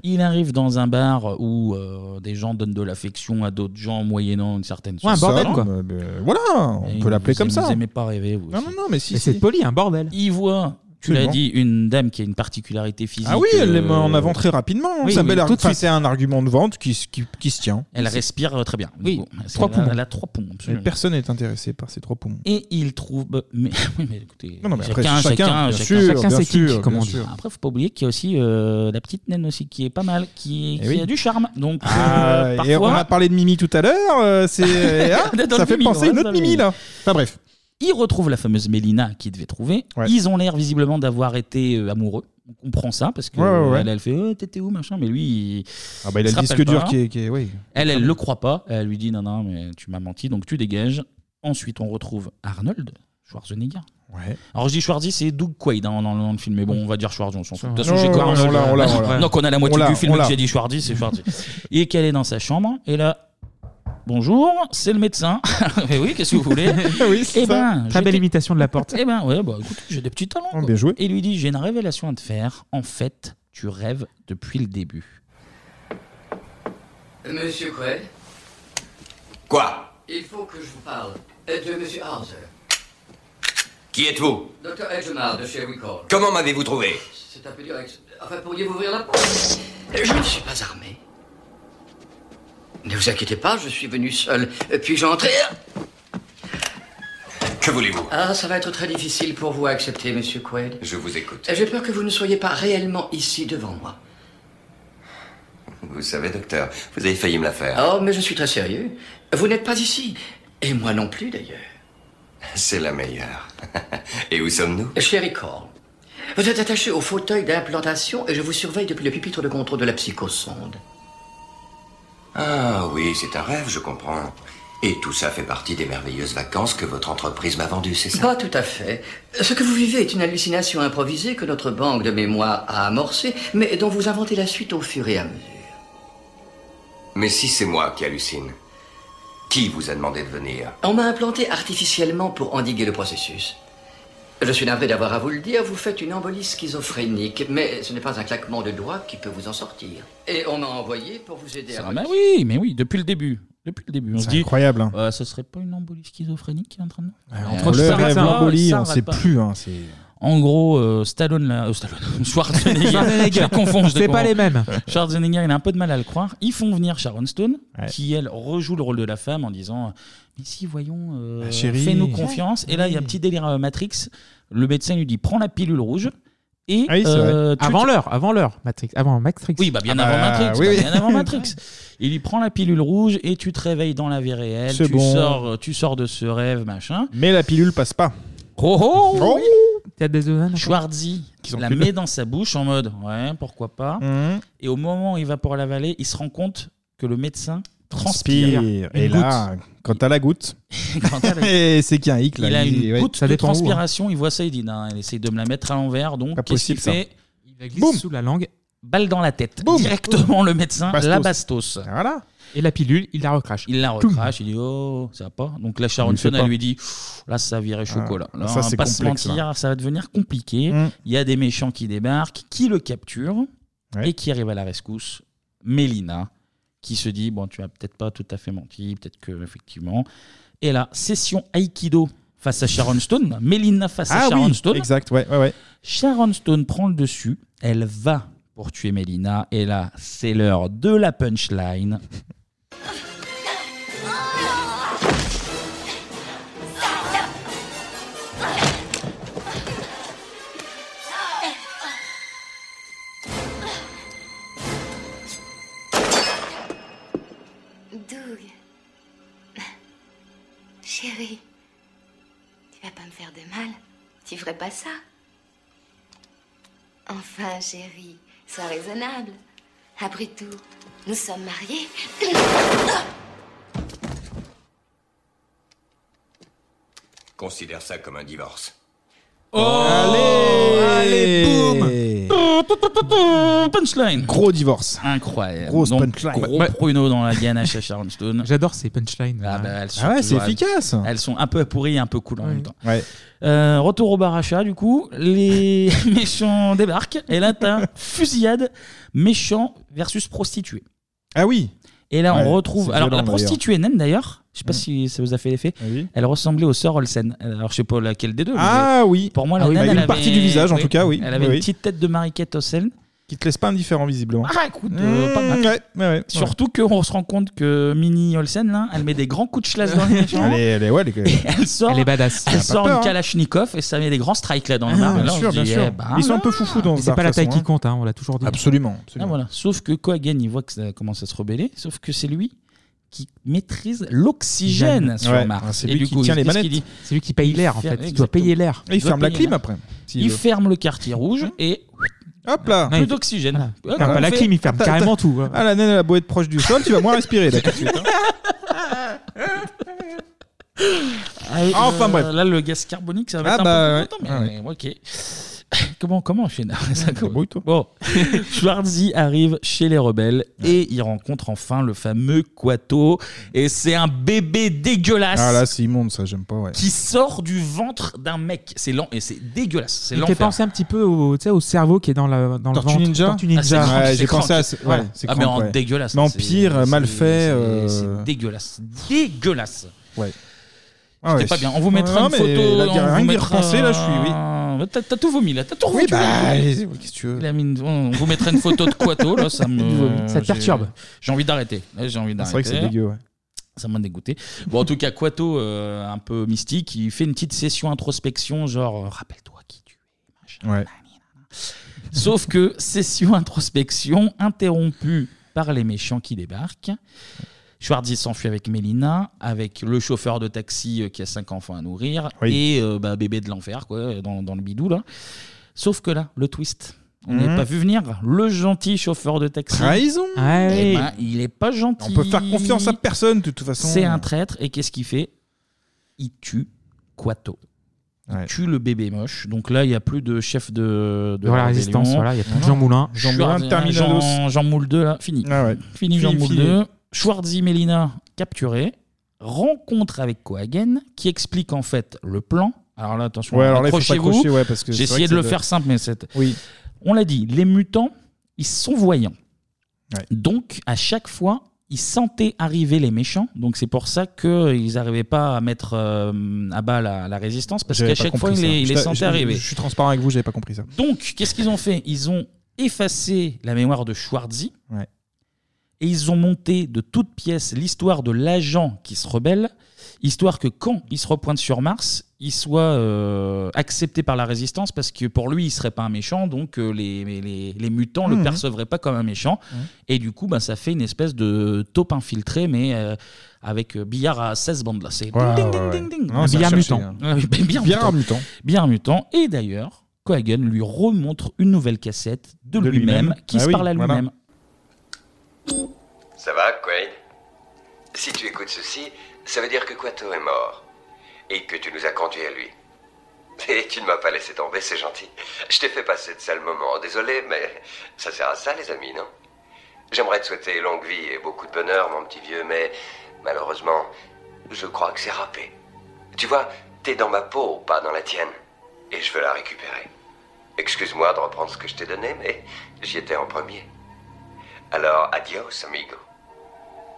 [SPEAKER 1] Il arrive dans un bar où euh, des gens donnent de l'affection à d'autres gens moyennant une certaine
[SPEAKER 6] Ouais, un
[SPEAKER 1] somme.
[SPEAKER 6] bordel, quoi. Euh, euh, voilà, on peut l'appeler
[SPEAKER 1] vous
[SPEAKER 6] comme
[SPEAKER 1] aimez-
[SPEAKER 6] ça.
[SPEAKER 1] Vous aimez pas rêver, vous.
[SPEAKER 6] Non, non, non, mais si.
[SPEAKER 1] Mais
[SPEAKER 6] si.
[SPEAKER 1] c'est poli,
[SPEAKER 7] un bordel.
[SPEAKER 1] Il voit, tu l'as
[SPEAKER 6] Absolument.
[SPEAKER 1] dit, une dame qui a une particularité physique.
[SPEAKER 6] Ah oui, elle les met en
[SPEAKER 1] euh,
[SPEAKER 6] avant très rapidement.
[SPEAKER 1] oui,
[SPEAKER 6] ça
[SPEAKER 1] oui,
[SPEAKER 6] bel
[SPEAKER 1] tout
[SPEAKER 6] arg-
[SPEAKER 1] de
[SPEAKER 6] enfin,
[SPEAKER 1] suite.
[SPEAKER 6] c'est un argument de vente qui, se- qui, qui se tient.
[SPEAKER 1] Elle respire euh, très bien.
[SPEAKER 6] Oui,
[SPEAKER 1] Bon, parce
[SPEAKER 6] trois
[SPEAKER 1] qu'elle a-
[SPEAKER 6] poumons.
[SPEAKER 1] Elle a trois poumons,
[SPEAKER 6] Mais
[SPEAKER 1] absolument.
[SPEAKER 6] personne n'est intéressé par ces trois poumons.
[SPEAKER 1] Et il trouve. bah, Mais, oui, mais écoutez,
[SPEAKER 6] Mm. Non, non, mais après,
[SPEAKER 1] chacun,
[SPEAKER 6] chacun,
[SPEAKER 1] chacun,
[SPEAKER 6] bien
[SPEAKER 1] chacun,
[SPEAKER 6] sûr,
[SPEAKER 1] chacun
[SPEAKER 6] bien
[SPEAKER 1] ses kinks,
[SPEAKER 6] sûr,
[SPEAKER 1] comme
[SPEAKER 6] bien
[SPEAKER 1] on dit.
[SPEAKER 6] sûr.
[SPEAKER 1] Après, faut pas oublier qu'il y a aussi euh, la petite naine aussi qui est pas mal, qui, qui
[SPEAKER 6] Eh oui.
[SPEAKER 1] a du charme. Donc,
[SPEAKER 6] Ah,
[SPEAKER 1] euh,
[SPEAKER 6] et
[SPEAKER 1] parfois,
[SPEAKER 6] on a parlé de Mimi tout à l'heure. euh, c'est eh, hein,
[SPEAKER 1] Dans
[SPEAKER 6] ça
[SPEAKER 1] le
[SPEAKER 6] fait
[SPEAKER 1] Mimi,
[SPEAKER 6] penser à une
[SPEAKER 1] ouais,
[SPEAKER 6] autre
[SPEAKER 1] ça
[SPEAKER 6] Mimi
[SPEAKER 1] fait-
[SPEAKER 6] là. Enfin bref.
[SPEAKER 1] Ils retrouvent la fameuse Mélina qu'ils devaient trouver. Ils ont l'air visiblement d'avoir été euh, amoureux. On comprend ça parce que
[SPEAKER 6] Ouais, ouais, ouais.
[SPEAKER 1] Elle, elle fait oh, t'étais où machin mais lui il,
[SPEAKER 6] Ah bah, il a
[SPEAKER 1] se
[SPEAKER 6] le disque
[SPEAKER 1] rappelle
[SPEAKER 6] dur
[SPEAKER 1] pas.
[SPEAKER 6] qui est- qui est- oui.
[SPEAKER 1] elle elle le croit pas elle lui dit non non mais tu m'as menti donc tu dégages ensuite on retrouve Arnold Schwarzenegger
[SPEAKER 6] Ouais.
[SPEAKER 1] alors je dis Schwarzy c'est Doug Quaid hein, dans, dans le film mais bon on va dire Schwarzy on s'en fout de toute façon
[SPEAKER 6] Non,
[SPEAKER 1] j'ai
[SPEAKER 6] on
[SPEAKER 1] corrigé.
[SPEAKER 6] l'a, on l'a, on l'a.
[SPEAKER 1] donc on a la moitié
[SPEAKER 6] On l'a,
[SPEAKER 1] du film
[SPEAKER 6] on l'a.
[SPEAKER 1] que j'ai dit Schwarzy c'est Schwarzy et qu'elle est dans sa chambre et là bonjour c'est le médecin mais oui qu'est-ce que vous voulez
[SPEAKER 7] Oui, c'est ça.
[SPEAKER 1] Eh ben,
[SPEAKER 7] Très belle
[SPEAKER 1] j'étais-
[SPEAKER 7] imitation de la porte.
[SPEAKER 1] eh ben ouais, bah écoute, j'ai des petits talents. quoi.
[SPEAKER 6] Oh, bien joué.
[SPEAKER 1] Et il lui dit, j'ai une révélation à te faire. En fait, tu rêves depuis le début.
[SPEAKER 23] Monsieur Quay,
[SPEAKER 4] Quoi
[SPEAKER 23] il faut que je vous parle euh, de Monsieur Hauser.
[SPEAKER 4] Qui êtes-vous
[SPEAKER 23] Docteur Edgemar de chez Recall.
[SPEAKER 4] Comment m'avez-vous trouvé
[SPEAKER 23] C'est un peu direct. Enfin, pourriez-vous ouvrir la porte Je ne suis pas armé. Ne vous inquiétez pas, je suis venu seul. Euh, Puis-je entrer
[SPEAKER 4] Que voulez-vous
[SPEAKER 23] Ah, ça va être très difficile pour vous à accepter, Monsieur Quaid.
[SPEAKER 4] Je vous écoute.
[SPEAKER 23] J'ai peur que vous ne soyez pas réellement ici devant moi.
[SPEAKER 4] Vous savez, docteur, vous avez failli me la faire.
[SPEAKER 23] Oh, mais je suis très sérieux. Vous n'êtes pas ici. Et moi non plus, d'ailleurs.
[SPEAKER 4] C'est la meilleure. Et où sommes-nous
[SPEAKER 23] Chérie Cole, vous êtes attaché au fauteuil d'implantation et je vous surveille depuis le pupitre de contrôle de la psychosonde.
[SPEAKER 4] Ah oui, c'est un rêve, je comprends. Et tout ça fait partie des merveilleuses vacances que votre entreprise m'a vendues, c'est ça
[SPEAKER 23] Pas tout à fait. Ce que vous vivez est une hallucination improvisée que notre banque de mémoire a amorcée, mais dont vous inventez la suite au fur et à mesure.
[SPEAKER 4] Mais si c'est moi qui hallucine, qui vous a demandé de venir
[SPEAKER 23] On m'a implanté artificiellement pour endiguer le processus. Je suis navré d'avoir à vous le dire, vous faites une embolie schizophrénique, mais ce n'est pas un claquement de doigts qui peut vous en sortir. Et on m'a envoyé pour vous aider
[SPEAKER 1] C'est
[SPEAKER 23] à...
[SPEAKER 1] un- bah oui, mais oui, depuis le début. Depuis le début. On se
[SPEAKER 6] C'est
[SPEAKER 1] dit,
[SPEAKER 6] incroyable, hein.
[SPEAKER 1] euh, ce serait pas une embolie schizophrénique qui est en train de.
[SPEAKER 6] entre le rêve, l'embolie, on sait plus, hein, c'est-
[SPEAKER 1] En gros, euh, Stallone, là, euh, Stallone, Schwarzenegger,
[SPEAKER 7] Schwarzenegger.
[SPEAKER 1] je les confonds, je les
[SPEAKER 7] C'est pas
[SPEAKER 1] confonds.
[SPEAKER 7] les mêmes.
[SPEAKER 1] Schwarzenegger, il a un peu de mal à le croire. Ils font venir Sharon Stone, qui elle rejoue le rôle de la femme en disant euh, Mais si, voyons, euh,
[SPEAKER 6] Ah, chérie.
[SPEAKER 1] fais-nous confiance. Et là, il y a un petit délire euh, Matrix. Le médecin lui dit Prends la pilule rouge. Et
[SPEAKER 7] Ah oui, c'est
[SPEAKER 1] euh,
[SPEAKER 7] vrai.
[SPEAKER 1] tu-
[SPEAKER 7] avant l'heure, avant l'heure, Matrix, avant Matrix.
[SPEAKER 1] Oui, bah bien
[SPEAKER 7] Ah
[SPEAKER 1] avant
[SPEAKER 7] bah,
[SPEAKER 1] Matrix.
[SPEAKER 7] oui,
[SPEAKER 1] bah,
[SPEAKER 7] oui.
[SPEAKER 1] bien avant Matrix. Il y prend la pilule rouge et tu te réveilles dans la vie réelle.
[SPEAKER 6] C'est
[SPEAKER 1] Tu,
[SPEAKER 6] bon.
[SPEAKER 1] sors, euh, tu sors de ce rêve, machin.
[SPEAKER 6] Mais la pilule passe pas.
[SPEAKER 1] Oh oh,
[SPEAKER 6] Oh.
[SPEAKER 7] T'as des
[SPEAKER 1] Schwarzy la
[SPEAKER 6] plus
[SPEAKER 1] met
[SPEAKER 6] deux.
[SPEAKER 1] dans sa bouche en mode ouais, pourquoi pas.
[SPEAKER 6] Mhm.
[SPEAKER 1] Et au moment où il va pour l'avaler, il se rend compte que le médecin transpire.
[SPEAKER 6] Transpire.
[SPEAKER 1] Une
[SPEAKER 6] Et là, quand t'as la goutte, et c'est qu'il y a un hic là.
[SPEAKER 1] il a
[SPEAKER 6] il-
[SPEAKER 1] une
[SPEAKER 6] ouais.
[SPEAKER 1] goutte de
[SPEAKER 7] hein.
[SPEAKER 1] transpiration, il voit ça, il dit non, il essaye de me la mettre à l'envers, donc qu'est-ce qu'il
[SPEAKER 6] possible, ça.
[SPEAKER 1] fait
[SPEAKER 7] Il la glisse sous la langue.
[SPEAKER 1] Balle dans la tête. Directement le médecin, la bastos.
[SPEAKER 7] Et la pilule, il la recrache.
[SPEAKER 1] Il la recrache, il dit oh, ça va pas. Donc la Sharon
[SPEAKER 7] Il fait
[SPEAKER 1] Stone, elle
[SPEAKER 7] pas.
[SPEAKER 1] lui dit Pff, là, ça virait chocolat.
[SPEAKER 7] Ah,
[SPEAKER 1] Là,
[SPEAKER 7] ça,
[SPEAKER 1] on
[SPEAKER 7] c'est
[SPEAKER 1] va pas se
[SPEAKER 7] complexe,
[SPEAKER 1] mentir, ça va devenir compliqué.
[SPEAKER 6] Mm.
[SPEAKER 1] Il y a des méchants qui débarquent, qui le capturent et qui arrivent à la rescousse. Mélina, qui se dit bon, tu as peut-être pas tout à fait menti, peut-être que effectivement. Et là, session Aikido face à Sharon Stone, Mélina face
[SPEAKER 6] Ah
[SPEAKER 1] à
[SPEAKER 6] oui,
[SPEAKER 1] Sharon Stone.
[SPEAKER 6] exact, ouais, ouais, ouais.
[SPEAKER 1] Sharon Stone prend le dessus, elle va pour tuer Mélina et là, c'est l'heure de la punchline.
[SPEAKER 21] Doug. Chérie. Tu vas pas me faire de mal. Tu ferais pas ça. Enfin, chérie, sois raisonnable. Après tout, nous sommes mariés.
[SPEAKER 4] Considère ça comme un divorce.
[SPEAKER 1] Allez Allez, boum Punchline
[SPEAKER 6] Gros divorce.
[SPEAKER 1] Incroyable.
[SPEAKER 6] Grosse
[SPEAKER 1] Donc,
[SPEAKER 6] punchline. Bah,
[SPEAKER 1] Gros
[SPEAKER 6] Ouais.
[SPEAKER 1] pruneau dans la ganache à Sharon Stone.
[SPEAKER 7] J'adore ces punchlines.
[SPEAKER 1] Ah, bah, elles sont
[SPEAKER 6] Ah ouais, c'est
[SPEAKER 1] toujours- elles-
[SPEAKER 6] efficace.
[SPEAKER 1] Elles sont un peu pourries, un peu cool en même temps.
[SPEAKER 6] Ouais.
[SPEAKER 1] Euh, retour au baracha, du coup, les méchants débarquent et là t'as fusillade méchants versus prostituées.
[SPEAKER 6] Ah oui.
[SPEAKER 1] Et là
[SPEAKER 6] Ouais,
[SPEAKER 1] on retrouve
[SPEAKER 6] c'est
[SPEAKER 1] alors
[SPEAKER 6] violent, Mm.
[SPEAKER 1] la prostituée naine d'ailleurs, je sais pas si ça vous a fait l'effet. Elle ressemblait au sort Olsen. Alors je sais pas laquelle des deux.
[SPEAKER 6] Ah
[SPEAKER 1] mais
[SPEAKER 6] oui.
[SPEAKER 1] Pour moi la
[SPEAKER 6] Ah oui,
[SPEAKER 1] naine,
[SPEAKER 6] bah,
[SPEAKER 1] elle
[SPEAKER 6] une
[SPEAKER 1] avait-
[SPEAKER 6] partie du visage, en tout cas, oui.
[SPEAKER 1] Elle avait
[SPEAKER 6] Oui,
[SPEAKER 1] une
[SPEAKER 6] oui.
[SPEAKER 1] petite tête de Mariquette Olsen.
[SPEAKER 6] Qui te laisse pas indifférent visiblement.
[SPEAKER 1] Ah, écoute, euh,
[SPEAKER 6] Mmh,
[SPEAKER 1] pas mal.
[SPEAKER 6] ouais, ouais, ouais.
[SPEAKER 1] Surtout qu'on se rend compte que Mini Olsen, là, elle met des grands coups de chlasse dans les méchants.
[SPEAKER 6] Elle est, elle est- ouais, elle est-
[SPEAKER 1] Elle sort,
[SPEAKER 6] Elle est badass.
[SPEAKER 1] Elle
[SPEAKER 6] Elle a pas
[SPEAKER 1] sort
[SPEAKER 6] peur,
[SPEAKER 1] une
[SPEAKER 6] hein.
[SPEAKER 1] Kalachnikov et ça met des grands strikes là dans le
[SPEAKER 6] Ah,
[SPEAKER 1] marbre.
[SPEAKER 6] bien
[SPEAKER 1] Là, on
[SPEAKER 6] sûr,
[SPEAKER 1] se dit,
[SPEAKER 6] bien sûr.
[SPEAKER 1] eh ben,
[SPEAKER 6] Ils sont un
[SPEAKER 1] là.
[SPEAKER 6] peu foufous dans
[SPEAKER 7] Mais c'est pas la taille qui compte, hein, on l'a toujours dit.
[SPEAKER 6] Absolument.
[SPEAKER 1] Ah, voilà. Sauf que Kohagen, il voit que ça commence à se rebeller, sauf que c'est lui qui maîtrise l'oxygène
[SPEAKER 7] Ouais.
[SPEAKER 1] sur
[SPEAKER 7] Ouais.
[SPEAKER 1] Mars.
[SPEAKER 7] Ah, C'est
[SPEAKER 1] Et
[SPEAKER 7] lui
[SPEAKER 1] du
[SPEAKER 7] qui
[SPEAKER 1] coup,
[SPEAKER 7] tient les
[SPEAKER 1] qu'est-ce qu'il
[SPEAKER 7] manettes.
[SPEAKER 1] dit
[SPEAKER 7] C'est lui qui paye l'air, en
[SPEAKER 1] ferme-
[SPEAKER 7] fait. Il doit payer l'air.
[SPEAKER 1] Exactement.
[SPEAKER 7] Il ferme
[SPEAKER 1] doit
[SPEAKER 7] la
[SPEAKER 1] payer
[SPEAKER 7] clim
[SPEAKER 1] l'air.
[SPEAKER 7] après, s'il
[SPEAKER 1] Il
[SPEAKER 7] veut.
[SPEAKER 1] ferme le quartier rouge et
[SPEAKER 6] Hop là
[SPEAKER 1] plus d'oxygène.
[SPEAKER 6] Voilà.
[SPEAKER 1] Hop,
[SPEAKER 7] Ah, bah,
[SPEAKER 1] on fait-
[SPEAKER 6] T'as- t'as-
[SPEAKER 7] hein.
[SPEAKER 6] Ah, la naine, elle a beau être proche du sol, tu vas moins respirer là tout de suite. hein.
[SPEAKER 1] Ah oui,
[SPEAKER 6] Enfin,
[SPEAKER 1] euh,
[SPEAKER 6] bref.
[SPEAKER 1] Là, le gaz carbonique, ça va
[SPEAKER 6] Ah,
[SPEAKER 1] être
[SPEAKER 6] bah,
[SPEAKER 1] un peu plus
[SPEAKER 6] ouais. Ah,
[SPEAKER 1] longtemps, mais ok. comment, comment on fait là Ça commence. Bon, Schwarzy arrive chez les rebelles et il rencontre enfin le fameux Quato. Et c'est un bébé dégueulasse
[SPEAKER 6] Ah là, c'est immonde, ça, j'aime pas, ouais.
[SPEAKER 1] qui sort du ventre d'un mec. C'est lent et c'est dégueulasse. C'est
[SPEAKER 7] Il me fait
[SPEAKER 1] l'enfer.
[SPEAKER 7] penser un petit peu au, tu sais, au cerveau qui est dans, la, dans le
[SPEAKER 1] Tortue
[SPEAKER 7] ventre.
[SPEAKER 1] Ninja
[SPEAKER 7] Tortue
[SPEAKER 1] Ah, c'est
[SPEAKER 7] Ninja.
[SPEAKER 1] crank,
[SPEAKER 6] Ouais, j'ai pensé à ce- ouais, c'est
[SPEAKER 1] Ah, mais
[SPEAKER 6] crank,
[SPEAKER 1] en
[SPEAKER 6] ouais.
[SPEAKER 1] dégueulasse.
[SPEAKER 6] Mais en
[SPEAKER 1] c'est-
[SPEAKER 6] pire,
[SPEAKER 1] c'est-
[SPEAKER 6] mal fait,
[SPEAKER 1] c'est- C'est
[SPEAKER 6] euh,
[SPEAKER 1] dégueulasse. Dégueulasse.
[SPEAKER 6] Ouais.
[SPEAKER 1] C'était
[SPEAKER 6] Ah, ouais.
[SPEAKER 1] pas bien. On vous mettra
[SPEAKER 6] Non,
[SPEAKER 1] une
[SPEAKER 6] mais
[SPEAKER 1] photo.
[SPEAKER 6] là,
[SPEAKER 1] on
[SPEAKER 6] rien
[SPEAKER 1] vous
[SPEAKER 6] que d'y
[SPEAKER 1] mettra-
[SPEAKER 6] repenser, là, je suis, oui.
[SPEAKER 1] Ah, T'as t'as tout vomi là, t'as tout revu.
[SPEAKER 6] Oui,
[SPEAKER 1] tu
[SPEAKER 6] bah,
[SPEAKER 1] vois.
[SPEAKER 6] allez, qu'est-ce que tu veux
[SPEAKER 1] La mine- on vous mettra une photo de Quato, là, ça me.
[SPEAKER 7] Ça te
[SPEAKER 1] j'ai-
[SPEAKER 7] perturbe.
[SPEAKER 1] J'ai envie d'arrêter. Là, J'ai envie
[SPEAKER 6] C'est
[SPEAKER 1] d'arrêter.
[SPEAKER 6] vrai que c'est dégueu, ouais.
[SPEAKER 1] Ça m'a dégoûté. Bon, en tout cas, Quato, euh, un peu mystique, il fait une petite session introspection, genre, euh, rappelle-toi qui tu es. machin.
[SPEAKER 6] Ouais.
[SPEAKER 1] Sauf que session introspection interrompue par les méchants qui débarquent. Schwarzy s'enfuit avec Mélina, avec le chauffeur de taxi euh, qui a cinq enfants à nourrir et euh, bah, bébé de l'enfer quoi, dans, dans le bidou là. Sauf que là, le twist, on n'est
[SPEAKER 6] Mhm.
[SPEAKER 1] pas vu venir. Le gentil chauffeur de taxi.
[SPEAKER 6] Trahison
[SPEAKER 1] Eh
[SPEAKER 6] Ouais.
[SPEAKER 1] ben, Il est pas gentil.
[SPEAKER 6] On peut faire confiance à personne, de toute façon.
[SPEAKER 1] C'est un traître et qu'est-ce qu'il fait Il tue Quato. Il tue le bébé moche. Donc là, il n'y a plus de chef de, de
[SPEAKER 7] Dans la résistance, voilà, il y a plus de Jean Moulin.
[SPEAKER 1] Jean
[SPEAKER 7] Jean
[SPEAKER 1] Moulin,
[SPEAKER 7] Moulin, terminados.
[SPEAKER 1] Jean, Jean Moule 2, là, fini.
[SPEAKER 6] Ah
[SPEAKER 1] Fini
[SPEAKER 7] Fini,
[SPEAKER 1] Jean Moule
[SPEAKER 7] fini.
[SPEAKER 1] 2. Schwarzy Mélina capturé. Rencontre avec Kohagen qui explique en fait le plan. Alors là, attention,
[SPEAKER 6] Ouais, alors là, il faut
[SPEAKER 1] accrochez-vous.
[SPEAKER 6] s'accrocher, ouais, parce que
[SPEAKER 1] J'ai
[SPEAKER 6] c'est vrai
[SPEAKER 1] essayé
[SPEAKER 6] que ça
[SPEAKER 1] de le
[SPEAKER 6] doit-
[SPEAKER 1] faire simple, mais c'est.
[SPEAKER 6] Oui.
[SPEAKER 1] On l'a dit, les mutants, ils sont voyants. Donc, à chaque fois, ils sentaient arriver les méchants. Donc, c'est pour ça qu'ils n'arrivaient pas à mettre euh, à bas la, la résistance, parce
[SPEAKER 6] J'avais
[SPEAKER 1] qu'à
[SPEAKER 6] pas
[SPEAKER 1] chaque fois,
[SPEAKER 6] compris
[SPEAKER 1] ils
[SPEAKER 6] ça.
[SPEAKER 1] les, ils les
[SPEAKER 6] Je t'a-
[SPEAKER 1] sentaient
[SPEAKER 6] je-
[SPEAKER 1] arriver.
[SPEAKER 6] Je suis transparent avec vous, j'avais pas compris ça.
[SPEAKER 1] Donc, qu'est-ce qu'ils ont fait Ils ont effacé la mémoire de Schwarzy. Et ils ont monté de toutes pièces l'histoire de l'agent qui se rebelle, histoire que quand il se repointe sur Mars, il soit euh, accepté par la résistance, parce que pour lui, il serait pas un méchant, donc euh, les, les- les- les mutants
[SPEAKER 6] Mmh.
[SPEAKER 1] le
[SPEAKER 7] Mhm.
[SPEAKER 1] percevraient pas comme un méchant. Et du coup, bah, ça fait une espèce de taupe infiltrée, mais euh, avec euh, billard à 16 bandes. Là, c'est
[SPEAKER 6] Ouais,
[SPEAKER 1] ding, ding,
[SPEAKER 6] ouais,
[SPEAKER 1] ding,
[SPEAKER 6] ouais.
[SPEAKER 1] ding.
[SPEAKER 6] Non, c'est
[SPEAKER 1] Billard
[SPEAKER 6] à chercher,
[SPEAKER 1] mutant.
[SPEAKER 6] hein.
[SPEAKER 1] Ah oui, billard
[SPEAKER 6] Billard mutant.
[SPEAKER 1] Billard mutant. Et d'ailleurs, Coagan lui remontre une nouvelle cassette de,
[SPEAKER 6] De
[SPEAKER 1] lui-même,
[SPEAKER 6] lui-même.
[SPEAKER 1] qui
[SPEAKER 6] Ah
[SPEAKER 1] se
[SPEAKER 6] oui,
[SPEAKER 1] parle à
[SPEAKER 6] voilà.
[SPEAKER 1] lui-même.
[SPEAKER 4] Ça va, Quaid Si tu écoutes ceci, ça veut dire que Quato est mort. Et que tu nous as conduits à lui. Et tu ne m'as pas laissé tomber, c'est gentil. Je t'ai fait passer de sales moments. Désolé, mais ça sert à ça, les amis, non J'aimerais te souhaiter longue vie et beaucoup de bonheur, mon petit vieux, mais malheureusement, je crois que c'est râpé. Tu vois, t'es dans ma peau, pas dans la tienne. Et je veux la récupérer. Excuse-moi de reprendre ce que je t'ai donné, mais j'y étais en premier. Alors, adios, amigo.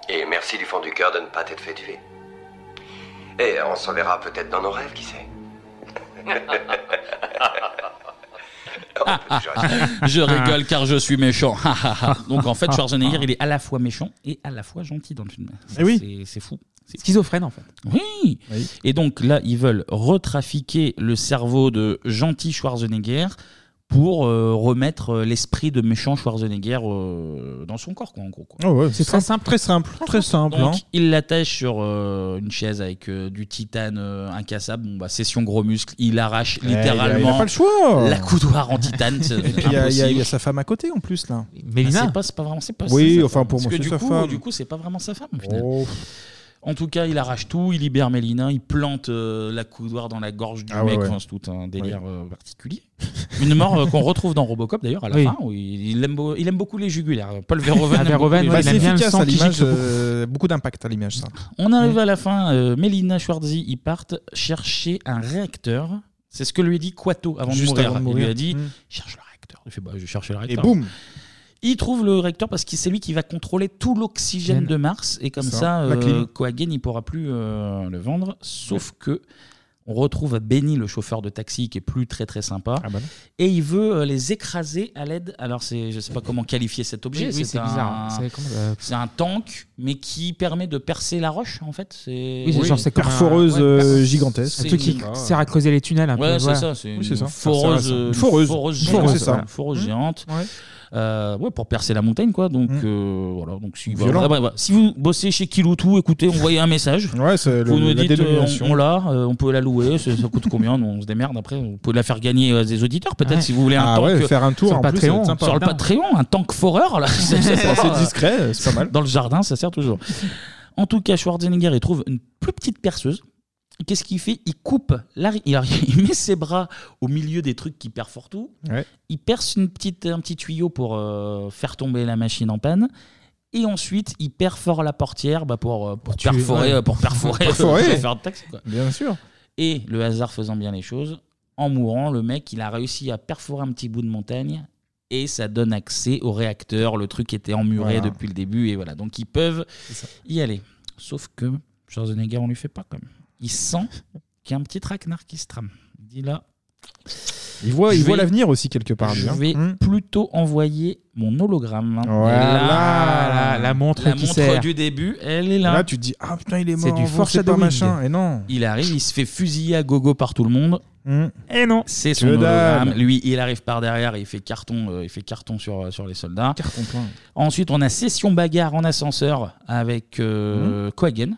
[SPEAKER 4] Et merci du fond du cœur de ne pas t'être fait tuer. Et on se verra peut-être dans nos rêves, qui sait On peut toujours espérer.
[SPEAKER 1] Ah, je rigole car je suis méchant. Donc en fait,
[SPEAKER 7] Ah,
[SPEAKER 1] Schwarzenegger,
[SPEAKER 7] ah.
[SPEAKER 1] il est à la fois méchant et à la fois gentil dans le film.
[SPEAKER 6] Ah.
[SPEAKER 7] Eh oui.
[SPEAKER 1] C'est- C'est fou. C'est-
[SPEAKER 7] Schizophrène, en fait.
[SPEAKER 1] Oui. Et donc là, ils veulent retrafiquer le cerveau de gentil Schwarzenegger pour euh, remettre euh, l'esprit de méchant Schwarzenegger euh, dans son corps, quoi, en gros. quoi.
[SPEAKER 6] Ah ouais, Très simple. Très simple.
[SPEAKER 1] Donc,
[SPEAKER 6] hein.
[SPEAKER 1] il l'attache sur euh, une chaise avec euh, du titane euh, incassable. Bon, bah, session gros muscle. Il arrache
[SPEAKER 6] il a- il a
[SPEAKER 1] littéralement
[SPEAKER 6] pas le choix.
[SPEAKER 1] la coudoir en titane. c'est
[SPEAKER 6] Et puis il y, a- il y a- il y
[SPEAKER 1] impossible.
[SPEAKER 6] a sa femme à côté en plus là.
[SPEAKER 1] Ah, c'est pas, c'est pas vraiment, c'est pas
[SPEAKER 6] Oui,
[SPEAKER 1] c'est sa
[SPEAKER 6] enfin,
[SPEAKER 1] femme.
[SPEAKER 6] pour
[SPEAKER 1] Parce
[SPEAKER 6] moi,
[SPEAKER 1] que
[SPEAKER 6] c'est
[SPEAKER 1] du
[SPEAKER 6] sa
[SPEAKER 1] coup,
[SPEAKER 6] femme. Oh.
[SPEAKER 1] Du coup, c'est pas vraiment sa femme. au final. En tout cas, il arrache tout, il libère Mélina, il plante euh, la coudoir dans la gorge du
[SPEAKER 6] Ah ouais,
[SPEAKER 1] mec.
[SPEAKER 6] ouais.
[SPEAKER 1] Enfin, c'est tout un délire euh, particulier. Une mort euh, qu'on retrouve dans Robocop d'ailleurs à la
[SPEAKER 6] Oui.
[SPEAKER 1] fin. Où il, il aime, beau- il aime beaucoup les jugulaires. Paul Ah, Verhoeven. aime beaucoup
[SPEAKER 6] Bah,
[SPEAKER 1] les
[SPEAKER 6] c'est
[SPEAKER 1] jugulaires.
[SPEAKER 6] efficace à l'image, euh, beaucoup d'impact à l'image ça.
[SPEAKER 1] On arrive à la fin. euh, Mélina Schwarzy, ils partent chercher un réacteur. C'est ce que lui dit Quato avant,
[SPEAKER 6] Juste
[SPEAKER 1] de, mourir.
[SPEAKER 6] avant de
[SPEAKER 1] Il lui
[SPEAKER 6] mourir.
[SPEAKER 1] a dit
[SPEAKER 6] Mm.
[SPEAKER 1] cherche le réacteur. Il fait bah, je cherche le réacteur.
[SPEAKER 6] boum.
[SPEAKER 1] Il trouve le réacteur parce que c'est lui qui va contrôler tout l'oxygène de Mars et comme
[SPEAKER 6] Ça,
[SPEAKER 1] ça,
[SPEAKER 6] la
[SPEAKER 1] euh,
[SPEAKER 6] clim.
[SPEAKER 1] Coagen il pourra plus euh, le vendre. Sauf que on retrouve Benny le chauffeur de taxi qui est plus très très sympa
[SPEAKER 7] Ah, bah
[SPEAKER 1] et il veut euh, les écraser à l'aide. Alors c'est je sais pas comment qualifier cet objet.
[SPEAKER 7] Oui, oui, c'est
[SPEAKER 1] un-
[SPEAKER 7] bizarre. C'est comment, euh,
[SPEAKER 1] c'est un tank, mais qui permet de percer la roche, en fait. C'est
[SPEAKER 7] Oui, c'est genre, c'est comme un-
[SPEAKER 6] Foreuse
[SPEAKER 7] ouais,
[SPEAKER 6] euh,
[SPEAKER 7] c'est-
[SPEAKER 6] gigantesque.
[SPEAKER 7] Un truc qui sert à creuser les tunnels un peu.
[SPEAKER 1] Ouais, c'est
[SPEAKER 7] voilà.
[SPEAKER 1] ça, c'est
[SPEAKER 7] Oui,
[SPEAKER 1] une,
[SPEAKER 7] ça. Ça sert à
[SPEAKER 1] Foreuse,
[SPEAKER 7] ça.
[SPEAKER 1] euh, une
[SPEAKER 7] Foreuse.
[SPEAKER 1] foreuse
[SPEAKER 7] Une
[SPEAKER 1] géante,
[SPEAKER 7] foreuse, c'est ça.
[SPEAKER 1] voilà, une foreuse
[SPEAKER 7] Mmh.
[SPEAKER 1] géante. Euh, ouais, pour percer la montagne, quoi. Donc,
[SPEAKER 7] Mm.
[SPEAKER 1] euh, voilà. Donc, si,
[SPEAKER 6] Violent.
[SPEAKER 1] voilà, ouais, ouais. si vous bossez chez Kiloutou, écoutez, envoyez un message.
[SPEAKER 6] c'est
[SPEAKER 1] vous
[SPEAKER 6] le-
[SPEAKER 1] nous
[SPEAKER 6] la
[SPEAKER 1] dites, euh,
[SPEAKER 6] dénomination.
[SPEAKER 1] on, on l'a, euh, on peut la louer, ça, ça coûte combien, nous, on se démerde après. Vous pouvez la faire gagner à des auditeurs, peut-être,
[SPEAKER 6] Ouais.
[SPEAKER 1] si vous voulez un
[SPEAKER 6] Ah
[SPEAKER 1] tank. euh,
[SPEAKER 6] ouais, faire un tour, Sur le en plus, Patreon. ça va être sympa.
[SPEAKER 1] Sur le Patreon, un tank foreur, là.
[SPEAKER 6] C'est discret, c'est pas mal.
[SPEAKER 1] Dans le jardin, ça sert toujours. En tout cas, Schwarzenegger, il trouve une plus petite perceuse. Qu'est-ce qu'il fait Il coupe, la ri- il, arri- il met ses bras au milieu des trucs qui perforent tout.
[SPEAKER 6] Ouais.
[SPEAKER 1] Il perce une petite, un petit tuyau pour euh, faire tomber la machine en panne. Et ensuite, il perfore la portière bah, pour, euh, pour,
[SPEAKER 6] tuer,
[SPEAKER 1] perforer,
[SPEAKER 6] ouais.
[SPEAKER 1] euh, pour perforer,
[SPEAKER 6] Perforer.
[SPEAKER 1] pour faire le taxi, quoi.
[SPEAKER 6] Bien sûr.
[SPEAKER 1] Et le hasard faisant bien les choses, en mourant, le mec, il a réussi à perforer un petit bout de montagne et ça donne accès au réacteur. Le truc était emmuré
[SPEAKER 6] Voilà.
[SPEAKER 1] depuis le début et voilà. Donc ils peuvent y aller. Sauf que Schwarzenegger, on lui fait pas quand même. Il sent qu'il y a un petit traquenard qui se trame. Il dit là,
[SPEAKER 6] Il voit, il
[SPEAKER 1] Je
[SPEAKER 6] voit
[SPEAKER 1] vais-
[SPEAKER 6] l'avenir aussi quelque part.
[SPEAKER 1] je
[SPEAKER 6] lui, hein.
[SPEAKER 1] vais plutôt envoyer mon hologramme. Et
[SPEAKER 6] Voilà.
[SPEAKER 1] là,
[SPEAKER 6] Ah La montre
[SPEAKER 1] la
[SPEAKER 6] qui
[SPEAKER 1] montre
[SPEAKER 6] sert.
[SPEAKER 1] du début, elle est là.
[SPEAKER 6] Là, tu te dis, ah, putain, il est mort,
[SPEAKER 1] C'est du
[SPEAKER 6] on sait pas,
[SPEAKER 1] foreshadowing.
[SPEAKER 6] machin. Et non. Mm.
[SPEAKER 1] Il arrive, il se fait fusiller à gogo par tout le monde.
[SPEAKER 7] Et non.
[SPEAKER 1] C'est son
[SPEAKER 6] Que
[SPEAKER 1] hologramme.
[SPEAKER 6] dalle.
[SPEAKER 1] Lui, il arrive par derrière et il fait carton, euh, il fait carton sur, euh, sur les soldats.
[SPEAKER 6] Carton plein.
[SPEAKER 1] Ensuite, on a session bagarre en ascenseur avec
[SPEAKER 6] Mm.
[SPEAKER 1] euh, Coagen.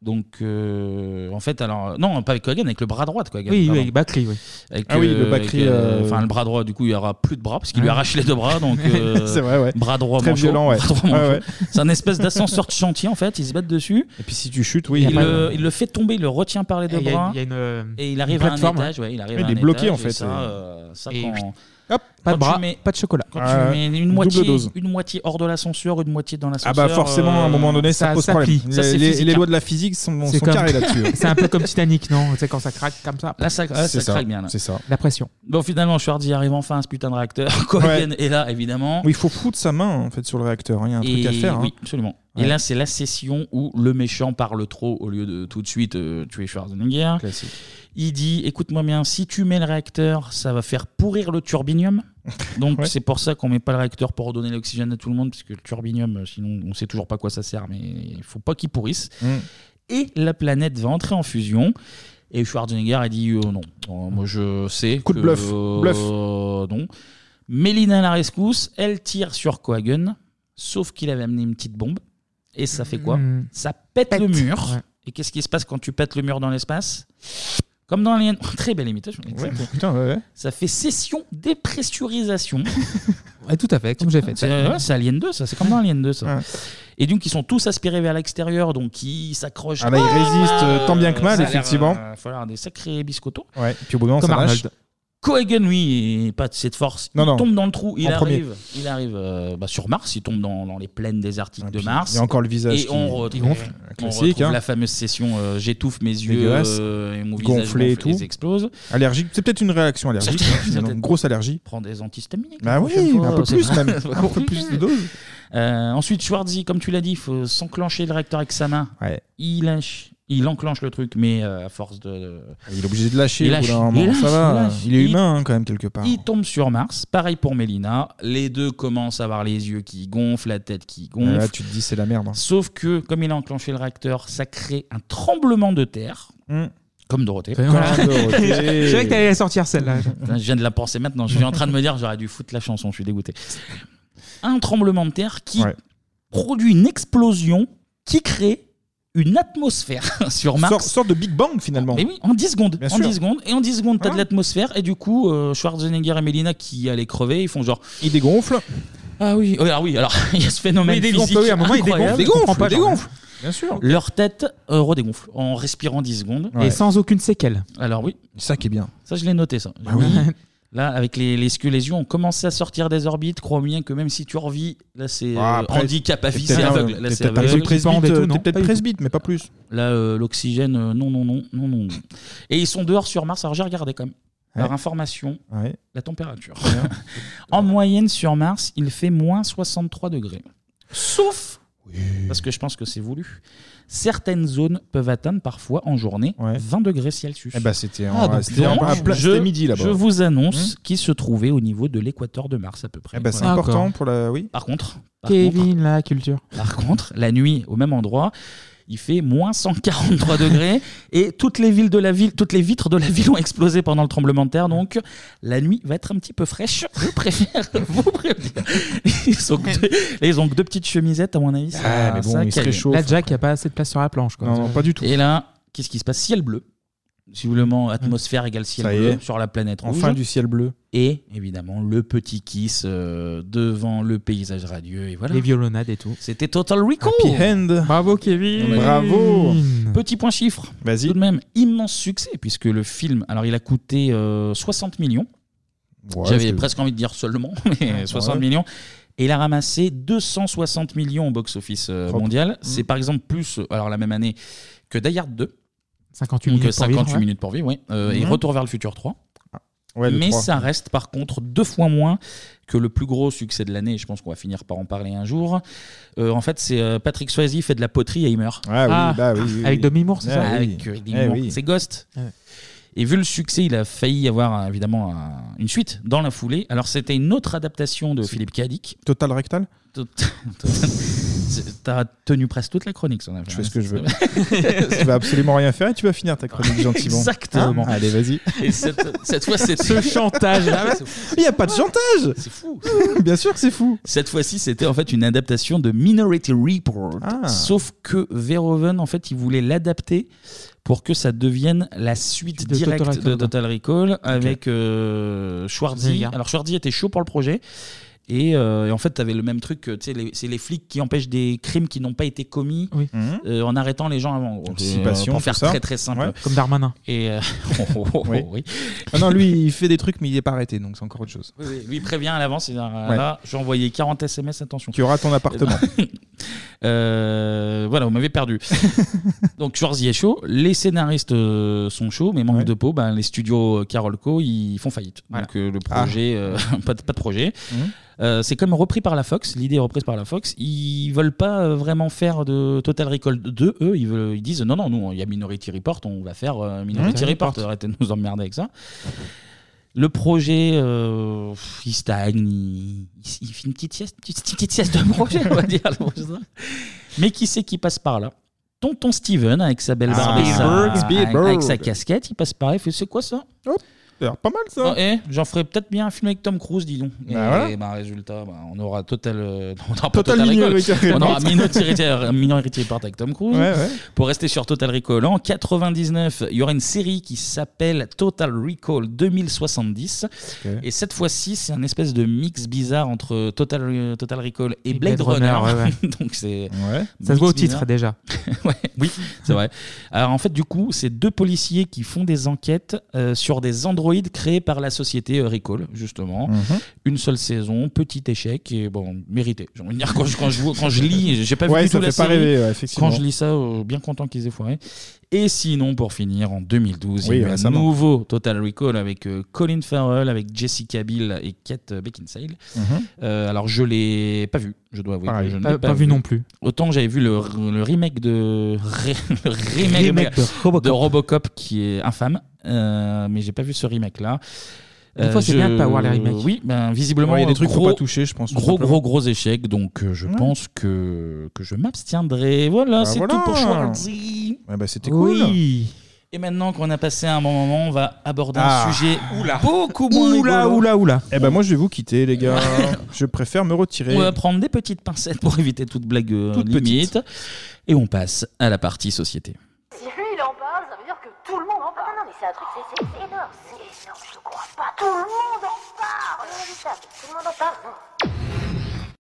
[SPEAKER 1] Donc, euh, en fait, alors. euh, Non, pas avec Coagen, avec le bras droit de Coagen.
[SPEAKER 7] Oui, oui,
[SPEAKER 1] pardon.
[SPEAKER 7] avec Bakri, oui.
[SPEAKER 1] Avec,
[SPEAKER 7] Ah oui,
[SPEAKER 1] euh,
[SPEAKER 7] le Bakri,
[SPEAKER 1] avec, euh,
[SPEAKER 7] euh,
[SPEAKER 1] Enfin, le bras droit, du coup, il n'y aura plus de bras parce qu'il lui
[SPEAKER 7] Hein
[SPEAKER 1] arrache les deux bras. Donc, euh,
[SPEAKER 6] C'est vrai, ouais.
[SPEAKER 1] Bras droit,
[SPEAKER 6] Très
[SPEAKER 1] manchot,
[SPEAKER 6] violent, ouais.
[SPEAKER 1] bras droit, manchot.
[SPEAKER 6] Ouais, ouais.
[SPEAKER 1] C'est un espèce d'ascenseur de chantier, en fait. Ils se battent dessus.
[SPEAKER 6] Et puis si tu chutes, oui. euh,
[SPEAKER 1] Il, le, il le fait tomber, il le retient par les deux
[SPEAKER 7] Et il y a-
[SPEAKER 1] bras.
[SPEAKER 7] il y a une, euh,
[SPEAKER 1] et il
[SPEAKER 7] une
[SPEAKER 1] arrive à un
[SPEAKER 7] plateforme.
[SPEAKER 6] hein.
[SPEAKER 1] étage. ouais, il arrive
[SPEAKER 7] Oui,
[SPEAKER 1] à
[SPEAKER 7] il
[SPEAKER 1] un
[SPEAKER 7] est bloqué,
[SPEAKER 1] étage,
[SPEAKER 7] en fait,
[SPEAKER 1] et ça,
[SPEAKER 7] et-
[SPEAKER 1] euh, ça,
[SPEAKER 7] et-
[SPEAKER 1] quand-
[SPEAKER 7] Hop,
[SPEAKER 1] quand
[SPEAKER 7] pas de
[SPEAKER 1] tu
[SPEAKER 7] bras,
[SPEAKER 1] mets-
[SPEAKER 7] pas de chocolat.
[SPEAKER 1] Quand
[SPEAKER 6] Euh,
[SPEAKER 7] Ah,
[SPEAKER 1] tu mets une
[SPEAKER 7] double
[SPEAKER 1] moitié,
[SPEAKER 7] dose.
[SPEAKER 1] une moitié hors de l'ascenseur, une moitié dans l'ascenseur.
[SPEAKER 6] Ah bah forcément, à un moment donné, ça,
[SPEAKER 1] euh,
[SPEAKER 6] pose problème.
[SPEAKER 1] plie. Ça,
[SPEAKER 6] les,
[SPEAKER 1] c'est
[SPEAKER 6] les-
[SPEAKER 1] physique,
[SPEAKER 6] les
[SPEAKER 1] hein.
[SPEAKER 6] lois de la physique sont, sont
[SPEAKER 7] C'est comme-
[SPEAKER 6] carrées là-dessus.
[SPEAKER 7] C'est un peu comme Titanic, non Tu sais, quand ça craque comme ça.
[SPEAKER 1] Là, ça, là, ça
[SPEAKER 7] C'est ça,
[SPEAKER 1] craque bien. là.
[SPEAKER 7] c'est ça. La pression.
[SPEAKER 1] Bon, finalement, Schwarzy arrive enfin à ce putain de réacteur. Cohen est là, évidemment.
[SPEAKER 6] Oui, Il faut foutre sa main en fait sur le réacteur. hein. Il y a un
[SPEAKER 1] Et
[SPEAKER 6] truc à faire. hein.
[SPEAKER 1] oui, absolument. Et
[SPEAKER 6] Ouais.
[SPEAKER 1] là, c'est la session où le méchant parle trop au lieu de tout de suite euh, tuer Schwarzenegger. Il dit écoute-moi bien, si tu mets le réacteur, ça va faire pourrir le turbinium. Donc c'est pour ça qu'on met pas le réacteur pour donner l'oxygène à tout le monde, parce que le turbinium, euh, sinon on sait toujours pas à quoi ça sert, mais il faut pas qu'il pourrisse.
[SPEAKER 6] Mm.
[SPEAKER 1] Et la planète va entrer en fusion. Et Schwarzenegger a dit euh, non, Euh, moi je sais.
[SPEAKER 6] Coup de
[SPEAKER 1] que,
[SPEAKER 6] bluff,
[SPEAKER 1] euh,
[SPEAKER 6] bluff.
[SPEAKER 1] Non. Mélina à la rescousse, elle tire sur Coagun, sauf qu'il avait amené une petite bombe. Et ça fait quoi
[SPEAKER 7] Mm.
[SPEAKER 1] Ça pète, le
[SPEAKER 7] Pète.
[SPEAKER 1] mur.
[SPEAKER 7] Ouais.
[SPEAKER 1] Et qu'est-ce qui se passe quand tu pètes le mur dans l'espace Comme dans Alien. Très belle imitation. exactement. Ça fait session dépressurisation.
[SPEAKER 7] Ouais, tout à fait, comme j'ai fait.
[SPEAKER 1] C'est ouais, c'est Alien 2, ça. C'est comme dans Alien 2, ça. Et donc, ils sont tous aspirés vers l'extérieur, donc ils s'accrochent.
[SPEAKER 6] Ah bah, ils résistent, euh, tant bien que mal,
[SPEAKER 1] Ça a l'air,
[SPEAKER 6] effectivement.
[SPEAKER 1] euh, Il va falloir des sacrés biscottos.
[SPEAKER 6] Ouais. Puis au bout d'un moment, ça lâche.
[SPEAKER 1] Cohagen, lui, est pas de cette force. Il
[SPEAKER 6] Non, non.
[SPEAKER 1] tombe dans le trou, il
[SPEAKER 6] En premier.
[SPEAKER 1] arrive, il arrive euh, bah, sur Mars, il tombe dans, dans les plaines désertiques
[SPEAKER 6] Ah,
[SPEAKER 1] de
[SPEAKER 6] puis,
[SPEAKER 1] Mars.
[SPEAKER 6] il y a encore le visage
[SPEAKER 1] Et
[SPEAKER 6] qui-
[SPEAKER 1] on retrouve,
[SPEAKER 6] qui gonfle.
[SPEAKER 1] on
[SPEAKER 6] Classique,
[SPEAKER 1] retrouve
[SPEAKER 6] hein.
[SPEAKER 1] la fameuse session euh, J'étouffe mes yeux
[SPEAKER 6] Dégueulasse.
[SPEAKER 1] euh, et mon visage
[SPEAKER 6] gonflé et
[SPEAKER 1] gonfle,
[SPEAKER 6] tout.
[SPEAKER 1] ils explosent.
[SPEAKER 6] Allergique. C'est peut-être une réaction allergique. hein,
[SPEAKER 1] C'est
[SPEAKER 6] finalement,
[SPEAKER 1] peut-être-
[SPEAKER 6] une grosse allergie.
[SPEAKER 1] Prends des antihistaminiques.
[SPEAKER 6] Bah
[SPEAKER 1] la
[SPEAKER 6] oui,
[SPEAKER 1] prochaine fois,
[SPEAKER 6] un peu
[SPEAKER 1] c'est
[SPEAKER 6] plus
[SPEAKER 1] pas-
[SPEAKER 6] même.
[SPEAKER 1] c'est pas
[SPEAKER 6] Un peu
[SPEAKER 1] compliqué.
[SPEAKER 6] plus de dose.
[SPEAKER 1] Euh, ensuite, Schwarzy, comme tu l'as dit, il faut s'enclencher le réacteur avec sa main. Il lâche. Il enclenche le truc, mais euh, à force de- de.
[SPEAKER 6] Ah, Il est obligé de lâcher.
[SPEAKER 1] Il
[SPEAKER 6] au bout
[SPEAKER 1] lâche,
[SPEAKER 6] d'un
[SPEAKER 1] il
[SPEAKER 6] moment. Ça
[SPEAKER 1] lâche, il
[SPEAKER 6] va.
[SPEAKER 1] lâche.
[SPEAKER 6] Il est
[SPEAKER 1] Il-
[SPEAKER 6] humain hein, quand même quelque part.
[SPEAKER 1] Il tombe sur Mars, pareil pour Mélina. Les deux commencent à avoir les yeux qui gonflent, la tête qui gonfle.
[SPEAKER 6] Ah, Là, tu te dis hein. c'est la merde. Hmm.
[SPEAKER 1] Sauf que, comme il a enclenché le réacteur, ça crée un tremblement de terre. Comme Dorothée.
[SPEAKER 7] Voilà. Comme Dorothée. Je savais que t'allais la sortir, celle-là.
[SPEAKER 1] Putain, Je viens de la penser maintenant. Je suis en train de me dire, j'aurais dû foutre la chanson, je suis dégoûté. Un tremblement de terre qui produit une explosion qui crée une atmosphère sur Mars.
[SPEAKER 6] Sorte, sorte de Big Bang finalement.
[SPEAKER 1] Mais oui, en 10 secondes.
[SPEAKER 6] Bien
[SPEAKER 1] en
[SPEAKER 6] sûr.
[SPEAKER 1] 10 secondes. Et en 10 secondes, t'as
[SPEAKER 6] Ah.
[SPEAKER 1] de l'atmosphère. Et du coup, euh, Schwarzenegger et Melina qui allaient crever, ils font genre.
[SPEAKER 6] Ils dégonflent.
[SPEAKER 1] Ah oui, oh, alors oui, alors il y a ce phénomène
[SPEAKER 7] Oui, ils dégonflent,
[SPEAKER 1] physique.
[SPEAKER 7] oui, à un moment, ils
[SPEAKER 1] incroyable.
[SPEAKER 7] dégonflent, je comprends pas,
[SPEAKER 1] Ils
[SPEAKER 7] genre.
[SPEAKER 1] dégonflent.
[SPEAKER 6] Bien sûr.
[SPEAKER 1] Leur tête euh, redégonfle en respirant 10 secondes.
[SPEAKER 7] Et sans aucune séquelle.
[SPEAKER 1] Alors oui.
[SPEAKER 6] Ça qui est bien. Ah
[SPEAKER 1] Ça, je l'ai noté, ça.
[SPEAKER 7] oui.
[SPEAKER 1] Là, avec les, les yeux, les yeux ont commencé à sortir des orbites. Crois bien que même si tu revis, là, c'est
[SPEAKER 6] Ah,
[SPEAKER 1] euh,
[SPEAKER 6] après,
[SPEAKER 1] handicap à vie,
[SPEAKER 6] t'es
[SPEAKER 1] c'est
[SPEAKER 6] peut-être-
[SPEAKER 1] aveugle.
[SPEAKER 6] t'es
[SPEAKER 1] Là, c'est
[SPEAKER 6] peut-être pas
[SPEAKER 1] aveugle.
[SPEAKER 6] presbyte, euh, t'es peut-être presbyte, mais pas plus.
[SPEAKER 1] Là, euh, l'oxygène, euh, non, non, non, non, non. Et ils sont dehors sur Mars. Alors, j'ai regardé quand même.
[SPEAKER 6] Ouais.
[SPEAKER 1] Leur information,
[SPEAKER 6] Ouais.
[SPEAKER 1] la température. en moyenne, sur Mars, il fait moins 63 degrés. Sauf, parce que je pense que c'est voulu, certaines zones peuvent atteindre parfois en journée 20 degrés Celsius.
[SPEAKER 6] Eh ben, c'était en-
[SPEAKER 1] Ah, donc,
[SPEAKER 6] c'était en-
[SPEAKER 1] donc,
[SPEAKER 6] à pla-
[SPEAKER 1] je-
[SPEAKER 6] c'était midi, là-bas. Hein
[SPEAKER 1] Je vous annonce qu'il se trouvait au niveau de l'équateur de Mars à peu près.
[SPEAKER 6] Eh ben, c'est
[SPEAKER 1] Voilà.
[SPEAKER 6] important pour la. Oui.
[SPEAKER 1] Par contre, par contre,
[SPEAKER 7] Kevin, la culture.
[SPEAKER 1] par contre, la nuit, au même endroit, il fait moins 143 degrés et toutes les villes de la ville, toutes les vitres de la ville ont explosé pendant le tremblement de terre. Donc, la nuit va être un petit peu fraîche. Je préfère vous prévenir. Ils ont que deux, là, ils ont que deux petites chemisettes, à mon avis. ça-
[SPEAKER 7] Ah, mais bon,
[SPEAKER 1] ça
[SPEAKER 7] ils se
[SPEAKER 1] calme.
[SPEAKER 7] réchauffent. Là, Jack, il n'y a pas assez de place sur la planche. Quoi.
[SPEAKER 1] Et là, qu'est-ce qui se passe Ciel bleu. Visiblement, atmosphère égale ciel
[SPEAKER 6] Mmh. Ça y
[SPEAKER 1] bleu
[SPEAKER 6] est.
[SPEAKER 1] sur la planète rouge.
[SPEAKER 6] Enfin du ciel bleu.
[SPEAKER 1] Et évidemment, le petit kiss euh, devant le paysage radieux. Et voilà.
[SPEAKER 7] Les violonades et tout.
[SPEAKER 1] C'était Total Recall.
[SPEAKER 7] Happy Bravo, Kevin.
[SPEAKER 1] Bravo. Petit point chiffre.
[SPEAKER 6] Vas-y.
[SPEAKER 1] Tout de même, immense succès, puisque le film, alors il a coûté euh, 60 millions.
[SPEAKER 6] Ouais,
[SPEAKER 1] J'avais
[SPEAKER 6] c'est-
[SPEAKER 1] presque envie de dire seulement, mais
[SPEAKER 6] Ouais.
[SPEAKER 1] 60 millions. Et il a ramassé 260 millions au box-office euh,
[SPEAKER 7] Propre.
[SPEAKER 1] mondial.
[SPEAKER 7] Mm.
[SPEAKER 1] C'est par exemple plus, euh, alors la même année, que Die Hard 2.
[SPEAKER 7] 58
[SPEAKER 1] Donc,
[SPEAKER 7] minutes.
[SPEAKER 1] 58
[SPEAKER 7] pour vivre, ouais.
[SPEAKER 1] minutes pour vivre, oui. Euh, Et
[SPEAKER 7] Mhm.
[SPEAKER 1] Retour vers le futur 3.
[SPEAKER 7] Ouais, le
[SPEAKER 1] Mais
[SPEAKER 7] 3.
[SPEAKER 1] ça reste par contre deux fois moins que le plus gros succès de l'année. Je pense qu'on va finir par en parler un jour. Euh, en fait, c'est euh, Patrick Swayze fait de la poterie et il meurt.
[SPEAKER 6] Ah oui, Ah. bah oui, oui,
[SPEAKER 7] Avec oui. Demi Moore, c'est Ah ça oui.
[SPEAKER 1] Avec euh, Demi
[SPEAKER 7] Eh
[SPEAKER 1] Moore.
[SPEAKER 7] oui.
[SPEAKER 1] C'est Ghost.
[SPEAKER 7] Ouais.
[SPEAKER 1] Et vu le succès, il a failli avoir euh, évidemment un- une suite dans la foulée. Alors c'était une autre adaptation de Philippe Kadik.
[SPEAKER 6] Total rectal.
[SPEAKER 1] T'as tenu presque toute la hein, chronique, son
[SPEAKER 6] Je fais ce que je veux. tu vas absolument rien faire et tu vas finir ta chronique gentiment.
[SPEAKER 1] Exactement.
[SPEAKER 6] Hein Allez, vas-y.
[SPEAKER 1] Et cette, cette fois, c'était.
[SPEAKER 6] Ce chantage-là.
[SPEAKER 1] Ouais, c'est-
[SPEAKER 6] Il n'y a pas de chantage
[SPEAKER 1] C'est fou
[SPEAKER 6] Bien sûr que c'est fou
[SPEAKER 1] Cette fois-ci, c'était en fait une adaptation de Minority Report.
[SPEAKER 6] Ah.
[SPEAKER 1] Sauf que Verhoeven, en fait, il voulait l'adapter pour que ça devienne la suite
[SPEAKER 7] De Total
[SPEAKER 1] directe de
[SPEAKER 7] Recall.
[SPEAKER 1] Total Recall avec euh, Schwarzy.
[SPEAKER 7] Schwarzenegger.
[SPEAKER 1] Alors Schwarzy était chaud pour le projet. Et, euh, et en fait, tu avais le même truc, que, tu sais, les- c'est les flics qui empêchent des crimes qui n'ont pas été commis euh, en arrêtant les gens avant. en gros.
[SPEAKER 6] Anticipation,
[SPEAKER 1] pour faire
[SPEAKER 6] tout ça.
[SPEAKER 1] très très simple.
[SPEAKER 6] Ouais.
[SPEAKER 7] Comme Darmanin.
[SPEAKER 1] Et euh, oh, oh, oh,
[SPEAKER 6] Oui.
[SPEAKER 1] oui.
[SPEAKER 6] Ah non, lui, il fait des trucs, mais il n'est pas arrêté, donc c'est encore autre chose.
[SPEAKER 1] Oui, oui, lui il prévient à l'avance. il dit, ah,
[SPEAKER 6] Ouais.
[SPEAKER 1] Là, j'ai envoyé 40 SMS, attention.
[SPEAKER 6] Tu auras ton appartement.
[SPEAKER 1] Euh, voilà, vous m'avez perdu. Donc Schwarzy est chaud, les scénaristes euh, sont chauds, mais manque de peau, ben, les studios euh, Carolco, ils font faillite. Donc euh, le projet, euh, pas, de, pas de projet.
[SPEAKER 6] Mhm.
[SPEAKER 1] Euh, c'est comme repris par la Fox, l'idée est reprise par la Fox. Ils veulent pas euh, vraiment faire de Total Recall 2, eux, ils, veulent- ils disent non, non, nous, il y a Minority Report, on va faire euh, Minority
[SPEAKER 7] Mhm.
[SPEAKER 1] Report, arrêtez de nous emmerder avec ça. Le projet, euh, pff, il stagne, il, il- il fait une petite sieste, petite, petite sieste de projet, on va dire. le projet. Mais qui c'est qui passe par là Tonton Steven, avec sa belle
[SPEAKER 6] Ah,
[SPEAKER 1] barbe et sa-
[SPEAKER 6] Spielberg, Spielberg.
[SPEAKER 1] avec sa casquette, il passe par là, il fait c'est quoi ça
[SPEAKER 6] pas mal ça.
[SPEAKER 1] Oh, eh, J'en ferais peut-être bien un film avec Tom Cruise, dis donc. et
[SPEAKER 6] voilà.
[SPEAKER 1] bah, résultat, bah, on aura Total, euh, on aura
[SPEAKER 6] Total
[SPEAKER 1] pas Total
[SPEAKER 6] Minority
[SPEAKER 1] Recall. on
[SPEAKER 6] Report.
[SPEAKER 1] aura euh, Minority, Minority Report avec Tom Cruise.
[SPEAKER 6] Ouais, ouais.
[SPEAKER 1] Pour rester sur Total Recall, en 99, il y aura une série qui s'appelle Total Recall 2070.
[SPEAKER 6] Ok.
[SPEAKER 1] Et cette fois-ci, c'est un espèce de mix bizarre entre Total, euh, Total Recall et, Blade,
[SPEAKER 7] Blade
[SPEAKER 1] Runner.
[SPEAKER 7] Runner, ouais,
[SPEAKER 1] donc c'est
[SPEAKER 7] Ça se voit au
[SPEAKER 1] mix
[SPEAKER 7] titre
[SPEAKER 1] bizarre.
[SPEAKER 7] déjà.
[SPEAKER 1] Ouais, oui, c'est vrai. Alors Euh, en fait, du coup, c'est deux policiers qui font des enquêtes euh, sur des androïdes créés par la société euh, Recall, justement.
[SPEAKER 6] Mhm.
[SPEAKER 1] Une seule saison, petit échec, et bon, mérité. J'ai envie de dire, quand je, quand je, vois- quand je lis, j'ai pas
[SPEAKER 6] Ouais,
[SPEAKER 1] vu du
[SPEAKER 6] ça
[SPEAKER 1] tout la
[SPEAKER 6] fait pas
[SPEAKER 1] série.
[SPEAKER 6] rêver, ouais, effectivement.
[SPEAKER 1] quand je lis ça, euh, bien content qu'ils aient foiré. Et sinon, pour finir, en 2012,
[SPEAKER 6] Oui,
[SPEAKER 1] il y a eu un
[SPEAKER 6] récemment.
[SPEAKER 1] nouveau Total Recall avec euh, Colin Farrell, avec Jessica Biel et Kate Beckinsale.
[SPEAKER 6] Mhm.
[SPEAKER 1] Euh, alors, je l'ai pas vu, je dois avouer. que
[SPEAKER 7] Pareil.
[SPEAKER 1] je ne
[SPEAKER 7] Pas-
[SPEAKER 1] l'ai
[SPEAKER 7] pas vu non plus.
[SPEAKER 1] Autant j'avais vu le, le remake de ré- le remake,
[SPEAKER 7] Remake de Robocop.
[SPEAKER 1] de Robocop qui est infâme, euh, mais j'ai pas vu ce remake là.
[SPEAKER 7] Des fois, c'est bien de pas avoir les remakes.
[SPEAKER 1] Oui, ben, visiblement,
[SPEAKER 7] Ouais, il y a des
[SPEAKER 1] euh,
[SPEAKER 7] trucs qu'on
[SPEAKER 1] gros-
[SPEAKER 7] peut pas toucher, je pense, tout
[SPEAKER 1] Gros,
[SPEAKER 7] simplement.
[SPEAKER 1] gros, gros échec, donc euh, je
[SPEAKER 7] Ouais.
[SPEAKER 1] pense que, que je m'abstiendrai. Voilà,
[SPEAKER 6] Bah
[SPEAKER 1] c'est
[SPEAKER 6] voilà.
[SPEAKER 1] tout pour Schwarzy.
[SPEAKER 6] Ouais, bah, c'était
[SPEAKER 1] Oui.
[SPEAKER 6] cool.
[SPEAKER 1] Et maintenant qu'on a passé un bon moment, on va aborder un
[SPEAKER 6] Ah.
[SPEAKER 1] sujet beaucoup moins
[SPEAKER 6] Oula,
[SPEAKER 1] rigolo. Oh.
[SPEAKER 6] oula, oula. Eh ben moi, je vais vous quitter, les gars. je préfère me retirer.
[SPEAKER 1] On va prendre des petites pincettes pour éviter toute blague euh,
[SPEAKER 6] Toute
[SPEAKER 1] limite. Et on passe à la partie société.
[SPEAKER 2] Si lui il en parle, ça veut dire que tout le monde en parle. Ah, Non, non, mais c'est un truc, c'est c'est énorme. Ah, C'est énorme, je le crois pas. Tout le monde en parle. Tout le monde en parle. Non.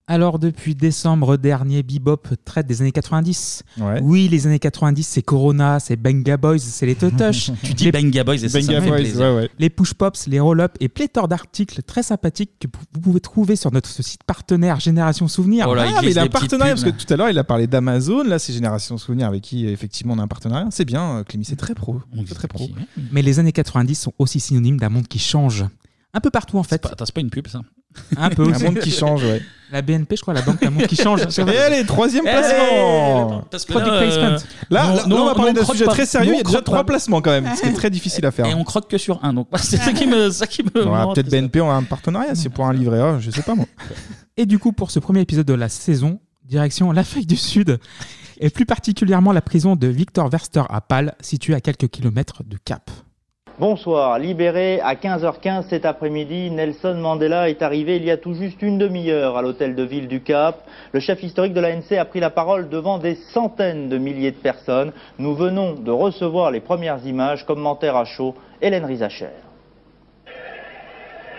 [SPEAKER 7] Alors depuis décembre dernier, Bebop traite des années 90. Oui, les années 90, c'est Corona, c'est Benga Boys, c'est les Totoches.
[SPEAKER 1] Tu dis Benga Boys et ça, ça me fait plaisir.
[SPEAKER 7] Les Push Pops, les Roll Up et pléthore d'articles très sympathiques que vous pouvez trouver sur notre site partenaire Génération Souvenir.
[SPEAKER 1] oh
[SPEAKER 6] ah, mais il a un partenariat, parce que tout à l'ure, il a parlé d'Amazon. Là, c'est Génération Souvenir avec qui, euh, effectivement, on a un partenariat. C'est bien, euh, Clémy, c'est très pro. C'est très pro.
[SPEAKER 7] Mais les années 90 sont aussi synonymes d'un monde qui change. Un peu partout en fait.
[SPEAKER 1] C'est pas, attends, c'est pas une pub ça
[SPEAKER 7] Un peu
[SPEAKER 1] Un
[SPEAKER 7] aussi.
[SPEAKER 1] monde qui change, ouais.
[SPEAKER 7] La BNP, je crois, la banque d'un monde qui change. Eh,
[SPEAKER 6] Et allez, troisième placement
[SPEAKER 1] Parce que là,
[SPEAKER 6] Product placement.
[SPEAKER 1] euh,
[SPEAKER 6] Là,
[SPEAKER 1] non,
[SPEAKER 6] là,
[SPEAKER 1] non,
[SPEAKER 6] on va parler
[SPEAKER 1] non,
[SPEAKER 6] d'un
[SPEAKER 1] croque
[SPEAKER 6] sujet
[SPEAKER 1] pas.
[SPEAKER 6] très sérieux.
[SPEAKER 1] Non,
[SPEAKER 6] Il y a déjà
[SPEAKER 1] croque
[SPEAKER 6] trois
[SPEAKER 1] pas.
[SPEAKER 6] placements quand même, ce qui est très difficile à faire.
[SPEAKER 1] Et on croque que sur un, donc c'est ça qui me. Ça qui me
[SPEAKER 6] Ouais,
[SPEAKER 1] me rend
[SPEAKER 6] peut-être
[SPEAKER 1] triste.
[SPEAKER 6] BNP, on a un partenariat. C'est pour un livret A, je sais pas moi.
[SPEAKER 7] Et du coup, pour ce premier épisode de la saison, direction l'Afrique du Sud, et plus particulièrement la prison de Victor Verster à Pâle, située à quelques kilomètres du Cap.
[SPEAKER 24] Bonsoir. Libéré à 15h15 cet après-midi, Nelson Mandela est arrivé il y a tout juste une demi-heure à l'hôtel de ville du Cap. Le chef historique de l'ANC a pris la parole devant des centaines de milliers de personnes. Nous venons de recevoir les premières images, commentaires à chaud, Hélène Rizacher.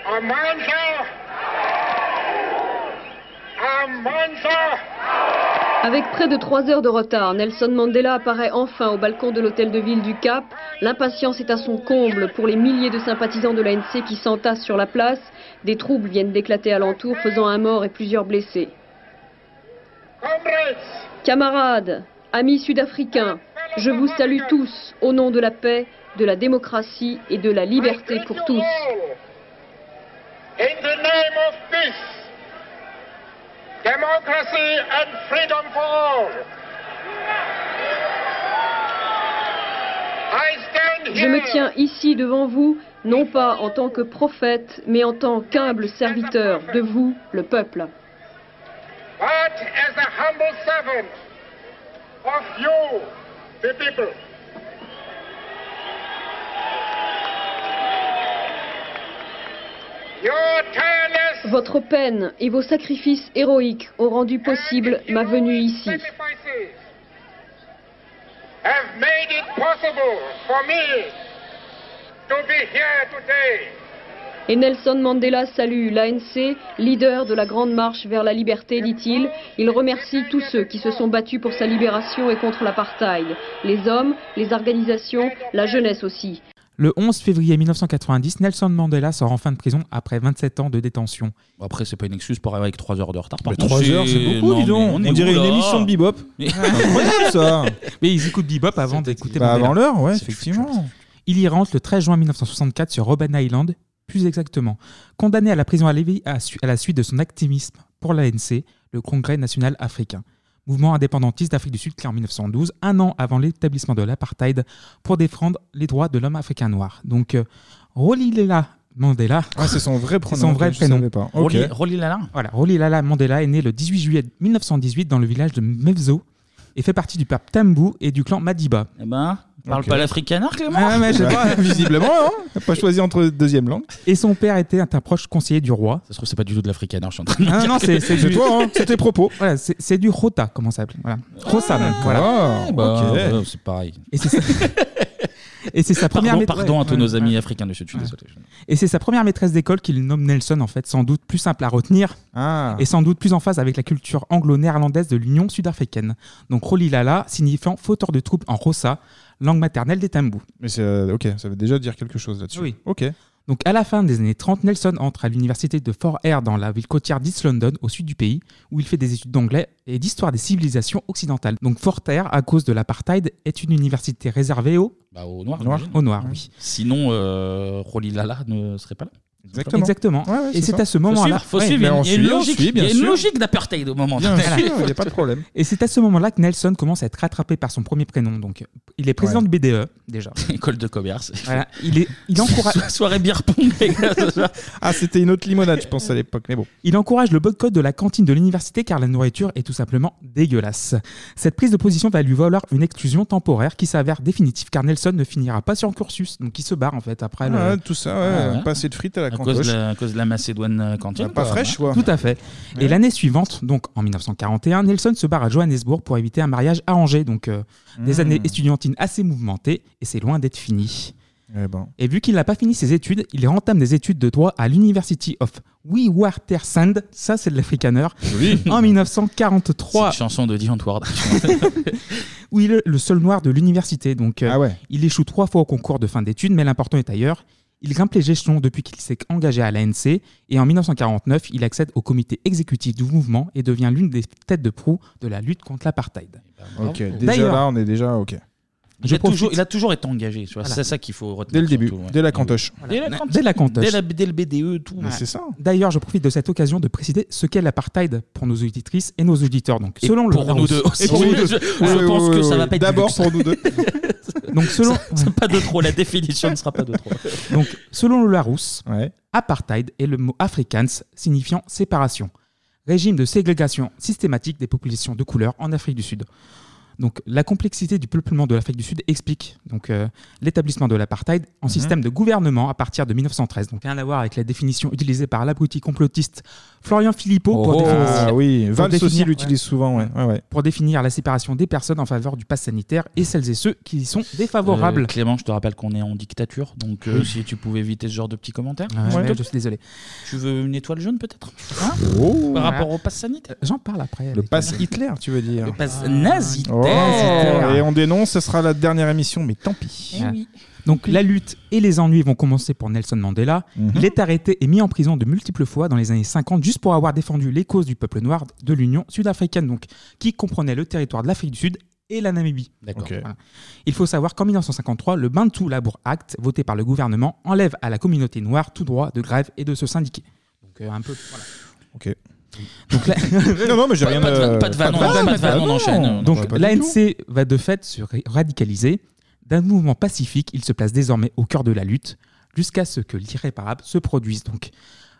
[SPEAKER 25] Amanda! Amanda!
[SPEAKER 26] Avec près de trois heures de retard, Nelson Mandela apparaît enfin au balcon de l'hôtel de ville du Cap. L'impatience est à son comble pour les milliers de sympathisants de l'ANC qui s'entassent sur la place. Des troubles viennent d'éclater alentour, faisant un mort et plusieurs blessés. Camarades, amis sud-africains, je vous salue tous au nom de la paix, de la démocratie et de la liberté pour tous.
[SPEAKER 25] In the name of peace, democracy, and freedom for all, I stand
[SPEAKER 26] Je
[SPEAKER 25] here.
[SPEAKER 26] me tiens ici devant vous, non pas en tant que prophète, mais en tant qu'humble serviteur de vous, le peuple.
[SPEAKER 25] But as a humble servant of you, the people. Your tireless
[SPEAKER 26] Votre peine et vos sacrifices héroïques ont rendu possible ma venue ici.
[SPEAKER 25] sacrifices have made it possible for me to be here today.
[SPEAKER 26] Et Nelson Mandela salue l'ANC, leader de la Grande Marche vers la liberté, dit-il. Il remercie tous ceux qui se sont battus pour sa libération et contre l'apartheid. Les hommes, les organisations, la jeunesse aussi.
[SPEAKER 7] Le 11 février 1990, Nelson Mandela sort enfin de prison après 27 ans de détention.
[SPEAKER 1] Bon, Après, c'est pas une excuse pour arriver avec 3 heures de retard. Par
[SPEAKER 7] Mais
[SPEAKER 1] contre,
[SPEAKER 7] trois heures, c'est beaucoup,
[SPEAKER 1] non,
[SPEAKER 7] dis donc.
[SPEAKER 1] mais
[SPEAKER 7] On
[SPEAKER 1] est où,
[SPEAKER 7] dirait une
[SPEAKER 1] là
[SPEAKER 7] émission de
[SPEAKER 6] Bebop.
[SPEAKER 1] Mais-
[SPEAKER 6] Incroyable, ça
[SPEAKER 7] Mais ils écoutent Bebop avant d'écouter
[SPEAKER 6] Bah,
[SPEAKER 7] Mandela.
[SPEAKER 6] avant l'heure, ouais, effectivement.
[SPEAKER 7] Il y rentre le 13 juin 1964 sur Robben Island, plus exactement. Condamné à la prison à Lévis à, su- à la suite de son activisme pour l'ANC, le Congrès national africain. Mouvement indépendantiste d'Afrique du Sud créé en 1912, un an avant l'établissement de l'apartheid, pour défendre les droits de l'homme africain noir. Donc, euh, Rolihlahla Mandela.
[SPEAKER 6] Ah, c'est son vrai
[SPEAKER 7] C'est
[SPEAKER 6] prénom,
[SPEAKER 7] son vrai
[SPEAKER 6] je
[SPEAKER 7] prénom.
[SPEAKER 6] savais pas. Ok. Roli-
[SPEAKER 1] Rolihlahla
[SPEAKER 7] Voilà, Rolihlahla Mandela est né le 18 juillet 1918 dans le village de Mevzo et fait partie du pape Tambu et du clan Madiba.
[SPEAKER 1] Eh ben, parle
[SPEAKER 7] Ok.
[SPEAKER 1] pas l'africaner, Clément
[SPEAKER 7] Ah, mais je sais pas.
[SPEAKER 6] Visiblement, hein. T'as pas choisi entre deuxième langue.
[SPEAKER 7] Et son père était un proche conseiller du roi.
[SPEAKER 1] Ça se trouve, c'est pas du tout de l'africaner, je suis en train de
[SPEAKER 7] Non,
[SPEAKER 1] dire
[SPEAKER 7] non,
[SPEAKER 1] que-
[SPEAKER 7] c'est c'est
[SPEAKER 1] C'est
[SPEAKER 7] du...
[SPEAKER 1] toi, hein,
[SPEAKER 6] c'est tes propos. Ah.
[SPEAKER 7] Voilà, c'est c'est du rota, comment ça s'appelle Voilà. Rosa
[SPEAKER 1] Ah,
[SPEAKER 7] même, voilà.
[SPEAKER 1] Ouais, bah, ouais, c'est pareil.
[SPEAKER 7] Et c'est ça. Et c'est sa
[SPEAKER 1] Pardon,
[SPEAKER 7] première maît-
[SPEAKER 1] pardon à tous
[SPEAKER 7] ouais,
[SPEAKER 1] nos amis
[SPEAKER 7] ouais.
[SPEAKER 1] africains de Sud, je suis désolé.
[SPEAKER 7] Et c'est sa première maîtresse d'école qu'il nomme Nelson, en fait, sans doute plus simple à retenir
[SPEAKER 6] Ah.
[SPEAKER 7] et sans doute plus en phase avec la culture anglo-néerlandaise de l'Union sud-africaine. Donc Rolilala signifiant fauteur de troubles en Rossa, langue maternelle des Tambous.
[SPEAKER 6] Mais c'est euh, ok, ça veut déjà dire quelque chose là-dessus.
[SPEAKER 7] Oui.
[SPEAKER 6] Ok.
[SPEAKER 7] Donc à la fin des années 30, Nelson entre à l'université de Fort Eyre dans la ville côtière d'East London au sud du pays, où il fait des études d'anglais et d'histoire des civilisations occidentales. Donc Fort Eyre, à cause de l'apartheid, est une université réservée aux
[SPEAKER 1] Bah, au noir.
[SPEAKER 7] Noirs, aux Noirs, oui.
[SPEAKER 1] Sinon, euh, Rolilala ne serait pas là.
[SPEAKER 6] Exactement. Ouais, ouais,
[SPEAKER 7] et c'est
[SPEAKER 6] ça.
[SPEAKER 7] à ce moment-là.
[SPEAKER 1] Faut suivre, faut suivre. il y a une logique, il y a une logique d'apartheid au moment.
[SPEAKER 7] Bien
[SPEAKER 1] Voilà.
[SPEAKER 7] sûr, il y a
[SPEAKER 6] pas de problème.
[SPEAKER 7] Et c'est à ce moment-là que Nelson commence à être rattrapé par son premier prénom. Donc, il est président
[SPEAKER 1] Ouais.
[SPEAKER 7] de BDE déjà.
[SPEAKER 1] École de commerce.
[SPEAKER 7] Voilà. Il est, il encourage.
[SPEAKER 1] Soirée bière pong.
[SPEAKER 6] ah, c'était une autre limonade, je pense, à l'époque, mais bon.
[SPEAKER 7] Il encourage le boycott de la cantine de l'université car la nourriture est tout simplement dégueulasse. Cette prise de position va lui valoir une exclusion temporaire qui s'avère définitive car Nelson ne finira pas sur un cursus. Donc il se barre en fait après le-
[SPEAKER 6] Ouais, tout ça, ouais,
[SPEAKER 7] Ah ouais.
[SPEAKER 6] pas assez de frites à la
[SPEAKER 1] À
[SPEAKER 6] cantoche.
[SPEAKER 1] cause, de la, à cause de la Macédoine euh,
[SPEAKER 7] Ah,
[SPEAKER 1] cantine.
[SPEAKER 6] Pas fraîche, quoi.
[SPEAKER 7] Tout à fait. Et l'année suivante, donc en 1941, Nelson se barre à Johannesburg pour éviter un mariage arrangé. Donc euh, des
[SPEAKER 6] Hmm.
[SPEAKER 7] années étudiantines assez mouvementées et c'est loin d'être fini.
[SPEAKER 6] Eh ben.
[SPEAKER 7] Et vu qu'il n'a pas fini ses études, il entame des études de droit à l'University of Witwatersrand, ça c'est de l'africaner, en 1943.
[SPEAKER 1] Cette chanson de Dion Ward.
[SPEAKER 7] où il est le seul noir de l'université. Donc, euh,
[SPEAKER 6] Ah
[SPEAKER 7] il échoue trois fois au concours de fin d'études, mais l'important est ailleurs. Il grimpe les échelons depuis qu'il s'est engagé à l'ANC et en 1949, il accède au comité exécutif du mouvement et devient l'une des têtes de proue de la lutte contre l'apartheid.
[SPEAKER 1] Ah
[SPEAKER 6] Ok, déjà
[SPEAKER 7] Ah D'ailleurs-
[SPEAKER 6] là, on est déjà ok.
[SPEAKER 1] Il a, toujours, il a toujours été engagé, tu vois,
[SPEAKER 7] Voilà.
[SPEAKER 1] c'est ça qu'il faut retenir.
[SPEAKER 6] Dès le début,
[SPEAKER 1] surtout, ouais.
[SPEAKER 6] dès la cantoche.
[SPEAKER 1] Dès la
[SPEAKER 7] Voilà.
[SPEAKER 1] cantine,
[SPEAKER 7] Dès la cantoche.
[SPEAKER 1] Dès, la- dès le BDE, tout.
[SPEAKER 7] Ouais. D'ailleurs, je profite de cette occasion de préciser ce qu'est l'apartheid pour nos auditrices et nos auditeurs. Donc,
[SPEAKER 1] Et
[SPEAKER 7] selon
[SPEAKER 1] pour
[SPEAKER 7] le
[SPEAKER 1] nous deux aussi.
[SPEAKER 7] Et pour nous deux.
[SPEAKER 1] Je- je Ouais, pense ouais, que ouais, ça va ouais. pas être du D'abord luxe. pour nous deux.
[SPEAKER 7] Donc selon
[SPEAKER 1] Ça- c'est pas de trop, la définition ne sera pas de trop.
[SPEAKER 7] Donc selon le Larousse, apartheid est le mot afrikaans signifiant séparation, régime de ségrégation systématique des populations de couleur en Afrique du Sud. Donc la complexité du peuplement de l'Afrique du Sud explique donc euh, l'établissement de l'apartheid en
[SPEAKER 1] Mhm.
[SPEAKER 7] système de gouvernement à partir de 1913. Donc rien à voir avec la définition utilisée par l'abruti complotiste Florian Philippot pour
[SPEAKER 6] Oh,
[SPEAKER 7] définir,
[SPEAKER 6] ah oui,
[SPEAKER 7] pour
[SPEAKER 6] Valls aussi
[SPEAKER 7] définir-
[SPEAKER 6] l'utilise souvent, ouais. ouais, ouais.
[SPEAKER 7] pour définir la séparation des personnes en faveur du pass sanitaire et celles et ceux qui y sont défavorables.
[SPEAKER 1] Euh, Clément, je te rappelle qu'on est en dictature, donc euh, si tu pouvais éviter ce genre de petits commentaires.
[SPEAKER 7] Ouais,
[SPEAKER 1] s'il te
[SPEAKER 7] mais je
[SPEAKER 1] plaît.
[SPEAKER 7] suis désolé.
[SPEAKER 1] Tu veux une étoile jaune peut-être Hein
[SPEAKER 6] Oh.
[SPEAKER 1] Par rapport au pass sanitaire.
[SPEAKER 7] J'en parle après.
[SPEAKER 6] Le pass Hitler, tu veux dire
[SPEAKER 1] Le pass nazi.
[SPEAKER 6] Oh,
[SPEAKER 7] Nazitaire.
[SPEAKER 6] Et on dénonce, ce sera la dernière émission, mais tant pis.
[SPEAKER 1] Eh
[SPEAKER 7] Voilà. Donc la lutte et les ennuis vont commencer pour Nelson Mandela.
[SPEAKER 6] Mhm.
[SPEAKER 7] Il est arrêté et mis en prison de multiples fois dans les années 50 juste pour avoir défendu les causes du peuple noir de l'Union sud-africaine, donc qui comprenait le territoire de l'Afrique du Sud et la Namibie.
[SPEAKER 1] D'accord. Ok.
[SPEAKER 7] Voilà. Il faut savoir qu'en 1953, le Bantu Labour Act, voté par le gouvernement, enlève à la communauté noire tout droit de grève et de se syndiquer. Donc euh, un peu. Voilà.
[SPEAKER 6] Ok.
[SPEAKER 7] Donc là,
[SPEAKER 6] Non, non, mais j'ai Pas- rien, pas de vanne, euh, pas de vanne, pas de Ah, bah on- vanne, pas de vanne, on enchaîne. On va
[SPEAKER 7] Donc
[SPEAKER 6] pas du
[SPEAKER 7] l'ANC va de fait se ra- radicaliser. D'un mouvement pacifique, il se place désormais au cœur de la lutte, jusqu'à ce que l'irréparable se produise. Donc,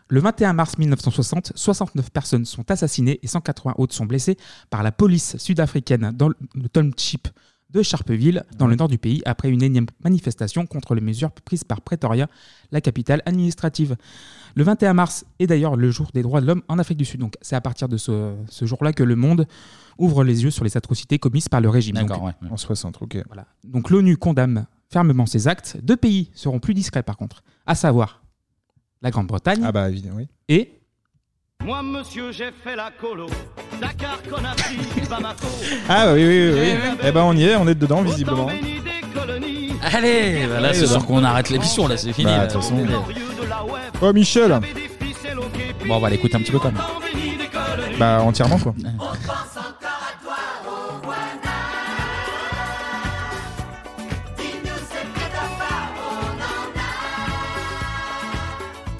[SPEAKER 7] le 21 mars 1960, 69 personnes sont assassinées et 180 autres sont blessées par la police sud-africaine dans le le township de Charpeville, dans le nord du pays, après une énième manifestation contre les mesures prises par Pretoria, la capitale administrative. Le 21 mars est d'ailleurs le jour des droits de l'homme en Afrique du Sud. Donc, c'est à partir de ce, ce jour-là que le monde ouvre les yeux sur les atrocités commises par le régime.
[SPEAKER 1] D'accord,
[SPEAKER 7] Donc,
[SPEAKER 1] ouais.
[SPEAKER 6] En 60, ok.
[SPEAKER 7] Voilà. donc l'ONU condamne fermement ces actes. Deux pays seront plus discrets par contre, à savoir la Grande-Bretagne
[SPEAKER 6] Ah bah,
[SPEAKER 7] et
[SPEAKER 3] Moi, monsieur, j'ai fait la colo. Dakar, Conakry, Bamako.
[SPEAKER 6] Ah bah oui, oui, oui.
[SPEAKER 3] J'ai
[SPEAKER 6] oui.
[SPEAKER 3] la
[SPEAKER 6] Eh ben on y est, on est dedans, visiblement.
[SPEAKER 3] bénie des colonies.
[SPEAKER 1] Allez, bah là c'est sûr qu'on arrête l'émission, là c'est fini.
[SPEAKER 6] Bah,
[SPEAKER 1] là.
[SPEAKER 6] de toute façon. Oh Michel
[SPEAKER 1] Bon, on va l'écouter un petit peu quand même.
[SPEAKER 6] Bah entièrement quoi.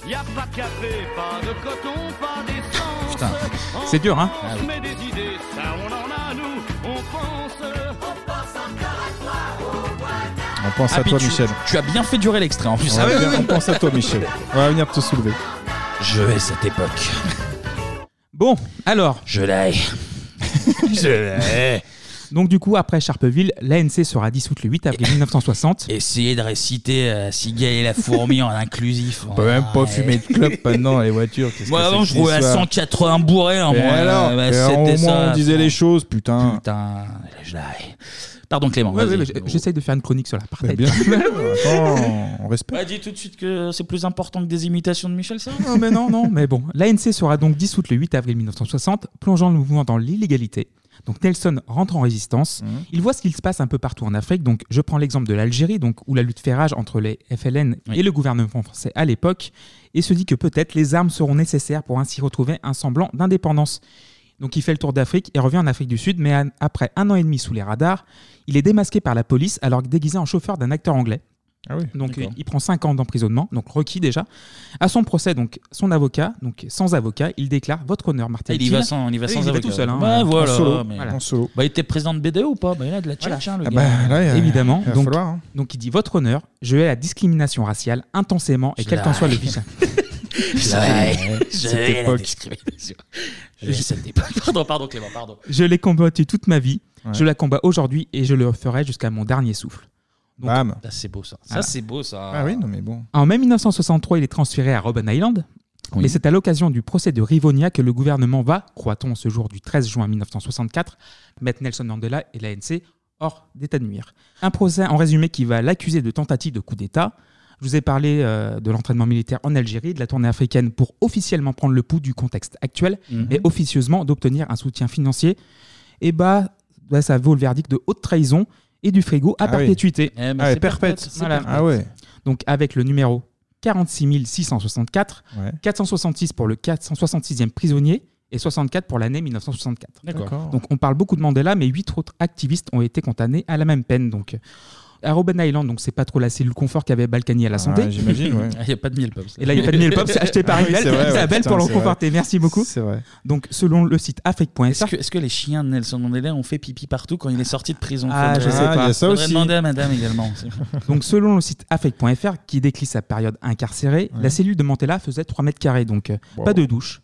[SPEAKER 3] Y a pas de café, pas de coton, pas d'essence.
[SPEAKER 7] Putain, c'est dur, hein
[SPEAKER 1] Ah
[SPEAKER 3] On se met des idées, ça on en a nous, on pense. On pense encore à toi, au Rwanda.
[SPEAKER 6] On pense
[SPEAKER 1] Ah,
[SPEAKER 6] à
[SPEAKER 1] puis
[SPEAKER 6] toi
[SPEAKER 1] tu-
[SPEAKER 6] Michel.
[SPEAKER 1] Tu as bien fait durer l'extrait en
[SPEAKER 6] On,
[SPEAKER 1] plus. Ah
[SPEAKER 6] va venir- on pense à toi Michel. On va venir te soulever.
[SPEAKER 1] Je hais cette époque.
[SPEAKER 7] Bon, alors.
[SPEAKER 1] Je l'ai. Je l'ai.
[SPEAKER 7] Donc du coup, après Charpeville, l'ANC sera dissoute le 8 avril 1960.
[SPEAKER 1] Essayez de réciter euh, Cigale et la fourmi en inclusif.
[SPEAKER 6] On peut même pas
[SPEAKER 1] Ouais.
[SPEAKER 6] fumer de clope maintenant les voitures. qu'est-ce
[SPEAKER 1] Moi
[SPEAKER 6] que
[SPEAKER 1] avant
[SPEAKER 6] c'est
[SPEAKER 1] je
[SPEAKER 6] que
[SPEAKER 1] roulais
[SPEAKER 6] ces
[SPEAKER 1] à
[SPEAKER 6] histoires
[SPEAKER 1] 180 bourrés. hein,
[SPEAKER 6] Et
[SPEAKER 1] moi,
[SPEAKER 6] alors
[SPEAKER 1] euh, bah,
[SPEAKER 6] Et au
[SPEAKER 1] c'était
[SPEAKER 6] moins,
[SPEAKER 1] ça,
[SPEAKER 6] on disait
[SPEAKER 1] ça.
[SPEAKER 6] les choses, putain.
[SPEAKER 1] Putain, je l'ai. Pardon Clément,
[SPEAKER 7] Ouais,
[SPEAKER 1] vas-y.
[SPEAKER 7] ouais, mais J'essaye de faire une chronique sur la
[SPEAKER 6] Mais
[SPEAKER 7] partie.
[SPEAKER 6] bien sûr. Attends, on respecte.
[SPEAKER 1] Bah, dis tout de suite que c'est plus important que des imitations de Michel, ça
[SPEAKER 7] Non, mais non, non, mais bon. L'ANC sera donc dissoute le 8 avril 1960, plongeant le mouvement dans l'illégalité. Donc Nelson rentre en résistance. Il voit ce qu'il se passe un peu partout en Afrique. Donc je prends l'exemple de l'Algérie, donc où la lutte fait rage entre les FLN et le gouvernement français à l'époque, et se dit que peut-être les armes seront nécessaires pour ainsi retrouver un semblant d'indépendance. Donc il fait le tour d'Afrique et revient en Afrique du Sud, mais an- après un an et demi sous les radars, il est démasqué par la police alors que déguisé en chauffeur d'un acteur anglais.
[SPEAKER 6] Ah oui,
[SPEAKER 7] donc il,
[SPEAKER 6] d'accord.
[SPEAKER 7] il prend 5 ans d'emprisonnement, donc requis déjà. À son procès, donc son avocat, donc sans avocat, il déclare votre honneur, Martin.
[SPEAKER 1] Ah, il y va sans, il y va
[SPEAKER 7] Ah,
[SPEAKER 1] sans avocat.
[SPEAKER 7] tout seul, hein.
[SPEAKER 1] Bah, voilà, mais-
[SPEAKER 7] Voilà.
[SPEAKER 1] Bah, il était président de BDO ou pas Bah, Il a de la tchatche, hein, le gars.
[SPEAKER 7] évidemment.
[SPEAKER 1] il va
[SPEAKER 7] donc,
[SPEAKER 1] falloir, hein.
[SPEAKER 7] donc il dit votre honneur, je hais la discrimination raciale intensément et
[SPEAKER 1] Je
[SPEAKER 7] quel qu'en
[SPEAKER 1] la
[SPEAKER 7] soit le
[SPEAKER 1] hais.
[SPEAKER 7] vice.
[SPEAKER 1] Je la hais. Je hais la discrimination. Je hais cette époque. Pardon, pardon, Clément, pardon.
[SPEAKER 7] Je l'ai combattue toute ma vie.
[SPEAKER 1] Ouais.
[SPEAKER 7] Je la combats aujourd'hui et je le ferai jusqu'à mon dernier souffle. Donc-
[SPEAKER 1] Ça, Ah, c'est beau, ça. Ça,
[SPEAKER 7] Voilà.
[SPEAKER 1] c'est beau, ça.
[SPEAKER 6] Ah oui, non, mais bon.
[SPEAKER 7] En mai 1963, il est transféré à Robben Island.
[SPEAKER 1] Oui.
[SPEAKER 7] Mais c'est à l'occasion du procès de Rivonia que le gouvernement va, croit-on ce jour du 13 juin 1964, mettre Nelson Mandela et l'ANC hors d'état de nuire. Un procès en résumé qui va l'accuser de tentative de coup d'État. Je vous ai parlé euh, de l'entraînement militaire en Algérie, de la tournée africaine pour officiellement prendre le pouls du contexte actuel
[SPEAKER 1] Mhm.
[SPEAKER 7] et officieusement d'obtenir un soutien financier. Et bah, bah, ça vaut le verdict de haute trahison et du frigo à
[SPEAKER 6] Ah oui.
[SPEAKER 7] perpétuité.
[SPEAKER 6] Eh ben, Ah ouais, c'est perpète, perpète. c'est
[SPEAKER 7] Voilà.
[SPEAKER 6] perpète. Ah ouais.
[SPEAKER 7] Donc avec le numéro 46 664,
[SPEAKER 6] Ouais.
[SPEAKER 7] 466 pour le 466e prisonnier et 64 pour l'année 1964.
[SPEAKER 1] D'accord. D'accord.
[SPEAKER 7] Donc on parle beaucoup de Mandela, mais huit autres activistes ont été condamnés à la même peine. Donc à Robben Island, donc c'est pas trop la cellule confort qu'avait Balkany à la santé.
[SPEAKER 1] Ah, Il n'y a pas de miel pop. ça.
[SPEAKER 7] Et là, il n'y a pas de miel pop, c'est acheté par
[SPEAKER 1] Ah oui,
[SPEAKER 7] Isabelle
[SPEAKER 1] c'est vrai, ouais, putain,
[SPEAKER 7] pour le
[SPEAKER 1] c'est vrai.
[SPEAKER 7] conforter. Merci beaucoup.
[SPEAKER 6] C'est vrai.
[SPEAKER 7] Donc, selon le site
[SPEAKER 1] Est-ce
[SPEAKER 7] affect.fr,
[SPEAKER 1] que, est-ce que les chiens de Nelson Mandela ont fait pipi partout quand il est sorti de prison
[SPEAKER 7] Ah,
[SPEAKER 1] Faudrait-
[SPEAKER 7] je sais Ah, pas. il y a ça
[SPEAKER 1] Faudrait
[SPEAKER 7] aussi.
[SPEAKER 1] demander à madame également.
[SPEAKER 7] donc selon le site affect.fr, qui décrit sa période incarcérée, la cellule de Mantella faisait 3 mètres carrés. Donc, euh,
[SPEAKER 1] Wow.
[SPEAKER 7] pas de douche,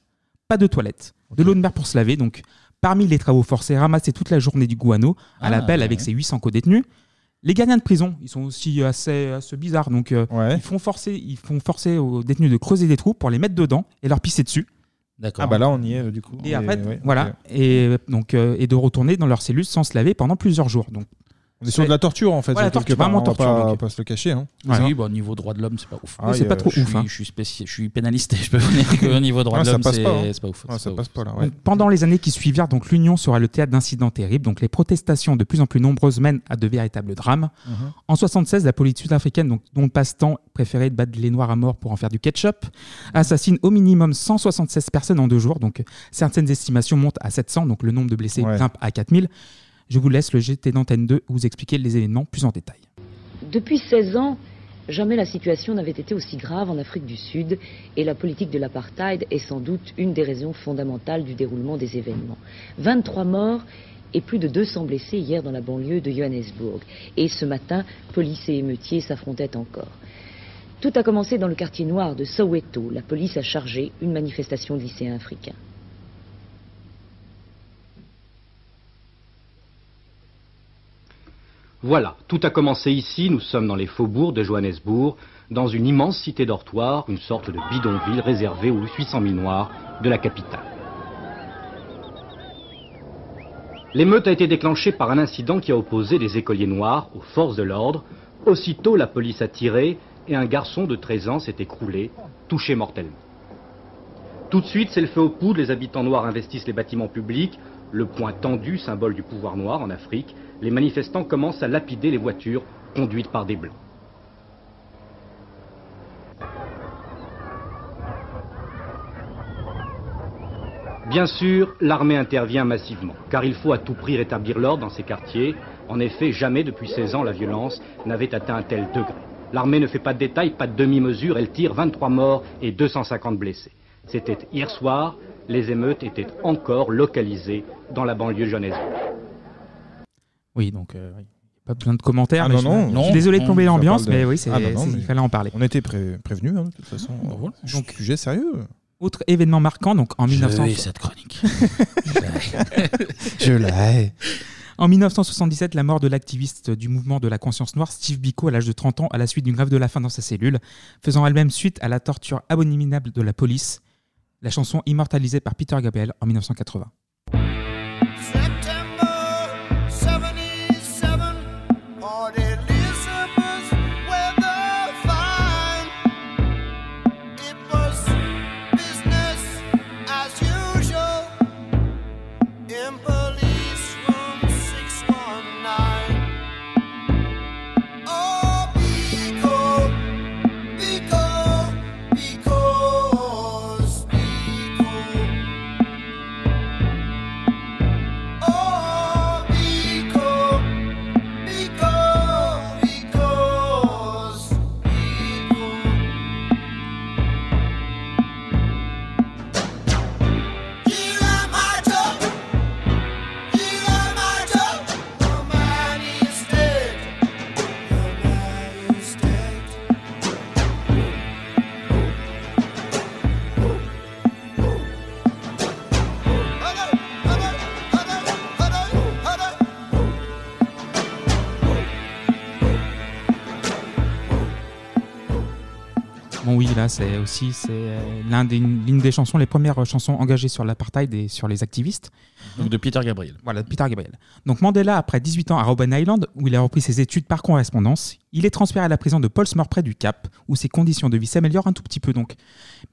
[SPEAKER 7] pas de toilette, de l'eau de mer pour se laver. Donc, parmi les travaux forcés, ramasser toute la journée du guano à
[SPEAKER 1] Ah,
[SPEAKER 7] l'appel avec
[SPEAKER 1] ouais.
[SPEAKER 7] ses 800 co-détenus. Les gardiens de prison, ils sont aussi euh, assez, assez bizarres. Donc, euh, ils, font forcer, ils font forcer aux détenus de creuser des trous pour les mettre dedans et leur pisser dessus.
[SPEAKER 1] D'accord.
[SPEAKER 6] Ah bah là, on y est, euh, du coup.
[SPEAKER 7] Et en fait,
[SPEAKER 6] ouais,
[SPEAKER 7] voilà,
[SPEAKER 6] ok.
[SPEAKER 7] et donc euh, et de retourner dans leur cellule sans se laver pendant plusieurs jours. Donc
[SPEAKER 6] On est sur de la torture, en fait,
[SPEAKER 7] Voilà,
[SPEAKER 6] quelque
[SPEAKER 7] torture,
[SPEAKER 6] part, hein,
[SPEAKER 7] vraiment
[SPEAKER 6] on va
[SPEAKER 7] torture.
[SPEAKER 6] pas-
[SPEAKER 7] donc.
[SPEAKER 6] pas se le cacher, hein.
[SPEAKER 7] Voilà.
[SPEAKER 1] Oui, bah, au niveau droit de l'homme, c'est pas ouf.
[SPEAKER 7] Ah, c'est pas trop
[SPEAKER 1] euh, je
[SPEAKER 7] ouf,
[SPEAKER 1] suis-
[SPEAKER 7] hein.
[SPEAKER 1] Je suis, spéci- je suis pénaliste. Je peux vous dire qu'au niveau droit
[SPEAKER 6] Ah,
[SPEAKER 1] de
[SPEAKER 6] ça
[SPEAKER 1] l'homme,
[SPEAKER 6] passe
[SPEAKER 1] c'est
[SPEAKER 6] pas, hein.
[SPEAKER 1] c'est pas ouf.
[SPEAKER 6] Ah, ça passe pas, là,
[SPEAKER 7] Donc, pendant les années qui suivirent, donc l'Union sera le théâtre d'incidents terribles. Donc les protestations de plus en plus nombreuses mènent à de véritables drames.
[SPEAKER 6] Mm-hmm.
[SPEAKER 1] Mhm.
[SPEAKER 7] En 76, la police sud-africaine, donc, dont le passe-temps préférait de battre les Noirs à mort pour en faire du ketchup, assassine au minimum 176 personnes en deux jours. Donc certaines estimations montent à 700. Donc le nombre de blessés
[SPEAKER 5] Ouais.
[SPEAKER 7] grimpe à 4000. Je vous laisse le GT d'antenne 2 vous expliquer les événements plus en détail.
[SPEAKER 27] Depuis 16 ans, jamais la situation n'avait été aussi grave en Afrique du Sud et la politique de l'apartheid est sans doute une des raisons fondamentales du déroulement des événements. 23 morts et plus de 200 blessés hier dans la banlieue de Johannesburg. Et ce matin, police et émeutiers s'affrontaient encore. Tout a commencé dans le quartier noir de Soweto. La police a chargé une manifestation de lycéens africains.
[SPEAKER 11] Voilà, tout a commencé ici, nous sommes dans les faubourgs de Johannesburg, dans une immense cité dortoir, une sorte de bidonville réservée aux 800 000 noirs de la capitale. L'émeute a été déclenchée par un incident qui a opposé les écoliers noirs aux forces de l'ordre. Aussitôt, la police a tiré et un garçon de 13 ans s'est écroulé, touché mortellement. Tout de suite, c'est le feu aux poudres, les habitants noirs investissent les bâtiments publics, le point tendu, symbole du pouvoir noir en Afrique, les manifestants commencent à lapider les voitures conduites par des blancs. Bien sûr, l'armée intervient massivement, car il faut à tout prix rétablir l'ordre dans ces quartiers. En effet, jamais depuis 16 ans la violence n'avait atteint un tel degré. L'armée ne fait pas de détails, pas de demi-mesure, elle tire 23 morts et 250 blessés. C'était hier soir, les émeutes étaient encore localisées dans la banlieue johannesburg.
[SPEAKER 7] Oui, donc euh, oui. pas besoin de commentaires.
[SPEAKER 6] Ah
[SPEAKER 7] mais
[SPEAKER 6] non,
[SPEAKER 7] je-
[SPEAKER 6] non,
[SPEAKER 7] je, suis désolé de plomber
[SPEAKER 6] on-
[SPEAKER 7] l'ambiance,
[SPEAKER 6] ça parle de-
[SPEAKER 7] mais oui, c'est-
[SPEAKER 6] Ah non, non,
[SPEAKER 7] c'est-
[SPEAKER 6] mais
[SPEAKER 7] il fallait en parler.
[SPEAKER 6] On était pré- prévenus, hein, de toute façon.
[SPEAKER 1] Bah
[SPEAKER 7] Donc,
[SPEAKER 6] sujet sérieux.
[SPEAKER 7] Autre événement marquant, donc en
[SPEAKER 6] Je
[SPEAKER 7] 1900.
[SPEAKER 6] hais cette chronique. Je la hais.
[SPEAKER 7] En 1977, la mort de l'activiste du mouvement de la conscience noire, Steve Biko, à l'âge de 30 ans, à la suite d'une grève de la faim dans sa cellule, faisant elle-même suite à la torture abominable de la police. La chanson immortalisée par Peter Gabriel en 1980.
[SPEAKER 14] September 77 on Elizabeth's weather fine. It was business as usual in police room 619. Oh, because, because, because, because.
[SPEAKER 7] Bon oui, là c'est aussi c'est euh, l'un des- l'une des chansons, les premières euh, chansons engagées sur l'apartheid et sur les activistes.
[SPEAKER 1] Donc de Peter Gabriel.
[SPEAKER 7] Voilà, de Peter Gabriel. Donc Mandela, après 18 ans à Robben Island, où il a repris ses études par correspondance, il est transféré à la prison de Portsmouth près du Cap, où ses conditions de vie s'améliorent un tout petit peu donc.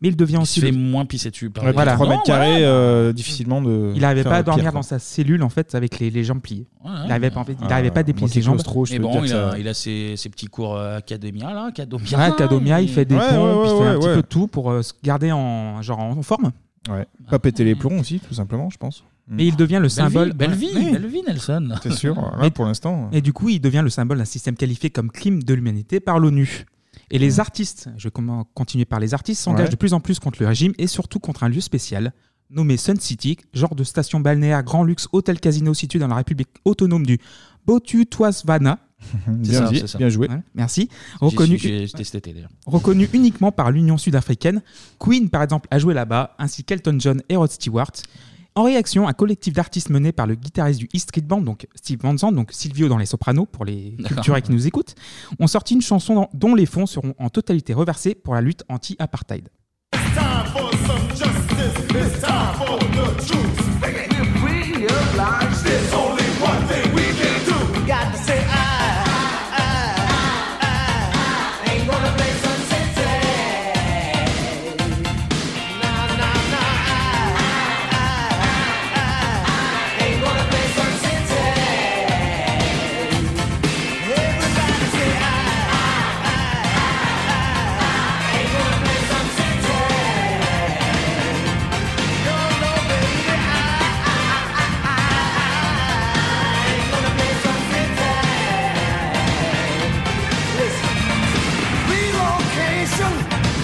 [SPEAKER 7] Mais il devient aussi
[SPEAKER 1] se fait
[SPEAKER 7] le-
[SPEAKER 1] moins pisser dessus par
[SPEAKER 6] Ouais, puis 3 mètres carrés,
[SPEAKER 1] bah,
[SPEAKER 6] euh, difficilement de.
[SPEAKER 7] il n'arrivait
[SPEAKER 6] faire
[SPEAKER 7] pas à
[SPEAKER 6] pire,
[SPEAKER 7] dormir
[SPEAKER 6] quoi.
[SPEAKER 7] dans sa cellule en fait avec les, les jambes pliées.
[SPEAKER 1] Voilà.
[SPEAKER 7] il n'arrivait pas en fait, il
[SPEAKER 6] Ah,
[SPEAKER 7] n'arrivait pas à déplier
[SPEAKER 6] moi qui
[SPEAKER 7] ses jambes.
[SPEAKER 6] claustro, je
[SPEAKER 1] Mais
[SPEAKER 6] peux
[SPEAKER 1] bon,
[SPEAKER 6] te
[SPEAKER 1] il
[SPEAKER 6] dire
[SPEAKER 1] a,
[SPEAKER 6] que ça-
[SPEAKER 1] il a ses, ses petits cours euh, académia, là, académia.
[SPEAKER 7] Ouais, Kadomia, il fait des
[SPEAKER 1] Ouais,
[SPEAKER 7] pompes,
[SPEAKER 1] ouais,
[SPEAKER 7] il fait
[SPEAKER 1] ouais,
[SPEAKER 7] un petit
[SPEAKER 1] ouais.
[SPEAKER 7] peu de tout pour euh, se garder en genre en en forme.
[SPEAKER 6] Ouais. Pas péter
[SPEAKER 1] Mm.
[SPEAKER 6] les plombs aussi, tout simplement, je pense. Mm.
[SPEAKER 7] Mais il devient le
[SPEAKER 6] Belle
[SPEAKER 7] symbole.
[SPEAKER 6] vie, belle
[SPEAKER 7] Ouais.
[SPEAKER 6] vie,
[SPEAKER 7] Ouais.
[SPEAKER 1] belle vie, Nelson.
[SPEAKER 6] C'est sûr, euh, là, pour l'instant.
[SPEAKER 7] Et du coup, il devient le symbole d'un système qualifié comme crime de l'humanité par l'ONU. Et les artistes, je vais com- continuer par les artistes, s'engagent
[SPEAKER 6] Ouais.
[SPEAKER 7] de plus en plus contre le régime et surtout contre un lieu spécial nommé Sun City, genre de station balnéaire grand luxe hôtel casino situé dans la République autonome du Botswana.
[SPEAKER 6] Bien
[SPEAKER 7] C'est ça,
[SPEAKER 6] dit,
[SPEAKER 7] c'est ça.
[SPEAKER 6] bien joué.
[SPEAKER 7] Voilà, merci.
[SPEAKER 1] J'y
[SPEAKER 7] Reconnu,
[SPEAKER 1] suis- j'ai- j'étais cet été, d'ailleurs.
[SPEAKER 7] reconnu uniquement par l'Union sud-africaine. Queen, par exemple, a joué là-bas, ainsi qu'Elton John et Rod Stewart. En réaction, un collectif d'artistes mené par le guitariste du E Street Band, donc Steve Van Zandt, donc Silvio dans Les Sopranos, pour les
[SPEAKER 1] D'accord.
[SPEAKER 7] culturels qui nous écoutent, ont sorti une chanson dont- dont les fonds seront en totalité reversés pour la lutte anti-apartheid.
[SPEAKER 8] Time for some justice. It's time for the truth. If we realize there's only one thing we can do, got to say "Ah, I. ah, Ain't gonna play Sun City. Nah, nah, nah, I, I, I ain't gonna play Sun City. Everybody say I, I, I ain't gonna play Sun City. No, no, baby, I, I, I, I ain't gonna play Sun City. Listen. Relocation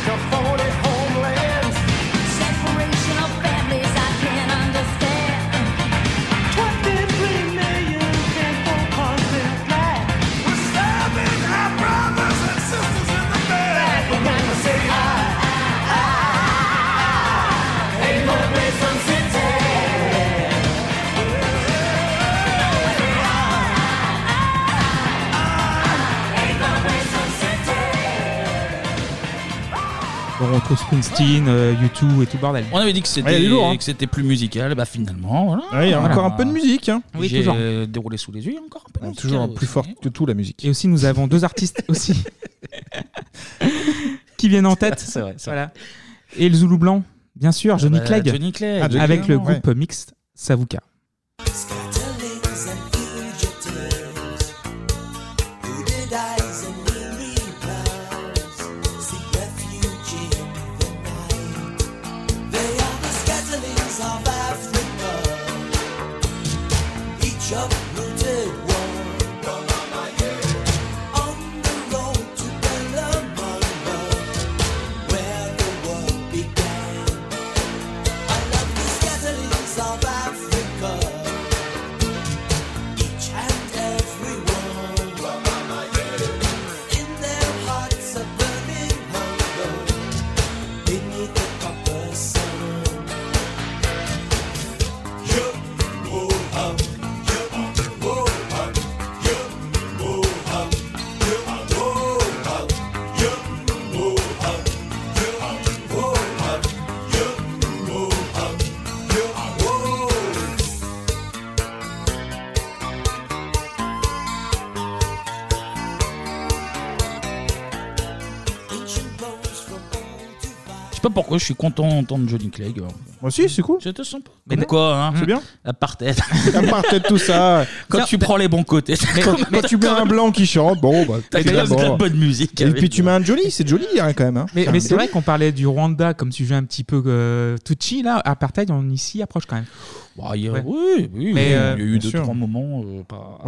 [SPEAKER 8] to foreign homelands. Separation of families I can't understand. 23 million people causing black. We're serving our brothers and sisters in the bed. We gotta say I. Ain't gonna play some city. Ain't gonna play some city.
[SPEAKER 7] Donc on retrouve Springsteen, euh, U2 et tout le bordel.
[SPEAKER 1] On avait dit que c'était
[SPEAKER 7] Ouais, il est lourd, hein.
[SPEAKER 1] que c'était plus musical, bah finalement, voilà.
[SPEAKER 7] Ouais, il y a encore un peu de
[SPEAKER 1] Ah.
[SPEAKER 7] musique, hein. Oui,
[SPEAKER 1] Oui, J'ai
[SPEAKER 7] toujours.
[SPEAKER 1] euh, déroulé sous les yeux, encore un peu. de musique, hein,
[SPEAKER 7] plus
[SPEAKER 1] aussi.
[SPEAKER 7] forte
[SPEAKER 6] que tout la musique.
[SPEAKER 7] Et aussi nous avons deux artistes aussi qui viennent en tête.
[SPEAKER 1] C'est vrai, c'est
[SPEAKER 7] Voilà. Et le Zoulou blanc, bien sûr, Johnny
[SPEAKER 1] bah,
[SPEAKER 7] Clegg,
[SPEAKER 1] Johnny Clegg. Ah, Johnny
[SPEAKER 7] avec
[SPEAKER 1] Clegg,
[SPEAKER 7] le
[SPEAKER 1] ouais.
[SPEAKER 7] groupe mixte Savuka.
[SPEAKER 8] Scatterlings and fugitives, hooded eyes and weary brows, seek refuge in the night. They are the scatterlings of Africa, each uprooted one. On the road to Bellamanga, where the world began. I love the scatterlings of Africa. Each and every one, in their hearts a burning hunger beneath the copper sun. Yup, oh up, yup, oh up, yup, oh up, yup, oh up, yup, oh up, yup, oh up, yup, oh up, yup, oh up.
[SPEAKER 1] Je sais pas pourquoi, je suis content d'entendre Johnny Clegg.
[SPEAKER 6] Moi aussi, c'est cool.
[SPEAKER 1] C'était sympa.
[SPEAKER 7] Mais
[SPEAKER 1] Mais
[SPEAKER 7] d-
[SPEAKER 1] quoi, hein
[SPEAKER 6] C'est bien.
[SPEAKER 1] Apartheid.
[SPEAKER 6] Apartheid, tout ça.
[SPEAKER 1] Quand
[SPEAKER 6] Tiens,
[SPEAKER 1] tu
[SPEAKER 6] t'as-
[SPEAKER 1] prends les bons côtés.
[SPEAKER 6] Quand, quand tu mets un blanc qui chante, bon, bah,
[SPEAKER 1] T'as
[SPEAKER 6] tu
[SPEAKER 1] quand même
[SPEAKER 6] l'as,
[SPEAKER 1] de la
[SPEAKER 6] bon.
[SPEAKER 1] bonne musique
[SPEAKER 6] Et
[SPEAKER 1] avec,
[SPEAKER 6] puis tu mets un joli, c'est joli hein, quand même. hein.
[SPEAKER 7] Mais,
[SPEAKER 6] Enfin,
[SPEAKER 7] mais c'est
[SPEAKER 6] joli.
[SPEAKER 7] vrai qu'on parlait du Rwanda comme sujet un petit peu euh, touchy là. Apartheid, on y s'y approche quand même.
[SPEAKER 1] Bah,
[SPEAKER 7] Ouais.
[SPEAKER 1] Oui, oui,
[SPEAKER 7] Mais,
[SPEAKER 1] oui,
[SPEAKER 7] euh,
[SPEAKER 1] il y a eu
[SPEAKER 7] bien
[SPEAKER 1] deux,
[SPEAKER 7] sûr.
[SPEAKER 1] trois moments. euh, pas...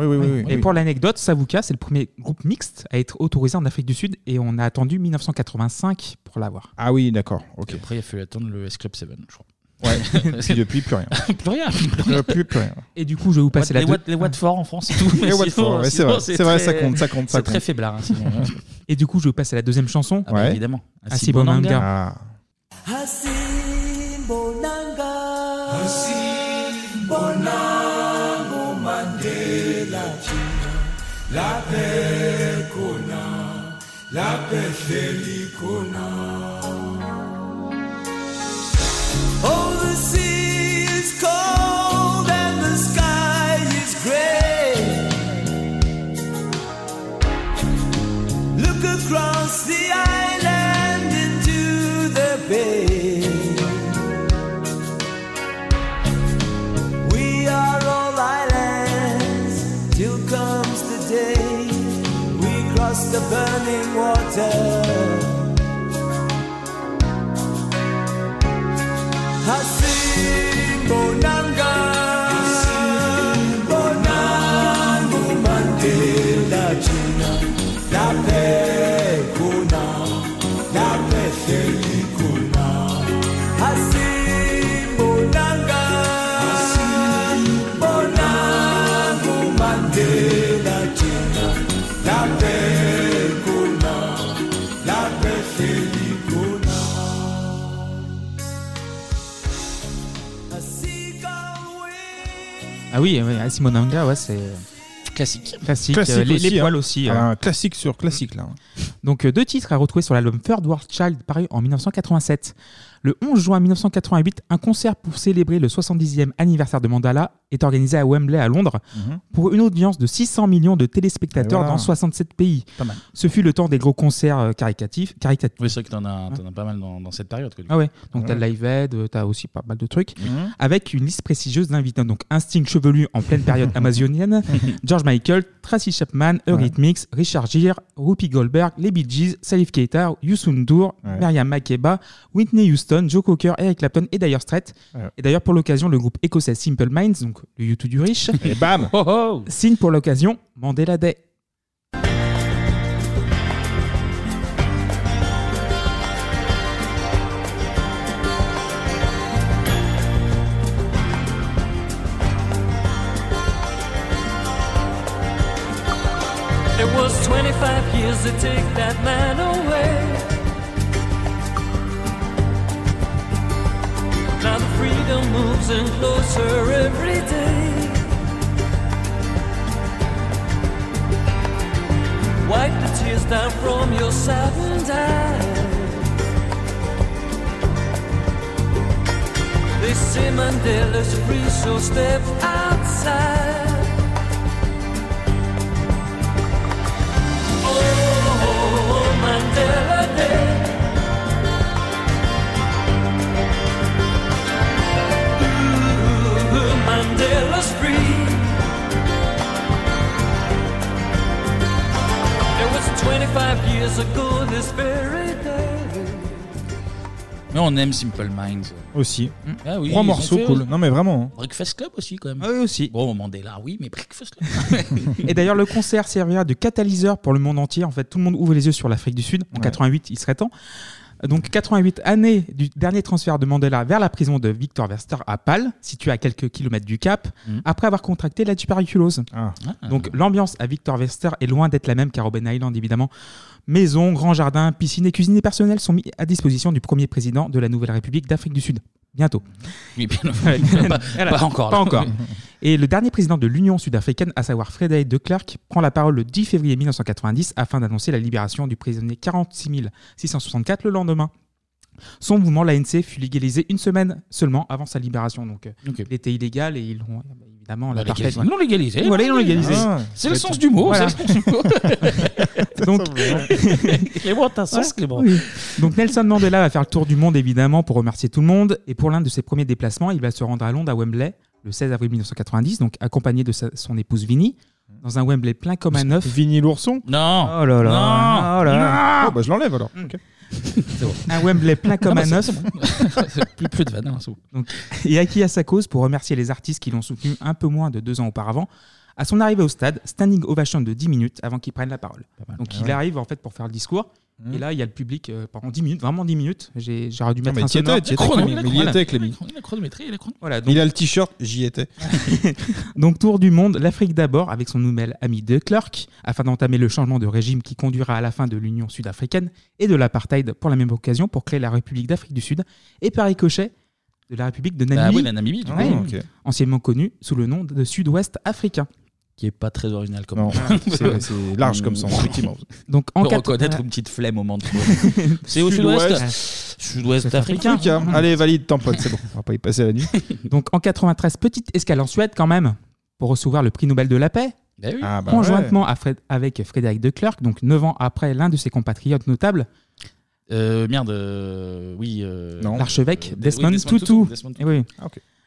[SPEAKER 7] Et pour l'anecdote, Savuka, c'est le premier groupe mixte à être autorisé en Afrique du Sud et on a attendu 1985 pour l'avoir.
[SPEAKER 6] Ah oui, d'accord. Ok.
[SPEAKER 1] Après, il a fallu attendre le S-Club 7, je crois.
[SPEAKER 6] Ouais. Puis depuis, plus rien.
[SPEAKER 1] plus rien.
[SPEAKER 6] Euh, plus- plus rien.
[SPEAKER 7] Et du coup, je vais vous passer la
[SPEAKER 1] What- les
[SPEAKER 7] deux-
[SPEAKER 1] What- les Watford en France, c'est tout.
[SPEAKER 6] Les
[SPEAKER 1] Sinon-
[SPEAKER 6] Watford, ouais, c'est
[SPEAKER 1] sinon,
[SPEAKER 6] vrai, c'est vrai, ça
[SPEAKER 1] très-
[SPEAKER 6] compte, ça compte, ça
[SPEAKER 1] C'est très
[SPEAKER 6] compte.
[SPEAKER 1] faiblard. hein, sinon, hein.
[SPEAKER 7] Et du coup, je vais vous passer à la deuxième chanson.
[SPEAKER 1] Ah bah, Ouais. évidemment.
[SPEAKER 7] Asibonanga.
[SPEAKER 1] Asibonanga.
[SPEAKER 6] Ah.
[SPEAKER 8] Hasimbonanga Hasibonango Mandela China La paix qu'on a
[SPEAKER 28] la peste l'icône.
[SPEAKER 8] Oh, the sea is cold and the sky is gray. Look across the island into the bay. We are all islands till comes the day we cross the burning water. Hasim Bonanga, Bonango Mandela China, la paix Kuna, la paix Selikuna. Hasim Bonanga, Bonango Mandela China, la paix Kuna, la paix Selikuna. A seagull
[SPEAKER 7] Ah oui, ouais, Simonanga, ouais, c'est.
[SPEAKER 1] Classique.
[SPEAKER 7] Classique. euh, les, les poils
[SPEAKER 6] hein.
[SPEAKER 7] aussi.
[SPEAKER 6] Ah,
[SPEAKER 7] euh.
[SPEAKER 6] un classique sur classique là.
[SPEAKER 7] Donc euh, deux titres à retrouver sur l'album Third World Child paru en 1987. Le 11 juin 1988, un concert pour célébrer le 70e anniversaire de Mandala est organisé à Wembley à Londres
[SPEAKER 6] Mhm.
[SPEAKER 7] pour une audience de 600 millions de téléspectateurs
[SPEAKER 1] Et voilà.
[SPEAKER 7] dans 67 pays.
[SPEAKER 1] Pas mal.
[SPEAKER 7] Ce fut le temps des gros concerts euh, caricatifs. caricat-
[SPEAKER 1] Oui, c'est vrai que t'en as, t'en as pas mal dans, dans cette période. quoi, du
[SPEAKER 7] Ah
[SPEAKER 1] coup.
[SPEAKER 7] ouais, donc t'as
[SPEAKER 1] Ouais.
[SPEAKER 7] le Live Aid, euh, t'as aussi pas mal de trucs,
[SPEAKER 1] Mhm.
[SPEAKER 7] avec une liste prestigieuse d'invités. Donc Instinct chevelu en pleine période amazonienne, George Michael, Tracy Chapman, Eurythmics, Richard Gere, Whoopi Goldberg, les Bee Gees, Salif Keita, Youssou N'Dour,
[SPEAKER 1] Ouais.
[SPEAKER 7] Merriam Makeba, Whitney Houston, Joe Cocker, Eric Clapton et d'ailleurs Strait.
[SPEAKER 1] Ouais.
[SPEAKER 7] Et d'ailleurs pour l'occasion, le groupe écossais Simple Minds, donc le YouTube du riche,
[SPEAKER 6] et bam,
[SPEAKER 7] signe pour l'occasion Mandela Day.
[SPEAKER 29] It was 25 years to take that man away. Now the freedom moves in closer every day. Wipe the tears down from your saddened eyes. They say Mandela's free, so step outside. Mandela Day. Ooh, Mandela's free. It was 25 years ago this very day.
[SPEAKER 1] Mais on aime Simple Minds.
[SPEAKER 6] Aussi.
[SPEAKER 1] Ah oui,
[SPEAKER 6] Trois
[SPEAKER 1] ils
[SPEAKER 6] morceaux
[SPEAKER 1] ont fait-
[SPEAKER 6] cool. Non mais vraiment. hein.
[SPEAKER 1] Breakfast Club aussi, quand même.
[SPEAKER 7] oui, aussi.
[SPEAKER 1] Bon, Mandela, oui, mais Breakfast Club.
[SPEAKER 7] Et d'ailleurs, le concert servira de catalyseur pour le monde entier. En fait, tout le monde ouvre les yeux sur l'Afrique du Sud. En
[SPEAKER 1] Ouais.
[SPEAKER 7] 88, il serait temps. Donc, 88 année du dernier transfert de Mandela vers la prison de Victor Verster à Pâle, située à quelques kilomètres du Cap, après avoir contracté la tuberculose. Donc, l'ambiance à Victor Verster est loin d'être la même qu'à Robben Island, évidemment. Maison, grand jardin, piscine et cuisine personnelle sont mis à disposition du premier président de la Nouvelle République d'Afrique du Sud. Bientôt.
[SPEAKER 1] Oui, bien-
[SPEAKER 7] Ouais.
[SPEAKER 1] pas-
[SPEAKER 7] Voilà.
[SPEAKER 1] pas encore, là.
[SPEAKER 7] Et le dernier président de l'Union sud-africaine, à savoir Frédéric de Klerk, prend la parole le 10 février 1990 afin d'annoncer la libération du prisonnier 46 664 le lendemain. Son mouvement, l'ANC, fut légalisé une semaine seulement avant sa libération. Donc, euh, il était illégal et ils l'ont euh, évidemment
[SPEAKER 1] Bah,
[SPEAKER 7] la
[SPEAKER 1] légalisé.
[SPEAKER 7] parfaite-
[SPEAKER 1] Ils l'ont légalisé.
[SPEAKER 7] Voilà, ils l'ont légalisé.
[SPEAKER 1] Ah, c'est le sens du mot, c'est le sens du mot.
[SPEAKER 7] Donc,
[SPEAKER 1] Clément, t'as un sens, Clément.
[SPEAKER 7] oui. Donc Nelson Mandela va faire le tour du monde évidemment pour remercier tout le monde et pour l'un de ses premiers déplacements, il va se rendre à Londres à Wembley le 16 avril 1990, donc accompagné de sa- son épouse Vinnie dans un Wembley plein comme un œuf.
[SPEAKER 6] Vinnie l'ourson
[SPEAKER 1] Non.
[SPEAKER 7] Oh là là.
[SPEAKER 6] Non.
[SPEAKER 7] Oh là là. Mm.
[SPEAKER 6] Oh, bah, je l'enlève alors. Ok.
[SPEAKER 7] Un Wembley plein comme
[SPEAKER 6] Non,
[SPEAKER 7] un
[SPEAKER 6] bah,
[SPEAKER 7] œuf.
[SPEAKER 6] c'est-
[SPEAKER 1] plus, plus de vannes, hein, c'est bon.
[SPEAKER 7] Donc, et acquis à sa cause pour remercier les artistes qui l'ont soutenu un peu moins de deux ans auparavant. À son arrivée au stade, standing ovation de 10 minutes avant qu'il prenne la parole. Donc
[SPEAKER 1] Ah
[SPEAKER 7] il
[SPEAKER 1] ouais.
[SPEAKER 7] arrive en fait pour faire le discours. Et là, il y a le public euh, pendant 10 minutes, vraiment 10 minutes. J'ai- J'aurais dû
[SPEAKER 6] Mmh. Non,
[SPEAKER 7] mettre
[SPEAKER 6] mais
[SPEAKER 7] un
[SPEAKER 6] t'y étais,
[SPEAKER 7] sonore.
[SPEAKER 6] t'y étais, Clémy, mais il y était, Clémy.
[SPEAKER 1] La chronométrie, la chronométrie.
[SPEAKER 7] Voilà,
[SPEAKER 6] Il a le t-shirt, j'y étais.
[SPEAKER 7] Donc tour du monde, l'Afrique d'abord avec son nouvel ami de Klerk, afin d'entamer le changement de régime qui conduira à la fin de l'Union sud-africaine et de l'apartheid pour la même occasion pour créer la République d'Afrique du Sud et par ricochet de la République de
[SPEAKER 1] Bah
[SPEAKER 7] Namibie.
[SPEAKER 1] oui, la Namibie, du coup.
[SPEAKER 7] Ouais.
[SPEAKER 1] Ah, ok.
[SPEAKER 7] Anciennement connue sous le nom de Sud-Ouest africain.
[SPEAKER 1] qui est pas très original comme
[SPEAKER 6] Non, c'est- c'est large comme sens, effectivement.
[SPEAKER 7] Donc,
[SPEAKER 1] on
[SPEAKER 7] en
[SPEAKER 1] peut
[SPEAKER 7] quatre-
[SPEAKER 1] reconnaître
[SPEAKER 7] voilà.
[SPEAKER 1] une petite flemme au moment de trouver. C'est au
[SPEAKER 7] Sud-Ouest.
[SPEAKER 1] sud-ouest Sud-ouest africain.
[SPEAKER 6] Allez, valide, tamponne, c'est bon. On va pas y passer la nuit.
[SPEAKER 7] Donc en 93, petite escale en Suède quand même, pour recevoir le prix Nobel de la paix,
[SPEAKER 1] Ben oui. Ah bah
[SPEAKER 7] conjointement à Fred- avec Frédéric de Klerk, donc 9 ans après l'un de ses compatriotes notables,
[SPEAKER 1] Euh, merde, euh, oui. euh,
[SPEAKER 7] l'archevêque
[SPEAKER 1] euh,
[SPEAKER 7] Desmond,
[SPEAKER 1] oui,
[SPEAKER 7] Tutu.
[SPEAKER 1] Desmond Ah,
[SPEAKER 7] Eh oui.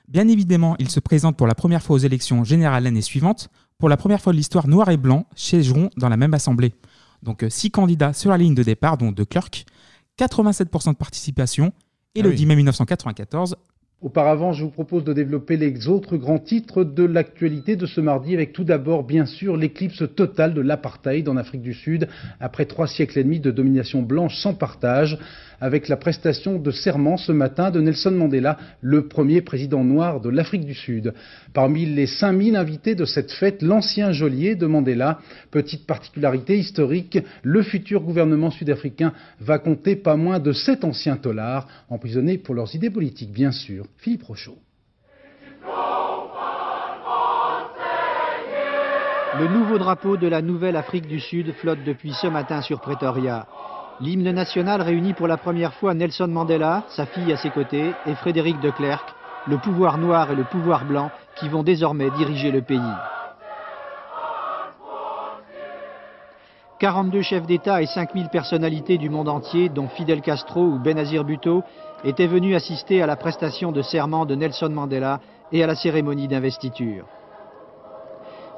[SPEAKER 7] Bien évidemment, il se présente pour la première fois aux élections générales l'année suivante. Pour la première fois de l'histoire, noir et blanc siégeront dans la même assemblée. Donc euh, six candidats sur la ligne de départ, dont de Klerk, 87% de participation, et
[SPEAKER 16] Ah
[SPEAKER 7] le
[SPEAKER 16] oui.
[SPEAKER 7] 10 mai 1994,
[SPEAKER 16] Auparavant, je vous propose de développer les autres grands titres de l'actualité de ce mardi, avec tout d'abord, bien sûr, l'éclipse totale de l'apartheid en Afrique du Sud, après trois siècles et demi de domination blanche sans partage, avec la prestation de serment ce matin de Nelson Mandela, le premier président noir de l'Afrique du Sud. Parmi les 5000 invités de cette fête, l'ancien geôlier de Mandela, petite particularité historique, le futur gouvernement sud-africain va compter pas moins de sept anciens tollards, emprisonnés pour leurs idées politiques, bien sûr. Philippe Rochaud.
[SPEAKER 18] Le nouveau drapeau de la nouvelle Afrique du Sud flotte depuis ce matin sur Pretoria. L'hymne national réunit pour la première fois Nelson Mandela, sa fille à ses côtés, et Frédéric de Klerk, le pouvoir noir et le pouvoir blanc qui vont désormais diriger le pays. 42 chefs d'État et 5000 personnalités du monde entier, dont Fidel Castro ou Benazir Bhutto, étaient venus assister à la prestation de serment de Nelson Mandela et à la cérémonie d'investiture.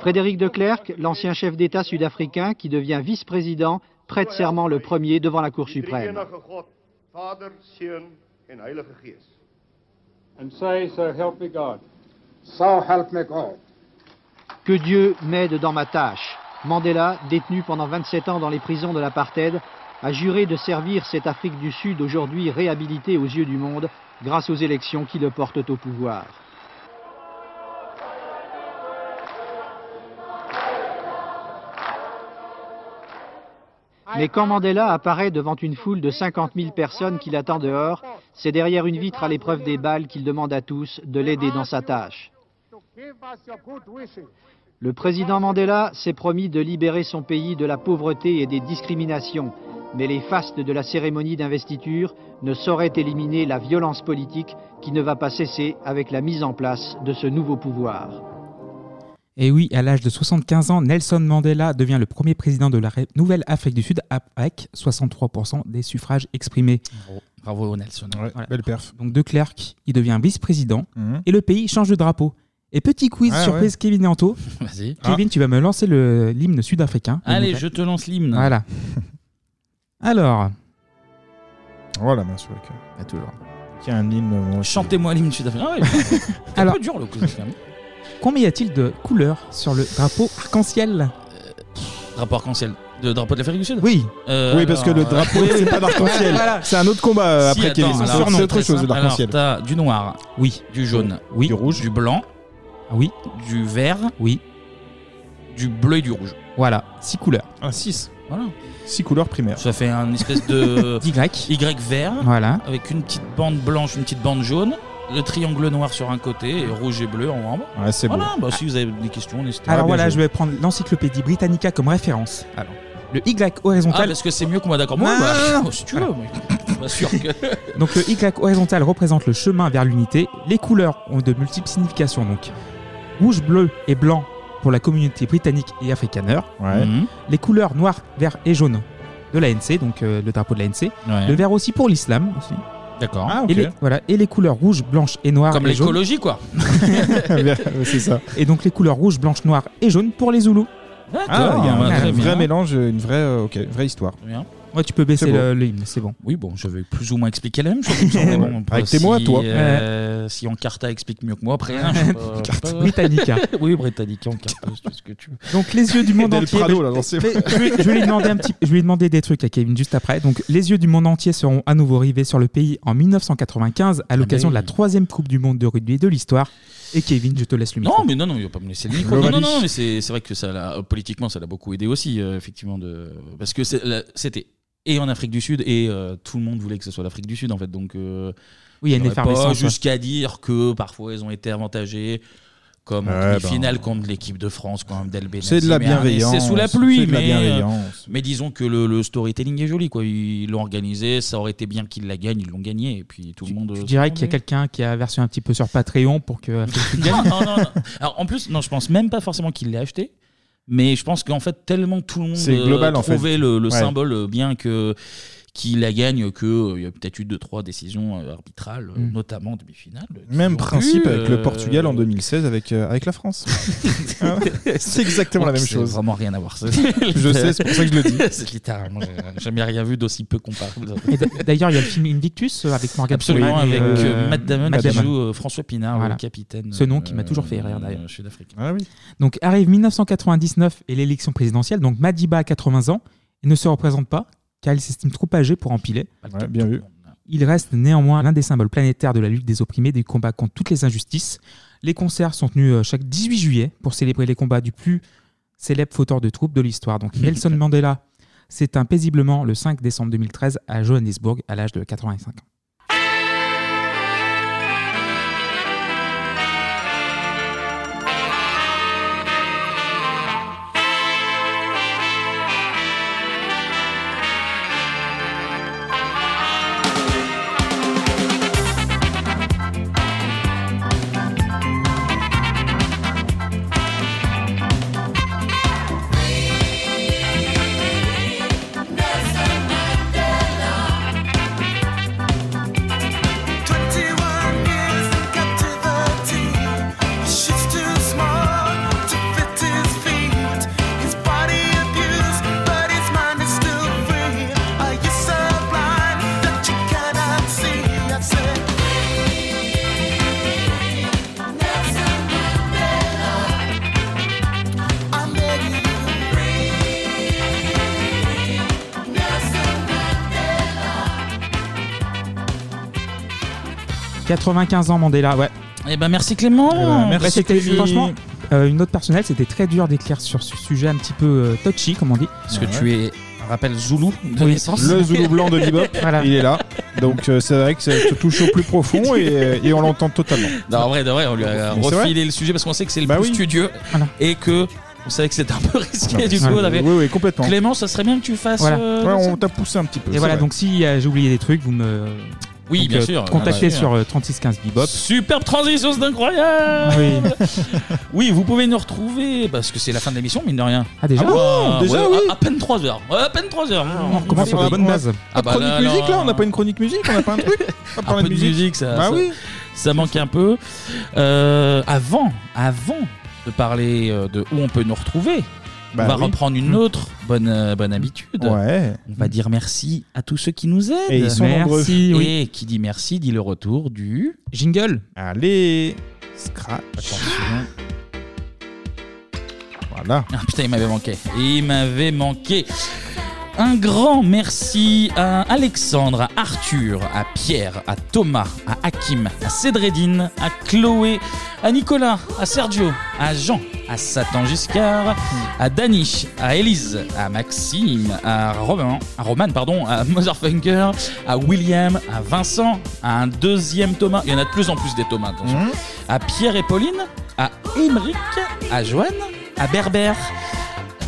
[SPEAKER 18] Frédéric de Klerk, l'ancien chef d'État sud-africain qui devient vice-président, prête serment le premier devant la Cour suprême.
[SPEAKER 19] Enige God, Vader, Seun en Heilige Geest.
[SPEAKER 18] And say, so help me God. So help me God. Que Dieu m'aide dans ma tâche. Mandela, détenu pendant 27 ans dans les prisons de l'apartheid, a juré de servir cette Afrique du Sud aujourd'hui réhabilitée aux yeux du monde grâce aux élections qui le portent au pouvoir. Mais quand Mandela apparaît devant une foule de 50 000 personnes qui l'attend dehors, c'est derrière une vitre à l'épreuve des balles qu'il demande à tous de l'aider dans sa tâche.
[SPEAKER 19] Give us your good wishes.
[SPEAKER 18] Le président Mandela s'est promis de libérer son pays de la pauvreté et des discriminations, mais les fastes de la cérémonie d'investiture ne sauraient éliminer la violence politique qui ne va pas cesser avec la mise en place de ce nouveau pouvoir.
[SPEAKER 7] Et oui, à l'âge de 75 ans, Nelson Mandela devient le premier président de la Ré- Nouvelle-Afrique du Sud avec 63% des suffrages exprimés.
[SPEAKER 1] Bravo Nelson.
[SPEAKER 6] Belle perf.
[SPEAKER 7] Donc de Klerk, il devient vice-président et le pays change de drapeau. Et petit quiz
[SPEAKER 1] Ah,
[SPEAKER 7] surprise
[SPEAKER 1] ouais.
[SPEAKER 7] Kevin et Anto.
[SPEAKER 1] Vas-y.
[SPEAKER 7] Kevin, tu vas me lancer le- l'hymne sud-africain.
[SPEAKER 1] Allez,
[SPEAKER 7] Donc,
[SPEAKER 1] je te lance l'hymne.
[SPEAKER 7] Voilà. Alors.
[SPEAKER 6] Voilà, bien sûr.
[SPEAKER 7] Pas toujours.
[SPEAKER 6] Qui a un hymne. moi aussi.
[SPEAKER 1] Chantez-moi l'hymne sud-africain. Ah ouais, c'est un
[SPEAKER 7] Alors-
[SPEAKER 1] peu dur le coup. finalement.
[SPEAKER 7] Combien y a-t-il de couleurs sur le drapeau arc-en-ciel
[SPEAKER 6] Ah,
[SPEAKER 1] Drapeau arc-en-ciel. Le drapeau de l'Afrique du Sud Euh,
[SPEAKER 7] Oui.
[SPEAKER 6] oui, parce que le drapeau, c'est pas d'arc-en-ciel. C'est un autre combat euh,
[SPEAKER 1] Si,
[SPEAKER 6] après
[SPEAKER 1] attends,
[SPEAKER 6] Kevin.
[SPEAKER 1] alors,
[SPEAKER 6] C'est
[SPEAKER 1] c'est
[SPEAKER 6] autre
[SPEAKER 1] très
[SPEAKER 6] chose,
[SPEAKER 1] simple.
[SPEAKER 6] l'arc-en-ciel.
[SPEAKER 1] Alors, t'as du noir.
[SPEAKER 7] Oui.
[SPEAKER 1] Du jaune.
[SPEAKER 7] Oui. Ah
[SPEAKER 1] Du rouge. Du blanc.
[SPEAKER 7] Oui.
[SPEAKER 1] Du vert.
[SPEAKER 7] Oui.
[SPEAKER 1] Du bleu et du rouge.
[SPEAKER 7] Voilà, 6 couleurs.
[SPEAKER 6] Ah, 6.
[SPEAKER 1] Voilà.
[SPEAKER 6] 6 couleurs primaires.
[SPEAKER 1] Ça fait un espèce de.
[SPEAKER 7] y.
[SPEAKER 1] Y vert.
[SPEAKER 7] Voilà.
[SPEAKER 1] Avec une petite bande blanche, une petite bande jaune. Le triangle noir sur un côté et rouge et bleu en rampe.
[SPEAKER 6] Ouais, c'est
[SPEAKER 1] voilà,
[SPEAKER 6] beau.
[SPEAKER 1] bah, si vous avez des questions, n'hésitez pas.
[SPEAKER 7] Alors voilà, je vais prendre l'encyclopédie Britannica comme référence. Alors, le Ah. Y
[SPEAKER 1] Ah,
[SPEAKER 7] horizontal
[SPEAKER 1] parce que c'est mieux qu'on va d'accord. Moi,
[SPEAKER 7] Non,
[SPEAKER 1] bah,
[SPEAKER 7] non, non, non.
[SPEAKER 1] si tu veux, moi, je suis pas sûr que.
[SPEAKER 7] Donc le Y horizontal représente le chemin vers l'unité. Les couleurs ont de multiples significations donc. Rouge, bleu et blanc pour la communauté britannique et afrikaner.
[SPEAKER 6] Ouais.
[SPEAKER 1] Mhm.
[SPEAKER 7] Les couleurs noir, vert et jaune de l'ANC, donc euh, le drapeau de l'ANC. Le vert aussi pour l'islam aussi.
[SPEAKER 1] D'accord.
[SPEAKER 6] Ah,
[SPEAKER 7] et, les, voilà, et les couleurs rouge, blanche et noire.
[SPEAKER 1] Comme
[SPEAKER 7] et jaune.
[SPEAKER 1] l'écologie, quoi.
[SPEAKER 6] c'est ça.
[SPEAKER 7] Et donc les couleurs rouge, blanche, noire et jaune pour les Zoulous.
[SPEAKER 6] Ah, il y a un vrai,
[SPEAKER 7] Très bien.
[SPEAKER 6] vrai mélange, une vraie, euh, ok, vraie histoire.
[SPEAKER 1] Bien.
[SPEAKER 7] Ouais, tu peux baisser
[SPEAKER 6] C'est beau.
[SPEAKER 7] le- le hymne, c'est bon.
[SPEAKER 1] Oui, bon, je vais plus ou moins expliquer la même chose. il me semble, mais bon,
[SPEAKER 6] Avec
[SPEAKER 1] si,
[SPEAKER 6] tes mots à toi.
[SPEAKER 1] euh, Si Encarta explique mieux que moi, après. hein, je sais pas- je sais pas.
[SPEAKER 7] Britannica.
[SPEAKER 1] oui, Britannique, Encarta, c'est tout ce que tu veux.
[SPEAKER 7] Donc les yeux du monde
[SPEAKER 1] Del
[SPEAKER 7] entier.
[SPEAKER 1] Prado, là,
[SPEAKER 7] mais-
[SPEAKER 1] dans ses-
[SPEAKER 7] mais je, vais, je vais lui demander un petit, je vais lui demander des trucs à Kevin juste après. Donc les yeux du monde entier seront à nouveau rivés sur le pays en 1995 à l'occasion
[SPEAKER 1] ben
[SPEAKER 7] de la
[SPEAKER 1] oui.
[SPEAKER 7] troisième Coupe du Monde de rugby de l'histoire. Et Kevin, je te laisse le micro.
[SPEAKER 1] Non, mais non, non, il va pas me laisser le micro. Non, non,
[SPEAKER 7] Globalisme.
[SPEAKER 1] non, mais c'est c'est vrai que ça l'a- euh, politiquement, ça l'a beaucoup aidé aussi, euh, effectivement, de parce que c'est- la- c'était et en Afrique du Sud et euh, tout le monde voulait que ce soit l'Afrique du Sud en fait, donc. euh,
[SPEAKER 7] Oui, il y a une
[SPEAKER 1] j'aurais pas
[SPEAKER 7] effervescence, ouais.
[SPEAKER 1] Jusqu'à dire que parfois ils ont été avantagés. comme en
[SPEAKER 6] Ouais,
[SPEAKER 1] demi-finale contre l'équipe de France, quand même, d'El Benassi.
[SPEAKER 6] C'est de la
[SPEAKER 1] Mais un essai
[SPEAKER 6] bienveillance,
[SPEAKER 1] sous la
[SPEAKER 6] c'est
[SPEAKER 1] pluie,
[SPEAKER 6] de la
[SPEAKER 1] mais, euh,
[SPEAKER 6] bienveillance.
[SPEAKER 1] mais disons que le, le storytelling est joli, quoi. Ils l'ont organisé, ça aurait été bien qu'ils la gagnent, ils l'ont gagné, et puis tout le monde.
[SPEAKER 7] Je dirais qu'il y a quelqu'un qui a versé un petit peu sur Patreon pour que. euh,
[SPEAKER 1] non, non, non, non. Alors en plus, non, je pense même pas forcément qu'il l'ait acheté. Mais je pense qu'en fait, tellement tout le monde euh,
[SPEAKER 6] C'est global, en fait.
[SPEAKER 1] trouvait le, le
[SPEAKER 6] Ouais.
[SPEAKER 1] symbole euh, bien que qu'il la gagne, que euh, il y a peut-être eu deux trois décisions euh, arbitrales, euh,
[SPEAKER 6] Mm.
[SPEAKER 1] notamment en demi-finale. qui ont
[SPEAKER 6] Même principe
[SPEAKER 1] pu,
[SPEAKER 6] avec le
[SPEAKER 1] euh,
[SPEAKER 6] Portugal en 2016 avec, euh, avec la France. Hein c'est exactement la
[SPEAKER 1] Donc,
[SPEAKER 6] même
[SPEAKER 1] c'est
[SPEAKER 6] chose.
[SPEAKER 1] Vraiment rien à voir.
[SPEAKER 6] je sais, c'est pour ça que je le dis.
[SPEAKER 1] c'est littéralement, j'ai jamais rien vu d'aussi peu comparable.
[SPEAKER 7] Et d- D'ailleurs, il y a le film Invictus euh, avec Morgan
[SPEAKER 1] Absolument,
[SPEAKER 7] Freeman et,
[SPEAKER 1] avec
[SPEAKER 7] euh,
[SPEAKER 1] euh, Matt Damon
[SPEAKER 7] Matt
[SPEAKER 1] qui
[SPEAKER 7] Damon.
[SPEAKER 1] joue euh, François Pinard,
[SPEAKER 7] Voilà.
[SPEAKER 1] le capitaine.
[SPEAKER 7] Ce nom qui m'a
[SPEAKER 1] euh,
[SPEAKER 7] toujours fait rire d'ailleurs.
[SPEAKER 1] Sud-Africain.
[SPEAKER 6] Ah
[SPEAKER 7] Donc arrive 1999 et l'élection présidentielle. Donc Madiba a 80 ans et ne se représente pas car il s'estime trop âgé pour empiler.
[SPEAKER 6] bien vu.
[SPEAKER 7] Il reste néanmoins l'un des symboles planétaires de la lutte des opprimés, des combats contre toutes les injustices. Les concerts sont tenus euh, chaque 18 juillet pour célébrer les combats du plus célèbre fauteur de troupes de l'histoire. Donc Nelson Mandela s'éteint paisiblement le 5 décembre 2013 à Johannesburg à l'âge de 85 ans.
[SPEAKER 14] Nelson Mandela.
[SPEAKER 7] 95 ans Mandela, ouais.
[SPEAKER 1] Eh ben merci Clément.
[SPEAKER 6] Euh,
[SPEAKER 7] Ouais, Oh, bah, c'était- Franchement, euh, une note personnelle, c'était très dur d'éclair sur ce sujet un petit peu euh, touchy, comme on dit.
[SPEAKER 1] Parce que tu es, rappelle Zoulou de
[SPEAKER 7] Oui.
[SPEAKER 1] naissance.
[SPEAKER 6] Le Zoulou blanc de Bebop,
[SPEAKER 7] Voilà.
[SPEAKER 6] il est là. Donc euh, c'est vrai que ça te touche au plus profond et, euh, et on l'entend totalement.
[SPEAKER 1] Non, en vrai, de vrai, on lui a
[SPEAKER 6] Mais c'est
[SPEAKER 1] refilé le sujet parce qu'on sait que c'est le
[SPEAKER 6] Bah
[SPEAKER 1] plus
[SPEAKER 6] oui.
[SPEAKER 1] studieux et que on savait que c'était un peu risqué.
[SPEAKER 6] Non,
[SPEAKER 1] Du coup,
[SPEAKER 6] mais-
[SPEAKER 1] on avait.
[SPEAKER 6] oui, oui, complètement.
[SPEAKER 1] Clément, ça serait bien que tu fasses.
[SPEAKER 7] Voilà.
[SPEAKER 1] euh,
[SPEAKER 6] Ouais, on
[SPEAKER 1] ça.
[SPEAKER 6] t'a poussé un petit peu.
[SPEAKER 7] Et voilà, donc si euh, j'ai oublié des trucs, vous me.
[SPEAKER 1] Oui,
[SPEAKER 7] donc,
[SPEAKER 1] bien
[SPEAKER 7] euh,
[SPEAKER 1] sûr, Ah, bah,
[SPEAKER 7] Contactez
[SPEAKER 1] bien sûr.
[SPEAKER 7] sur euh, 3615 Bebop.
[SPEAKER 1] Superbe transition, c'est incroyable.
[SPEAKER 7] Oui.
[SPEAKER 1] Oui, vous pouvez nous retrouver parce que c'est la fin de l'émission, mine de rien.
[SPEAKER 7] Ah, déjà
[SPEAKER 1] bon
[SPEAKER 7] Oh, déjà,
[SPEAKER 1] ouais,
[SPEAKER 7] oui.
[SPEAKER 1] à, à peine 3 heures. Ouais, à peine 3 heures. hein.
[SPEAKER 7] on recommence sur des bonnes bases.
[SPEAKER 1] Ah bah
[SPEAKER 6] chronique
[SPEAKER 1] là,
[SPEAKER 6] musique
[SPEAKER 1] non.
[SPEAKER 6] là, on n'a pas une chronique musique, on n'a pas un truc. On va
[SPEAKER 1] un
[SPEAKER 6] parler
[SPEAKER 1] peu de musique, ça,
[SPEAKER 6] Bah
[SPEAKER 1] ça,
[SPEAKER 6] oui.
[SPEAKER 1] ça manque un peu. Euh, avant, avant de parler euh, de où on peut nous retrouver,
[SPEAKER 6] Bah
[SPEAKER 1] on va
[SPEAKER 6] oui.
[SPEAKER 1] reprendre une autre bonne, euh, bonne habitude.
[SPEAKER 6] Ouais.
[SPEAKER 1] On va dire merci à tous ceux qui nous aident.
[SPEAKER 6] Et ils sont
[SPEAKER 1] merci.
[SPEAKER 6] nombreux.
[SPEAKER 1] Et qui dit merci dit le retour du
[SPEAKER 7] jingle.
[SPEAKER 6] Allez, scratch. Voilà.
[SPEAKER 1] Ah putain, il m'avait manqué. Il m'avait manqué. Un grand merci à Alexandre, à Arthur, à Pierre, à Thomas, à Hakim, à Cédredine, à Chloé, à Nicolas, à Sergio, à Jean, à Satan Giscard, à Dany, à Élise, à Maxime, à Roman, à Roman pardon, à Motherfunker, à William, à Vincent, à un deuxième Thomas. Il y en a de plus en plus des Thomas. attention. À Pierre et Pauline, à Émeric, à Joanne, à Berber.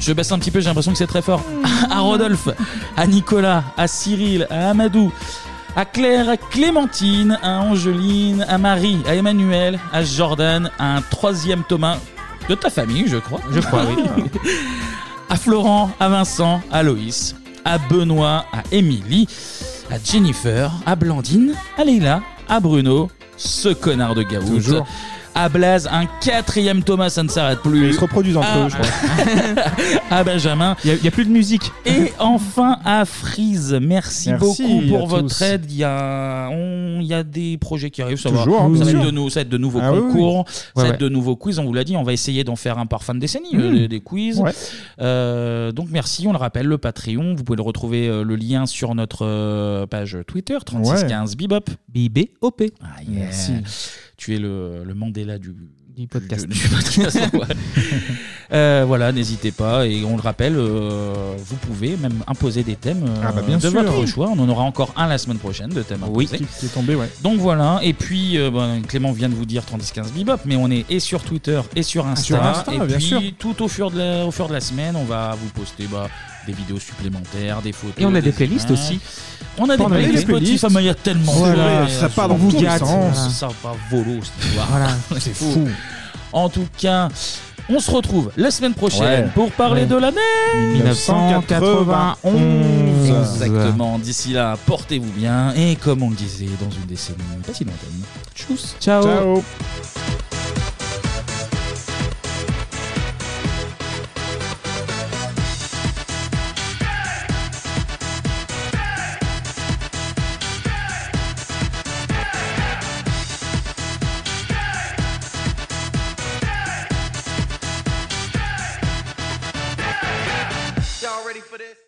[SPEAKER 1] Je baisse un petit peu, j'ai l'impression que c'est très fort. À Rodolphe, à Nicolas, à Cyril, à Amadou, à Claire, à Clémentine, à Angeline, à Marie, à Emmanuel, à Jordan, à un troisième Thomas de ta famille, je crois. Je crois, oui. à Florent, à Vincent, à Loïs, à Benoît, à Émilie, à Jennifer, à Blandine, à Leila, à Bruno, ce connard de Gaout.
[SPEAKER 6] Toujours.
[SPEAKER 1] À Blaze, un quatrième Thomas, ça ne s'arrête plus.
[SPEAKER 6] Ils se reproduisent entre
[SPEAKER 1] Ah.
[SPEAKER 6] eux, je crois.
[SPEAKER 1] à Benjamin.
[SPEAKER 7] Il n'y a, plus de musique.
[SPEAKER 1] Et enfin à Frise. Merci,
[SPEAKER 6] Merci
[SPEAKER 1] beaucoup
[SPEAKER 6] à
[SPEAKER 1] pour votre
[SPEAKER 6] tous.
[SPEAKER 1] aide. Il y, a, on- il y a des projets qui arrivent. Ça,
[SPEAKER 6] Toujours,
[SPEAKER 1] va.
[SPEAKER 6] hein,
[SPEAKER 1] ça,
[SPEAKER 6] bien
[SPEAKER 1] va être de
[SPEAKER 6] sûr.
[SPEAKER 1] nou- ça va être de nouveaux
[SPEAKER 6] Ah oui, oui.
[SPEAKER 1] concours, ça
[SPEAKER 6] Ouais,
[SPEAKER 1] va être
[SPEAKER 6] ouais.
[SPEAKER 1] de nouveaux quiz. On vous l'a dit, on va essayer d'en faire un par fin de décennie,
[SPEAKER 6] Mmh.
[SPEAKER 1] euh, des, des quiz.
[SPEAKER 6] Ouais.
[SPEAKER 1] Euh, donc merci, on le rappelle, le Patreon. Vous pouvez le retrouver euh, le lien sur notre euh, page Twitter, 3615 Bibop. Ah,
[SPEAKER 7] B-B-O-P.
[SPEAKER 1] Tu es le, le Mandela du,
[SPEAKER 7] du podcast.
[SPEAKER 1] Du podcast, ouais. Euh, voilà, n'hésitez pas. Et on le rappelle, euh, vous pouvez même imposer des thèmes euh,
[SPEAKER 6] Ah bah, bien
[SPEAKER 1] de
[SPEAKER 6] sûr.
[SPEAKER 1] votre choix. On en aura encore un la semaine prochaine de thèmes
[SPEAKER 6] Oui,
[SPEAKER 1] imposés.
[SPEAKER 6] qui, qui est tombé, ouais.
[SPEAKER 1] Donc voilà, et puis euh, ben, Clément vient de vous dire 30-15 Bebop, mais on est et sur Twitter et sur
[SPEAKER 7] Ah,
[SPEAKER 1] Insta.
[SPEAKER 6] sur Insta,
[SPEAKER 1] et
[SPEAKER 6] bien
[SPEAKER 1] puis
[SPEAKER 6] sûr.
[SPEAKER 1] tout au fur, de la, au fur de la semaine, on va vous poster bah, des vidéos supplémentaires, des photos.
[SPEAKER 7] Et on a des playlists
[SPEAKER 1] images.
[SPEAKER 7] aussi.
[SPEAKER 1] On a des
[SPEAKER 7] On a des
[SPEAKER 1] playlists,
[SPEAKER 7] playlists.
[SPEAKER 1] Spotify, mais il y a tellement
[SPEAKER 7] Voilà,
[SPEAKER 1] de choses.
[SPEAKER 7] ça part dans
[SPEAKER 1] On vous
[SPEAKER 7] tous les
[SPEAKER 1] gâte,
[SPEAKER 7] sens.
[SPEAKER 1] voilà. Ça part volo, cette histoire.
[SPEAKER 7] Voilà,
[SPEAKER 1] c'est
[SPEAKER 7] fou.
[SPEAKER 1] fou. En tout cas, on se retrouve la semaine prochaine
[SPEAKER 7] Ouais.
[SPEAKER 1] pour parler
[SPEAKER 7] Ouais.
[SPEAKER 1] de l'année
[SPEAKER 7] 1991.
[SPEAKER 1] Exactement. D'ici là, portez-vous bien et comme on le disait dans une décennie pas si lointaine. Tchuss.
[SPEAKER 7] Ciao.
[SPEAKER 6] Ciao.
[SPEAKER 3] Y'all ready for this?